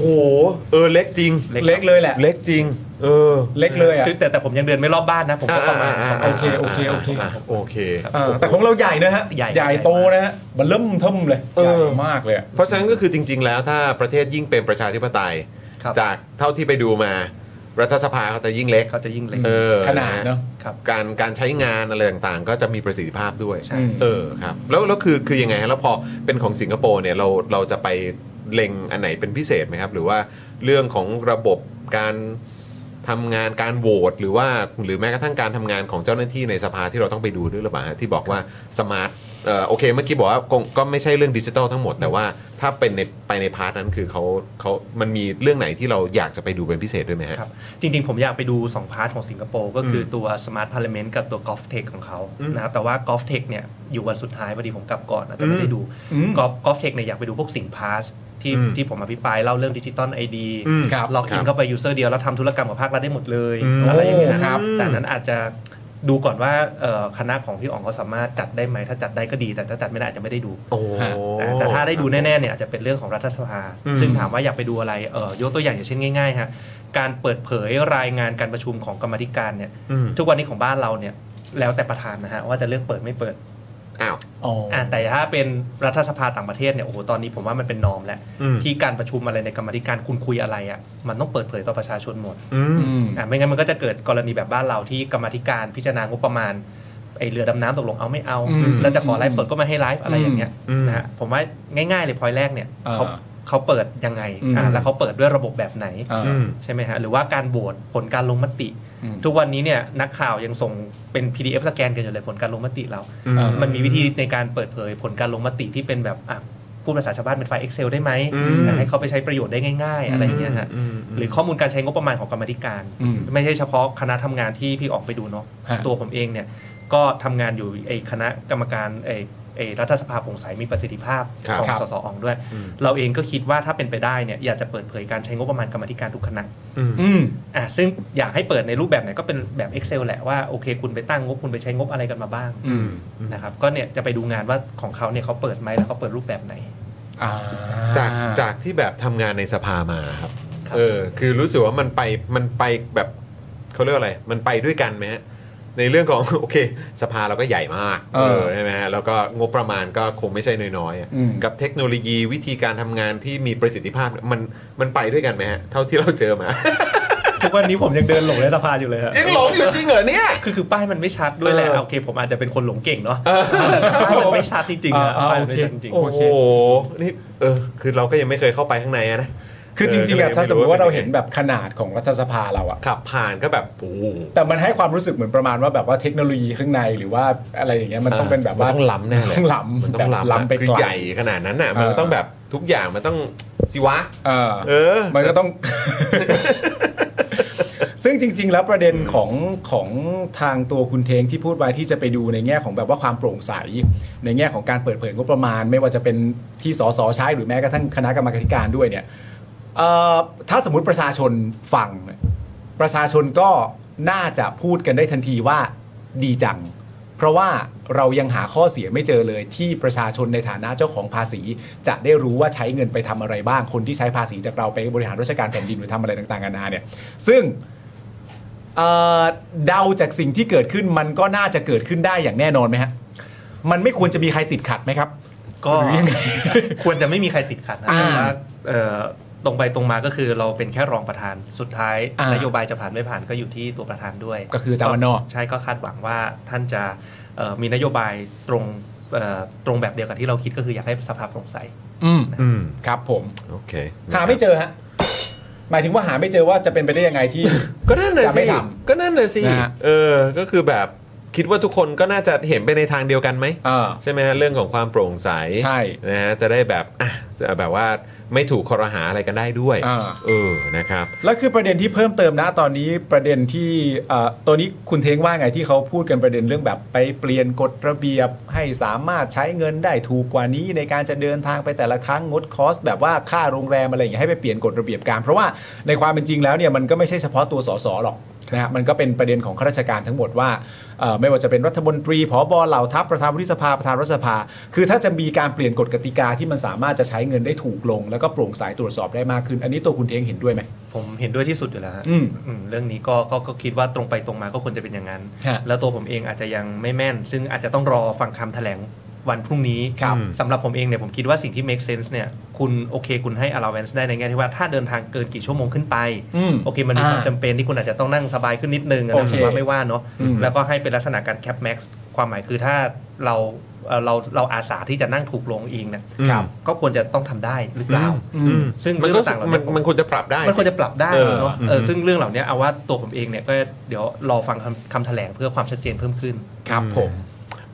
เออเล็กจริง ครับ เล็กเลยแหละ เล็กจริง เออ เล็กเลยอ่ะ ซึ่งแต่แต่ผมยังเดินไม่รอบบ้านนะผมก็ประมาณ อ่าอ่าอ่า โอเคโอเคโอเค ผม โอเค อ่าแต่ของเราใหญ่นะฮะ ใหญ่ ใหญ่โตนะฮะมันเริ่มเทิมเลย เออ ใหญ่มากเลยอะ เพราะฉะนั้นก็คือจริง ๆ แล้วถ้าประเทศยิ่งเป็นประชาธิปไตย ครับ จากเท่าที่ไปดูมา รัฐสภาเขาจะยิ่งเล็ก เขาจะยิ่งเล็ก เออ ขนาดเนอะ ครับ การการใช้งานอะไรต่างๆ ก็จะมีประสิทธิภาพด้วย ใช่ เออครับแล้วแล้วคือคือยังไงฮะแล้วพอเป็นของสิงคโปร์เนี่ยเราเราจะไปเล็งอันไหนเป็นพิเศษไหมครับ หรือว่าเรื่องของระบบการทำงานการโหวตหรือว่าหรือแม้กระทั่งการทำงานของเจ้าหน้าที่ในสภาที่เราต้องไปดูด้วยหรือเปล่าฮะที่บอกว่าสมาร์ทเอ่อโอเคเมื่อกี้บอกว่าคงก็ไม่ใช่เรื่องดิจิทัลทั้งหมด แต่ว่าถ้าเป็นในไปในพาร์ทนั้นคือเขาเขามันมีเรื่องไหนที่เราอยากจะไปดูเป็นพิเศษด้วยไหมฮะ ครับจริงๆ ผมอยากไปดู 2 พาร์ทของสิงคโปร์ก็คืออตัว Smart Parliament กับตัว Golf Tech ของเขานะครับแต่ว่า Golf Tech เนี่ยอยู่วันสุดท้ายพอดีผมกลับก่อนอาจจะไม่ได้ดู อืม Golf Golf Tech เนี่ยอยากไปดูพวกสิงพาสที่ อืม ที่ผมอภิปรายเล่าเรื่องดิจิตอลไอดี อืม ครับ ล็อก ครั อิ บ นเข้าไปยูเซอร์เดียว แล้วทำธุรกรรมกับภาครัฐได้หมดเลย อืม อะไรอย่างเงี้ย ครับ แต่นั้นอาจจะดูก่อนว่าเอ่อคณะของพี่อ๋องเขาสามารถจัดได้ไหมถ้าจัดได้ก็ดี แต่ถ้าจัดไม่ได้อาจจะไม่ได้ดู โอ้ อ่าแต่ถ้าได้ดูแน่ๆเนี่ยอาจจะเป็นเรื่องของรัฐสภา อืม ซึ่งถามว่าอยากไปดูอะไรเออยกตัวอย่างอย่างเช่นง่ายๆฮะการเปิดเผยรายงานการประชุมของกรรมาธิการเนี่ย อืม ทุกวันนี้ของบ้านเราเนี่ยแล้วแต่ประธานนะฮะว่าจะเลือกเปิดไม่เปิด อ้าว อ๋ออ อ่าแต่ถ้าเป็นรัฐสภาต่างประเทศเนี่ยโอ้โหตอนนี้ผมว่ามันเป็นนอมแล้ว อืม ที่การประชุมอะไรในกรรมาธิการคุณคุยอะไรอ่ะมันต้องเปิดเผยต่อประชาชนหมด อืม อ่าไม่งั้นมันก็จะเกิดกรณีแบบบ้านเราที่กรรมาธิการพิจารณางบประมาณไอเรือดำน้ำตกลงเอาไม่เอา อืม แล้วจะขอไลฟ์สดก็ไม่ให้ไลฟ์อะไรอย่างเงี้ย อืม นะฮะผมว่าง่ายๆเลยพอยแรกเนี่ย อ่า เขาเขาเปิดยังไง อืม อ่าแล้วเขาเปิดด้วยระบบแบบไหน อ่า อืม ใช่ไหมฮะหรือว่าการโหวตผลการลงมติ อืม ทุกวันนี้เนี่ยนักข่าวยังส่งเป็น PDF สแกนกันอยู่เลยผลการลงมติเรา อ่า มันมีวิธีในการเปิดเผยผลการลงมติที่เป็นแบบอ่ะพูดภาษาชาวบ้านเป็นไฟล์ Excel ได้ไหม อืม อ่ะให้เขาไปใช้ประโยชน์ได้ง่าย ๆ อะไรอย่างเงี้ยฮะ อืมม หรือข้อมูลการใช้งบประมาณของกรรมาธิการ อืม ไม่ใช่เฉพาะคณะทำงานที่พี่ออกไปดูเนาะ ฮะ ตัวผมเองเนี่ยก็ทำงานอยู่ไอ้คณะกรรมการไอ้ไอ้รัฐสภาโปร่งใสมีประสิทธิภาพ ครับ ของ ครับ สสอองด้วย อืม เราเองก็คิดว่าถ้าเป็นไปได้เนี่ยอยากจะเปิดเผยการใช้งบประมาณกรรมาธิการทุกคณะ อืม อืม อ่ะซึ่งอยากให้เปิดในรูปแบบไหนก็เป็นแบบ Excel แหละว่าโอเค คุณไปตั้งงบคุณไปใช้งบอะไรกันมาบ้าง อืม นะครับก็เนี่ยจะไปดูงานว่าของเขาเนี่ยเขาเปิดไหมแล้วเขาเปิดรูปแบบไหน อ่า จากจากที่แบบทำงานในสภามาครับ ครับ เออ คือรู้สึกว่ามันไปมันไปแบบเขาเรียกว่าอะไร มันไปด้วยกันไหมฮะ ในเรื่องของ โอเค สภาเราก็ใหญ่มาก เออ ใช่ไหมฮะแล้วก็งบประมาณก็คงไม่ใช่น้อยๆอะ อืม กับเทคโนโลยีวิธีการทำงานที่มีประสิทธิภาพเนี่ยมันมันไปด้วยกันไหมฮะ เท่าที่เราเจอมา ทุกวันนี้ผมยังเดินหลงในสภาอยู่เลยฮะ ยังหลงอยู่จริงเหรอเนี่ย คือคือป้ายมันไม่ชัดด้วยแหละ เออ อ่ะโอเค ผมอาจจะเป็นคนหลงเก่งเนาะแต่ป้ายมันไม่ชัดจริงๆนะ อ่าอ่า ป้ายมันไม่ โอเค ชัดจริงๆ โอ้โห นี่ เออ คือเราก็ยังไม่เคยเข้าไปข้างในอะนะ คือจริงๆอะ เออก็เลย ถ้าสมมติว่า ไม่รู้ เรา ว่าเป็น เห็นแบบขนาดของรัฐสภาเราอะ ขับผ่านก็แบบโอ้โห แต่มันให้ความรู้สึกเหมือนประมาณว่าแบบว่าเทคโนโลยีข้างในหรือว่าอะไรอย่างเงี้ยมันต้องเป็นแบบว่า มัต้องล้ำแน่เลย ต้องล้ำ มันต้อ แบบ งล้ำ ล้ำไป คือ ไกล ใหญ่ขนาดนั้นน่ะ มัน เออ ต้องแบบทุกอย่างมันต้องสิวะ เออ เออ มันก็ต้อง ซึ่งจริง ๆ แล้วประเด็นของของทางตัวคุณเทงที่พูดไว้ที่จะไปดูในแง่ของแบบว่าความโปร่งใส ในแง่ของการเปิดเผยงบประมาณ ไม่ว่าจะเป็นที่สสใช้หรือแม้กระทั่งคณะกรรมาการด้วยเนี่ยเอ่อถ้าสมมติประชาชนฟัง ประชาชนก็น่าจะพูดกันได้ทันทีว่าดีจัง เพราะว่าเรายังหาข้อเสียไม่เจอเลยที่ประชาชนในฐานะเจ้าของภาษี จะได้รู้ว่าใช้เงินไปทำอะไรบ้าง คนที่ใช้ภาษีจากเราไปบริหารราชการแผ่นดินหรือทำอะไรต่างๆนานาเนี่ยซึ่งเอ่อเดาจากสิ่งที่เกิดขึ้นมันก็น่าจะเกิดขึ้นได้อย่างแน่นอนไหมฮะมันไม่ควรจะมีใครติดขัดไหมครับ ก็ หรือยังไง ควรจะไม่มีใครติดขัดนะ อ่า แต่ว่า เอ่อตรงไปตรงมาก็คือเราเป็นแค่รองประธานสุดท้าย อ่าน น โยบายจะผ่านไม่ผ่านก็อยู่ที่ตัวประธานด้วย ก็คืออาจารย์วันนอร์ ใช่ก็คาดหวังว่าท่านจะเอ่อมีนโยบายตรงเอ่อตรงแบบเดียวกับที่เราคิดก็คืออยากให้สภาโปร่งใส อืม อืม ครับผม โอเค หาไม่เจอฮะหมายถึงว่าหาไม่เจอว่าจะเป็นไปได้ยังไงที่ ก็นั่นน่ะ จะไม่ สิ ท ก็นั่นน่ะสิ นะฮะ เออก็คือแบบคิดว่าทุกคนก็น่าจะเห็นไปในทางเดียวกันไหม อ่า ใช่ไหมฮะเรื่องของความโปร่งใส ใช่ นะฮะจะได้แบบอ่ะจะแบบว่าไม่ถูกคอรหาอะไรกันได้ด้วย อ่า เออนะครับ แล้วคือประเด็นที่เพิ่มเติมนะตอนนี้ประเด็นที่เอ่อตัวนี้คุณเทงว่าไงที่เขาพูดกันประเด็นเรื่องแบบไปเปลี่ยนกฎระเบียบให้สามารถใช้เงินได้ถูกกว่านี้ ในการจะเดินทางไปแต่ละครั้งงดคอสแบบว่าค่าโรงแรมอะไรอย่างเงี้ยให้ไปเปลี่ยนกฎระเบียบการ เพราะว่าในความเป็นจริงแล้วเนี่ยมันก็ไม่ใช่เฉพาะตัวสสหรอกนะฮะมันก็เป็นประเด็นของข้าราชการทั้งหมดว่าเอ่อไม่ว่าจะเป็นรัฐมนตรีผอบเหล่าทัพประธานวุฒิสภาประธานรัฐสภา คือถ้าจะมีการเปลี่ยนกฎกติกาที่มันสามารถจะใช้เงินได้ถูกลง แล้วก็โปร่งใสตรวจสอบได้มากขึ้น อันนี้ตัวคุณเทงเห็นด้วยไหม ผมเห็นด้วยที่สุดอยู่แล้วฮะ อืม อืมเรื่องนี้ก็ก็ก็คิดว่าตรงไปตรงมาก็ควรจะเป็นอย่างนั้น ฮะ แล้วตัวผมเองอาจจะยังไม่แม่น ซึ่งอาจจะต้องรอฟังคำแถลงวันพรุ่งนี้ ครับ สำหรับผมเองเนี่ยผมคิดว่าสิ่งที่ make sense เนี่ยคุณโอเค คุณให้ allowance ได้ในแง่ที่ว่าถ้าเดินทางเกินกี่ชั่วโมงขึ้นไป อืม โอเค มันมีความ อ่า จำเป็นที่คุณอาจจะต้องนั่งสบายขึ้นนิดนึงนะ โอเค ผมว่าไม่ว่าเนาะ อืม แล้วก็ให้เป็นลักษณะการ cap max ความหมายคือถ้าเราเอ่อเราเราอาสาที่จะนั่งถูกลงเองเนี่ย ครับ ก็ควรจะต้องทำได้หรือเปล่า อืม ซึ่ง มันก็ เรื่องต่างๆเหล่านี้ มันมันควรจะปรับได้ มันควร สิ จะปรับได้ เออ เนาะ อืม เออซึ่งเรื่องเหล่านี้เอาว่าตัวผมเองเนี่ยก็เดี๋ยวรอฟังคำคำแถลงเพื่อความชัดเจนเพิ่มขึ้น ครับผม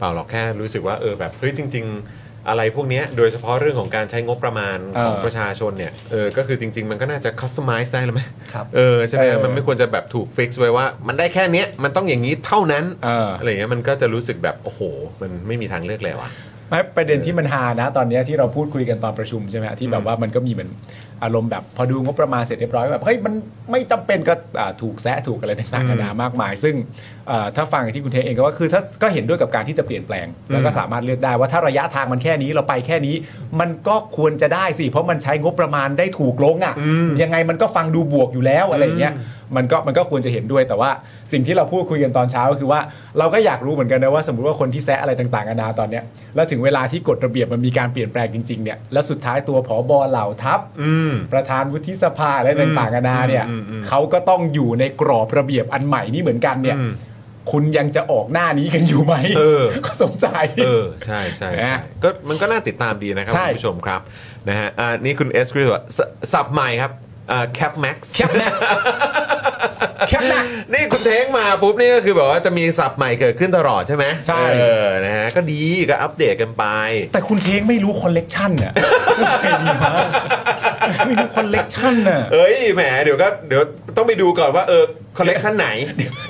เปล่าหรอกแค่รู้สึกว่าเออแบบเฮ้ยจริง ๆ อะไรพวกเนี้ยโดยเฉพาะเรื่องของการใช้งบประมาณ เออ ของประชาชนเนี่ยเออก็คือจริง ๆ มันก็น่าจะคัสตอมไมซ์ได้แล้วไหม ครับ เออใช่ไหม เออ มันไม่ควรจะแบบถูกฟิกซ์ไว้ว่า มันได้แค่เนี้ยมันต้องอย่างนี้เท่านั้น เอออ ไรเงี้ยมันก็จะรู้สึกแบบโอ้โห มันไม่มีทางเลือกเลยว่ะ ไม่ประเด็นที่มันฮานะ ตอนเนี้ยที่เราพูดคุยกันตอนประชุมใช่ไหมฮะที่แบบว่ามันก็มีเหมือนอารมณ์แบบพอดูงบประมาณเสร็จเรียบร้อยแบบเฮ้ยมันไม่จำเป็นก็อ่าถูกแซะถูกอะไรต่างๆนานามากมาย ซึ่งเอ่อถ้าฟังอย่างที่คุณเทเองก็ว่าคือถ้าก็เห็นด้วยกับการที่จะเปลี่ยนแปลง แล้วก็สามารถเลือกได้ว่าถ้าระยะทางมันแค่นี้เราไปแค่นี้ มันก็ควรจะได้สิเพราะมันใช้งบประมาณได้ถูกลงอ่ะยังไงมันก็ฟังดูบวกอยู่แล้วอะไรอย่างเงี้ย มันก็มันก็ควรจะเห็นด้วยแต่ว่าสิ่งที่เราพูดคุยกันตอนเช้าก็คือว่าเราก็อยากรู้เหมือนกันนะว่าสมมติว่าคนที่แซะอะไรต่างๆนานาตอนเนี้ยแล้วถึงเวลาที่กฎระเบียบมันมีการเปลี่ยนแปลงจริงๆเนี่ยแล้วสุดท้ายตัวผอบเหล่าทัพประธานวุฒิสภาอะไรต่างๆนานาเนี่ย อืมอืมอืม เขาก็ต้องอยู่ในกรอบระเบียบอันใหม่นี่เหมือนกันเนี่ย คุณยังจะออกหน้านี้กันอยู่ไหม เออ ก็สงสัย เออ ใช่ใช่ใช่ นะ ก็มันก็น่าติดตามดีนะครับ ใช่ คุณผู้ชมครับนะฮะอ่านี่คุณเอสคริว่าสสับใหม่ครับอ่าแคปแม็กซ์ แคปแม็กซ์แคปแม็กซ์ นี่คุณเทงมาปุ๊บนี่ก็คือแบบว่าจะมีสับใหม่เกิดขึ้นตลอดใช่ไหม ใช่ เออนะฮะก็ดีก็อัปเดตกันไป แต่คุณเทงไม่รู้คอลเลกชันน่ะ ไม่ดีมากไม่รู้คอลเลกชันน่ะ เอ้ยแหมเดี๋ยวก็เดี๋ยวต้องไปดูก่อนว่าเออคอลเลกชันไห น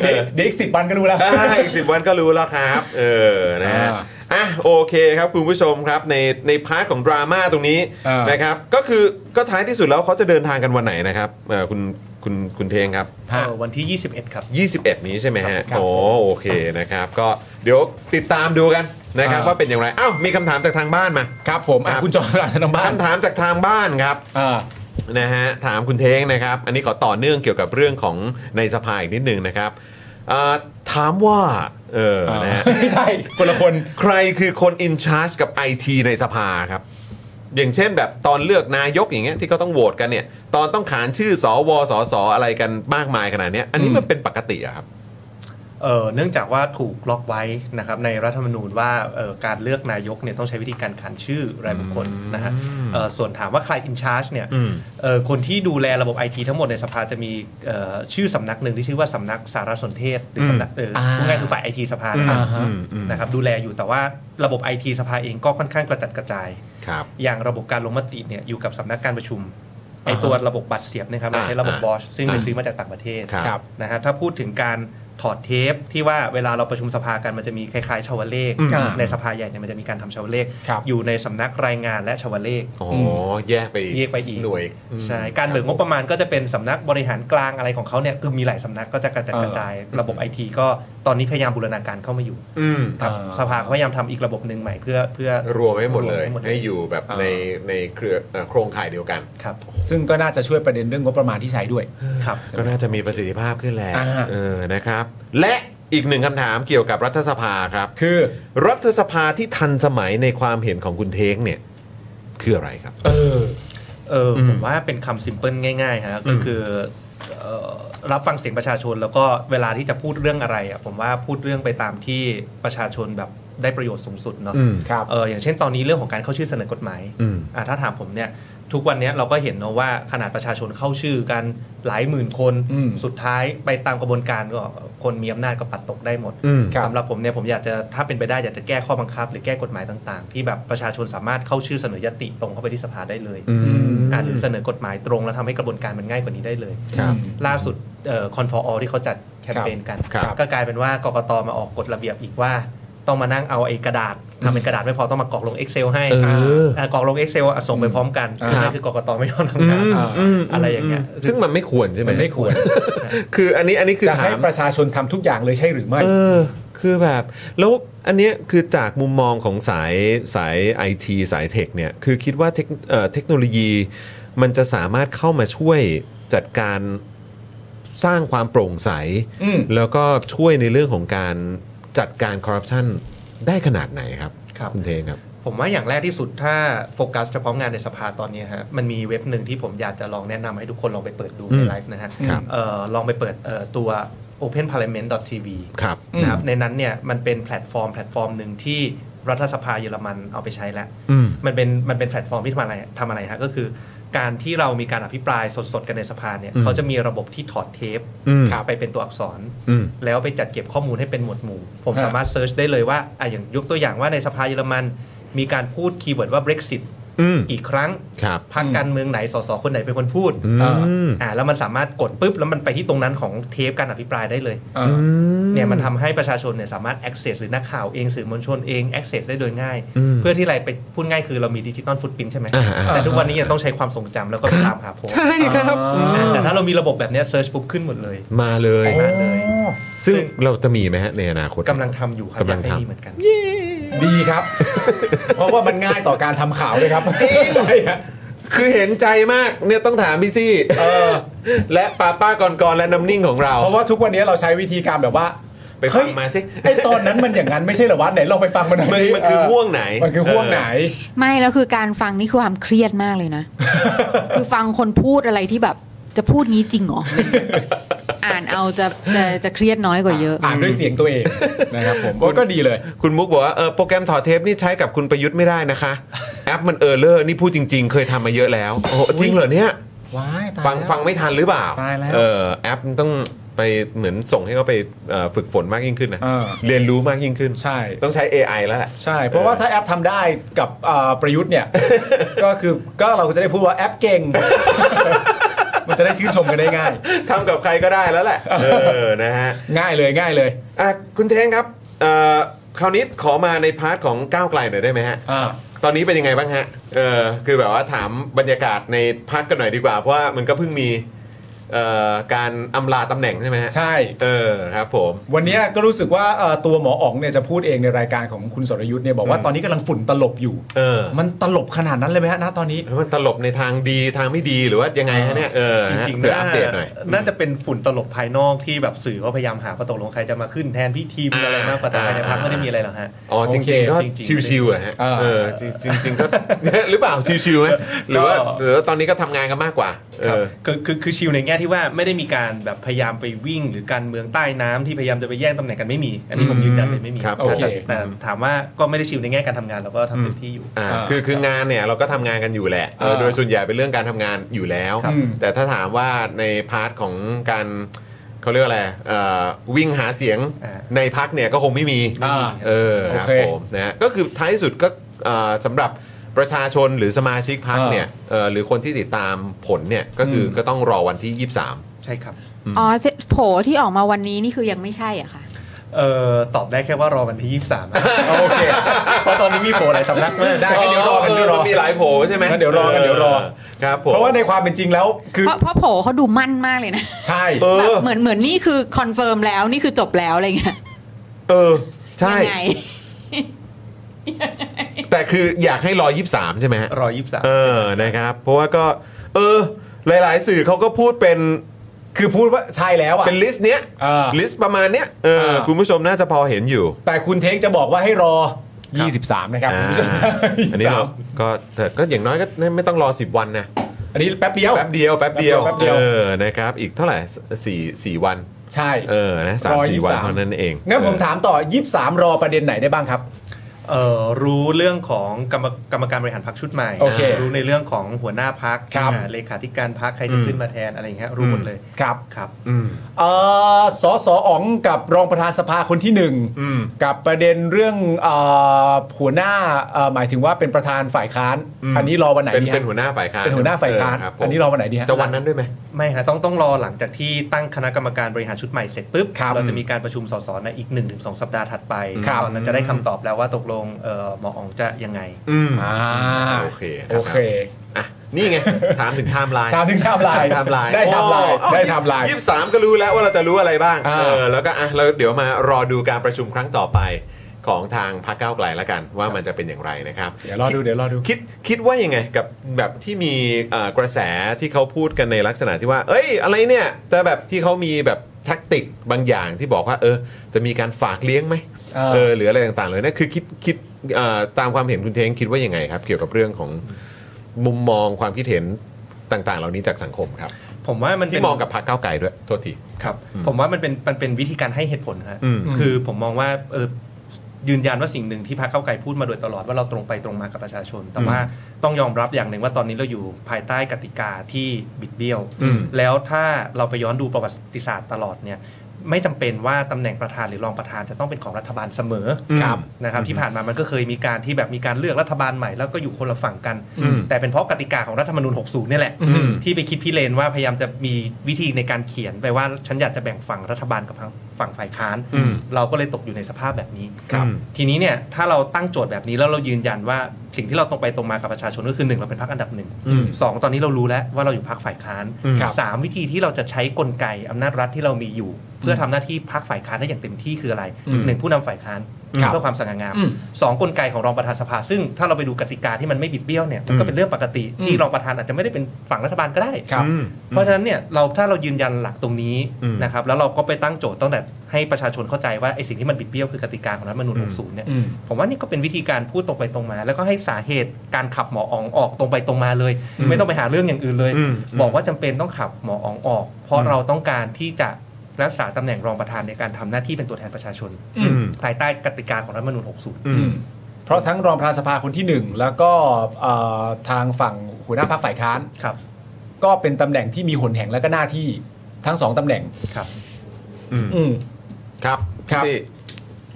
เอ เดี๋ยว อ เดี๋ยวอีกสิบวันก็รู้แล้ว อ่าอีกสิบวันก็รู้แล้วครับ เออนะฮะ อ่า อ่ะโอเคครับคุณผู้ชมครับในในพาร์ทของดราม่าตรงนี้ อ่าน นะครับ ก็คือก็ท้ายที่สุดแล้วเขาจะเดินทางกันวันไหนนะครับเอ่อคุณคุณคุณเทงครับ ฮะ เออวันที่ 21 ครับ 21 นี้ใช่ไหมฮะ ครับ โอ้โอเคนะครับ ก็เดี๋ยวติดตามดูกันนะครับ อ่า ว่าเป็นอย่างไรอ้าวมีคำถามจากทางบ้านมา ครับผมอ่ะ ครับ คุณจอห์นทางบ้าน คำถามจากทางบ้านครับ อ่า นะฮะถามคุณเท้งนะครับ อันนี้ขอต่อเนื่องเกี่ยวกับเรื่องของในสภาอีกนิดหนึ่งนะครับอ่าถามว่าเออนะฮะ ไม่ใช่คนละคน ใครคือคนอินชาร์จกับไอทีในสภาครับ อย่างเช่นแบบตอนเลือกนายกอย่างเงี้ยที่เขาต้องโหวตกันเนี่ย ตอนต้องขานชื่อสวสสอะไรกันมากมายขนาดเนี้ยอันนี้มันเป็นปกติอะครับ เอ่อเนื่องจากว่าถูกล็อกไว้นะครับในรัฐธรรมนูญว่าเอ่อการเลือกนายกเนี่ยต้องใช้วิธีการขานชื่อรายบุคคลนะฮะเอ่อส่วนถามว่าใครอินชาร์จเนี่ย อืม เอ่อคนที่ดูแลระบบไอทีทั้งหมดในสภาจะมีเอ่อชื่อสำนักหนึ่งที่ชื่อว่าสำนักสารสนเทศ หรือสำนักเอออา พูดง่ายคือฝ่ายไอทีสภานะครับ อ่าฮะ นะครับดูแลอยู่แต่ว่าระบบไอทีสภาเองก็ค่อนข้างกระจัดกระจาย ครับ อย่างระบบการลงมติเนี่ยอยู่กับสำนักการประชุมไอ อ่าฮะ ตัวระบบบัตรเสียบเนะครับ อ่า เราใช้ระบบ อ่า บอชซึ่งไป อ่า ซื้อมาจากต่างประเทศ ครับ ครับ นะฮะถ้าพูดถึงการถอดเทปที่ว่าเวลาเราประชุมสภากันมันจะมีคล้ายๆชาวเลข อืม ในสภาใหญ่เนี่ยมันจะมีการทำชาวเลข ครับ อยู่ในสำนักรายงานและชาวเลข อ๋ออแยกไปอีก แยกไปอีก หน่วย ใช่การเบิกงบประมาณก็จะเป็นสำนักบริหารกลางอะไรของเขาเนี่ยคือมีหลายสำนักก็จะกระจัดกระจายระบบไอทีก็ตอนนี้พยายามบูรณาการเข้ามาอยู่ อืม ครับ อ่า สภาก็พยายามทำอีกระบบหนึ่งใหม่เพื่อเพื่อ รวมให้หมดเลย รว ให้อยู่แบบในในเครือเอ่อโครงข่ายเดียวกัน ครับ ซึ่งก็น่าจะช่วยประเด็นเรื่องงบประมาณที่ใช้ด้วย ครับ ก็น่าจะมีประสิทธิภาพขึ้นแหละ อ่า เออนะครับ และอีกหนึ่งคำถามเกี่ยวกับรัฐสภาครับ คือ รัฐสภาที่ทันสมัยในความเห็นของคุณเทงเนี่ย คืออะไรครับ เออ เอออ ม ผมว่าเป็นคำ s ิมเ l ิลง่ายๆฮะก็คือเอ่อรับฟังเสียงประชาชนแล้วก็เวลาที่จะพูดเรื่องอะไรอ่ะผมว่าพูดเรื่องไปตามที่ประชาชนแบบได้ประโยชน์สูงสุดเนาะ อืม ครับ เอออย่างเช่นตอนนี้เรื่องของการเข้าชื่อเสนอกฎหมาย อืม อ่ะถ้าถามผมเนี่ยทุกวันเนี้ยเราก็เห็นเนอะว่าขนาดประชาชนเข้าชื่อกันหลายหมื่นคน อืม สุดท้ายไปตามกระบวนการก็คนมีอำนาจก็ปัดตกได้หมด อืม ครับ สำหรับผมเนี่ยผมอยากจะถ้าเป็นไปได้อยากจะแก้ข้อบังคับ หรือแก้กฎหมายต่าง ๆ ที่แบบประชาชนสามารถเข้าชื่อเสนอยติตรงเข้าไปที่สภาได้เลย อืม อ่ะหรือเสนอกฎหมายตรง แล้วทำให้กระบวนการมันง่ายกว่านี้ได้เลย ครับ ล่าสุดคอนฟอร์อที่เขาจัดแคมเปญกัน ครับ ก็กลายเป็นว่ากกตมาออกกฎระเบียบอีกว่า ต้องมานั่งเอาไอ้กระดาษทำเป็นกระดาษไม่พอต้องมากรอกลง Excel ให้ เออ เอ่อกรอกลง Excel อ่ะส่งไปพร้อมกัน ครับ นั่นคือกกตไม่ยอมทำงาน ม อะไรอย่างเงี้ย มซึ่งมันไม่ควรใช่ไหม มันไม่ควร คืออันนี้อันนี้คือ จะให้ ถาม ประชาชนทำทุกอย่างเลยใช่หรือไม่ เออ คือแบบแล้วอันเนี้ยคือจากมุมมองของสายสายไอทีสายเทคเนี่ยคือคิดว่าเทคเอ่อเทคโนโลยี มันจะสามารถเข้ามาช่วยจัดการสร้างความโปร่งใส อืม แล้วก็ช่วยในเรื่องของการจัดการคอร์รัปชันได้ขนาดไหนครับ ครับ ณเทงครับ ผมว่าอย่างแรกที่สุดถ้าโฟกัสเฉพาะงานในสภาตอนนี้ฮะมันมีเว็บหนึ่งที่ผมอยากจะลองแนะนำให้ทุกคนลองไปเปิดดู อื ใน ม ไลฟ์นะฮะ ครับ เอ่อลองไปเปิดเอ่อตัว openparliament.tv ครับ นะครับในนั้นเนี่ยมันเป็นแพลตฟอร์มแพลตฟอร์มหนึ่งที่รัฐสภาเยอรมันเอาไปใช้แล้ว อืม มันเป็นมันเป็นแพลตฟอร์มที่ทำอะไรทำอะไรฮะก็คือการที่เรามีการอภิปรายสดๆ กันในสภาเนี่ย อืม เขาจะมีระบบที่ถอดเทป อืม ไปเป็นตัวอักษร อืม แล้วไปจัดเก็บข้อมูลให้เป็นหมวดหมู่ ผม ฮะ สามารถเซิร์ชได้เลยว่าอ่ะอย่างยกตัวอย่างว่าในสภาเยอรมัน มีการพูดคีย์เวิร์ดว่า Brexit อืม กี่ครั้ง ครับ พรรคการเมืองไหนสสคนไหนเป็นคนพูด อืม อ่าแล้วมันสามารถกดปุ๊บแล้วมันไปที่ตรงนั้นของเทปการอภิปรายได้เลย เออ อื เนี่ยมันทำให้ประชาชนเนี่ยสามารถ access หรือนักข่าวเองสื่อมวลชนเอง access ได้โดยง่าย เพื่อที่อะไรไปพูดง่ายคือเรามีดิจิตอลฟุต r ิ n นใช่ไหม อ่าอ่า แต่ทุกวันนี้ยังต้องใช้ความทรงจำแล้วก็ไปตามหาโพสต์ ใช่ครับ อ่า แต่ถ้าเรามีระบบแบบเนี้เซิร์ชปุ๊บขึ้นหมดเลย มาเลย มาเลย อ๋อ ซึ่งเราจะมีไหมฮะในอนาคต กำลังทำอยู่ครับ กำลัง อยาให้ ทำ ดีเหมือนกัน ดีครับ เพราะว่ามันง่ายต่อการทำข่าวด้วยครับใช่ฮะ คือเห็นใจมากเนี่ยต้องถามพี่ซี่ อ และป้าป้าก่อนก่อนๆและน้ำนิ่งของเรา เพราะว่าทุกวันนี้เราใช้วิธีการแบบว่า ไปฟัง เฮ้ย มาสิ ไอตอนนั้นมันอย่างนั้นไม่ใช่เหรอวะไหนลองไปฟังมันหน่อย มัน สิ มันคือ เ ห่วงไหน มันคือห่วงไหน ไม่แล้วคือการฟังนี่คือความเครียดมากเลย นะ คือฟังคนพูดอะไรที่แบบจะพูดงี้จริง เหรอ อ่านเอาจะจะจะเครียดน้อยกว่าเยอะ อ่านด้วยเสียงตัวเองนะครับผมโอ้ก็ดีเลย คุณมุกบอกว่าเออโปรแกรมถอดเทปนี่ใช้กับคุณประยุทธ์ไม่ได้ นะคะ แอปมันเออร์เลอร์นี่พูดจริง ๆ เคยทำมาเยอะแล้วโอ้โหจริงเหรอเนี่ย ว้ายตาย ฟัง แล้ว ฟังไม่ทันหรือเปล่า ตายแล้ว เออแอปมันต้องไปเหมือนส่งให้เขาไปเอ่อฝึกฝนมากยิ่งขึ้นนะ เออ เรียนรู้มากยิ่งขึ้น ใช่ ต้องใช้ AI แล้วแหละ ใช่ เพราะว่าถ้าแอปทำได้กับอ่าประยุทธ์เนี่ย ก็คือก็เราก็จะได้พูดว่าแอปเก่ง มันจะได้ชื่นชมกันได้ง่าย ทำกับใครก็ได้แล้วแหละเออนะฮะ ง่ายเลยง่ายเลย อ่ะคุณเทงครับเอ่อคราวนี้ขอมาในพาร์ทของก้าวไกลหน่อยได้ไหมฮะ อ่า ตอนนี้เป็นยังไงบ้างฮะ เออคือแบบว่าถามบรรยากาศในพักกันหน่อยดีกว่า เพราะว่ามันก็เพิ่งมีเอ่อการอำลาตำแหน่งใช่ไหมฮะ ใช่ เออครับผม วันเนี้ยก็รู้สึกว่าเอ่อตัวหมออ๋องเนี่ยจะพูดเองในรายการของคุณสรยุทธ์เนี่ยบอกว่าตอนนี้กำลังฝุ่นตลบอยู่ เออ มันตลบขนาดนั้นเลยไหมฮะณตอนนี้ แล้วมันตลบในทางดีทางไม่ดีหรือว่ายังไงฮะเนี่ย เออ จ ฮะ ริงๆ เผื่อ น่า อัปเดตหน่อย น่าจะเป็นฝุ่นตลบภายนอกที่แบบสื่อก็พยายามหาว่าตกลงใครจะมาขึ้นแทนพี่ทีมอะไรมากกว่าแต่ อ่า ภายในพักไม่ได้มีอะไรหรอกฮะ อ๋อจริง โอเค ๆก็ จริงๆ ชิวๆอะฮะ อ่า เออจริงๆจริงๆก็ หรือเปล่าชิวๆไหมหรือว่า ก็ หรือว่าตอนนี้ก็ทำงานกันมากกว่าเอ ครับ อ คือคือคือชิลในแง่ที่ว่าไม่ได้มีการแบบพยายามไปวิ่ง หรือการเมืองใต้น้ำที่พยายามจะไปแย่งตำแหน่งกันไม่มี อันนี้ผมยืนยันเลยไม่มี ครับ แต่แต่ โอเค แต่ถามว่าก็ไม่ได้ชิลในแง่การทำงานเราก็ทำเต็มที่อยู่ อ่า อ่า คือคืองานเนี่ยเราก็ทำงานกันอยู่แหละเออ อ่า โดยส่วนใหญ่เป็นเรื่องการทำงานอยู่แล้ว ครับ แต่ถ้าถามว่าในพาร์ทของการเขาเรียกว่าอะไรเอ่อวิ่งหาเสียง อ่า ในพักเนี่ยก็คงไม่มี อ่า เออครับ โอเค ผมนะฮะก็คือท้ายสุดก็เอ่อสำหรับประชาชนหรือสมาชิกพัก อ่า เนี่ยเอ่อหรือคนที่ติดตามผลเนี่ยก็คืออ ม ก็ต้องรอวันที่ ใช่ครับ อ๋อโผล่ที่ออกมาวันนี้นี่คือยังไม่ใช่อะค่ะ เอ่อตอบได้แค่ว่ารอวันที่ 23นะ โอเค เพราะตอนนี้มีโผล่หลายสำนักมาก ได้ 23 ก็เดี๋ยวรอกันเดี๋ยวรอ มัมีหลายโผล่ใช่ไหม งั้นเดี๋ยวรอกันเดี๋ยวรอ ครับผม เพราะว่าในความเป็นจริงแล้วคือ เพราะเพราะโผล่เขาดูมั่นมากเลยนะ ใช่ เออ แบบเหมือนเหมือนนี่คือคอนเฟิร์มแล้วนี่คือจบแล้วอะไรเงี้ย เออใช่ ยังไง แต่คืออยากให้รอ 23 ใช่ไหมฮะ รอ 23 เออ นะครับ เพราะว่าก็ เออ หลาย ๆ สื่อเขาก็พูดเป็น คือพูดว่าใช่แล้วอ่ะ เป็นลิสต์เนี้ย เออ ลิสต์ประมาณเนี้ย เออ เออ คุณผู้ชมน่าจะพอเห็นอยู่ แต่คุณเทคจะบอกว่าให้รอ 23 นะครับ อ่า คุณผู้ชม อันนี้เรา 23 ก็แต่ก็อย่างน้อยก็ไม่ต้องรอ 10 วันนะ อันนี้แป๊บเดียว แป๊บเดียวแป๊บเดียว แป๊บเดียว เออนะครับอีกเท่าไหร่สี่สี่วัน ใช่ เออนะสาม รอ สี่วัน 23 เท่านั้นเอง งั้นผม เออ ถามต่อ 23 รอประเด็นไหนได้บ้างครับ เอ่อรู้เรื่องของกรรมกรรมการบริหารพรรคชุดใหม่ โอเค รู้ในเรื่องของหัวหน้าพัก ครับ เลขาธิการพักใครจะขึ้นมาแทนอะไรอย่างเงี้ยรู้หมดเลย ครับ ครับ เอ่อสอสออ๋องกับรองประธานสภาคนที่หนึ่งกับประเด็นเรื่องเอ่อหัวหน้าเอ่อหมายถึงว่าเป็นประธานฝ่ายค้าน อืม อันนี้รอวันไหน เป็น ดีฮะ เป็นหัวหน้าฝ่ายค้าน เป็นหัวหน้าฝ่ายค้าน เครับผม อันนี้รอวันไหนดีฮะ จะวันนั้นด้วยไหม ไม่ฮะต้องต้องรอหลังจากที่ตั้งคณะกรรมการบริหารชุดใหม่เสร็จปุ๊บ ครับ เราจะมีการประชุมสสในอีก 1-2 สัปดาห์ถัดไป ครับ ตอนนั้นจะได้คำตอบแล้วว่าตกลงเอ่อหมออ๋องจะยังไง อืม อ่า โอเคนะรับ โอเค อ่ะนี่ไง ถามถึงไทม์ไลน์ ตามถึงไทม์ไลน์ ไทม์ไลน์ ได้ไทม์ไลน์ โอ้ ได้ไทม์ไลน์ ยี่สิบสามก็รู้แล้วว่าเราจะรู้อะไรบ้าง อ่า เออแล้วก็อ่ะเราเดี๋ยวมารอดูการประชุมครั้งต่อไปของทางพรรคก้าวไกลละกัน ว่ามันจะเป็นอย่างไรนะครับ เดี๋ยวรอดูเดี๋ยวรอดู คิดคิดว่ายังไงกับแบบที่มีเอ่อกระแสที่เขาพูดกันในลักษณะที่ว่า เอ้ย อะไรเนี่ย แต่แบบที่เขามีแบบแท็กติกบางอย่างที่บอกว่า เออ จะมีการฝากเลี้ยงไหม เออ เออหรืออะไรต่างๆเลยนะคือคิดคิดเอ่อตามความเห็นคุณเทงคิดว่ายังไงครับ เกี่ยวกับเรื่องของมุมมองความคิดเห็นต่างๆ เหล่านี้จากสังคมครับ ผมว่ามันเป็ ที่ น มองกับพรรคก้าวไกลด้วยโทษที ครับ อืม ผมว่ามันเป็นมันเป็นวิธีการให้เหตุผลฮะ อืม คือผมมองว่าเออยืนยันว่าสิ่งหนึ่งที่พรรคเก้าวไกลพูดมาโดยตลอดว่าเราตรงไปตรงมากับประชาชน แต่ว่าต้องยอมรับอย่างหนึ่งว่าตอนนี้เราอยู่ภายใต้กติกาที่บิดเบี้ยว แล้วถ้าเราไปย้อนดูประวัติศาสตร์ตลอดเนี่ยไม่จำเป็นว่าตำแหน่งประธานหรือรองประธานจะต้องเป็นของรัฐบาลเสมอ ครับ นะครับที่ผ่านมามันก็เคยมีการที่แบบมีการเลือกรัฐบาลใหม่แล้วก็อยู่คนละฝั่งกัน อืม แต่เป็นเพราะกติกาของรัฐธรรมนูญ 60 เนี่ยแหละ อืม ที่ไปคิดพี่เลนว่าพยายามจะมีวิธีในการเขียนไปว่าฉันอยากจะแบ่งฝั่งรัฐบาลกับฝั่งฝ่ายค้าน อืม เราก็เลยตกอยู่ในสภาพแบบนี้ ครับ อืมทีนี้เนี่ยถ้าเราตั้งโจทย์แบบนี้แล้วเรายืนยันว่าสิ่งที่เราตรงไปตรงมากับประชาชนก็คือหนึ่งเราเป็นพรรคอันดับหนึ่ง อืม สองตอนนี้เรารู้แล้วว่าเราอยู่พรรคฝ่ายค้าน อืมครับ สามวิธีที่เราจะใช้กลไกอำนาจรัฐที่เรามีอยู่ เพื่อทำหน้าที่พรรคฝ่ายค้านได้อย่างเต็มที่คืออะไรหนึ่งผู้นำฝ่ายค้าน ครับ เพื่อความสง่างาม อืม สองกลไกของรองประธานสภา ซึ่งถ้าเราไปดูกติกาที่มันไม่บิดเบี้ยวเนี่ยมันก็เป็นเรื่องปกติที่รองประธานอาจจะไม่ได้เป็นฝั่งรัฐบาลก็ได้ ครับ อืม เพราะฉะนั้นเนี่ยเราถ้าเรายืนยันหลักตรงนี้ อืม นะครับแล้วเราก็ไปตั้งโจทย์ตั้งแต่ให้ประชาชนเข้าใจว่าไอ้สิ่งที่มันบิดเบี้ยวคือกติกาของรัฐธรรมนูญ อืม 60เนี่ย อืม ผมว่านี่ก็เป็นวิธีการพูดตรงไปตรงมา แล้วก็ให้สาเหตุการขับหมออองออกตรงไปตรงมาเลย ไม่ต้องไปหาเรื่องอย่างอื่นเลย อืม บอกว่าจำเป็นต้องขับหมออองออก เพราะเราต้องการที่จะรักษาตำแหน่งรองประธานในการทำหน้าที่เป็นตัวแทนประชาชน อืม ภายใต้กติกาของรัฐธรรมนูญ60 อืม เพราะทั้งรองประธานสภาคนที่หนึ่งแล้วก็เอ่อทางฝั่งหัวหน้าพรรคฝ่ายค้าน ครับ ก็เป็นตำแหน่งที่มีหนแห่งและก็หน้าที่ทั้งสองตำแหน่ง ครับ อืม อืม ครับ ครับ พี่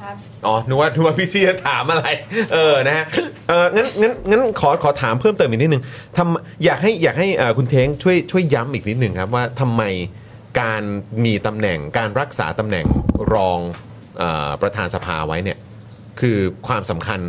ครับ อ๋อนึกว่านึกว่าพี่ซี่จะถามอะไร เออนะฮะเอองั้นงั้นงั้นขอขอถามเพิ่มเติมอีกนิดนึงทำอยากให้อยากให้เอ่อคุณเทงช่วยช่วยย้ำอีกนิดนึงครับว่าทำไมการมีตำแหน่งการรักษาตำแหน่งรองเออประธานสภาไว้เนี่ย คือความสำคัญ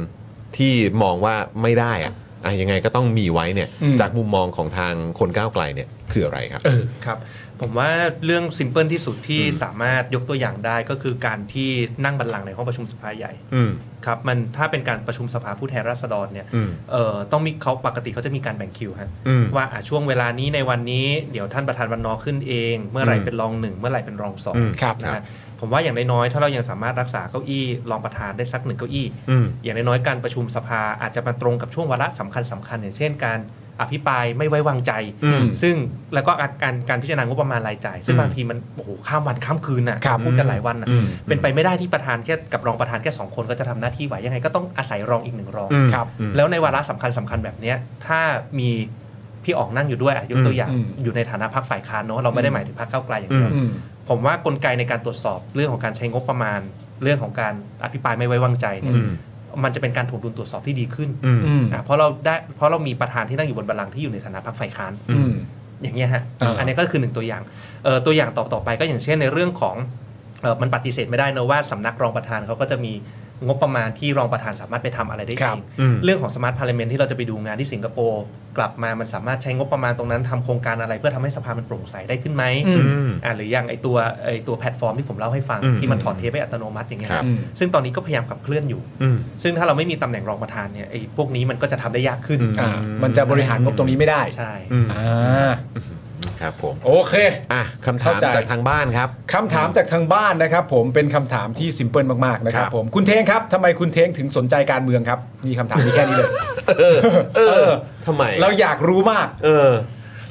ที่มองว่าไม่ได้อะอ่ะยังไงก็ต้องมีไว้เนี่ย อืม จากมุมมองของทางคนก้าวไกลเนี่ยคืออะไรครับ ครับผมว่าเรื่องซิมเพิลที่สุดที่ อืม สามารถยกตัวอย่างได้ก็คือการที่นั่งบัลลังก์ในห้องประชุมสภาใหญ่ อืม ครับมันถ้าเป็นการประชุมสภาผู้แทนราษฎรเนี่ย อืม เอ่อต้องมีเขาปกติเขาจะมีการแบ่งคิวฮะ อืม ว่าอ่ะช่วงเวลานี้ในวันนี้เดี๋ยวท่านประธานวันนอขึ้นเอง เมื่อไหร่เป็นรองหนึ่งเมื่อไหร่เป็นรองสอง อืม ครับ นะฮะผมว่าอย่างน้อยๆถ้าเรายังสามารถรักษาเก้าอี้รองประธานได้สักหนึ่งเก้าอี้ อืม อย่างน้อยๆการประชุมสภาอาจจะมาตรงกับช่วงวาระสำคัญสคัญๆอย่างเช่น การอภิปรายไม่ไว้วางใจ อืม ซึ่งแล้วก็การการการพิจารณางบประมาณรายจ่าย ซึ่ อื ง ม บางทีมันโอ้โหข้ามวันข้ามคืนน่ะ ครับ พูดกันหลายวันน่ะ อืม เป็นไปไม่ได้ที่ประธานแค่กับรองประธานแค่สองคนก็จะทำหน้าที่ไหวยังไงก็ต้องอาศัยรองอีกหนึ่งรอง อืม ครับ อืม แล้วในวาระสำคัญสำคัญแบบเนี้ยถ้ามีพี่ออกนั่งอยู่ด้วยอ่ะยกตัวอย่าง อืม อยู่ในฐานะพรรคฝ่ายค้านเนาะเราไม่ได้หมายถึงพรรคก้าวไกลอย่างเดียว อืม ผมว่ากลไกในการตรวจสอบเรื่องของการใช้งบประมาณ เรื่องของการอภิปรายไม่ไว้วางใจเนี่ย อืม มันจะเป็นการถ่วงดุลตรวจสอบที่ดีขึ้น อืม อืม อ่ะเพราะเราได้เพราะเรามีประธานที่นั่งอยู่บนบัลลังก์ที่อยู่ในฐานะพรรคฝ่ายค้าน อืม อย่างเงี้ยฮะ อ่า อันนี้ก็คือหนึ่งตัวอย่างเอ่อตัวอย่างต่อต่อไปก็อย่างเช่นในเรื่องของเอ่อมันปฏิเสธไม่ได้นะว่าสำนักรองประธานเขาก็จะมีงบประมาณที่รองประธานสามารถไปทำอะไรได้เอง อืม เรื่องของสมาร์ทพาร์เลเมนที่เราจะไปดูงานที่สิงคโปร์กลับมามันสามารถใช้งบประมาณตรงนั้นทำโครงการอะไรเพื่อทำให้สภามันโปร่งใสได้ขึ้นไหม อืม อืม อ่าหรืออย่างไอตัวไอตัวแพลตฟอร์มที่ผมเล่าให้ฟัง อืม ที่มันถอดเทปไปอัตโนมัติอย่างเงี้ย ครับ อืม ซึ่งตอนนี้ก็พยายามขับเคลื่อนอยู่ อืม ซึ่งถ้าเราไม่มีตำแหน่งรองประธานเนี่ยไอพวกนี้มันก็จะทำได้ยากขึ้น อืม อ่ามันจะบริหารงบตรงนี้ไม่ได้ ใช่ อืม อ่า ครับผม โอเค อ่ะคำถา เข้ามใจ จากทางบ้านครับ คำถามจากทางบ้านนะครับผมเป็นคำถามที่ซิมเพิลมากๆนะครัคบรับ ผมคุณเทงครับทำไมคุณเทงถึงสนใจการเมืองครับมีคำถามมีแค่นี้เลย เออ เอ เอ อ อ ทำไม เราอยากรู้มาก เออ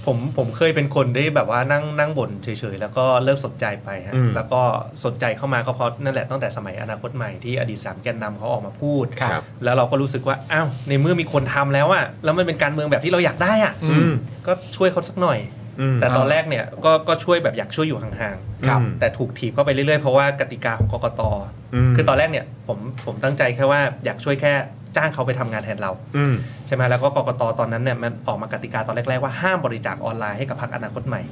ผมผมเคยเป็นคนได้แบบว่านั่งนั่งบ่นเฉยๆ แล้วก็เลิกสนใจไปฮะ อืม แล้วก็สนใจเข้ามาก็เพราะนั่นแหละตั้งแต่สมัยอนาคตใหม่ที่อดีตสามแกนนำเขาออกมาพูด ครับ แล้วเราก็รู้สึกว่าอ้าวในเมื่อมีคนทำแล้วอะแล้วมันเป็นการเมืองแบบที่เราอยากได้อะ อืม ก็ช่วยเขาสักหน่อย อืม แต่ตอนแรกเนี่ยก็ก็ช่วยแบบอยากช่วยอยู่ห่าง ครับ ๆแต่ถูกถีบเข้าไปเรื่อยๆ เพราะว่ากติกาของกกต ม คือตอนแรกเนี่ยผมผมตั้งใจแค่ว่าอยากช่วยแค่จ้างเขาไปทำงานแทนเรา อืม ใช่ไหมแล้วก็กกตตอนนั้นเนี่ยมันออกมากติกาตอนแรก ๆ ว่าห้ามบริจาคออนไลน์ให้กับพรรคอนาคตใหม่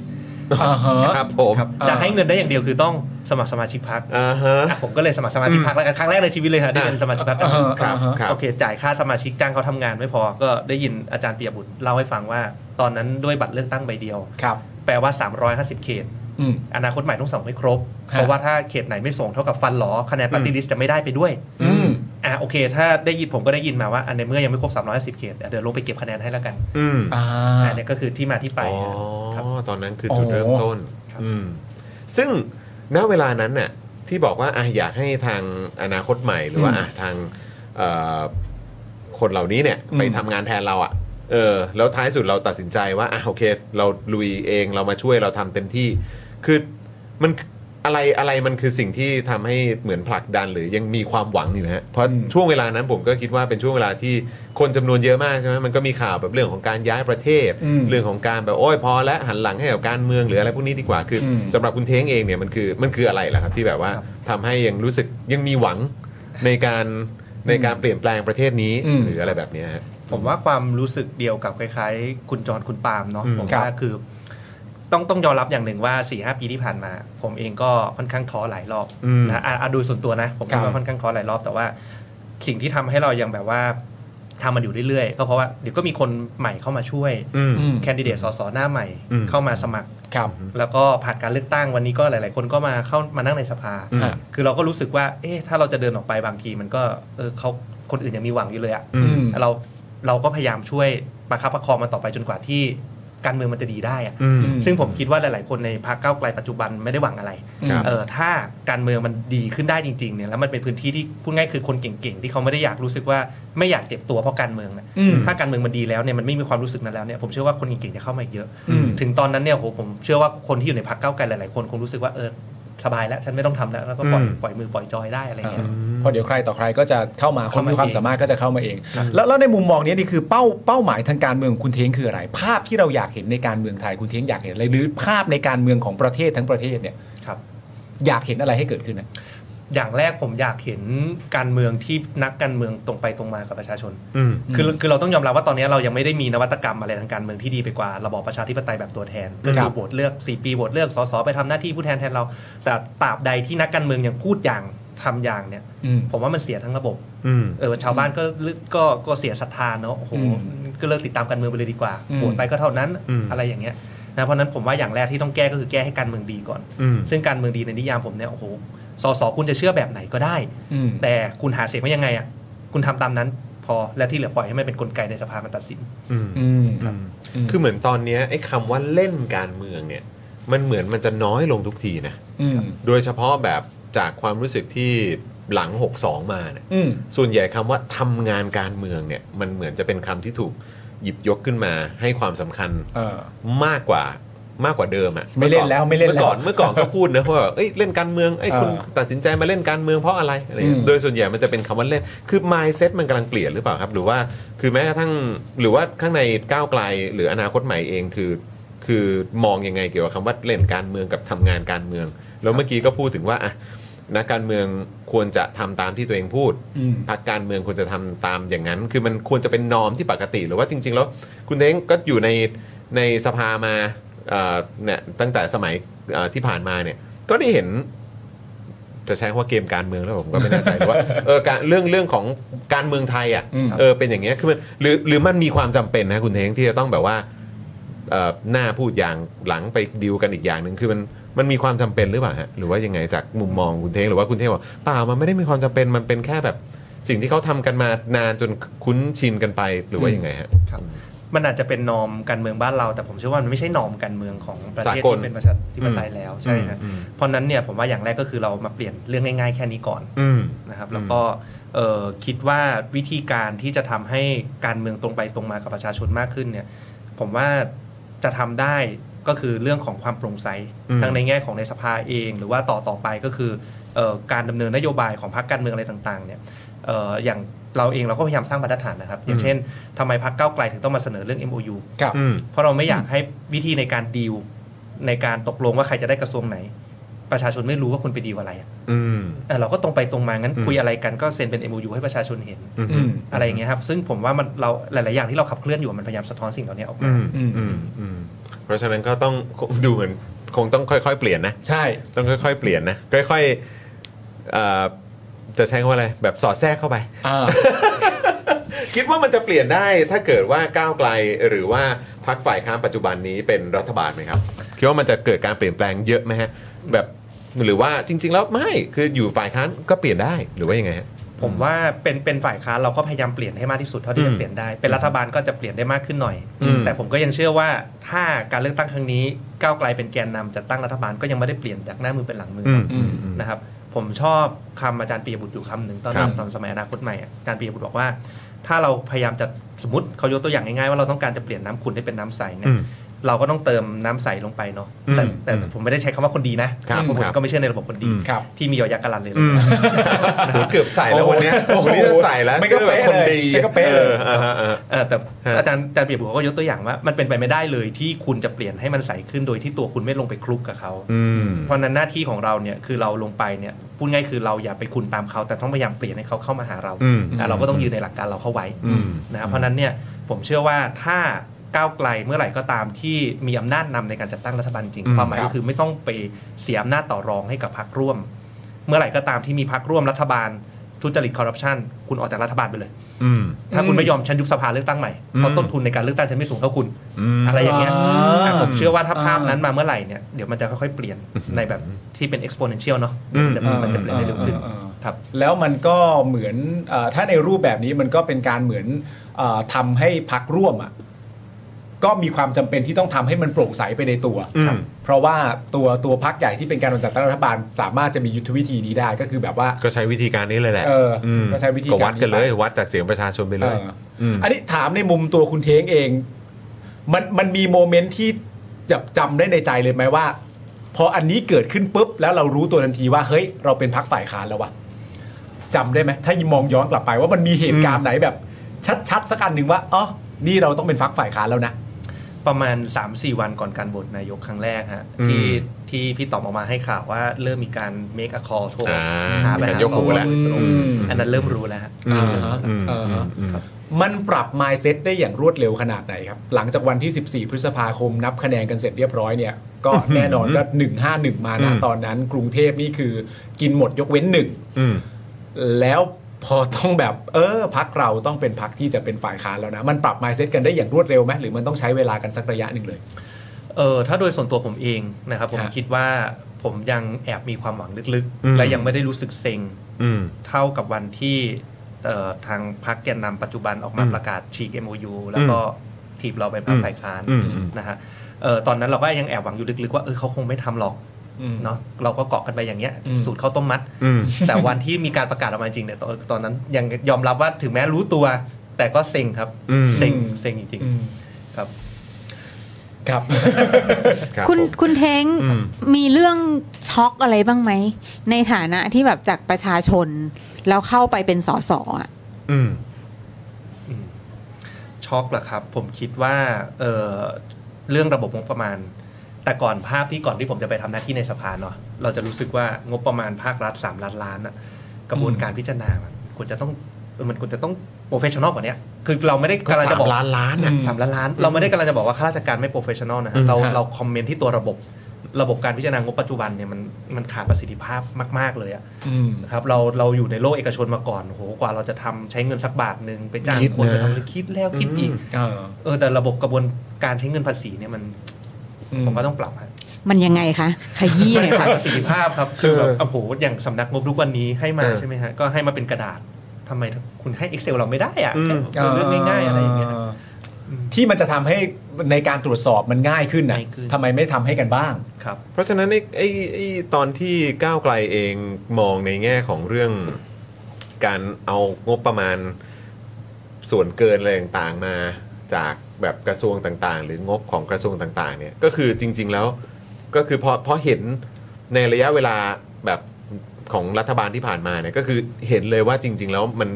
อ่าฮะ ครับผม ครับ จะให้เงินได้อย่างเดียวคือต้องสมัครสมาชิกพรรค อ่าฮะ อ่ะผมก็เลยสมัครสมาชิกพรรคแล้วกันครั้งแรกในชีวิตเลยฮะได้เป็นสมาชิกพรรคกัน อ่าฮะ ครับ อ่าฮะ ครับ โอเคจ่ายค่าสมาชิกจ้างเขาทำงานไม่พอก็ได้ยินอาจารย์ปิยบุตรเล่าให้ฟังว่า ตอนนั้นด้วยบัตรเลือกตั้งใบเดียว ครับ แปลว่า 350 เขต อืม อนาคตใหม่ต้องส่งให้ครบ ฮะ เพราะว่าถ้าเขตไหนไม่ส่งเท่ากับฟันหลอคะแนนปฏิริษจะไม่ได้ไปด้วย อืม อ่ะโอเค ถ้าได้ยินผมก็ได้ยินมาว่าอันในเมื่อยังไม่ครบ350เขตอ่ะเดี๋ยวลงไปเก็บคะแนนให้แล้วกัน อืม อ่า อันนี้ก็คือที่มาที่ไป อ๋อ ครับ ตอนนั้นคือจุดเริ่มต้น ครับ อืมซึ่งณเวลานั้นน่ะที่บอกว่าอ่ะอยากให้ทางอนาคตใหม่หรือว่า อืม อ่ะทางเอ่อคนเหล่านี้เนี่ย อืม ไปทำงานแทนเราอ่ะเออแล้วท้ายสุดเราตัดสินใจว่าอ่ะโอเค เราลุยเองเรามาช่วยเราทำเต็มที่ คือมันอะไรอะไรมันคือสิ่งที่ทำให้เหมือนผลักดันหรือยังมีความหวังอยู่ฮะเพราะ อืม ช่วงเวลานั้นผมก็คิดว่าเป็นช่วงเวลาที่คนจำนวนเยอะมากใช่ไหมมันก็มีข่าวแบบเรื่องของการย้ายประเทศ อืม เรื่องของการแบบโอ้ยพอแล้วหันหลังให้กับการเมืองหรืออะไรพวกนี้ดีกว่าคืออ ม สำหรับคุณเท้งเองเนี่ยมันคือมันคืออะไรล่ะครับ ที่แบบว่าทำให้ยังรู้สึกยังมีหวังในการในการเปลี่ยนแปลงประเทศนี้ อืม หรืออะไรแบบเนี้ยฮะ ผมว่าความรู้สึกเดียวกับคล้ายๆ คุณจรคุณปาล์มเนาะ อืม ผม ครับ ว่าคือ ต้องต้องยอมรับอย่างหนึ่งว่า4ีหปีที่ผ่านมา ผมเองก็ค่อนข้างท้อหลายรอบ อืม นะอ่ะอ่ะดูส่วนตัวนะ ผม ครับ ก็ค่อนข้างท้อหลายรอบแต่ว่า สิ่งที่ทำให้เรายังแบบว่าทำมันอยู่เรื่อยๆก็เพราะว่าเดี๋ยวก็มีคนใหม่เข้ามาช่วย อืม อืม แคนดิเดตสสหน้าใหม่ อืม เข้ามาสมัคร ครับ แล้วก็ผ่านการเลือกตั้งวันนี้ก็หลาย ๆ คนก็มาเข้ามานั่งในสภา อืม ฮะ คือเราก็รู้สึกว่า เอ๊ะถ้าเราจะเดินออกไปบางทีมันก็เออเขาคนอื่นยังมีหวังอยู่เลยอะ อืม เราเราก็พยายามช่วยประคับประคองมันต่อไปจนกว่าที่การเมืองมันจะดีได้อะ อืม ซึ่งผมคิดว่าหลาย ๆ คนในพรรคก้าวไกลปัจจุบันไม่ได้หวังอะไร ครับ เออถ้าการเมืองมันดีขึ้นได้จริง ๆ เนี่ยแล้วมันเป็นพื้นที่ที่พูดง่ายคือคนเก่ง ๆ ที่เขาไม่ได้อยากรู้สึกว่าไม่อยากเจ็บตัวเพราะการเมืองนะ อืม ถ้าการเมืองมันดีแล้วเนี่ยมันไม่มีความรู้สึกนั้นแล้วเนี่ยผมเชื่อว่าคนเก่งๆจะเข้ามาอีกเยอะ อืม ถึงตอนนั้นเนี่ยโหผมเชื่อว่าคนที่อยู่ในพรรคก้าวไกลหลายๆคนคงรู้สึกว่าเออสบายแล้ว ฉันไม่ต้องทำแล้วแล้วก็ปล่อย อืม ปล่อยมือปล่อยจอยได้อะไร อ่า เงี้ย เพราะเดี๋ยวใครต่อใครก็จะเข้ามาคน เข้ามา มีความ เอง สามารถก็จะเข้ามาเอง แล้วแล้วในมุมมองนี้นี่คือเป้าเป้าหมายทางการเมืองของคุณเทงคืออะไร ภาพที่เราอยากเห็นในการเมืองไทยคุณเทงอยากเห็นอะไรหรือภาพในการเมืองของประเทศทั้งประเทศเนี่ย ครับ อยากเห็นอะไรให้เกิดขึ้นนะ อย่างแรกผมอยากเห็นการเมืองที่นักการเมืองตรงไปตรงมากับประชาชน อืม คือคือเราต้องยอมรับว่าตอนนี้เรายังไม่ได้มีนวัตกรรมอะไรทางการเมืองที่ดีไปกว่าระบอบประชาธิปไตยแบบตัวแทนก็ ค คื รั อบ โหวตเลือก 4 ปีโหวตเลือกสสไปทำหน้าที่ผู้แทนแทนเรา แต่ตราบใดที่นักการเมืองยังพูดอย่างทำอย่างเนี่ย อืม ผมว่ามันเสียทั้งระบบ อืม เออชาวบ้านก็เลือกก็ก็เสียศรัทธาเนอะโอ้โห อืม ก็เลิกติดตามการเมืองไปเลยดีกว่า อืม โหวตไปก็เท่านั้น อืม อะไรอย่างเงี้ยนะเพราะฉะนั้นผมว่าอย่างแรกที่ต้องแก้ก็คือแก้ให้การเมืองดีก่อน อืม ซึ่งการเมืองดีในนิยามผมเนี่ยโอ้โหสสคุณจะเชื่อแบบไหนก็ได้ อืม แต่คุณหาเสียงไว้ยังไงอ่ะคุณทำตามนั้นพอและที่เหลือปล่อยให้มันเป็นกลไกในสภามันตัดสิน อืม อืม อืม คือเหมือนตอนเนี้ยไอ้คำว่าเล่นการเมืองเนี่ย มันเหมือนมันจะน้อยลงทุกทีนะ อืม โดยเฉพาะแบบจากความรู้สึกที่หลัง 62 มาเนี่ย อืม ส่วนใหญ่คำว่าทำงานการเมืองเนี่ยมันเหมือนจะเป็นคำที่ถูกหยิบยกขึ้นมาให้ความสำคัญ เออ มากกว่ามากกว่าเดิมอะ ไม่เล่นแล้วไม่เล่นแล้ว เมื่อก่อนเมื่อก่อนก็พูดนะว่าแบบเอ้ยเล่นการเมืองไอ้ย เออ คุณตัดสินใจมาเล่นการเมืองเพราะอะไรอะไรอย่างเงี้ย อืม โดยส่วนใหญ่มันจะเป็นคำว่าเล่นคือ mindset มันกำลังเปลี่ยนหรือเปล่าครับ หรือว่าคือแม้กระทั่งหรือว่าข้างในก้าวไกลหรืออนาคตใหม่เองคือ คือมองยังไงเกี่ยวกับคำว่าเล่นการเมืองกับทำงานการเมือง แล้วเมื่อกี้ก็พูดถึงว่าอ่ะนักการเมืองควรจะทำตามที่ตัวเองพูด อืม พรรคการเมืองควรจะทำตามอย่างนั้น คือมันควรจะเป็นนอมที่ปกติ หรือว่าจริง ๆ แล้วคุณเท้งก็อยู่ในในสภามาเอ่อเนี่ยตั้งแต่สมัยเอ่อที่ผ่านมาเนี่ยก็ได้เห็น จะใช้คำว่าเกมการเมืองแล้วผมก็ไม่แน่ใจ แต่ว่าเออการเรื่องเรื่องของการเมืองไทยอ่ะ อืม เออเป็นอย่างเงี้ยคือมันหรือหรือมันมีความจำเป็นนะคุณเท้งที่จะต้องแบบว่า เอ่อหน้าพูดอย่างหลังไปดิวกันอีกอย่างหนึ่งคือมันมันมีความจำเป็นหรือเปล่าฮะหรือว่ายังไงจากมุมมองคุณเทงหรือว่าคุณเทงบอกเปล่ามันไม่ได้มีความจำเป็นมันเป็นแค่แบบสิ่งที่เขาทำกันมานานจนคุ้นชินกันไปหรือว่ายังไงฮะ มันอาจจะเป็นนอมการเมืองบ้านเรา แต่ผมเชื่อว่ามันไม่ใช่นอมการเมืองของประเทศ สากล ที่เป็นประชาธิปไตยแล้วใช่ฮะ อืมอืม เพราะฉะนั้นเนี่ยผมว่าอย่างแรกก็คือเรามาเปลี่ยนเรื่องง่ายๆแค่นี้ก่อน อืม นะครับ อืม แล้วก็เอ่อคิดว่าวิธีการที่จะทำให้การเมืองตรงไปตรงมากับประชาชนมากขึ้นเนี่ยผมว่า จะทำได้ก็คือเรื่องของความโปร่งใส อืม ทั้งในแง่ของในสภาเอง หรือว่าต่อต่อไปก็คือเอ่อการดำเนินนโยบายของพรรคการเมืองอะไรต่างๆเนี่ยเอ่ออย่างเราเองเราก็พยายามสร้างบรรทัดฐานนะครับ อย่างเช่นทำไมพรรคก้าวไกลถึงต้องมาเสนอเรื่อง MOU ครับ อืม เพราะเราไม่อยากให้วิธีในการดีลในการตกลงว่าใครจะได้กระทรวงไหน ประชาชนไม่รู้ว่าคุณไปดีลอะไรอะ อืม เอ่อเราก็ตรงไปตรงมางั้น อืม คุยอะไรกันก็เซ็นเป็น MOU ให้ประชาชนเห็น อืม อืม อะไรอย่างเงี้ยครับ ซึ่งผมว่ามันเราหลาย ๆ อย่างที่เราขับเคลื่อนอยู่มันพยายามสะท้อนสิ่งเหล่านี้ออกมา อืมอืมอืมอืมเพราะฉะนั้นก็ต้องดูเหมือนคงต้องค่อยๆ เปลี่ยนนะ ใช่ ต้องค่อย ๆ เปลี่ยนนะ ค่อยๆเอ่อจะใช้คำว่าอะไร แบบสอดแทรกเข้าไป อ่า คิดว่ามันจะเปลี่ยนได้ถ้าเกิดว่าก้าวไกลหรือว่าพักฝ่ายค้านปัจจุบันนี้เป็นรัฐบาลไหมครับ คิดว่ามันจะเกิดการเปลี่ยนแปลงเยอะไหมฮะ แบบหรือว่าจริง ๆ แล้วไม่คืออยู่ฝ่ายค้านก็เปลี่ยนได้หรือว่ายังไงฮะ ผมว่าเป็นเป็นฝ่ายค้านเราก็พยายามเปลี่ยนให้มากที่สุดเท่าที่ อื จะ ม เปลี่ยนได้ เป็นรัฐบาลก็จะเปลี่ยนได้มากขึ้นหน่อย อืม แต่ผมก็ยังเชื่อว่าถ้าการเลือกตั้งครั้งนี้ก้าวไกลเป็นแกนนำจัดตั้งรัฐบาลก็ยังไม่ได้เปลี่ยนจากหน้ามือเป็นหลังมือ อื อ มอืมอืม นะครับ ผมชอบคำอาจารย์ปียบุตรอยู่คำหนึ่งตอน ครับ ตอนสมัยอนาคตใหม่อะอาจารย์ปียบุตรบอกว่า ถ้าเราพยายามจะสมมติเขายกตัวอย่างง่าย ๆ ว่าเราต้องการจะเปลี่ยนน้ำขุ่นให้เป็นน้ำใสเนี่ย อืม เราก็ต้องเติมน้ำใสลงไปเนาะแต่ อืม แต่ผมไม่ได้ใช้คำว่าคนดีนะครับ ผม ครับ ก็ไม่เชื่อในระบบคนดี อืม ครับ ที่มียอยักษ์กะลันเลย อืมโหเกือบใส่แล้ววันเนี้ย โอ้โห วันนี้จะใส่แล้ว ไม่ก็ เสื้อแบบคนดี เป๊ะเลยไม่ก็เป๊ะเลย ออออเออ เออแต่ ฮะ อาจารย์อาจารย์เปรียบผมเขาก็ยกตัวอย่างว่า มันเป็นไปไม่ได้เลยที่คุณจะเปลี่ยนให้มันใสขึ้นโดยที่ตัวคุณไม่ลงไปคลุกกับเขา อืม เพราะฉะนั้นหน้าที่ของเราเนี่ยคือเราลงไปเนี่ยพูดง่ายคือเราอย่าไปคุณตามเขา แต่ต้องพยายามเปลี่ยนให้เขาเข้ามาหาเรา อืม อ่ะเราก็ต้องยืนในหลักการเราเข้าไว้ อืม นะครับเพราะฉะนั้นเนี่ยผมเชื่อว่าถ้าก้าวไกลเมื่อไหร่ก็ตามที่มีอำนาจนำในการจัดตั้งรัฐบาลจริงความหมาย ครั ก็ บ คือไม่ต้องไปเสียอำนาจต่อรองให้กับพรรคร่วม เมื่อไหร่ก็ตามที่มีพรรคร่วมรัฐบาลทุจริตคอร์รัปชันคุณออกจากรัฐบาลไปเลย อืม ถ้าคุณไม่ยอมฉันยุบสภาเลือกตั้งใหม่เพราะต้นทุนในการเลือกตั้งฉันไม่สูงเท่าคุณ อะไรอย่างเงี้ย อ่า อ่ะผมเชื่อว่าถ้าภาพ อ่านั้ นั้นมาเมื่อไหร่เนี่ย เดี๋ยวมันจะค่อยๆ เปลี่ยนในแบบที่เป็น exponential เนาะ อืม จะมันจะเปลี่ยนได้เร็วขึ้น อ่าอ่าอ่า ครับ แล้วมันก็เหมือนเออถ้าในรูปแบบนี้มันก็เป็นการเหมือนเออทำให้พักร่วมอ่ะก็มีความจำเป็นที่ต้องทำให้มันโปร่งใสไปในตัว อืม ครับเพราะว่าตัวตัวพักใหญ่ที่เป็นการจัดตั้งรัฐบาล สามารถจะมียุทธวิธีนี้ได้ก็คือแบบว่า ก็ใช้วิธีการนี้เลยแหละ เอออื ม ก็ใช้วิธี ก็ การวันี้ดกันเลย วัดจากเสียงประชาชนไปเลย เอออ ม อันนี้ถามในมุมตัวคุณเท้งเอง มันมันมีโมเมนต์ที่จับจำได้ในใจเลยไหมว่า พออันนี้เกิดขึ้นปุ๊บ แล้วเรารู้ตัวทันทีว่าเฮ้ย เราเป็นพักฝ่ายค้านแล้ววะจำได้ไหมถ้ามองย้อนกลับไปว่ามันมีเหตุการณ์ไหนแบบ ชัดๆสักอันหนึ่งว่าอ๋อนี่เราต้องเป็นพักฝ่ายค้านแล้วนะ ประมาณ 3-4 วันก่อนการโหวตนายกครั้งแรกฮะ อืม ที่ที่พี่ต๋อมออกมาให้ข่าวว่าเริ่มมีการ make a call โทร อ่า หา มี ไป การ หาย กหูแล้ว สวโดยตรง อืม อันนั้นเริ่มรู้แล้วฮะ อืม อืมอืม อืม มันปรับ mindset ได้อย่างรวดเร็วขนาดไหนครับ หลังจากวันที่ 14 พฤษภาคมนับคะแนนกันเสร็จเรียบร้อยเนี่ย ก็แน่นอนก็ 151 มานะ อืม ตอนนั้นกรุงเทพนี่คือกินหมดยกเว้นหนึ่ง อืม แล้วพอต้องแบบ เออพักเราต้องเป็นพักที่จะเป็นฝ่ายค้านแล้วนะ มันปรับ mindset กันได้อย่างรวดเร็วไหมหรือมันต้องใช้เวลากันสักระยะหนึ่งเลย เออถ้าโดยส่วนตัวผมเองนะครับผม ฮะ คิดว่าผมยังแอบมีความหวังลึก อืม ๆ และยังไม่ได้รู้สึกเซ็ง อืม เท่ากับวันที่เอ่อทางพักแกนนำปัจจุบันออกมา อืม ประกาศฉีก MOU แล้วก็ถีบเราไปพั อื ก ม ฝ่ายค้าน อืมอืม นะฮะเอ่อตอนนั้นเราก็ยังแอบหวังอยู่ลึกๆว่าเออเขาคงไม่ทำหรอกเนาะเราก็เกาะกันไปอย่างเงี้ย อืม สูตรข้าวต้มมัด อืม แต่วันที่มีการประกาศออกมาจริงเนี่ยตอนตอนนั้นยังยอมรับว่าถึงแม้รู้ตัว แต่ก็เซ็งครับ อืม เซ็งเซ็งจริง อืม ๆครับ ครับ รับ คุณ ผม คุณเท้ง อืม มีเรื่องช็อกอะไรบ้างไหม ในฐานะที่แบบจากประชาชน แล้วเข้าไปเป็นสสอ่ะ อืม ช็อกเหรอครับ ผมคิดว่าเอ่อเรื่องระบบงบประมาณ แต่ก่อนภาพที่ก่อนที่ผมจะไปทำหน้าที่ในสภาเนาะเราจะรู้สึกว่างบประมาณภาครัฐ 3 ล้านล้านอะกระบวนการพิจารณามันควรจะต้องเออมันควรจะต้องโปรเฟชชั่นอลกว่าเนี้ยคือเราไม่ได้กำลังจะบอก ก็สามล้านล้านน่ะ สามล้านล้าน เราไม่ได้กำลังจะบอกว่าข้าราชการไม่โปรเฟชชั่นอลนะฮะเรา ฮะ เราคอมเมนต์ที่ตัวระบบระบบการพิจารณางบปัจจุบันเนี่ยมันมันขาดประสิทธิภาพมาก ๆเลยอะ อืม นะครับเราเราอยู่ในโลกเอกชนมาก่อนโหกว่าเราจะทำใช้เงินสักบาทหนึ่งไปจ้าง คิด คน นะ ไปทำคิดแล้วคิดอีก อืม เออ เออแต่ระบบกระบวนการใช้เงินภาษีเนี่ยมัน อื ผมว่าต้องปรับฮะ มันยังไง คะ ขยี้หน่อย ขา ค่ะ ดประสิทธิภาพครับคือแบบ เออ โอ้โหอย่างสำนักงบทุกวันนี้ให้มา เออ ใช่ไหมฮะก็ให้มาเป็นกระดาษทำไมคุณให้ Excel เราไม่ได้อะ อืม แค่เรื่องง่ายๆอะไรอย่างเงี้ย ที่มันจะทำให้ในการตรวจสอบมันง่ายขึ้นนะ ง่ายขึ้น ทำไมไม่ทำให้กันบ้าง ครับ เพราะฉะนั้นไอ้ไอ้ไอ้ตอนที่ก้าวไกลเองมองในแง่ของเรื่องการเอางบประมาณส่วนเกินอะไรต่างๆมาจาก แบบกระทรวงต่างๆ หรืองบของกระทรวงต่างๆเนี่ยก็คือจริง ๆแล้วก็คือพอพอเห็นในระยะเวลาแบบของรัฐบาลที่ผ่านมาเนี่ยก็คือเห็นเลยว่าจริง ๆ แล้วมัน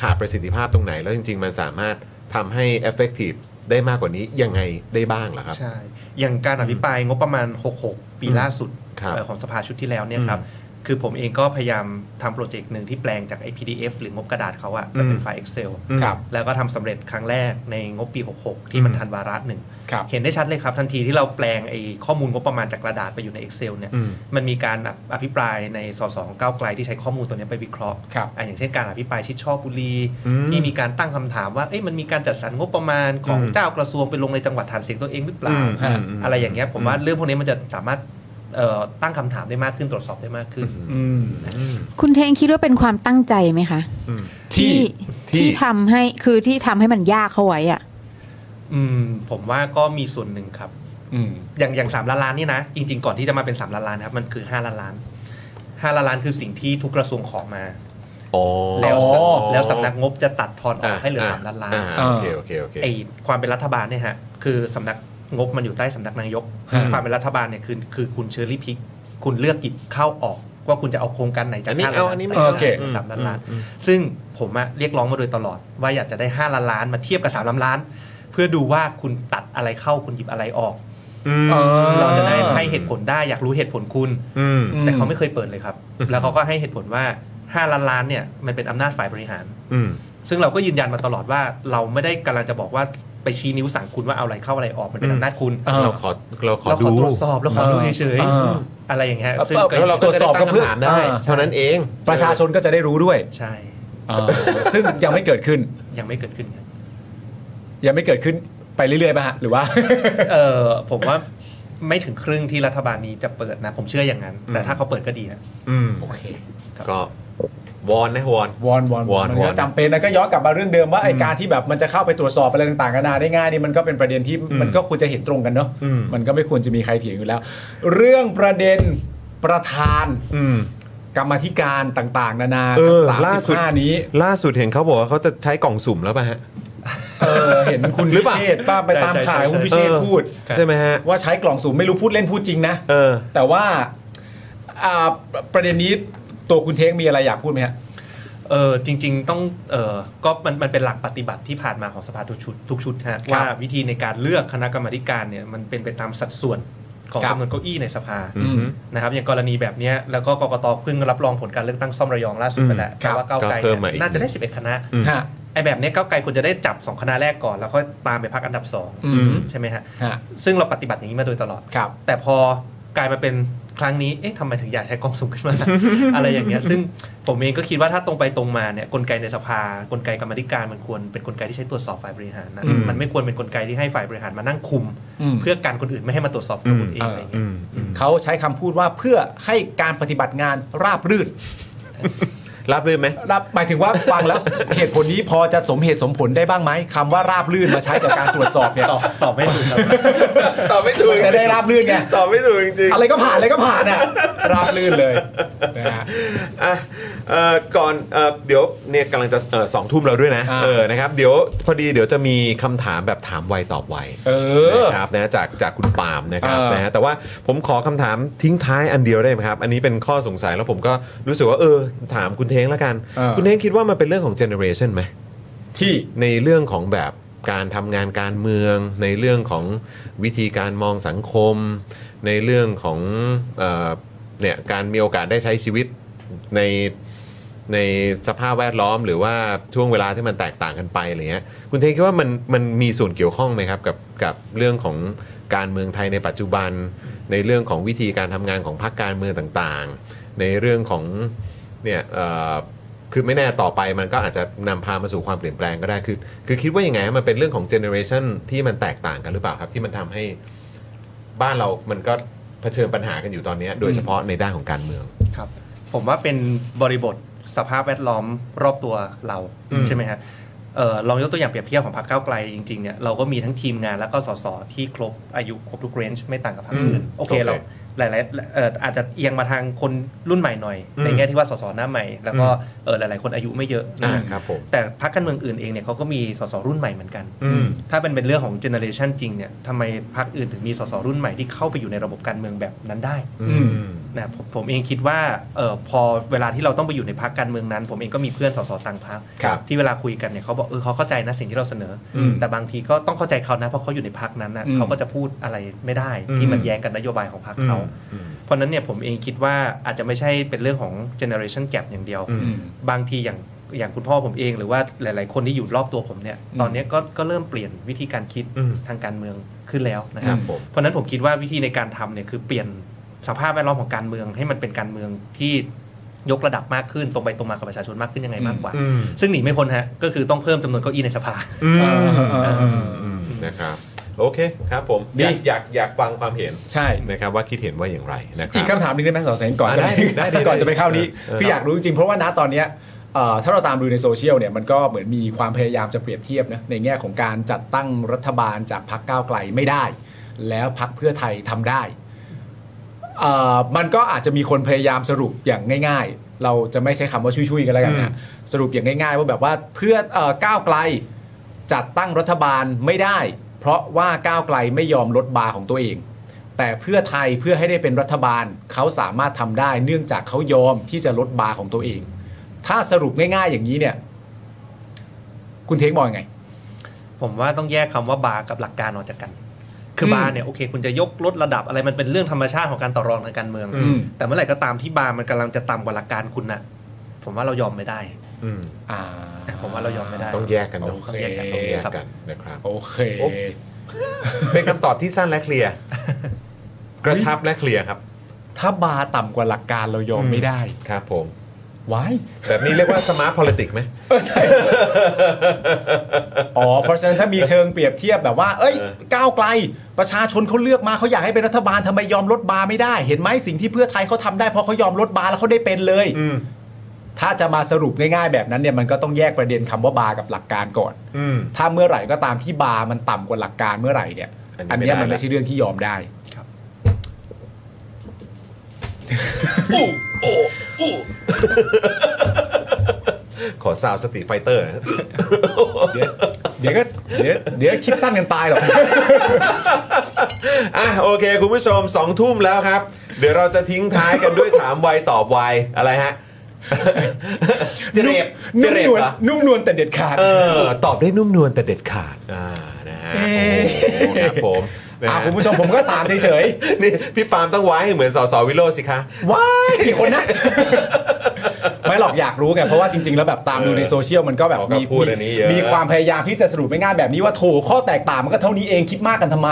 ขาดประสิทธิภาพตรงไหน แล้วจริง ๆ มันสามารถทำให้ effective ได้มากกว่านี้ยังไงได้บ้างเหรอครับ ใช่ อย่างการอภิปรายงบประมาณ 66 ปีล่าสุด ครับ เอ่อของสภาชุดที่แล้วเนี่ยครับ คือผมเองก็พยายามทำโปรเจกต์หนึ่งที่แปลงจากไอ้ PDF หรืองบกระดาษเขาอะไปเป็นไฟล์ Excel อืมครับ แล้วก็ทำสำเร็จครั้งแรกในงบปี 66 ที่มันทันวาระหนึ่ง ครับ เห็นได้ชัดเลยครับ ทันทีที่เราแปลงไอ้ข้อมูลงบประมาณจากกระดาษไปอยู่ใน Excel เนี่ย มันมีการอภิปรายในสสของก้าวไกลที่ใช้ข้อมูลตัวเนี้ยไปวิเคราะห์ ครับ อ่ะอย่างเช่นการอภิปรายชิดชอบบุรีที่มีการตั้งคำถามว่าเอ้ยมันมีการจัดสรรงบประมาณของเจ้ากระทรวงไปลงในจังหวัดฐานเสียงตัวเองหรือเปล่า อืมอืม อะไรอย่างเงี้ยผมว่าเรื่องพวกนี้มันจะสามารถเอ่อตั้งคำถามได้มากขึ้นตรวจสอบได้มากขึ้น คุณเทงคิดว่าเป็นความตั้งใจไหมคะที่ ที่ ที่ทำให้คือที่ทำให้มันยากเข้าไว้อะ อืมผมว่าก็มีส่วนหนึ่งครับ อืม อย่างอย่างสามล้านล้านนี่นะ จริง ๆ ก่อนที่จะมาเป็นสามล้านล้านนะครับมันคือห้าล้านล้านห้าล้านล้านคือสิ่งที่ทุกกระทรวงขอมา อ๋อ แล้วสำ อ๋อ แล้วสำนักงบจะตัดทอนออก อ่ะ ให้เหลือสามล้านล้าน อ่โอเคโอเคโอเค ไอความเป็นรัฐบาลเนี่ยฮะคือสำนักงบมันอยู่ใต้สำนักนายก อืม ความเป็นรัฐบาลเนี่ยคือคือคุณเชอรี่พิก คุณเลือกหยิบเข้าออก ว่าคุณจะเอาโครงการไหนจา อั ก นนี้ ห้า เอา ล้าน อันนี้ ไป ไม่ โอเค สามล้านล้าน อืม ซึ่งผมอะเรียกร้องมาโดยตลอด ว่าอยากจะได้ 5 ล้านล้านมาเทียบกับ 3 ล้านล้าน เพื่อดูว่าคุณตัดอะไรเข้าคุณหยิบอะไรออก เออ เราจะได้ให้เหตุผลได้อยากรู้เหตุผลคุณ อืม อืม แต่เขาไม่เคยเปิดเลยครับ แล้วเขาก็ให้เหตุผลว่า 5 ล้านล้านเนี่ยมันเป็นอำนาจฝ่ายบริหาร อืม ซึ่งเราก็ยืนยันมาตลอดว่าเราไม่ได้กำลังจะบอกว่าไปชี้นิ้วสั่งคุณว่าเอาอะไรเข้าอะไรออกมันเป็น อืม อำนาจคุณ เออ เราขอเราขอ เราข ดู อตรวจสอบเราขอดู เออ เฉย เออ ๆอะไรอย่างเงี้ย เออ ซึ่ง เออเรา ก็จะได้ตั้งคำถามได้ เออ เท่านั้นเอง ประชาชนก็จะได้รู้ด้วย ใช่ เออซึ่งยังไม่เกิดขึ้น ยังไม่เกิดขึ้นครับ ยังไม่เกิดขึ้นไปเรื่อยๆป่ะฮะหรือว่า เออผมว่าไม่ถึงครึ่งที่รัฐบาลนี้จะเปิดนะ ผมเชื่ออย่างนั้น แต่ถ้าเขาเปิดก็ดีนะ อืม โอเค ก็วอนนะวอน วอนวอน วอน มัน วอ ก็ น จำเป็นนะก็ย้อนกลับมาเรื่องเดิมว่าไอการที่แบบมันจะเข้าไปตรวจสอบอะไรต่างๆกันานาได้ง่ายนี่มันก็เป็นประเด็นที่มันก็ควรจะเห็นตรงกันเนาะ อืม มันก็ไม่ควรจะมีใครเถียงอยู่แล้ว เรื่องประเด็นประธาน อืม กรรมาธิการต่างๆ นานา เออ สาม ล่า สิบ สุด ห้านี้ ล่าสุดเห็นเขาบอกว่าเขาจะใช้กล่องสุ่มแล้วป่ะฮะ เออเห็นคุณ หรือพิเปล่า เชษฐ์ป้าไปตาม ใช่ใช่ ข่าว ใช่ คุณพิเชษฐ์พูด ใช่ไหมฮะ ว่าใช้กล่องสุ่มไม่รู้พูดเล่นพูดจริงนะ เออ แต่ว่าอ่าประเด็นนี้ตัวคุณเทงมีอะไรอยากพูดไหมฮะ เออจริง ๆ ต้องเออก็มันมันเป็นหลักปฏิบัติที่ผ่านมาของสภาทุกชุดทุกชุดฮะว่าวิธีในการเลือกคณะกรรมาธิการเนี่ยมันเป็นไปตามสัดส่วนของ ครับ จำนวนเก้าอี้ในสภา อืม นะครับอย่างกรณีแบบเนี้ยแล้วก็กกตเพิ่งรับรองผลการเลือกตั้งซ่อมระยองล่าสุดไปแล้ว ครั แต่ บ ว่าก้าวไกล ก็เพิ่มเนี่มาอีก ยน่าจะได้ 11 คณะ ฮะ ไอ้แบบเนี้ยก้าวไกลควรจะได้จับ 2 คณะแรกก่อน แล้วก็ตามไปพักอันดับ อืม 2 ใช่ไหมฮะ ฮะ ซึ่งเราปฏิบัติอย่างนี้มาโดยตลอด ครับ แต่พอกลายมาเป็นครั้งนี้เอ๊ะทำไมถึงอยากใช้กล้องซูมขึ้นมา อะไรอย่างเงี้ยซึ่งผมเองก็คิดว่าถ้าตรงไปตรงมาเนี่ยกลไกในสภากลไกกรรมาธิการมันควรเป็นกลไกที่ใช้ตรวจสอบฝ่ายบริหารนะ อืม มันไม่ควรเป็นกลไกที่ให้ฝ่ายบริหารมานั่งคุม อืม เพื่อการคนอื่นไม่ให้มาตรวจสอบตัวคุณเองอะไรอย่างเงี้ย อืมอืม เขาใช้คำพูดว่าเพื่อให้การปฏิบัติงานราบรื่น รับเลยไหม รับหมายถึงว่าฟังแล้ว เหตุผลนี้พอจะสมเหตุสมผลได้บ้างไหมคำว่าราบรื่นมาใช้กับการตรวจสอบเนี่ย ตอบตอบไม่ถูกครับ ตอบไม่ถูก จะได้ราบรื่นไง ตอบไม่ถูกจริงๆ อะไรก็ผ่านอะไรก็ผ่านอ่ะ ราบรื่นเลยนะฮะ อ่ะเอ่อก่อนเอ่อเดี๋ยวเนี่ยกำลังจะเอ่อสองทุ่มเราด้วยนะ อ่า เออนะครับเดี๋ยวพอดีเดี๋ยวจะมีคำถามแบบถามไวตอบไว เออ นะครับนะจากจากคุณปาล์มนะครับ เออ นะฮะแต่ว่าผมขอคำถามทิ้งท้ายอันเดียวได้ไหมครับ อันนี้เป็นข้อสงสัยแล้วผมก็รู้สึกว่าเออถามคุณเท้งแล้วกัน เออ คุณเท้งคิดว่ามันเป็นเรื่องของเจเนอเรชันไหม ที่ ในเรื่องของแบบการทำงานการเมือง ในเรื่องของวิธีการมองสังคม ในเรื่องของเออเนี่ยการมีโอกาสได้ใช้ชีวิตในในสภาพแวดล้อม หรือว่าช่วงเวลาที่มันแตกต่างกันไปอะไรเงี้ยคุณเทงคิดว่ามันมันมีส่วนเกี่ยวข้องไหมครับกับกับเรื่องของการเมืองไทยในปัจจุบัน ในเรื่องของวิธีการทำงานของพรรคการเมืองต่างๆ ในเรื่องของเนี่ยเอ่อ คือไม่แน่ต่อไปมันก็อาจจะนำพามาสู่ความเปลี่ยนแปลงก็ได้คือ คือคิดว่ายังไงฮะมันเป็นเรื่องของเจเนอเรชันที่มันแตกต่างกันหรือเปล่าครับ ที่มันทำให้บ้านเรามันก็เผชิญปัญหากันอยู่ตอนเนี้ยโดยเฉพาะในด้านของการเมือง ครับผมว่าเป็นบริบทสภาพแวดล้อมรอบตัวเรา อืม ใช่ไหมฮะ เอ่อลองยกตัวอย่างเปรียบเทียบของพรรคก้าวไกลจริงๆเนี่ยเราก็มีทั้งทีมงานแล้วก็สสที่ครบอายุครบทุกเรนจ์ไม่ต่างกับพรรคอื่น อืม โอเค โอเค เราหลายๆเอ่ออาจจะเอียงมาทางคนรุ่นใหม่หน่อย อืม ในแง่ที่ว่าสสหน้าใหม่ แล้วก็เอ่อหลายๆ คนอายุไม่เยอะ อ่า นะครับ ผม แต่พรรคการเมืองอื่นเองเนี่ยเขาก็มีสสรุ่นใหม่เหมือนกัน อืม ถ้าเป็นเป็นเรื่องของเจเนอเรชันจริงเนี่ยทำไมพรรคอื่นถึงมีสสรุ่นใหม่ที่เข้าไปอยู่ในระบบการเมืองแบบนั้นได้ อืม นะผมผมเองคิดว่าเออพอเวลาที่เราต้องไปอยู่ในพักการเมืองนั้น ผมเองก็มีเพื่อนสสต่างพัก ครับ ที่เวลาคุยกันเนี่ยเขาบอกเออเขาเข้าใจนะสิ่งที่เราเสนออ ม แต่บางทีก็ต้องเข้าใจเขานะเพราะเขาอยู่ในพักนั้นนะ อืม เขาก็จะพูดอะไรไม่ได้ อืม ที่มันแย้งกับนโยบายของพรรคเขาเพราะฉะนั้นเนี่ยผมเองคิดว่าอาจจะไม่ใช่เป็นเรื่องของ generation gap อย่างเดียว อืม บางทีอย่างอย่างคุณพ่อผมเองหรือว่าหลาย ๆ คนที่อยู่รอบตัวผมเนี่ยตอนเนี้ยก็ก็เริ่มเปลี่ยนวิธีการคิด อืม ทางการเมืองขึ้นแล้วนะ ค ครั รับ บผม เพราะฉะนั้นผมคิดว่าวิธีในการทำเนี่ยคือเปลี่ยนสภาพแวดล้อมของการเมืองให้มันเป็นการเมืองที่ยกระดับมากขึ้นตรงไปตรงมากับประชาชนมากขึ้นยังไงมากกว่า อืม ซึ่งหนีไม่พ้นฮะก็คือต้องเพิ่มจำนวนเก้าอี้ในสภา อืม เออ อืมนะครับโอเคครับผมอดียากอยากอยากฟังความเห็น ใช่ นะครับว่าคิดเห็นว่าอย่างไรนะครับ อีกคำถามหนึงได้ไหมสอแสงก่อน อ่ะ จะ ได้ได้ได้ ก่อนจะไปเข้านี้ เออ คืออยากรู้จริงๆเพราะว่าณตอนเนี้ยเอ่อถ้าเราตามดูในโซเชียลเนี่ยมันก็เหมือนมีความพยายามจะเปรียบเทียบนะในแง่ของการจัดตั้งรัฐบาลจากพรรคก้าวไกลไม่ได้ แล้วพรรคเพื่อไทยทำได้เอ่อมันก็อาจจะมีคนพยายามสรุปอย่างง่าย ๆ เราจะไม่ใช้คำว่าชุยๆกันแล้วกันนะสรุปอย่างง่าย ๆ ว่าแบบว่าเพื่อเอ่อก้าวไกลจัดตั้งรัฐบาลไม่ได้ เพราะว่าก้าวไกลไม่ยอมลดบาร์ของตัวเอง แต่เพื่อไทยเพื่อให้ได้เป็นรัฐบาลเขาสามารถทำได้ เนื่องจากเขายอมที่จะลดบาร์ของตัวเอง ถ้าสรุปง่ายๆอย่างนี้เนี่ย คุณเทคมองยังไง ผมว่าต้องแยกคำว่าบาร์กับหลักการออกจากกัน คือ ม บาร์เนี่ยโอเค คุณจะยกลดระดับอะไรมันเป็นเรื่องธรรมชาติของการต่อรองทางการเมือง อืม แต่เมื่อไหร่ก็ตามที่บาร์มันกำลังจะต่ำกว่าหลักการคุณน่ะ ผมว่าเรายอมไม่ได้ อืม อ่า ผมว่าเรายอมไม่ได้ ต้องแยกกันเนอะ โอต้เคองแยกกันต้องแยกกันนะครับ โอเค โอ้ เป็นคำตอบที่สั้นและเคลีย ร์กระชับและเคลียร์ครับ ถ้าบาร์ต่ำกว่าหลักการเรายอม อืม ไม่ได้ ครับผม วาย แบบนี้เรียกว่าสมาร์ทพ l i t i c ไหม อ๋อ เพราะฉะนั้นถ้ามีเชิงเปรียบเทียบแบบว่า เอ้ย เออ ก้าวไกล ประชาชนเขาเลือกมาเขาอยากให้เป็นรัฐบาลทำไมยอมลดบาร์ไม่ได้ เห็นไหมสิ่งที่เพื่อไทยเขาทำได้เพราะเขายอมลดบาร์แล้วเขาได้เป็นเลย อืม ถ้าจะมาสรุปง่ายๆแบบนั้นเนี่ยมันก็ต้องแยกประเด็นคำว่าบาร์กับหลักการก่อน อืม ถ้าเมื่อไหร่ก็ตามที่บาร์มันต่ำกว่าหลักการเมื่อไหร่เนี่ย อั อั น น นี้ เนี้ย ไม่ได้ มันไม่ใช่เรื่องที่ยอมได้ ขอซาวสติไฟเตอร์นะ เดี๋ยวเดี๋ยวก็เดี๋ยวเดี๋ยวคิดสั้นกันตายหรอก อ่ะโอเค คุณผู้ชมสองทุ่มแล้วครับ เดี๋ยวเราจะทิ้งท้ายกันด้วยถามไวตอบไวอะไรฮะ เจเรบเจ นุ่ม เรบ นวล เหรอ นุ่มนวลแต่เด็ดขาด เออ ตอบได้นุ่มนวลแต่เด็ดขาด อ่า นะฮะ โอ้โหครับผมนะ อ่ะ ฮะ คุณผู้ชมผมก็ถามเฉย นี่พี่ปาล์มต้องไว้ให้เหมือนสสวิโรจน์สิคะ ๆ ว้ายกี่คนนะ ไม่หรอกอยากรู้ไงเพราะว่าจริง ๆ แล้วแบบตามดูในโซเชียลมันก็แบบ เขาก็ มี พูดอันนี้เยอะ มีความพยายามที่จะสรุปไม่ง่ายแบบนี้ว่าโถข้อแตกต่างมันก็เท่านี้เองคิดมากกันทำไม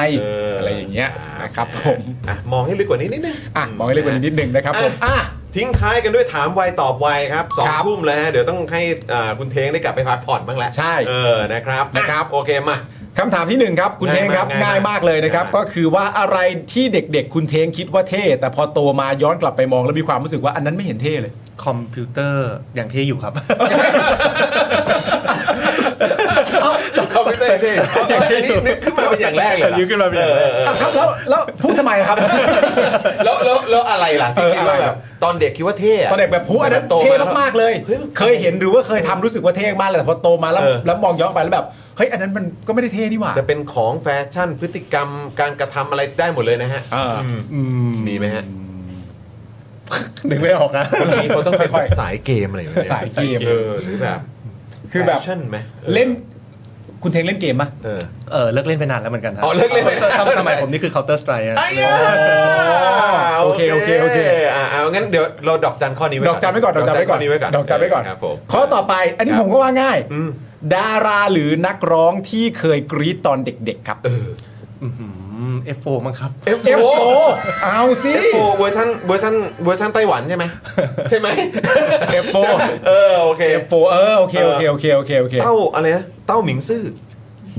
อะไรอย่างเงี้ยนะครับผม อ่ะมองให้ลึกกว่านี้นิดนึง อ่ะมองให้เรื่องกว่านี้นิดนึงนะครับผม อ่ะทิ้งท้ายกันด้วยถามไวตอบไวครับสอง ครับ ทุ่มแล้วฮะเดี๋ยวต้องให้อ่าคุณเทงได้กลับไปพักผ่อนบ้างแหละ ใช่ เออนะครับ นะครับ อ่โอเคมา คำถามที่หนึ่งครับ คุณเท ง่ายมางก ครับ ง่ายมาก ง่ายมากเลยนะครับ ง่ายมาก ก็คือว่าอะไรที่เด็กๆ คุณเทงคิดว่าเท่ แต่พอโตมาย้อนกลับไปมองแล้วมีความรู้สึกว่าอันนั้นไม่เห็นเท่เลย คอมพิวเตอร์อย่างที่อยู่ครับ เขาไม่เต้นที่อันนี้นึกขึ้นมาเป็นอย่างแรกเลยเหรอ นึกขึ้นมาเป็นอย่างแรเอกอเออ ครับแล้วแล้วพูดทำไมครับ แล้วแล้วแล้วอะไรล่ะที่คิดว่า เอออะไร แบบตอนเด็กคิดว่าเท่ะ ตอนเด็กแบบพูดอันนั้นเท่มากๆเลย ฮ้ยน เคยเห็นหรือว่าเคยทำรู้สึกว่าเท่มากเลยแต่พอโตมาแล้ว เออ แล้วมองย้อนไปแล้วแบบเฮ้ยอันนั้นมันก็ไม่ได้เท่นี่หว่า จะเป็นของแฟชั่นพฤติกรรมการกระทำอะไรได้หมดเลยนะฮะ เอออื มมีไหมฮะ นึกไม่ออกนะ คนนี้เขาต้องเป็นแบบสายเกมอะไรอย่างเงี้ย สายเกม เออหรือแบบ คือแบบ ฟชั่นไหมออ เล่นคุณเทงเล่นเกมปะ เออ เออเลิกเล่นไปนานแล้วเหมือนกันฮะ อ๋อเลิกเล่นไปนาน สมัยสมัยผมนี่คือ Counter Strike อะ ไอ้ยา โอเคโอเคโอเค อ่าเอางั้นเดี๋ยวเราดอกจันข้อนี้ไว้ ดอกจันไว้ก่อนดอกจันไว้ก่อน ข้นี้ไว้ก่อน ดอกจันไว้ก่อน ครับผม ข้อต่อไป อันนี้ ครับ ผมก็ว่าง่าย อืม ดาราหรือนักร้องที่เคยกรี๊ดตอนเด็ก ๆ ครับ อื้อหือ F4 มั้งครับ เอฟ เอฟ โฟ โฟเอาสิ เอฟโฟเวอร์ชันเวอร์ชันเวอร์ชันไต้หวัน ใช่ไหมใช่ไหม เอฟโฟ เออโอเค เอฟโฟเออโอเคโอเคโอเคโอเคโอเค เต้าอะไรนะเต้าหมิงซื่อ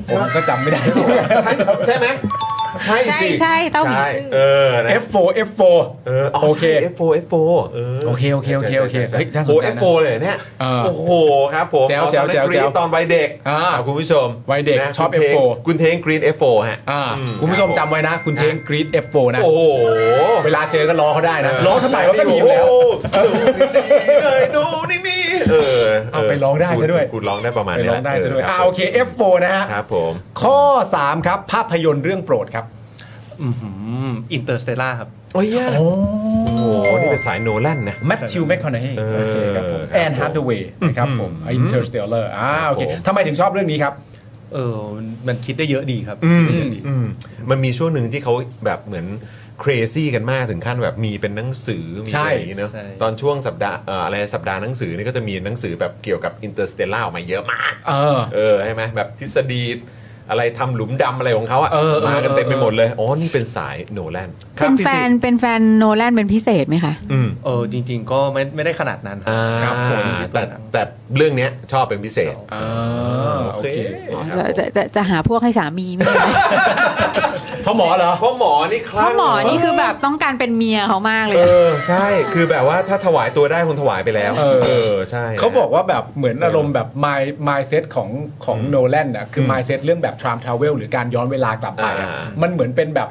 ผมก็จำไม่ได้จริง ใช่ใช่ไหม ใช่ ใช่ สิ ใช่ต้องหมี ใช่ ซื่อ เออนะ F4 F4 เออ โอเค F4 F4 เออ โอเคโอเคโอเคโอเค ใช่ใช่ใช่ เฮ้ยน่าสน โอ้ ใจนะ F4 เลยเนี่ย เออ โอ้โหครับผม แจ๋ว ตอนนั้น แจ๋ว กรี๊ด แจ๋ว ตอนวัยเด็ก อ่า คุณผู้ชม วัยเด็ก นะ ชอบ คุณเทง F4 คุณเทงกรีน F4 ฮะ อ่า อืม คุณผู้ชมจำไว้นะ คุณเทงกรีด F4 นะ โอ้โห เวลาเจอก็ล้อเขาได้นะล้อทำไมวะก็หนีแล้ว โอ้โหสูสีเลยดูนี่นี่เออ เอาไปร้องได้ซะด้วย กูร้องได้ประมาณ ไป นี้ ร้องได้ซะด้วยอ่าโอเค F4 นะฮะ ครับผม ข้อ 3 ครับ ภาพยนตร์เรื่องโปรดครับ อินเตอร์สเตล่าครับ โอ้ยโอ้โห นี่เป็นสายโนแลนนะ แมทธิวแมคคอนเนย์ เออ โอเคครับผม ครับ แอนฮาร์ดเวย์นะครับผมอินเตอร์สเตลเลอร์อ่าโอเค ครับผม ทำไมถึงชอบเรื่องนี้ครับ เออมันมันคิดได้เยอะดีครับ อืมอืมมันมีช่วงหนึ่งที่เขาแบบเหมือน crazy กันมากถึงขั้นแบบมีเป็นหนังสือ มี ใช่ อะไรอย่างงี้เนอะ ใช่ ตอนช่วงสัปดาห์เอ่ออะไรสัปดาห์หนังสือนี่ก็จะมีหนังสือแบบเกี่ยวกับ interstellar ออกมาเยอะมาก เออ เออใช่ไหมแบบทฤษฎีอะไรทำหลุมดำอะไรของเขาอะ เออเออ มากันเต็มไปหมดเลย อ๋อ นี่เป็นสายโนแลน เป็นแฟนเป็นแฟนโนแลนเป็นพิเศษไหมคะ อืม เออจริง ๆ ก็ไม่ไม่ได้ขนาดนั้น อ่า ครับผม แต่แต่เรื่องเนี้ยชอบเป็นพิเศษ อ่าโอเค จะจะจะจะหาพวกให้สามีไหม เพราะหมอเหรอ เพราะหมอนี่ค เพ ลั่ง ราะหมอนี่คือแบบต้องการเป็นเมียเขามากเลย เอ อะ อ ใช่ คือแบบว่าถ้าถวายตัวได้คงถวายไปแล้ว เออ อใช่ เขาบอกว่าแบบเหมือนอารมณ์แบบ my mindset ของของโนแลนน่ะคือ mindset เรื่องแบบ time travel หรือการย้อนเวลากลับไปอะมันเหมือนเป็นแบบ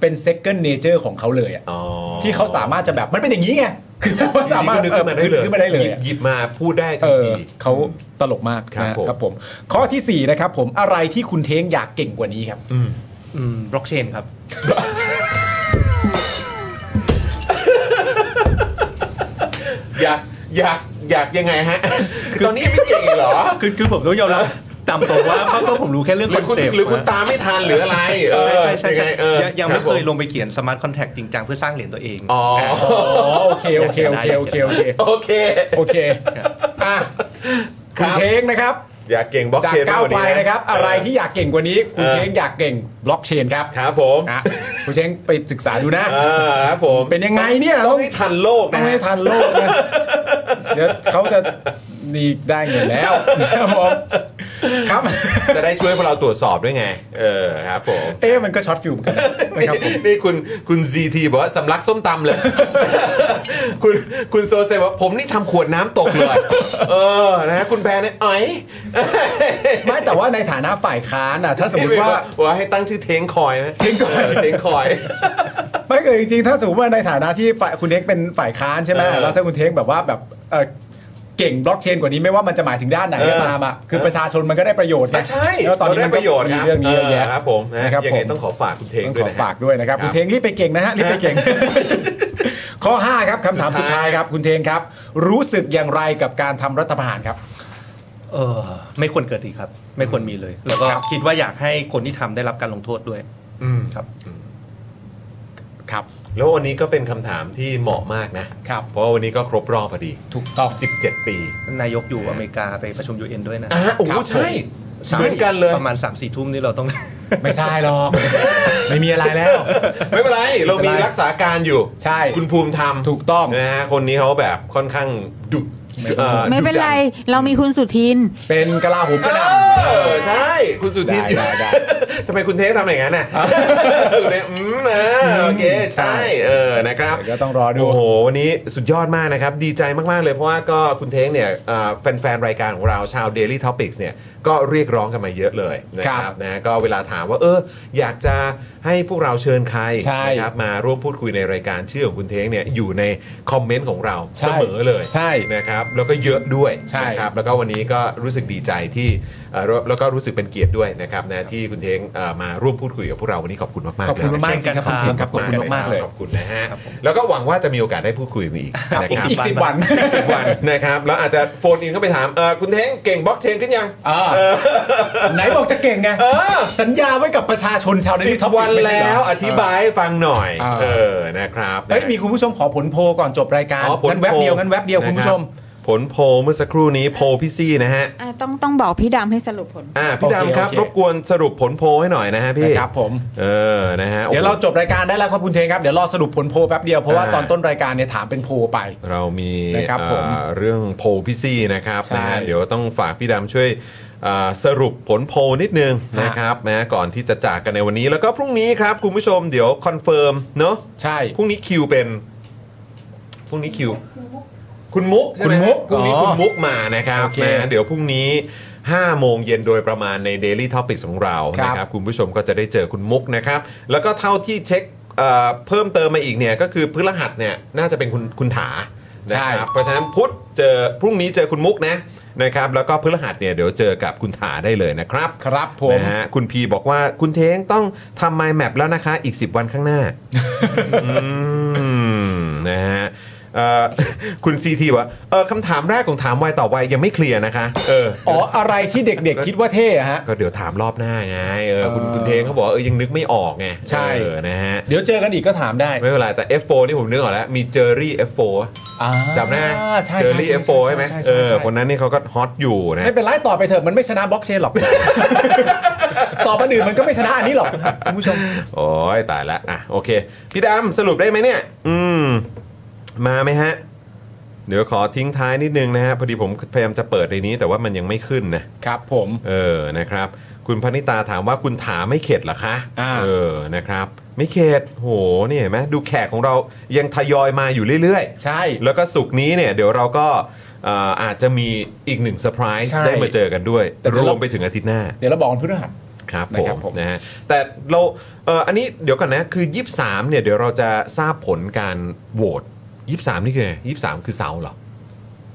เป็น second nature ของเขาเลยอะ อ๋อ ที่เขาสามารถจะแบบมันเป็นอย่างนี้ไงคือเขาสามารถ นึกขึ้นมาได้เลย นึกขึ้นมาได้เลย หบ อะ หยิบมาพูดได้ทั เอน อ ที เขาตลกมาก ครับ นะ ผม ครับผม ข้อทีสี่4นะครับผมอะไรที่คุณเท้งอยากเก่งกว่านี้ครับ อืม อืมบล็อกเชนครับ อยากอยากอยากยังไงฮะ คือตอนนี้ไม่เก่งเหรอ คือคือผมต้องยอมรับตามตรงว่า เพราะเพราะผมรู้แค่เรื่อง ห ค รือ อน คุณ เซปต์ หรือคุณตามไม่ทันหรืออะไรเออ ใช่ใช่ยังไงใช่ใช่ เออ ยังยังไม่ รับ เคย ผ ลงไปเขียนสมาร์ทคอนแท t จริงจังเพื่อสร้างเหรียญตัวเอง อ๋อ อ๋อโอเคโอเคโอเคโอเคโอเค โอเค โอเคอ่ะคุณเท้งนะครับ อยากเก่งบล็อก จาก เชน ก้าวไปนะครับ อะไรที่ เ อยากเก่งกว่านี้ คุณเท้งอยากเก่งบล็อกเชนครับ ครับผม อ่ะคุณเท้งไปศึกษาดูนะ เออครับผม เป็นยังไงเนี่ย ต้ ต้ อ อง ง ให้ทันโลก ต้ นะ อง ฮะ ให้ทันโลกนะเดี๋ยวเขาจะนี่ได้เงินแล้วครับผมครับ จะได้ช่วยพวกเราตรวจสอบด้วยไง เออครับผม เอ๊ะมันก็ช็อตฟิลเหมอนกัน นะครับผม นี่คุณคุณ ZT บอกว่าสำลักส้ม ตำเลย คุณคุณโซเซบอกว่าผมนี่ทำขวดน้ำตก เลย เออนะฮะคุณแพนเนี่ยไอ้อย ไม่แต่ว่าในฐานะฝ่ายค้านอ่ะถ้าสมมติ นี่ ว่า บอกว่าให้ตั้งชื่อเทงคอยไหม เทงคอย เเทงค อย ไม่เคยจริงๆถ้าสมมติว่าในฐานะที่ฝ่ายคุณเทงเป็นฝ่ายค้านใช่ไหม เออ แล้วถ้าคุณเทงแบบว่าแบบเอ่อเก่งบล็อกเชนกว่านี้ไม่ว่ามันจะหมายถึงด้านไหน เออ ก็ตามอ่ะคือประชาชนมันก็ได้ประโยชน์ไง ใช่ แล้วตอนนี้ เราได้ปมันก็ ระโยชน์ มี ครับ เรื่องนี้เยอะแยะ เครับผมนะ นะครับ ยัง ผ ไง ม ต้องขอฝากคุณเทง ต้อง ด้วย ขอ นะฮะ ฝากด้วยนะครับ คุณเทงรีบไปเก่งนะฮะรีบไปเก่ง ข้อ 5 ครับคำถาม สุ สุ ด ด ท้าย ท้ายครับ คุณเทงครับ รู้สึกอย่างไรกับการทำรัฐประหารครับ เออไม่ควรเกิดอีกครับ ไม่ควรมีเลย แล้วก็ ครับ คิดว่าอยากให้คนที่ทำได้รับการลงโทษด้วย อืม ครับ ครับ แล้ววันนี้ก็เป็นคำถามที่เหมาะมากนะ ครับ เพราะว่าวันนี้ก็ครบรอบพอดี ถูกต้อง 17 ปี นายกอยู่อเมริกาไปประชุม UN ด้วยนะ อ่ะโอ้โห ครับ ใช่เหมือนกันเลย ประมาณ3ามสี่ทุ่มนี่เราต้อง ไม่ใช่หรอก ไม่มีอะไรแล้ว ไม่เป็นไร เรามีรักษาการอยู่ ใช่ คุณภูมิธรรม ถูกต้อง นะฮะคนนี้เขาแบบค่อนข้างดุอ่อ ไม่เป็นไร ดุ เรามีคุณสุทิน เป็นกลาโหมกระด ดันเออใช่ คุณสุ ำ ทิ ได้ น ได้ได้ ทำไมคุณเทสทำอย่างนั้นน่ะคุณเทพอืมนะโอเค ใช่ เออนะครับ เดี๋ยวก็ต้องรอดู โอ้โหวันนี้สุดยอดมากนะครับ ดีใจมาก ๆ เลยเพราะว่าก็คุณเท้งเนี่ยเอ่อแฟน ๆ รายการของเราชาว Daily Topics เนี่ยก็เรียกร้องกันมาเยอะเลยนะค ครั รับบ นะก็เวลาถามว่าเอออยากจะให้พวกเราเชิญใคร ใช่ นะครับมาร่วมพูดคุยในรายการชื่อของคุณเท้งเนี่ยอยู่ในคอมเมนต์ของเรา ใช่ เสมอเลย ใช่ นะครับแล้วก็เยอะด้วย ใช่ นะครับแล้วก็วันนี้ก็รู้สึกดีใจที่เอ่อแล้วก็รู้สึกเป็นเกียรติด้วยนะครับนะที่คุณเท้งเอ่อมาร่วมพูดคุยกับพวกเราวันนี้ขอบคุณมากๆ ขอบคุณ รั มากๆจริงครับคุณเทนครับขอบคุณมากๆเลย ขอบคุณนะฮะ แล้วก็หวังว่าจะมีโอกาสได้พูดคุยกันอีกนะค รั รับ อีกสิบวัน สิบวันนะครับ แล้วอาจจะโฟนอินเข้าไปถามเออคุณเท้งเก่งบล็อกเชนขึ้นยัง อ่า ไหนบอกจะเก่งไง อ สัญญาไว้กับประชาชนชาวเด สิ ลี่ บ ท็อป วันแล้วอธิบายให้ฟังหน่อย า เออ นะครับ เฮ้ยมีคุณผู้ชมขอผลโพลก่อนจบรายการ อ๋อผล งั้นแวบเดียวงั้นแวบเดียว นะ คุณผู้ชม ผลโพลเมื่อสักครู่นี้โพลพี่ซี่นะฮะ อ่ะต้องต้องบอกพี่ดำให้สรุปผล อ่าพี่ โอเค ดำครับ โอเค รบกวนสรุปผลโพลให้หน่อยนะฮะพี่ นะครับผม เออ นะฮะ เดี๋ยวเราจบรายการได้แล้วครับคุณเทนครับ เดี๋ยวรอสรุปผลโพลแป๊บเดียว เพราะว่า อ่า ตอนต้นรายการเนี่ยถามเป็นโพลไป เรามี นะครับผม เอ่อเรื่องโพลพี่ซี่นะครับ ใช่ นะฮะเดี๋ยวต้องฝากพี่ดำช่วย อ่าสรุปผลโพลนิดนึง ฮะ นะครับนะก่อนที่จะจากกันในวันนี้ แล้วก็พรุ่งนี้ครับคุณผู้ชมเดี๋ยวคอนเฟิร์มเนาะ ใช่ พรุ่งนี้คิวเป็นพรุ่งนี้คิว คุณมุกใช่ไห คุณมุก พรุ่งนี้ อ๋อ คุณมุกมานะครับ โอเค นะเดี๋ยวพรุ่งนี้ 5 โมงเย็นโดยประมาณใน Daily t o p i c ของเรา ครับ นะครับคุณผู้ชมก็จะได้เจอคุณมุกนะครับ แล้วก็เท่าที่เช็คเอ่อเพิ่มเติมมาอีกเนี่ยก็คือพฤหัสเนี่ยน่าจะเป็นคุณคุณถานะครับเพราะฉะนั้นพุธเจอพรุ่งนี้เจอคุณมุกนะนะครับแล้วก็พฤหัสเนี่ยเดี๋ยวเจอกับคุณถาได้เลยนะครับ ครับผม นะฮะคุณพีบอกว่าคุณเท้งต้องทำไมแมปแล้วนะคะอีก 10 วัน ข้างหน้า อืมนะฮะเอ่ อคุณซีทีว่าเออคำถามแรกของถามไวต่อไวยังไม่เคลียร์นะคะเออ อ๋ออะไรที่เด็กๆคิดว่าเท่อะฮะ ก็เดี๋ยวถามรอบหน้าไงเออคุณ เออ คุณเทงเขาบอกว่าเออยังนึกไม่ออกไง ใช่ เออนะฮะ เดี๋ยวเจอกันอีกก็ถามได้ ไม่เป็นไรแต่ F4 นี่ผมนึกออกแล้ว มีเจอรี่ F4 อ่า จำได้ไหม ใช่ เจ ใช่ อรี่ ใช่ F4 ใช่ไหม ใช่ เอ ใช่ อ ใช่ คนนั้นนี่เขาก็ฮอตอยู่นะ ไม่เป็นไรต่อไปเถอะมันไม่ชนะบล็อกเชนหรอก ต่อมาอื่นมันก็ไม่ชนะอันนี้หรอกคุณผู้ชม โอ้ยตายละอ่ะโอเค พี่ดำสรุปได้ไหมเนี่ย อืม มาไหมฮะ เดี๋ยวขอทิ้งท้ายนิดนึงนะฮะพอดีผมพยายามจะเปิดในนี้ แต่ว่ามันยังไม่ขึ้นนะ ครับผม เออ นะครับ คุณพนิตาถามว่าคุณถามไม่เข็ดเหรอคะ อ่า เออ นะครับ ไม่เข็ด โห นี่เห็นไหมดูแขกของเรายังทยอยมาอยู่เรื่อย ใช่ ๆ แล้วก็สุกร์นี้เนี่ยเดี๋ยวเราก็เอ่ออาจจะมีอีกหนึ่งเซอร์ไพรส์ ใช่ ได้มาเจอกันด้วย แต่รเดี๋ยว ว เรา มไปถึงอาทิตย์หน้า เดี๋ยวเราบอกวันพฤหัส ครับผ นะครับ ม ผม นะฮะแต่เราเอ่ออันนี้เดี๋ยวก่อนนะ คือ 23 เนี่ย เดี๋ยวเราจะทราบผลการโหวต 23 นี่คือไง23 คือเสาร์เหรอ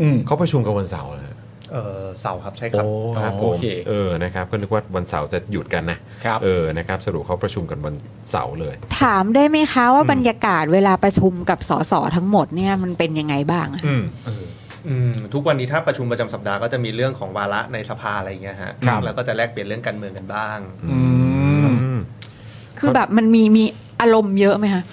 อืม เขาประชุมกันวันเสาร์เหรอฮะ เอ่อเสาร์ครับใช่ครับ โอ้ครับผ โอ ม เค เออนะครับก็นึกว่าวันเสาร์จะหยุดกันนะครับ เออนะครับสรุปเขาประชุมกันวันเสาร์เลย ถามได้ไหมคะว่าบรรยากาศเวลาประชุมกับสสทั้งหมดเนี่ยมันเป็นยังไงบ้างอะ อืม อืมทุกวันนี้ถ้าประชุมประจำสัปดาห์ก็จะมีเรื่องของวาระในสภาอะไรอย่างเงี้ยฮะ ครับ แล้วก็จะแลกเปลี่ยนเรื่องการเมืองกันบ้าง อืม คือแบบมันมีมีอารมณ์เยอะไหมคะ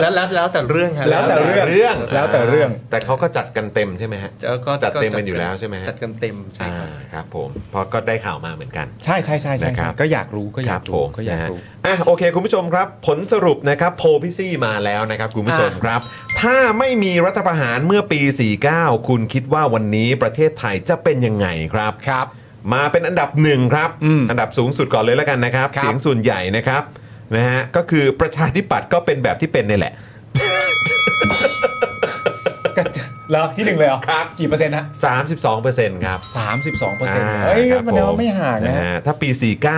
แล้วแล้วแล้วแต่เรื่องฮะ แล้วแต่เรื่อง แล้วแต่เรื่อง แต่เขาก็จัดกันเต็มใช่ไหมฮะ แล้วก็ จัดเต็มกันอยู่แล้วใช่ไหมฮะ จัดกันเต็มใช่ อ่า ครับ ครับผมเพราะก็ได้ข่าวมาเหมือนกัน ใช่ใช่ใช่ใช่ นะครับ ก็อยากรู้ก็อ ค ยา รั ก บผ รู้ ม ก็อยานะกฮะ รู้ อ่ะโอเค คุณผู้ชมครับ ผลสรุปนะครับโพลพี่ซี่มาแล้วนะครับ คุณผู้ชมครับ ถ้าไม่มีรัฐประหารเมื่อปี 49 คุณคิดว่าวันนี้ประเทศไทยจะเป็นยังไงครับ ครับ มาเป็นอันดับหนึ่งครับ อืม นดับสูงสุดก่อนเลยแล้วกันนะครับ ครับ เสียงส่วนใหญ่นะครับนะฮะก็คือประชาธิปัตย์ก็เป็นแบบที่เป็นนี่แหละ ก็จะแล้วที่หนึ่งเลยเหรอ ครับ กี่เปอร์เซ็นต์ฮะ 32%ครับ สามสิบสองเปอร์เซ็นต์ า เฮ้ย ครับ มันเดา ผ ไม่ห่างนะ นะ ฮะ ฮะถ้าปี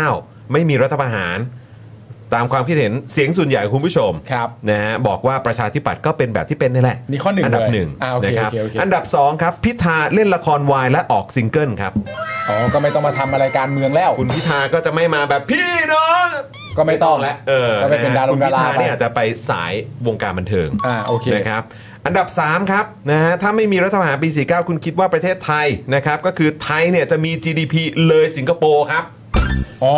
49 ไม่มีรัฐประหาร ตามความคิดเห็นเสียงส่วนใหญ่ของคุณผู้ชม ครับ นะฮะบอกว่าประชาธิปัตย์ก็เป็นแบบที่เป็นนี่แหละ นี่ข้อหนึ่ง อันดับ เลย หนึ่ง อ่าโอเค นะครับ โอเคโอเค อันดับ 2 ครับ พิธาเล่นละครวายและออกซิงเกิลครับ อ๋อ ก็ไม่ต้องมาทำอะไรการเมืองแล้ว คุณพิธาก็จะไม่มาแบบพี่น้อง ก็ไม่ต้อง แล้วเออ ก็ไปเป็นดารา คุณพิธา ไป เนี่ยจะไปสายวงการบันเทิง อ่าโอเค นะครับ อันดับ 3 ครับนะฮะถ้าไม่มีรัฐประหารปี 49 คุณคิดว่าประเทศไทยนะครับ ก็คือไทยเนี่ยจะมี GDP เลยสิงคโปร์ครับ อ๋อ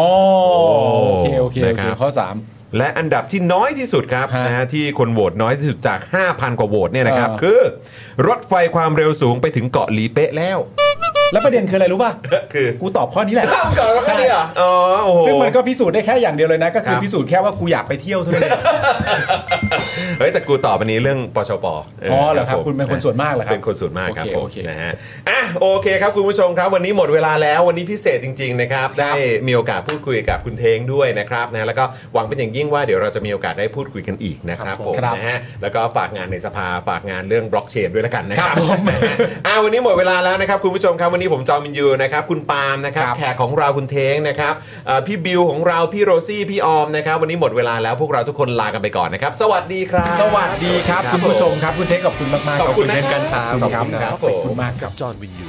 โอเคโอเคโอ นะค เครับ ข้อสาม และอันดับที่น้อยที่สุดครับ ฮะ นะฮะที่คนโหวตน้อยที่สุดจาก 5,000 กว่าโหวตเนี่ยนะครับ เออ คือ รถไฟความเร็วสูงไปถึงเกาะหลีเป๊ะแล้ว แล้วประเด็นคืออะไรรู้ป่ะ คือ กูตอบข้อนี้แหละ เอ้าเกาะแล้วก็เนี่ยเหรออ๋อโอ้โห ซึ่งมันก็พิสูจน์ได้แค่อย่างเดียวเลยนะ ก็คคือ รับ พิสูจน์แค่ว่ากูอยากไปเที่ยวเท่านั้นเอง เฮ้ยแต่กูตอบอันนี้เรื่องปชป อ๋อเหรอครับคุณเป็นคนส่วนมากเหรอครับ เป็นคนส่วนมากครับ โอเค ผม โอเค นะฮะอ่ะโอเคครับคุณผู้ชมครับ วันนี้หมดเวลาแล้ววันนี้พิเศษจริง ๆ นะครับ ได้มีโอกาสพูดคุยกับคุณเทงด้วยนะครับนะแล้วก็หวังเป็นอย่างยิ่งว่าเดี๋ยวเราจะมีโอกาสได้พูดคุยกันอีกนะครับผม ครับ นะฮะแล้วก็ฝากงานในสภาฝากงานเรื่องบล็อกเชนด้วยละกันนะครับ ครับผม นะฮะอ่ะวันนี้หมดเวลาแล้วนะครับคุณผู้ชมครับวันนี้ผมจอมินยูนะครับคุณปาล์มนะครับ ครับ แขกของเราคุณเทงนะครับเอ่อพี่บิวของเราพี่โรซี่พี่ออมนะครับวันนี้หมดเวลาแล้วพวกเราทุกคนลากันไปก่อนนะครับสวัสดีครับ สวัสดีครับ คุณผู้ชมครับคุณเทคขอบคุณมากๆ ขอบคุณ เช่นกัน นะคครับบ ขอรับคุณครับ ขอบคุ ผม ณมากครับ กับจอห์นวินยู